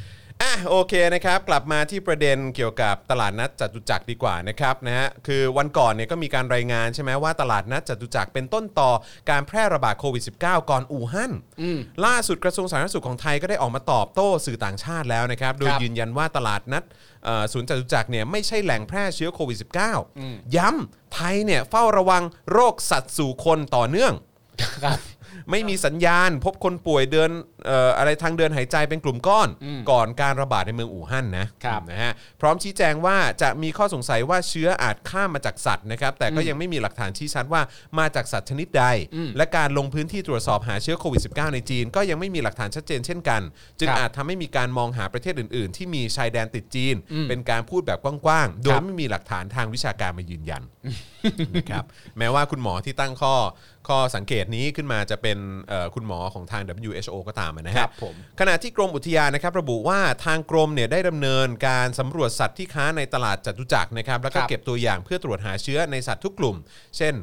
[SPEAKER 2] อ่ะโอเคนะครับกลับมาที่ประเด็นเกี่ยวกับตลาดนัดจตุจักรดีกว่านะครับนะฮะคือวันก่อนเนี่ยก็มีการรายงานใช่ไหมว่าตลาดนัดจตุจักรเป็นต้นต่อการแพร่ระบาดโควิด -19 ก่อนอู่ฮั่นล่าสุดกระทรวงสาธารณสุขของไทยก็ได้ออกมาตอบโต้สื่อต่างชาติแล้วนะครับโดย
[SPEAKER 3] ครับ
[SPEAKER 2] ยืนยันว่าตลาดนัดเอ่อศูนย์จตุจักรเนี่ยไม่ใช่แหล่งแพร่เชื้อโควิด -19 ย้ำไทยเนี่ยเฝ้าระวังโรคสัตว์สู่คนต่อเนื่อง
[SPEAKER 3] ครับ
[SPEAKER 2] ไม่มีสัญญาณพบคนป่วยเดินเอ่ออะไรทางเดินหายใจเป็นกลุ่มก้อน ก่อนการระบาดในเมืองอู่ฮั่นนะครับ นะฮะพร้อมชี้แจงว่าจะมีข้อสงสัยว่าเชื้ออาจข้ามมาจากสัตว์นะครับแต่ก็ยังไม่มีหลักฐานชี้ชัดว่ามาจากสัตว์ชนิดใด และการลงพื้นที่ตรวจสอบหาเชื้อโควิด -19 ในจีน ก็ยังไม่มีหลักฐานชัดเจนเช่นกัน จึง
[SPEAKER 3] ครับ
[SPEAKER 2] อาจทำให้มีการมองหาประเทศอื่น ๆ ที่มีชายแดนติดจีน เป็นการพูดแบบกว้างๆโด
[SPEAKER 3] ค
[SPEAKER 2] ย
[SPEAKER 3] รับ
[SPEAKER 2] ไม่มีหลักฐานทางวิชาการมายืนยัน นะครับแม้ว่าคุณหมอที่ตั้งข้อข้อสังเกตนี้ขึ้นมาจะเป็นเอ่อคุณหมอของทาง WHO ก็ตามนะค
[SPEAKER 3] ค
[SPEAKER 2] รั
[SPEAKER 3] รั
[SPEAKER 2] บบ
[SPEAKER 3] ผม
[SPEAKER 2] ขณะที่กรมอุทยานนะครับระบุว่าทางกรมเนี่ยได้ดำเนินการสำรวจสัตว์ที่ค้าในตลาดจตุจักรนะครับแล้วก็
[SPEAKER 3] ครับ
[SPEAKER 2] เก็บตัวอย่างเพื่อตรวจหาเชื้อในสัตว์ทุกกลุ่ม เช่น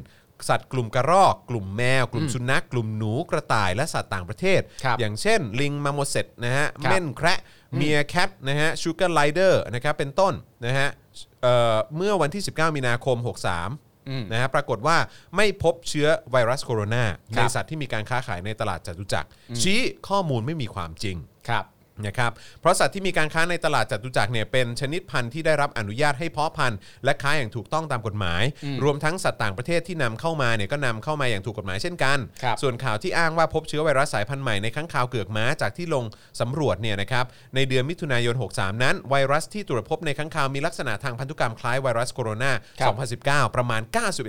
[SPEAKER 2] สัตว์กลุ่มกระรอก กลุ่มแมว กลุ่มสุนัขกลุ่มหนูกระต่ายและสัตว์ต่างประเทศ
[SPEAKER 3] ครับ
[SPEAKER 2] อย่างเช่น ลิงมาโมเสตนะฮะ
[SPEAKER 3] ครับ
[SPEAKER 2] เม่นแคระเมียแคทนะฮะชูการไลเดอร์นะครับเป็นต้นนะฮะเอ่อเมื่อวันที่ 19 มีนาคม 63
[SPEAKER 3] อืม
[SPEAKER 2] นะฮะปรากฏว่าไม่พบเชื้อไวรัสโคโรนา
[SPEAKER 3] ค
[SPEAKER 2] ใน
[SPEAKER 3] รับ
[SPEAKER 2] สัตว์ที่มีการค้าขายในตลาดจตุจักรชี้ข้อมูลไม่มีความจริง
[SPEAKER 3] ครับ
[SPEAKER 2] นะครับเพราะสัตว์ที่มีการค้าในตลาดจตุจักรเนี่ยเป็นชนิดพันธุ์ที่ได้รับอนุญาตให้เพาะพันธุ์และค้าอย่างถูกต้องตามกฎหมาย รวมทั้งสัตว์ต่างประเทศที่นำเข้ามาเนี่ยก็นำเข้ามาอย่างถูกกฎหมายเช่นกัน
[SPEAKER 3] ครับ
[SPEAKER 2] ส่วนข่าวที่อ้างว่าพบเชื้อไวรัสสายพันธุ์ใหม่ในข้างคาวเกือกม้าจากที่ลงสำรวจเนี่ยนะครับในเดือนมิถุนายน 63 นั้น ไวรัสที่ตรวจพบในข้างคาวมีลักษณะทางพันธุกรรมคล้ายไวรัสโคโร
[SPEAKER 3] ครับ
[SPEAKER 2] นา2019 ประมาณ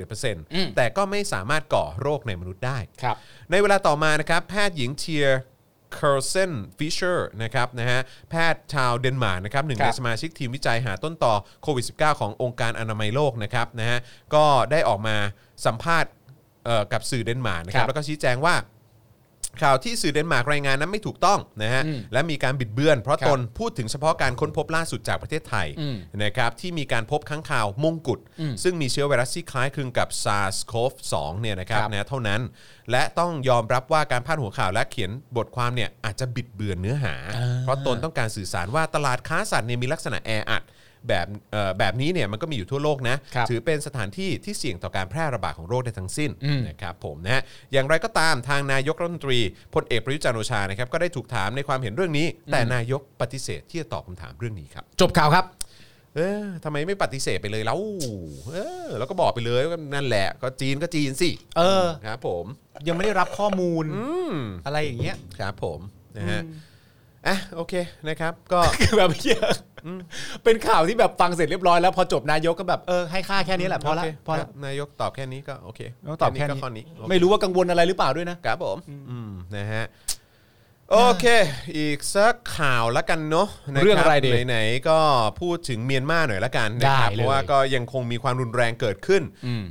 [SPEAKER 2] 91%แต่ก็ไม่สามารถก่อโรคในมนุษย์ได้
[SPEAKER 3] ครับ
[SPEAKER 2] ในเวลาต่อมานะครับ แพทย์หญิงเชียร์คาร์เซนฟิชเชอร์นะครับนะฮะแพทย์ชาวเดนมาร์กนะครับหนึ่ง
[SPEAKER 3] ครั
[SPEAKER 2] ใน
[SPEAKER 3] บ
[SPEAKER 2] สมาชิกทีมวิจัยหาต้นต่อโควิด -19 ขององค์การอนามัยโลกนะครับนะฮะก็ได้ออกมาสัมภาษณ์เอ่อกับสื่อเดนมาร์กนะครับ แล้วก็ชี้แจงว่า ข่าวที่สื่อเดนมาร์กรายงานนั้นไม่ถูกต้องนะฮะและมีการบิดเบือน เพราะ
[SPEAKER 3] ครับ
[SPEAKER 2] ตนพูดถึงเฉพาะการค้นพบล่าสุดจากประเทศไทย
[SPEAKER 3] อืม
[SPEAKER 2] นะครับที่มีการพบค้างคาวมงกุฎซึ่งมีเชื้อไวรัสที่คล้ายคลึงกับ SARS-CoV-2 เนี่ยนะครับ
[SPEAKER 3] ครับ
[SPEAKER 2] นะเท่านั้น และต้องยอมรับว่าการพาดหัวข่าวและเขียนบทความเนี่ยอาจจะบิดเบือนเนื้อหา
[SPEAKER 3] อ่า
[SPEAKER 2] เพราะตนต้องการสื่อสารว่าตลาดค้าสัตว์เนี่ยมีลักษณะแออัดแบบเอ่อแบบนี้เนี่ยมันก็มีอยู่ทั่วโลกนะ
[SPEAKER 3] ครับ
[SPEAKER 2] ถือเป็นสถานที่ที่เสี่ยงต่อการแพร่ระบาดของโรคได้ทั้งสิ้นนะครับผมนะฮะอย่างไรก็ตามทางนายกรัฐมนตรีพลเอกประยุทธ์จันทร์โอชานะครับก็ได้ถูกถามในความเห็นเรื่องนี้ แต่นายกปฏิเสธที่จะตอบคำถามเรื่องนี้ครับ
[SPEAKER 3] จบข่าวครับ
[SPEAKER 2] เออทำไมไม่ปฏิเสธไปเลยแล้วเออแล้วก็บอกไปเลยว่านั่นแหละ ก็จีนก็จีนสิ
[SPEAKER 3] เออ
[SPEAKER 2] ครับผม
[SPEAKER 3] ยังไม่ได้รับข้อมูล
[SPEAKER 2] อืม
[SPEAKER 3] อะไรอย่างเงี้ย
[SPEAKER 2] ครับผมนะฮะอ่ะโอเคนะครับก็
[SPEAKER 3] คือแบบเหี้ยเป็นข่าวที่แบบฟังเสร็จเรียบร้อยแล้วพอจบนายกก็แบบเออให้ค่าแค่นี้แหละพอละ
[SPEAKER 2] โเค
[SPEAKER 3] พอละ
[SPEAKER 2] ครับนายกตอบแค่นี้ก็โอเค
[SPEAKER 3] แล้วตอบแค่นี้
[SPEAKER 2] ก็ข้อนี้โอเค
[SPEAKER 3] ไม่รู้ว่ากังวลอะไรหรือเปล่าด้วยนะ
[SPEAKER 2] ครับผมอืมนะฮะ โอเค อีกสักข่าวละกันเนาะนคบ
[SPEAKER 3] เรื่องอะไรดี
[SPEAKER 2] ไหนๆก็พูดถึงเมียนมาหน่อยละกันนะครั
[SPEAKER 3] ได้
[SPEAKER 2] บ
[SPEAKER 3] เลย
[SPEAKER 2] เพราะว่าก็ยังคงมีความรุนแรงเกิดขึ้น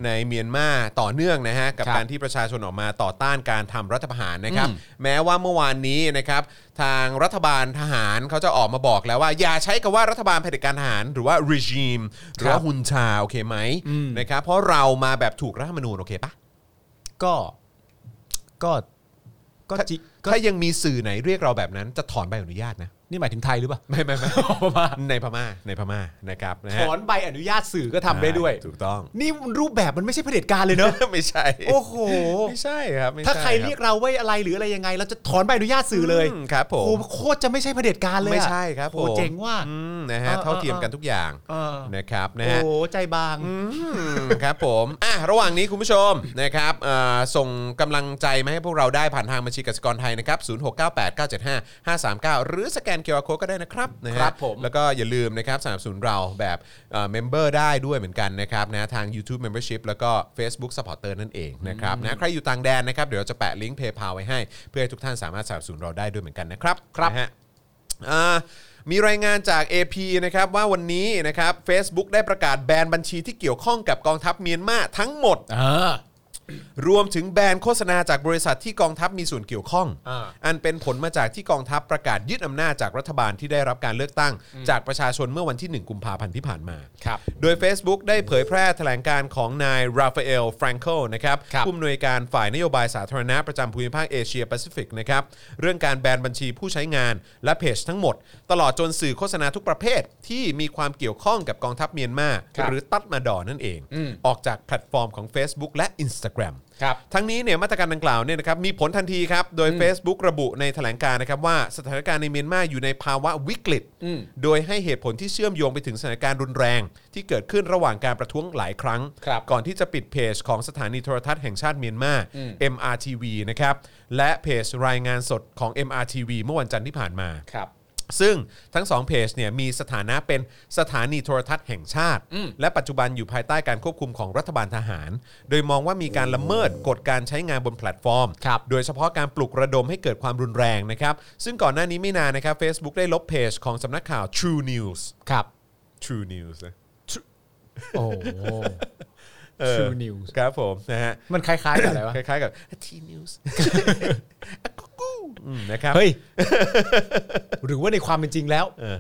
[SPEAKER 2] ในเมียนมาต่อเนื่องนะฮะ กับ
[SPEAKER 3] ครับ
[SPEAKER 2] การที่ประชาชนออกมาต่อต้านการทำรัฐประหารนะครับ
[SPEAKER 3] อืม
[SPEAKER 2] แม้ว่าเมื่อวานนี้นะครับ ทางรัฐบาลทหารเขาจะออกมาบอกแล้วว่า อย่าใช้คำว่ารัฐบาลเผด็จการทหาร หรือว่า regime หรือว่า
[SPEAKER 3] ครับ
[SPEAKER 2] ฮุนชาโอเคไหม
[SPEAKER 3] อืม
[SPEAKER 2] นะครับเพราะเรามาแบบถูกรัฐธรรมนูญโอเคปะ
[SPEAKER 3] ก็ ก็ก็จิก็
[SPEAKER 2] ถ้ายังมีสื่อไหนเรียกเราแบบนั้นจะถอนใบอนุญาตนะ
[SPEAKER 3] นี่หมายถึงไทยห รือเปล่า
[SPEAKER 2] ไม่ไม่ไม่
[SPEAKER 3] พม่า
[SPEAKER 2] ในพม่าในพม่านะครับนะ
[SPEAKER 3] ถ
[SPEAKER 2] ฮะ
[SPEAKER 3] อนใบอนุญาตสื่อก็ทำได้ด้วย
[SPEAKER 2] ถูก ต้อง
[SPEAKER 3] นี่รูปแบบมันไม่ใช่เผด็จการ เลยเนอะ
[SPEAKER 2] ไม่ใช่
[SPEAKER 3] โอ้โห
[SPEAKER 2] ไม่ใช่ครับไม่ช่
[SPEAKER 3] ถ้าใครเรียกเราว่าอะไรหรืออะไรยังไง เราจะถอนใบอนุญาตสื่อเลย
[SPEAKER 2] มครับผ
[SPEAKER 3] โอ้โห
[SPEAKER 2] ม
[SPEAKER 3] โคตรจะไม่ใช่เผด็จการเลยอะ
[SPEAKER 2] ไม่ใช่ครับผ
[SPEAKER 3] โอ้โห
[SPEAKER 2] ม
[SPEAKER 3] เจ๋งว่า
[SPEAKER 2] อืมนะฮะ
[SPEAKER 3] เออเออ
[SPEAKER 2] เท่าเทียมกันทุกอย่าง
[SPEAKER 3] เออ
[SPEAKER 2] นะครับนะ
[SPEAKER 3] โอ้
[SPEAKER 2] ฮะ
[SPEAKER 3] โหใจบาง
[SPEAKER 2] อืมครับผมอ่ะระหว่างนี้คุณผู้ชมนะครับเอ่อส่งกำลังใจมาให้พวกเราได้ผ่านทางบัญชีกสิกรไทยนะครับ0698 975 539 หรือสแกนเคอร์โคก็ได้นะครับนะฮะ
[SPEAKER 3] ครับผม
[SPEAKER 2] แล้วก็อย่าลืมนะครับสนับสนุนเราแบบเมมเบอร์ได้ด้วยเหมือนกันนะครับนะทาง YouTube Membership แล้วก็ Facebook Supporter นั่นเองนะครับนะใครอยู่ต่างแดนนะครับเดี๋ยวเราจะแปะลิงก์ PayPal ไว้ให้ เพื่อให้ทุกท่านสามารถสนับสนุนเราได้ด้วยเหมือนกันนะครับ
[SPEAKER 3] ครับ
[SPEAKER 2] นะฮะ อ่ามีรายงานจาก AP นะครับว่าวันนี้นะครับ Facebook ได้ประกาศแบนบัญชีที่เกี่ยวข้องกับกองทัพเมียนมาทั้งหมด
[SPEAKER 3] เออ
[SPEAKER 2] รวมถึงแบนโฆษณาจากบริษัทที่กองทัพมีส่วนเกี่ยวข้อง
[SPEAKER 3] อ่า
[SPEAKER 2] อันเป็นผลมาจากที่กองทัพประกาศยึดอำนาจจากรัฐบาลที่ได้รับการเลือกตั้ง จากประชาชนเมื่อวันที่ 1 กุมภาพันธ์ที่ผ่านมา
[SPEAKER 3] ครับ
[SPEAKER 2] โดย Facebook ได้เผยแพร่แถลงการณ์ของนายราฟาเอลแฟรงโกนะครับ
[SPEAKER 3] ครับ
[SPEAKER 2] ผู้อำนวยการฝ่ายนโยบายสาธารณะประจำภูมิภาคเอเชียแปซิฟิกนะครับเรื่องการแบนบัญชีผู้ใช้งานและเพจทั้งหมด ตลอดจนสื่อโฆษณาทุกประเภทที่มีความเกี่ยวข้องกับกองทัพเมียนมา
[SPEAKER 3] ครับ
[SPEAKER 2] หรือตัดมาดอนั่นเอง ออกจากแพลตฟอร์มของ Facebook และ Instagram
[SPEAKER 3] ครับ
[SPEAKER 2] ทั้งนี้เนี่ยมาตรการดังกล่าวเนี่ยนะครับมีผลทันทีครับ โดย Facebook ระบุในแถลงการณ์นะครับว่าสถานการณ์ในเมียนมาอยู่ในภาวะวิกฤต
[SPEAKER 3] อืม
[SPEAKER 2] โดยให้เหตุผลที่เชื่อมโยงไปถึงสถานการณ์รุนแรง ที่เกิดขึ้นระหว่างการประท้วงหลายครั้ง
[SPEAKER 3] ครับ
[SPEAKER 2] ก่อนที่จะปิดเพจของสถานีโทรทัศน์แห่งชาติเมียนมา
[SPEAKER 3] อืม
[SPEAKER 2] MRTV นะครับและเพจรายงานสดของ MRTV เมื่อวันจันทร์ที่ผ่านมา
[SPEAKER 3] ครับ
[SPEAKER 2] ซึ่งทั้งสองเพจเนี่ยมีสถานะเป็นสถานีโทรทัศน์แห่งชาติ
[SPEAKER 3] อืม
[SPEAKER 2] และปัจจุบันอยู่ภายใต้การควบคุมของรัฐบาลทหาร โดยมองว่ามีการละเมิดกฎการใช้งานบนแพลตฟอร์ม
[SPEAKER 3] ครับ
[SPEAKER 2] โดยเฉพาะการปลุกระดมให้เกิดความรุนแรงนะครับ ซึ่งก่อนหน้านี้ไม่นานนะครับ Facebook ได้ลบเพจของสำนักข่าว True News
[SPEAKER 3] ครับ
[SPEAKER 2] True News นะ
[SPEAKER 3] โอ้โห
[SPEAKER 2] เออ
[SPEAKER 3] True News
[SPEAKER 2] ครับผมนะฮะ
[SPEAKER 3] มันคล้ายๆกับอะไรวะ
[SPEAKER 2] คล้ายๆกับ T News อืมนะครับ
[SPEAKER 3] เฮ้ย หรือว่าในความเป็นจริงแล้ว
[SPEAKER 2] เออ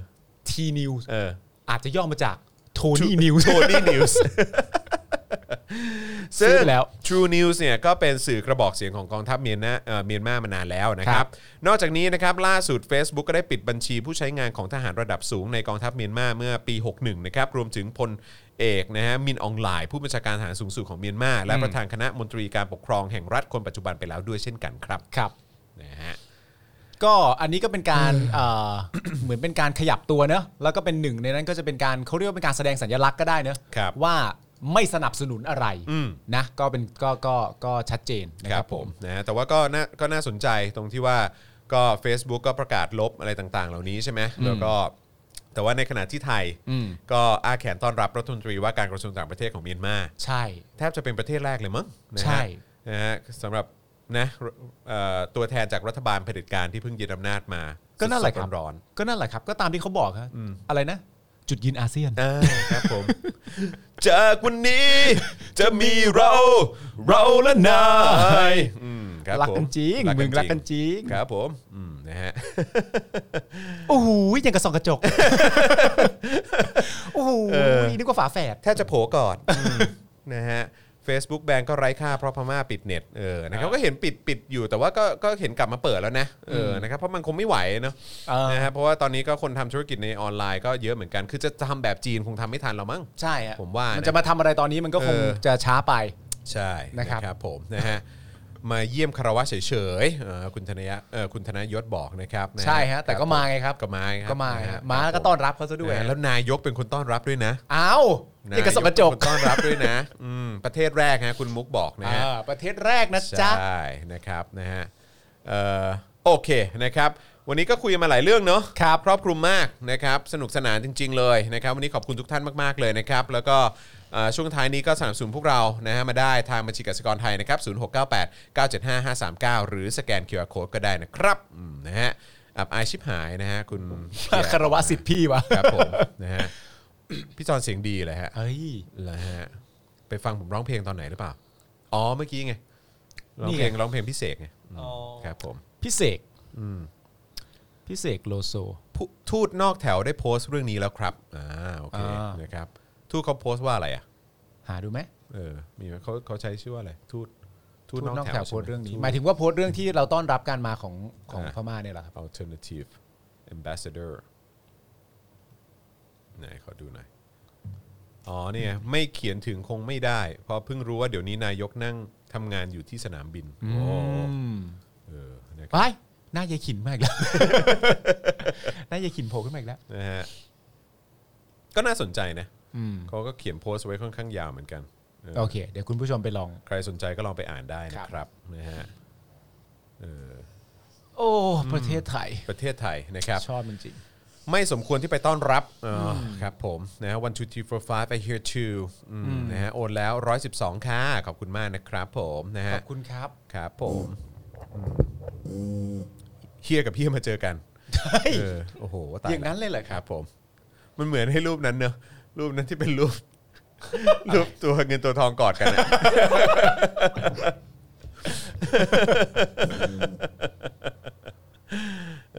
[SPEAKER 3] T News
[SPEAKER 2] เออ
[SPEAKER 3] อาจจะย่อมาจากโทนี่นิวส์
[SPEAKER 2] โท นี่นิวส์
[SPEAKER 3] ซื้อไปแล้ว
[SPEAKER 2] True News เนี่ยก็เป็นสื่อกระบอกเสียงของกองทัพเมียนนาเอ่อเมียนมามานานแล้วนะครับ นอกจากนี้นะครับล่าสุด Facebook ก็ได้ปิดบัญชีผู้ใช้งานของทหารระดับสูงในกองทัพเมียนมาเมื่อปี 61 นะครับ รวมถึงพลเอกนะฮะมินอองหลายผู้บัญชาการทหารสูงสุดของเมียนมาและประธานคณะมนตรีการปกครองแห่งรัฐคนปัจจุบันไปแล้วด้วยเช่นกันครับ
[SPEAKER 3] ครับ
[SPEAKER 2] นะฮะ
[SPEAKER 3] ก็อันนี้ก็เป็นการเอ่ อ เหมือนเป็นการขยับตัวเนอะแล้วก็เป็นหนึ่งในนั้นก็จะเป็นการเขาเรียกว่าเป็นการแสดงสัญลักษณ์ก็ได้เนอะ
[SPEAKER 2] ครับ
[SPEAKER 3] ว่าไม่สนับสนุนอะไร
[SPEAKER 2] อืม
[SPEAKER 3] นะก็เป็นก็ก็ก็ชัดเจนนะ
[SPEAKER 2] ค
[SPEAKER 3] ค
[SPEAKER 2] รั
[SPEAKER 3] รั
[SPEAKER 2] บบ ผ
[SPEAKER 3] ผม ม
[SPEAKER 2] นะฮะแต่ว่าก็น่าก็น่าสนใจตรงที่ว่าก็ Facebook ก็ประกาศลบอะไรต่างๆ เหล่านี้ใช่ไหมแล้วก็แต่ว่าในขณะที่ไทย
[SPEAKER 3] อืม
[SPEAKER 2] ก็อาแขนต้อนรับรัฐมนตรีว่าการกระทรวงต่างประเทศของเมียนมา
[SPEAKER 3] ใช่
[SPEAKER 2] แทบจะเป็นประเทศแรกเลยมั้งนะฮะ
[SPEAKER 3] ใช่
[SPEAKER 2] นะฮะสำหรับนะเอ่อตัวแทนจากรัฐบาลเผด็จการที่เพิ่งยึดอำนาจมา
[SPEAKER 3] ก็นั่นแหละครับ
[SPEAKER 2] สดๆร้อน
[SPEAKER 3] ก็นั่นแหละครับ ก็ตามที่เขาบอกครับอะไรนะ จุดยืนอาเซียน
[SPEAKER 2] ๆอ่าครับผม จากวันนี้จะมีเราเราและนายอืมครับ
[SPEAKER 3] รัก
[SPEAKER 2] ผม
[SPEAKER 3] กันจริงมึงรักกันจริง
[SPEAKER 2] ครับผมอืมนะฮะ
[SPEAKER 3] โอ้โหยังกระสองกระจก โอ้โหนึกว่าฝาแฝด
[SPEAKER 2] แทบจะโผล่กอดนะฮะ Facebook แบนก็ไร้ค่าเพราะพม่าปิดเน็ตเออนะครับก็เห็นปิดปิดอยู่แต่ว่าก็ก็เห็นกลับมาเปิดแล้วนะเออนะครับเพราะมันคงไม่ไหวเนอะ
[SPEAKER 3] เออ
[SPEAKER 2] นะฮะเพราะว่าตอนนี้ก็คนทำธุรกิจในออนไลน์ก็เยอะเหมือนกัน คือจะทำแบบจีนคงทำไม่ทันเรามั้ง
[SPEAKER 3] ใช่อะ
[SPEAKER 2] ผมว่านะ
[SPEAKER 3] นจะมาทำอะไรตอนนี้มันก็คง
[SPEAKER 2] เออ
[SPEAKER 3] จะช้าไป
[SPEAKER 2] ใช่
[SPEAKER 3] นะครับ
[SPEAKER 2] ผมนะฮะมาเยี่ยมคารวะเฉยๆเออคุณธนยะเออคุณธนยศบอกนะครับน
[SPEAKER 3] ใช่ฮะแต่ก็มาไงครับ
[SPEAKER 2] ก็มาไงครับ
[SPEAKER 3] ก็มา
[SPEAKER 2] นะฮะ
[SPEAKER 3] มาแล้วก็ต้อนรับเขาซะด้วย
[SPEAKER 2] นะฮะแล้วนายกเป็นคนต้อนรับด้วยนะ
[SPEAKER 3] อ้าวยังกระสองกระจก
[SPEAKER 2] นายเป็นคนต้อนรับด้วย นะ อืมประเทศแรกฮะคุณมุกบอกนะฮะ
[SPEAKER 3] อ่าประเทศแรกนะจ๊ะ
[SPEAKER 2] ใช่นะครับนะฮะเอ่อโอเคนะครับ วันนี้ก็คุยมาหลายเรื่องเนาะครับครอบคลุมมากนะครับสนุกสนานจริง ๆ เลยนะครับ วันนี้ขอบคุณทุกท่านมากๆเลยนะครับ แล้วก็เอ่อช่วงท้ายนี้ก็สนับสนุนพวกเรานะฮะมาได้ทางบัญชีกสิกรไทยนะครับ0698 975 539 หรือสแกน QR Code ก็ได้นะครับอืมนะฮะอับอายชิบหายนะฮะคุณ
[SPEAKER 3] คารวะสิทธิ์พี่วะ
[SPEAKER 2] ครับผมนะฮะ พี่จอนเสียงดีเลยฮะ
[SPEAKER 3] เอ้ย
[SPEAKER 2] เหรอฮะไปฟังผมร้องเพลงตอนไหนหรือเปล่า อ๋อเมื่อกี้ไงร้อง
[SPEAKER 3] นี่
[SPEAKER 2] เพล
[SPEAKER 3] ไง
[SPEAKER 2] งร้องเพลงพิเศษไงอืม
[SPEAKER 4] อ๋อ
[SPEAKER 2] ครับผม
[SPEAKER 3] พี่เสกพี่เสกโลโซ
[SPEAKER 2] ผู้ทูตนอกแถวได้โพสต์เรื่องนี้แล้วครับอ่าโอเค
[SPEAKER 3] อ่าน
[SPEAKER 2] นะครับทูตเขาโพสต์ว่าอะไรอ่ะ
[SPEAKER 3] หาดูไหม
[SPEAKER 2] เออมีไหมเขาเขาใช้ชื่อว่าอะไรทูต
[SPEAKER 3] ทูตนอกแถวโพสต์
[SPEAKER 2] ใช่ไหม
[SPEAKER 3] เรื่องนี้หมายถึงว่าโพสต์เรื่องที่เราต้อนรับการมาของของ
[SPEAKER 2] อ่า
[SPEAKER 3] พม่าเนี่ยเหรอครับ
[SPEAKER 2] alternative ambassador ไหนขอดูหน่อย อ๋อเนี่ยไม่เขียนถึงคงไม่ได้ เพราะเพิ่งรู้ว่าเดี๋ยวนี้นายกนั่งทำงานอยู่ที่สนามบินโอ้เออนะครับ
[SPEAKER 3] ไปหน้ายายขินมาอี กแล้ว หน้ายายขินโผล่ขึ้นมาอีกแล้ว
[SPEAKER 2] นะฮะก็น่าสนใจนะ
[SPEAKER 3] อืม
[SPEAKER 2] เขาก็เขียนโพสต์ไว้ค่อนข้างยาวเหมือนกันเออ
[SPEAKER 3] โอเค เดี๋ยวคุณผู้ชมไปลอง
[SPEAKER 2] ใครสนใจก็ลองไปอ่านได้
[SPEAKER 3] ครั
[SPEAKER 2] นะ
[SPEAKER 3] บ
[SPEAKER 2] ครับนะฮะเออ
[SPEAKER 3] โอ้ ประเทศไทย
[SPEAKER 2] ประเทศไทยนะครับ
[SPEAKER 3] ชอบจริง
[SPEAKER 2] ไม่สมควรที่ไปต้อนรับเอออครับผมนะฮะ one two three four five I hear two อืมนะฮะโอนแล้ว 112 ค่ะ ขอบคุณมากนะครับผมนะ
[SPEAKER 3] ๆ ข
[SPEAKER 2] ฮะ
[SPEAKER 3] อบคุณครับ
[SPEAKER 2] ครับผมเฮียกับเฮียมาเจอกันเออโอ้โหตาย
[SPEAKER 3] อย่างนั้นเลยเหรอครับ
[SPEAKER 2] ผม มันเหมือนให้รูปนั้นเนอะรูปนั้นที่เป็น รูป รูปตัวเงินตัวทองกอดกันอะ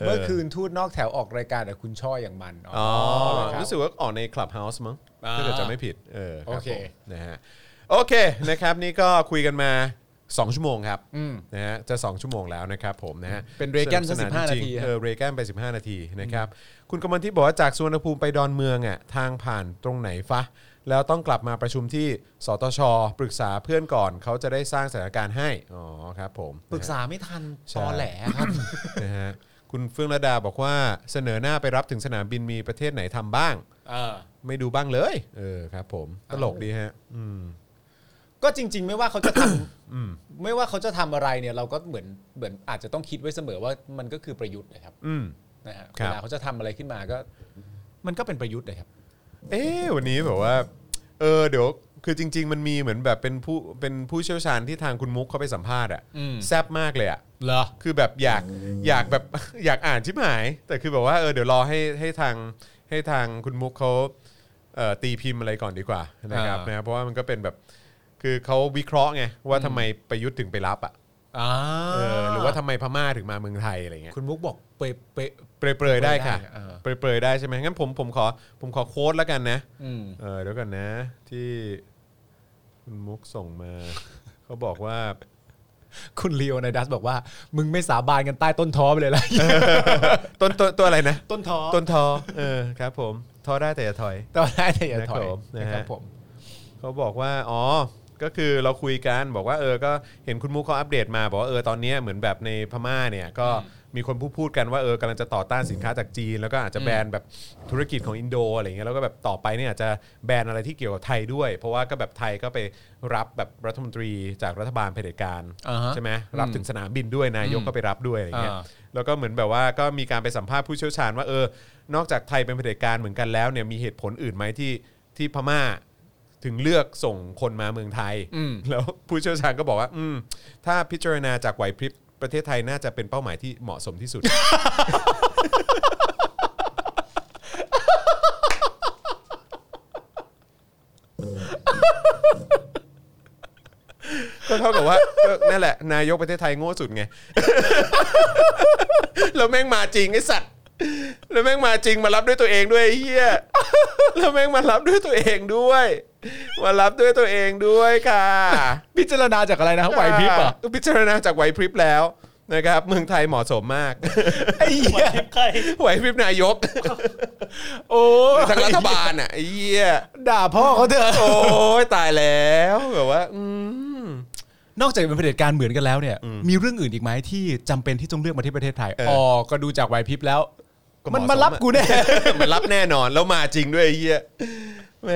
[SPEAKER 3] เมื่อคืนทูตนอกแถวออกรายการกับคุณช่ออย่างมัน
[SPEAKER 2] อ๋อ
[SPEAKER 3] เหอคบ
[SPEAKER 2] รู้สึกว่าออกในคลับเฮาส์มั้ง
[SPEAKER 3] อ่า
[SPEAKER 2] ถ้าเกิดจะไม่ผิด เออ
[SPEAKER 3] โอ
[SPEAKER 2] รับ
[SPEAKER 3] เค
[SPEAKER 2] ผมนะฮะโอเคนะครับ นี่ก็คุยกันมา 2 ชั่วโมงครับนะฮะจะ 2 ชั่วโมงแล้วนะครับผมนะฮะ
[SPEAKER 3] เป็น Reagan ซะ15นาทีฮะ
[SPEAKER 2] เออเรแกนไป 15 นาทีนะครับ คุณกมลที่บอกว่าจากสุวรรณภูมิไปดอนเมืองอ่ะทางผ่านตรงไหนฟะ แล้วต้องกลับมาประชุมที่สตช ปรึกษาเพื่อนก่อนเขาจะได้สร้างสถานการณ์ให้ อ๋อครับผม
[SPEAKER 3] ปรึกษาไม่ทัน
[SPEAKER 2] ใช่
[SPEAKER 3] ตอแหลครับ
[SPEAKER 2] นะฮะคุณเฟื่องระดาบอกว่าเสนอหน้าไปรับถึงสนามบินมีประเทศไหนทำบ้าง ไม่ดูบ้างเลย เออครับผมตลกดีฮะ อืม
[SPEAKER 3] ก็จริง ๆ ไม่ว่าเขาจะท ำไม่ว่าเขาจะทำอะไรเนี่ยเราก็เหมือนเหมือนอาจจะต้องคิดไว้เสมอว่ามันก็คือประยุทธ์นะครับ
[SPEAKER 2] อืม
[SPEAKER 3] นะฮะ
[SPEAKER 2] ครับ
[SPEAKER 3] เวลาเขาจะทำอะไรขึ้นมาก็ มันก็เป็นประยุทธ์นะครับ
[SPEAKER 2] เอ๊ะวันนี้แบบว่า เออเดี๋ยวคือจริง ๆ มันมีเหมือนแบบเป็นผู้เป็นผู้เชี่ยวชาญที่ทางคุณมุกเขาไปสัมภาษณ์อ่ะ
[SPEAKER 3] อืม
[SPEAKER 2] แซบมากเลยอ่ะ
[SPEAKER 3] เหรอ
[SPEAKER 2] คือแบบอยากอยากแบบ อยากอ่านชิบหาย แต่คือแบบว่าเออเดี๋ยวรอให้ให้ทางให้ทางคุณมุกเขาเอ่อตีพิมพ์อะไรก่อนดีกว่านะครับ
[SPEAKER 3] อ่าน
[SPEAKER 2] นะเพราะว่ามันก็เป็นแบบคือเขาวิเคราะห์ไงว่าทำไมประยุทธ์ถึงไปรับอ่ะ
[SPEAKER 3] อ่า
[SPEAKER 2] เออหรือว่าทำไมพม่าถึงมาเมืองไทยอะไรเงี้ย
[SPEAKER 3] คุณมุกบอกเปะเปะ
[SPEAKER 2] เปรยๆได้ค่ะ
[SPEAKER 3] เออ
[SPEAKER 2] เปรยๆได้ใช่ไหมงั้นผมผมขอผมขอโค้ดแล้วกันนะ
[SPEAKER 3] อืม
[SPEAKER 2] เออเดี๋ยวกันนะที่คุณมุกส่งมา เขาบอกว่า
[SPEAKER 3] คุณลีโอไนดัสบอกว่า มึงไม่สาบานกันใต้ต้นท้อไป เลยล่ะ
[SPEAKER 2] ต้นต้นตัวอะไรนะ
[SPEAKER 3] ต้นท้อ
[SPEAKER 2] ต้นทอเออครับผมทอได้แต่อย่าถอย
[SPEAKER 3] ต้นได้แต่อย่าถอย
[SPEAKER 2] นะครับผมนะฮะ
[SPEAKER 3] ครับผม
[SPEAKER 2] เขาบอกว่า อ๋อ ก็คือเราคุยกันบอกว่าเออ ก็เห็นคุณมุกเขาอัปเดตมา บอกว่าเออตอนเนี้ยเหมือนแบบในพม่าเนี่ยก็ มีคนพูดพูดกันว่าเออกำลังจะต่อต้านสินค้าจากจีน แล้วก็อาจจะแบนแบบธุรกิจของอินโดอะไรเงี้ยแล้วก็แบบต่อไปเนี่ยอาจจะแบนอะไรที่เกี่ยวกับไทยด้วย เพราะว่าก็แบบไทยก็ไปรับแบบรัฐมนตรีจากรัฐบาลเผด็จการ
[SPEAKER 3] อ่าฮะ
[SPEAKER 2] ใช่ไหมรับ
[SPEAKER 3] อืม
[SPEAKER 2] ถึงสนามบินด้วยนายก
[SPEAKER 3] อืม
[SPEAKER 2] ก็ไปรับด้วยอะไรเงี้ย
[SPEAKER 3] อ่า
[SPEAKER 2] แล้วก็เหมือนแบบว่าก็มีการไปสัมภาษณ์ผู้เชี่ยวชาญว่าเออนอกจากไทยเป็นเผด็จการเหมือนกันแล้วเนี่ยมีเหตุผลอื่นไหมที่ที่พม่าถึงเลือกส่งคนมาเมืองไทย
[SPEAKER 3] อืม
[SPEAKER 2] แล้วผู้เชี่ยวชาญก็บอกว่าอืมถ้าพิจารณาจากไหวพริบประเทศไทยน่าจะเป็นเป้าหมายที่เหมาะสมที่สุด ก็เท่ากับว่าก็นั่นแหละ นายกประเทศไทยโง่สุดไง แล้วแม่งมาจริงไอ้สัตว์ แล้วแม่งมาจริงมารับด้วยตัวเองด้วยไอ้เฮียแล้วแม่งมารับด้วยตัวเองด้วย มารับด้วยตัวเองด้วยค่ะ
[SPEAKER 3] พิจารณาจากอะไรนะไหวพริบเหรอ่ะ
[SPEAKER 2] พิจารณาจากไหวพริบแล้วนะครับเมืองไทยเหมาะสมมาก
[SPEAKER 3] ไอ้เหี้
[SPEAKER 4] วัน
[SPEAKER 3] ย
[SPEAKER 4] ทิพย์ใคร
[SPEAKER 2] ไหวพริบนายก
[SPEAKER 3] โอ้ย
[SPEAKER 2] ทางรัฐบาลอ่ะไอ้เหี้ย
[SPEAKER 3] ด่าพ่อเขาเถ อะ
[SPEAKER 2] โอ้ยตายแล้วแบบว่าอืม
[SPEAKER 3] นอกจากเป็นเผด็จการเหมือนกันแล้วเนี่ย มีเรื่องอื่นอีกไหมที่จำเป็นที่ต้องเลือกมาที่ประเทศไทย
[SPEAKER 2] เอออ๋
[SPEAKER 3] อ๋อก็ดูจากไหวพริบแล้ว
[SPEAKER 2] ก็เห
[SPEAKER 3] มัน
[SPEAKER 2] ส
[SPEAKER 3] มารับกูแน่
[SPEAKER 2] อะมันรับแน่นอนแล้วมาจริงด้วยไอ้เหี้ยแหม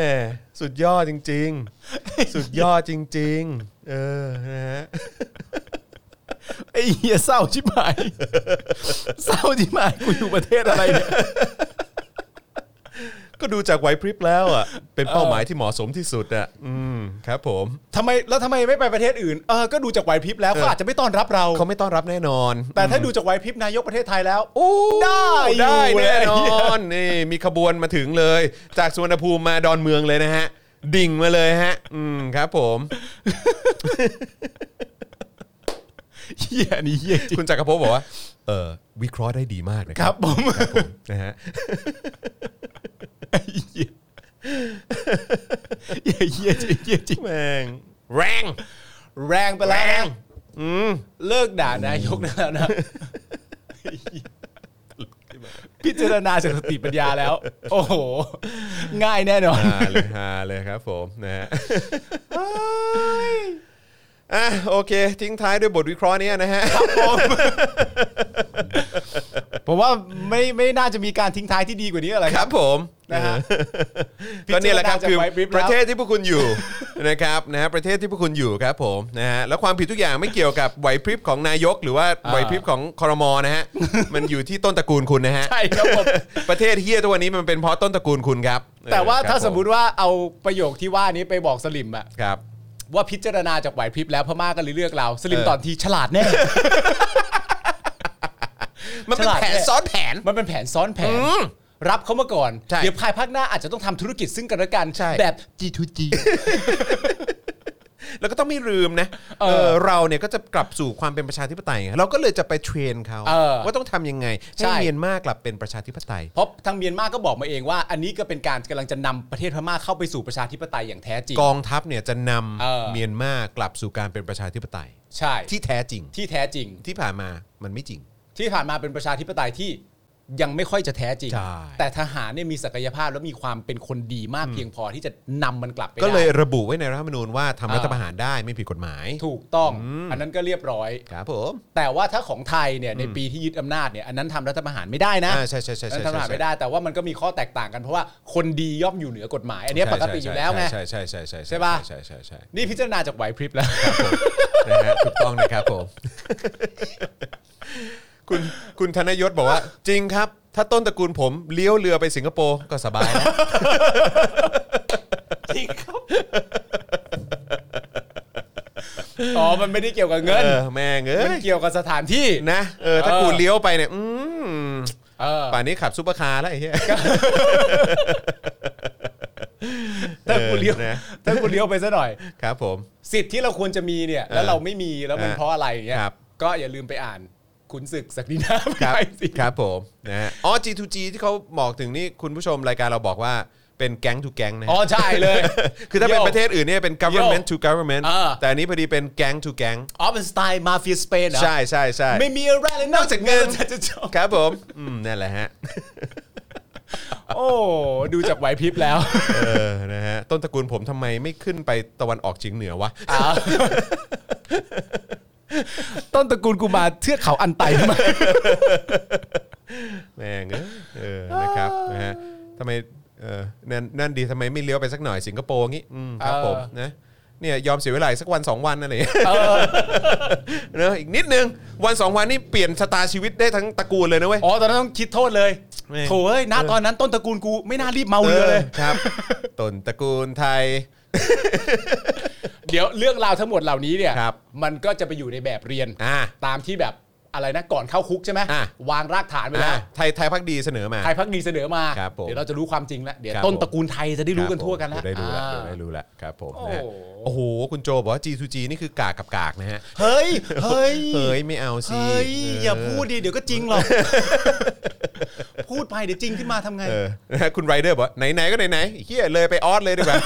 [SPEAKER 2] สุดยอดจริง ๆ สุดยอดจริง ๆ เออนะฮะ
[SPEAKER 3] ไอ้เหี้ยเศร้าชิบห าย เศร้าชิบหายกูอยู่ประเทศอะไรเนี่ย
[SPEAKER 2] ก็ดูจากไหวพริบแล้วอ่ะ เป็นเป้าหมายที่เหมาะสมที่สุดอ่ะ อืมครับผม
[SPEAKER 3] ทำไมแล้วทำไมไม่ไปประเทศอื่นเออก็ดูจากไหวพริบแล้ว
[SPEAKER 2] เออ
[SPEAKER 3] เขาอาจจะไม่ต้อนรับเรา
[SPEAKER 2] เขาไม่ต้อนรับแน่นอน
[SPEAKER 3] แต่ถ้าดูจากไหวพริบนายกประเทศไทยแล้ว
[SPEAKER 2] โอ้
[SPEAKER 3] ได้อยู่
[SPEAKER 2] ได้แน่น
[SPEAKER 3] เลย
[SPEAKER 2] อนนี่มีขบวนมาถึงเลย จากสุวรรณภูมิมาดอนเมืองเลยนะฮะ ดิ่งมาเลยฮะ อืมครับผม
[SPEAKER 3] เฮียนี่เฮียจริง
[SPEAKER 2] คุณจักรพงศ์บอกว่า เออวิเคราะห์ได้ดีมากนะ
[SPEAKER 3] ค
[SPEAKER 2] ค
[SPEAKER 3] รั
[SPEAKER 2] รั
[SPEAKER 3] บบ ผม
[SPEAKER 2] ผมนะฮะ
[SPEAKER 3] เฮียเหี้ยเฮียจริงเฮียจริง
[SPEAKER 2] แม่งแรง
[SPEAKER 3] แรงไป
[SPEAKER 2] แร
[SPEAKER 3] แล้ว
[SPEAKER 2] ง
[SPEAKER 3] นะ
[SPEAKER 2] อืม
[SPEAKER 3] เลิกด่านายกได้แล้วนะพิจารณาจากสติปัญญาแล้ว โอ้โห ง่ายแน่นอน
[SPEAKER 2] ฮาเลยฮาเลยครับผมนะฮ ะ อ่ะโอเค ทิ้งท้ายด้วยบทวิเคราะห์เนี้ยนะฮะ
[SPEAKER 3] ผมว่าไม่ไม่น่าจะมีการทิ้งท้ายที่ดีกว่านี้อะไร
[SPEAKER 2] ค
[SPEAKER 3] ค
[SPEAKER 2] รั
[SPEAKER 3] รั
[SPEAKER 2] บบ ผม
[SPEAKER 3] นะ ฮะ
[SPEAKER 2] ก็เนี่ยแหละครับ
[SPEAKER 3] พิจารณาจาก
[SPEAKER 2] คือ
[SPEAKER 3] ไว้บลิปแล้ว
[SPEAKER 2] ประเทศที่พวกคุณอยู่ นะครับนะฮะประเทศที่พวกคุณอยู่ครับผมนะฮะแล้วความผิดทุกอย่างไม่เกี่ยวกับไหวพริบของนายก หรือว่าไหวพริบของคอรมอนะ ฮะ มันอยู่ที่ต้นตระกูลคุณนะฮะ
[SPEAKER 3] ใช่ครับผม
[SPEAKER 2] ประเทศเฮียตัวนี้มันเป็นเพราะต้นตระกูลคุณครับ
[SPEAKER 3] แต่ว่า
[SPEAKER 2] เออครับ
[SPEAKER 3] ถ้าสมมุติว่าเอาประโยคที่ว่านี้ไปบอกสลิมอะ
[SPEAKER 2] ครับ
[SPEAKER 3] ว่าพิจารณาจากไหวพริบแล้วพม่าก็เลยเลือกเรา สลิม
[SPEAKER 2] เออ
[SPEAKER 3] ตอนทีฉลาด แน่
[SPEAKER 2] มันเป็น
[SPEAKER 3] ฉลาด
[SPEAKER 2] แผน
[SPEAKER 3] แน่
[SPEAKER 2] ซ้อนแผน
[SPEAKER 3] มันเป็นแผนซ้อนแผน
[SPEAKER 2] อืม
[SPEAKER 3] รับเขามาก่อน
[SPEAKER 2] ใช่
[SPEAKER 3] เดี๋ยวภายภาคหน้าอาจจะต้องทำธุรกิจซึ่งกันและกัน
[SPEAKER 2] ใช่
[SPEAKER 3] แบบ G2G
[SPEAKER 2] แล้วก็ต้องไม่ลืมนะ
[SPEAKER 3] เออ
[SPEAKER 2] เออเราเนี่ยก็จะกลับสู่ความเป็นประชาธิปไตยไงเราก็เลยจะไปเทรนเขา
[SPEAKER 3] เออ
[SPEAKER 2] ว่าต้องทำยังไง
[SPEAKER 3] ใช่
[SPEAKER 2] ให้เมียนมากลับเป็นประชาธิปไตย
[SPEAKER 3] เพราะทางเมียนมาก็บอกมาเองว่า อันนี้ก็เป็นการกำลังจะนำประเทศพม่าเข้าไปสู่ประชาธิปไตยอย่างแท้จริง
[SPEAKER 2] กองทัพเนี่ยจะนำ
[SPEAKER 3] เออ
[SPEAKER 2] เมียนมากลับสู่การเป็นประชาธิปไตย
[SPEAKER 3] ใช่
[SPEAKER 2] ที่แท้จริง
[SPEAKER 3] ที่แท้จริง
[SPEAKER 2] ที่ผ่านมามันไม่จริง
[SPEAKER 3] ที่ผ่านมาเป็นประชาธิปไตยที่ยังไม่ค่อยจะแท้จริง
[SPEAKER 2] ใช่
[SPEAKER 3] แต่ทหารเนี่ยมีศักยภาพและมีความเป็นคนดีมากเพียงพอที่จะนำมันกลับไป
[SPEAKER 2] ก็เลย
[SPEAKER 3] ได้
[SPEAKER 2] ระบุไว้ในรัฐธรรมนูญว่าทำ
[SPEAKER 3] เออ
[SPEAKER 2] รัฐประหารได้ไม่ผิดกฎหมาย
[SPEAKER 3] ถูกต้อง อันนั้นก็เรียบร้อย
[SPEAKER 2] ครับผม
[SPEAKER 3] แต่ว่าถ้าของไทยเนี่ยในปีที่ยึดอำนาจเนี่ยอันนั้นทำรัฐประหารไม่ได้นะ
[SPEAKER 2] อ่าใช่ใช่ใช่
[SPEAKER 3] อันนั้
[SPEAKER 2] ใช่
[SPEAKER 3] นทำรัฐประหารไม่ได้ แต่ว่ามันก็มีข้อแตกต่างกันเพราะว่าคนดีย่อมอยู่เหนือกฎหมาย อันเนี้ย
[SPEAKER 2] ใช่
[SPEAKER 3] ปกติอยู่แล้วไง
[SPEAKER 2] ใช่ใช่ใช่ใช่
[SPEAKER 3] ใช่ปะ
[SPEAKER 2] ใช่ใช่ใช่
[SPEAKER 3] นี่พิจารณาจากไหวพริบแล้ว
[SPEAKER 2] นะฮะถูกต้องนะครับผม คุณคุณธนยศบอกว่า จริงครับ ถ้าต้นตระกูลผมเลี้ยวเรือไปสิงคโปร์ก็สบาย นะ
[SPEAKER 4] จริงครับ
[SPEAKER 3] อ๋อมันไม่ได้เกี่ยวกับเงิน
[SPEAKER 2] เออแม่งเอ้
[SPEAKER 3] มัน
[SPEAKER 2] ย
[SPEAKER 3] เกี่ยวกับสถานที่
[SPEAKER 2] นะเออถ้า
[SPEAKER 3] เออ
[SPEAKER 2] กูเลี้ยวไปเนี่ยอืม
[SPEAKER 3] เออ
[SPEAKER 2] ป่านนี้ขับซุปเปอร์คาร์แล้วไอ้เหี้ย
[SPEAKER 3] ถ้ากูเลี้ยว
[SPEAKER 2] เออนะ
[SPEAKER 3] ถ้ากูเลี้ยวไปซะหน่อย
[SPEAKER 2] ครับผม
[SPEAKER 3] สิทธิ์ที่เราควรจะมีเนี่ยแล้ว
[SPEAKER 2] เออ
[SPEAKER 3] เราไม่มีแล้วมัน
[SPEAKER 2] เออ
[SPEAKER 3] เพราะอะไรอย่างเงี้ย
[SPEAKER 2] ครับ
[SPEAKER 3] ก็อย่าลืมไปอ่านขุนศึกศักดินาไป
[SPEAKER 2] ครับ
[SPEAKER 3] สิ
[SPEAKER 2] ครับผมนะฮะอ๋อ G2G ที่เขาบอกถึงนี่คุณผู้ชมรายการเราบอกว่าเป็นแก๊งทูแก๊งนะฮะ
[SPEAKER 3] อ๋อใช่เลย
[SPEAKER 2] คือถ้าเป็นประเทศอื่นเนี่ยเป็น government to government
[SPEAKER 3] เออ
[SPEAKER 2] แต่อันนี้พอดีเป็นแก๊ง to แก๊ง
[SPEAKER 3] อ๋อเป็นสไตล์มาเฟียสเปนเหรอ
[SPEAKER 2] ใช่ใช่ใช่
[SPEAKER 3] ไม่มีอะไรเลยนอกจากเงินจะจบ
[SPEAKER 2] ครับผมอืมนั่นแหละฮะ
[SPEAKER 3] โอ้ดูจากไหวพริบแล้ว
[SPEAKER 2] เออนะฮะต้นตระกูลผมทำไมไม่ขึ้นไปตะวันออกเฉียงเหนือวะ
[SPEAKER 3] ต้นตระกูลกูมารเทือกเขาอั นไตมา
[SPEAKER 2] แม่งเอ้ยเออนะครับนะฮะทำไมเออนั่นนั่นดีทำไมไม่เลี้ยวไปสักหน่อยสิงคโปร์งี้อืมครับ
[SPEAKER 3] เออ
[SPEAKER 2] ผมนะเนี่ยยอมเสียเวลาอีกสักวันสองวันอะไรอย่างเงี้ย
[SPEAKER 3] เออ
[SPEAKER 2] เนอะอีกนิดนึงวันสองวันนี่เปลี่ยนชะตาชีวิตได้ทั้งตระกูลเลยนะเว้ย
[SPEAKER 3] อ๋อตอนนั้นต้องคิดโทษเลย
[SPEAKER 2] แม่ง
[SPEAKER 3] โถ่เอ้ยณตอนนั้นต้นตระกูลกูไม่น่ารีบเมาเรือเลย
[SPEAKER 2] ออครับต้นตระกูลไทย
[SPEAKER 3] เดี๋ยวเรื่องราวทั้งหมดเหล่านี้เนี่ย
[SPEAKER 2] ครับ
[SPEAKER 3] มันก็จะไปอยู่ในแบบเรียน
[SPEAKER 2] อ่า
[SPEAKER 3] ตามที่แบบอะไรนะก่อนเข้าคุกใช่ไหม
[SPEAKER 2] อ่ะ
[SPEAKER 3] วางรากฐานไปแล้
[SPEAKER 2] อ่าว ไทยไทยพักดีเสนอมา
[SPEAKER 3] ไทยพักดีเสนอมา
[SPEAKER 2] ครับผม
[SPEAKER 3] เดี๋ยวเราจะรู้ความจริงแล้วเดี๋ยว
[SPEAKER 2] ครับ
[SPEAKER 3] ต้น
[SPEAKER 2] ผม
[SPEAKER 3] ตระกูลไทยจะได้รู้กันทั่วกันแล้ว
[SPEAKER 2] เดี๋ยได้รู้แล้ว
[SPEAKER 3] อ่า
[SPEAKER 2] เดี๋ยวได้รู้แล้วครับผมนะฮะ
[SPEAKER 3] โอ้
[SPEAKER 2] โอ้โห คุณโจบอกว่า G2G นี่คือกากกับกากนะฮะ
[SPEAKER 3] เฮ้ยเฮ้ย
[SPEAKER 2] เฮ้ยไม่เอาสิ
[SPEAKER 3] เฮ้ย
[SPEAKER 2] เ
[SPEAKER 3] อย่าพูดดิเดี๋ยวก็จริงหร อกพูดไปเดี๋ยวจริงขึ้นมาทำไง
[SPEAKER 2] เออ นะฮะคุณไรเดอร์บอกว่าไหนๆก็ไหนๆเฮียเลยไปออสเลยดีก ว่า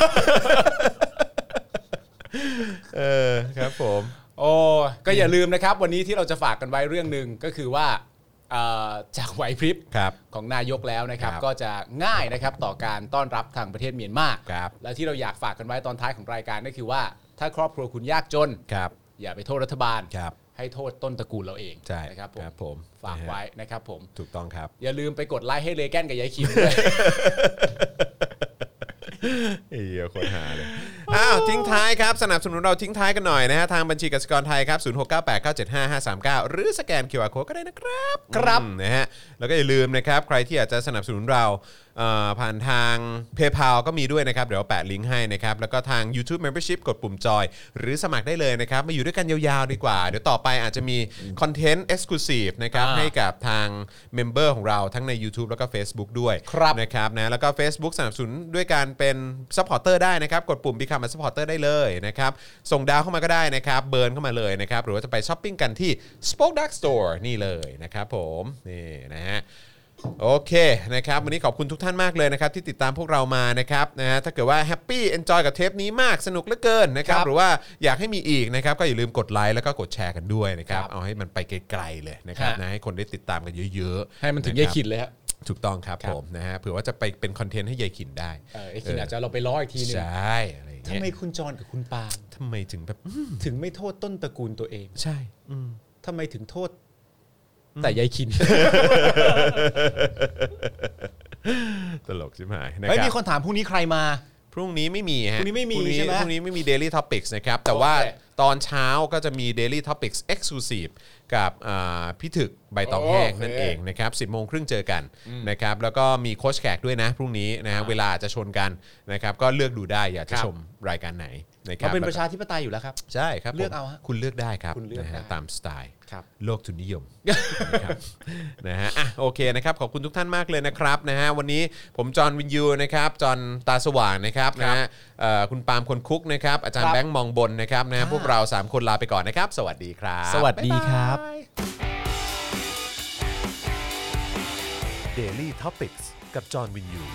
[SPEAKER 2] เออครับผม
[SPEAKER 3] โอ้ยก็อย่าลืมนะครับ วันนี้ที่เราจะฝากกันไว้เรื่องหนึ่งก็คือว่าเอ่อจากไหวพริบ
[SPEAKER 2] ครับ
[SPEAKER 3] ของนายกแล้วนะครับ
[SPEAKER 2] ครับ
[SPEAKER 3] ก็จะง่ายนะครับต่อการต้อนรับทางประเทศเมียนมา
[SPEAKER 2] ครับ
[SPEAKER 3] และที่เราอยากฝากกันไว้ตอนท้ายของรายการก็คือว่า ถ้าครอบครัวคุณยากจน
[SPEAKER 2] ครับ
[SPEAKER 3] อย่าไปโทษรัฐบาล
[SPEAKER 2] ครับ
[SPEAKER 3] ให้โทษต้นตระกูลเราเอง
[SPEAKER 2] ใช่
[SPEAKER 3] นะครับผม
[SPEAKER 2] ครับผม
[SPEAKER 3] ฝาก
[SPEAKER 2] นะฮะ
[SPEAKER 3] ไว้นะครับผม
[SPEAKER 2] ถูกต้องครับ
[SPEAKER 3] อย่าลืมไปกดไลค์ให้เลแกนกับยายคิมด้วย
[SPEAKER 2] เอียโคนหาเลย อ้าว ทิ้งท้ายครับ สนับสนุนเราทิ้งท้ายกันหน่อยนะฮะ ทางบัญชีกสิกรไทยครับ 0698975539 หรือสแกน QR Code ก็ได้นะครับ
[SPEAKER 3] ครับ
[SPEAKER 2] อืมนะฮะ แล้วก็อย่าลืมนะครับ ใครที่อยากจะสนับสนุนเราเอ่อผ่านทาง PayPal ก็มีด้วยนะครับ เดี๋ยวแปะลิงก์ให้นะครับ แล้วก็ทาง YouTube Membership กดปุ่มจอย หรือสมัครได้เลยนะครับ มาอยู่ด้วยกันยาวๆดีกว่า เดี๋ยวต่อไปอาจจะมีคอนเทนต์ Exclusive นะครับ
[SPEAKER 3] อ่า
[SPEAKER 2] ให้กับทางเมมเบอร์ของเราทั้งใน YouTube แล้วก็ Facebook ด้วย
[SPEAKER 3] ครับ
[SPEAKER 2] นะครับนะแล้วก็ Facebook สนับสนุนด้วยการเป็นซัพพอร์เตอร์ได้นะครับ กดปุ่ม Become a supporter ได้เลยนะครับ ส่งดาวเข้ามาก็ได้นะครับ เบิร์นเข้ามาเลยนะครับ หรือว่าจะไปช้อปปิ้งกันที่ Spoke Dark Store นี่เลยนะครับผม นี่นะฮะ โอเคนะครับ วันนี้ขอบคุณทุกท่านมากเลยนะครับ ที่ติดตามพวกเรามานะครับนะฮะถ้าเกิดว่าแฮปปี้เอนจอยกับเทปนี้มากสนุกเหลือเกินนะครับ
[SPEAKER 3] ครับ
[SPEAKER 2] หรือว่าอยากให้มีอีกนะครับ ก็อย่าลืมกดไลค์แล้วก็กดแชร์กันด้วยนะครับ
[SPEAKER 3] ครับ
[SPEAKER 2] เอาให้มันไปไกลๆเลยนะครับ
[SPEAKER 3] ฮะ
[SPEAKER 2] นะให้คนได้ติดตามกันเยอะๆ
[SPEAKER 3] ให้มันถึง
[SPEAKER 2] ะ
[SPEAKER 3] ยาย
[SPEAKER 2] ครับ
[SPEAKER 3] คิดเลยครับ
[SPEAKER 2] ถูกต้องครับ
[SPEAKER 3] ครั
[SPEAKER 2] ผ
[SPEAKER 3] บ
[SPEAKER 2] มนะฮะเผื่อว่าจะไปเป็นคอนเทนต์ให้ยายขินได้
[SPEAKER 3] เออไอ้คินอาจจะเราไปล้ออีกทีหนึง
[SPEAKER 2] ใช่อะไรอย่าง
[SPEAKER 3] ทำ
[SPEAKER 2] เงี้ย
[SPEAKER 3] ไมคุณจรกับคุณปาล์ม
[SPEAKER 2] ทำไมถึงแบบอืม
[SPEAKER 3] ถึงไม่โทษต้นตระกูลตัวเอง
[SPEAKER 2] ใช่อืม
[SPEAKER 3] ทำไมถึงโทษ แต่ยายคิน
[SPEAKER 2] ตลกใช่ไหมนะ
[SPEAKER 3] เฮ้ย
[SPEAKER 2] ครั
[SPEAKER 3] มี
[SPEAKER 2] บ
[SPEAKER 3] คนถามพรุ่งนี้ใครมา
[SPEAKER 2] พรุ่งนี้ไม่มีฮะ
[SPEAKER 3] พรุ่งนี้ไม่มีใช่ไหม
[SPEAKER 2] พรุ่งนี้ไม่มี Daily Topics นะครับ แต่ว่า
[SPEAKER 3] โอเค
[SPEAKER 2] ตอนเช้าก็จะมี Daily Topics Exclusive กับอ่าพี่ถึกใบตอง
[SPEAKER 3] โอเค
[SPEAKER 2] แห้งนั่นเองนะครับ10โมงครึ่งเจอกันนะครับแล้วก็มีโค้ชแขกด้วยนะพรุ่งนี้นะฮะเวลาจะชนกันนะครับก็เลือกดูได้อยากจะ
[SPEAKER 3] ครับ
[SPEAKER 2] ชมรายการไหนนะครับ
[SPEAKER 3] เขาเป็น
[SPEAKER 2] แล้วก็
[SPEAKER 3] ประชาธิปไตยอยู่แล้วครับ
[SPEAKER 2] ใช่ครับผม
[SPEAKER 3] เลือกเอาฮะ
[SPEAKER 2] คุณเลือกได้ครับ
[SPEAKER 3] คุณเลือก
[SPEAKER 2] นะฮะ
[SPEAKER 3] ได้
[SPEAKER 2] ตามสไตล์
[SPEAKER 3] ครับ
[SPEAKER 2] โลกทุนนิย มนะครับนะฮะอ่ะโอเคนะครับขอบคุณทุกท่านมากเลยนะครับนะฮะวันนี้ผมจอห์นวินยูนะครับจอห์นตาสว่างนะครับนะฮะเอ่อคุณปาล์มคนคุกนะครับอาจาร
[SPEAKER 3] ครั
[SPEAKER 2] ย์
[SPEAKER 3] บ
[SPEAKER 2] แบงค์มองบนนะครับนะฮะ
[SPEAKER 3] ค่ะ
[SPEAKER 2] พวกเรา 3 คนลาไปก่อนนะครับ สวัสดีครับ
[SPEAKER 1] Daily t o p i c กกับจอห์นวินยู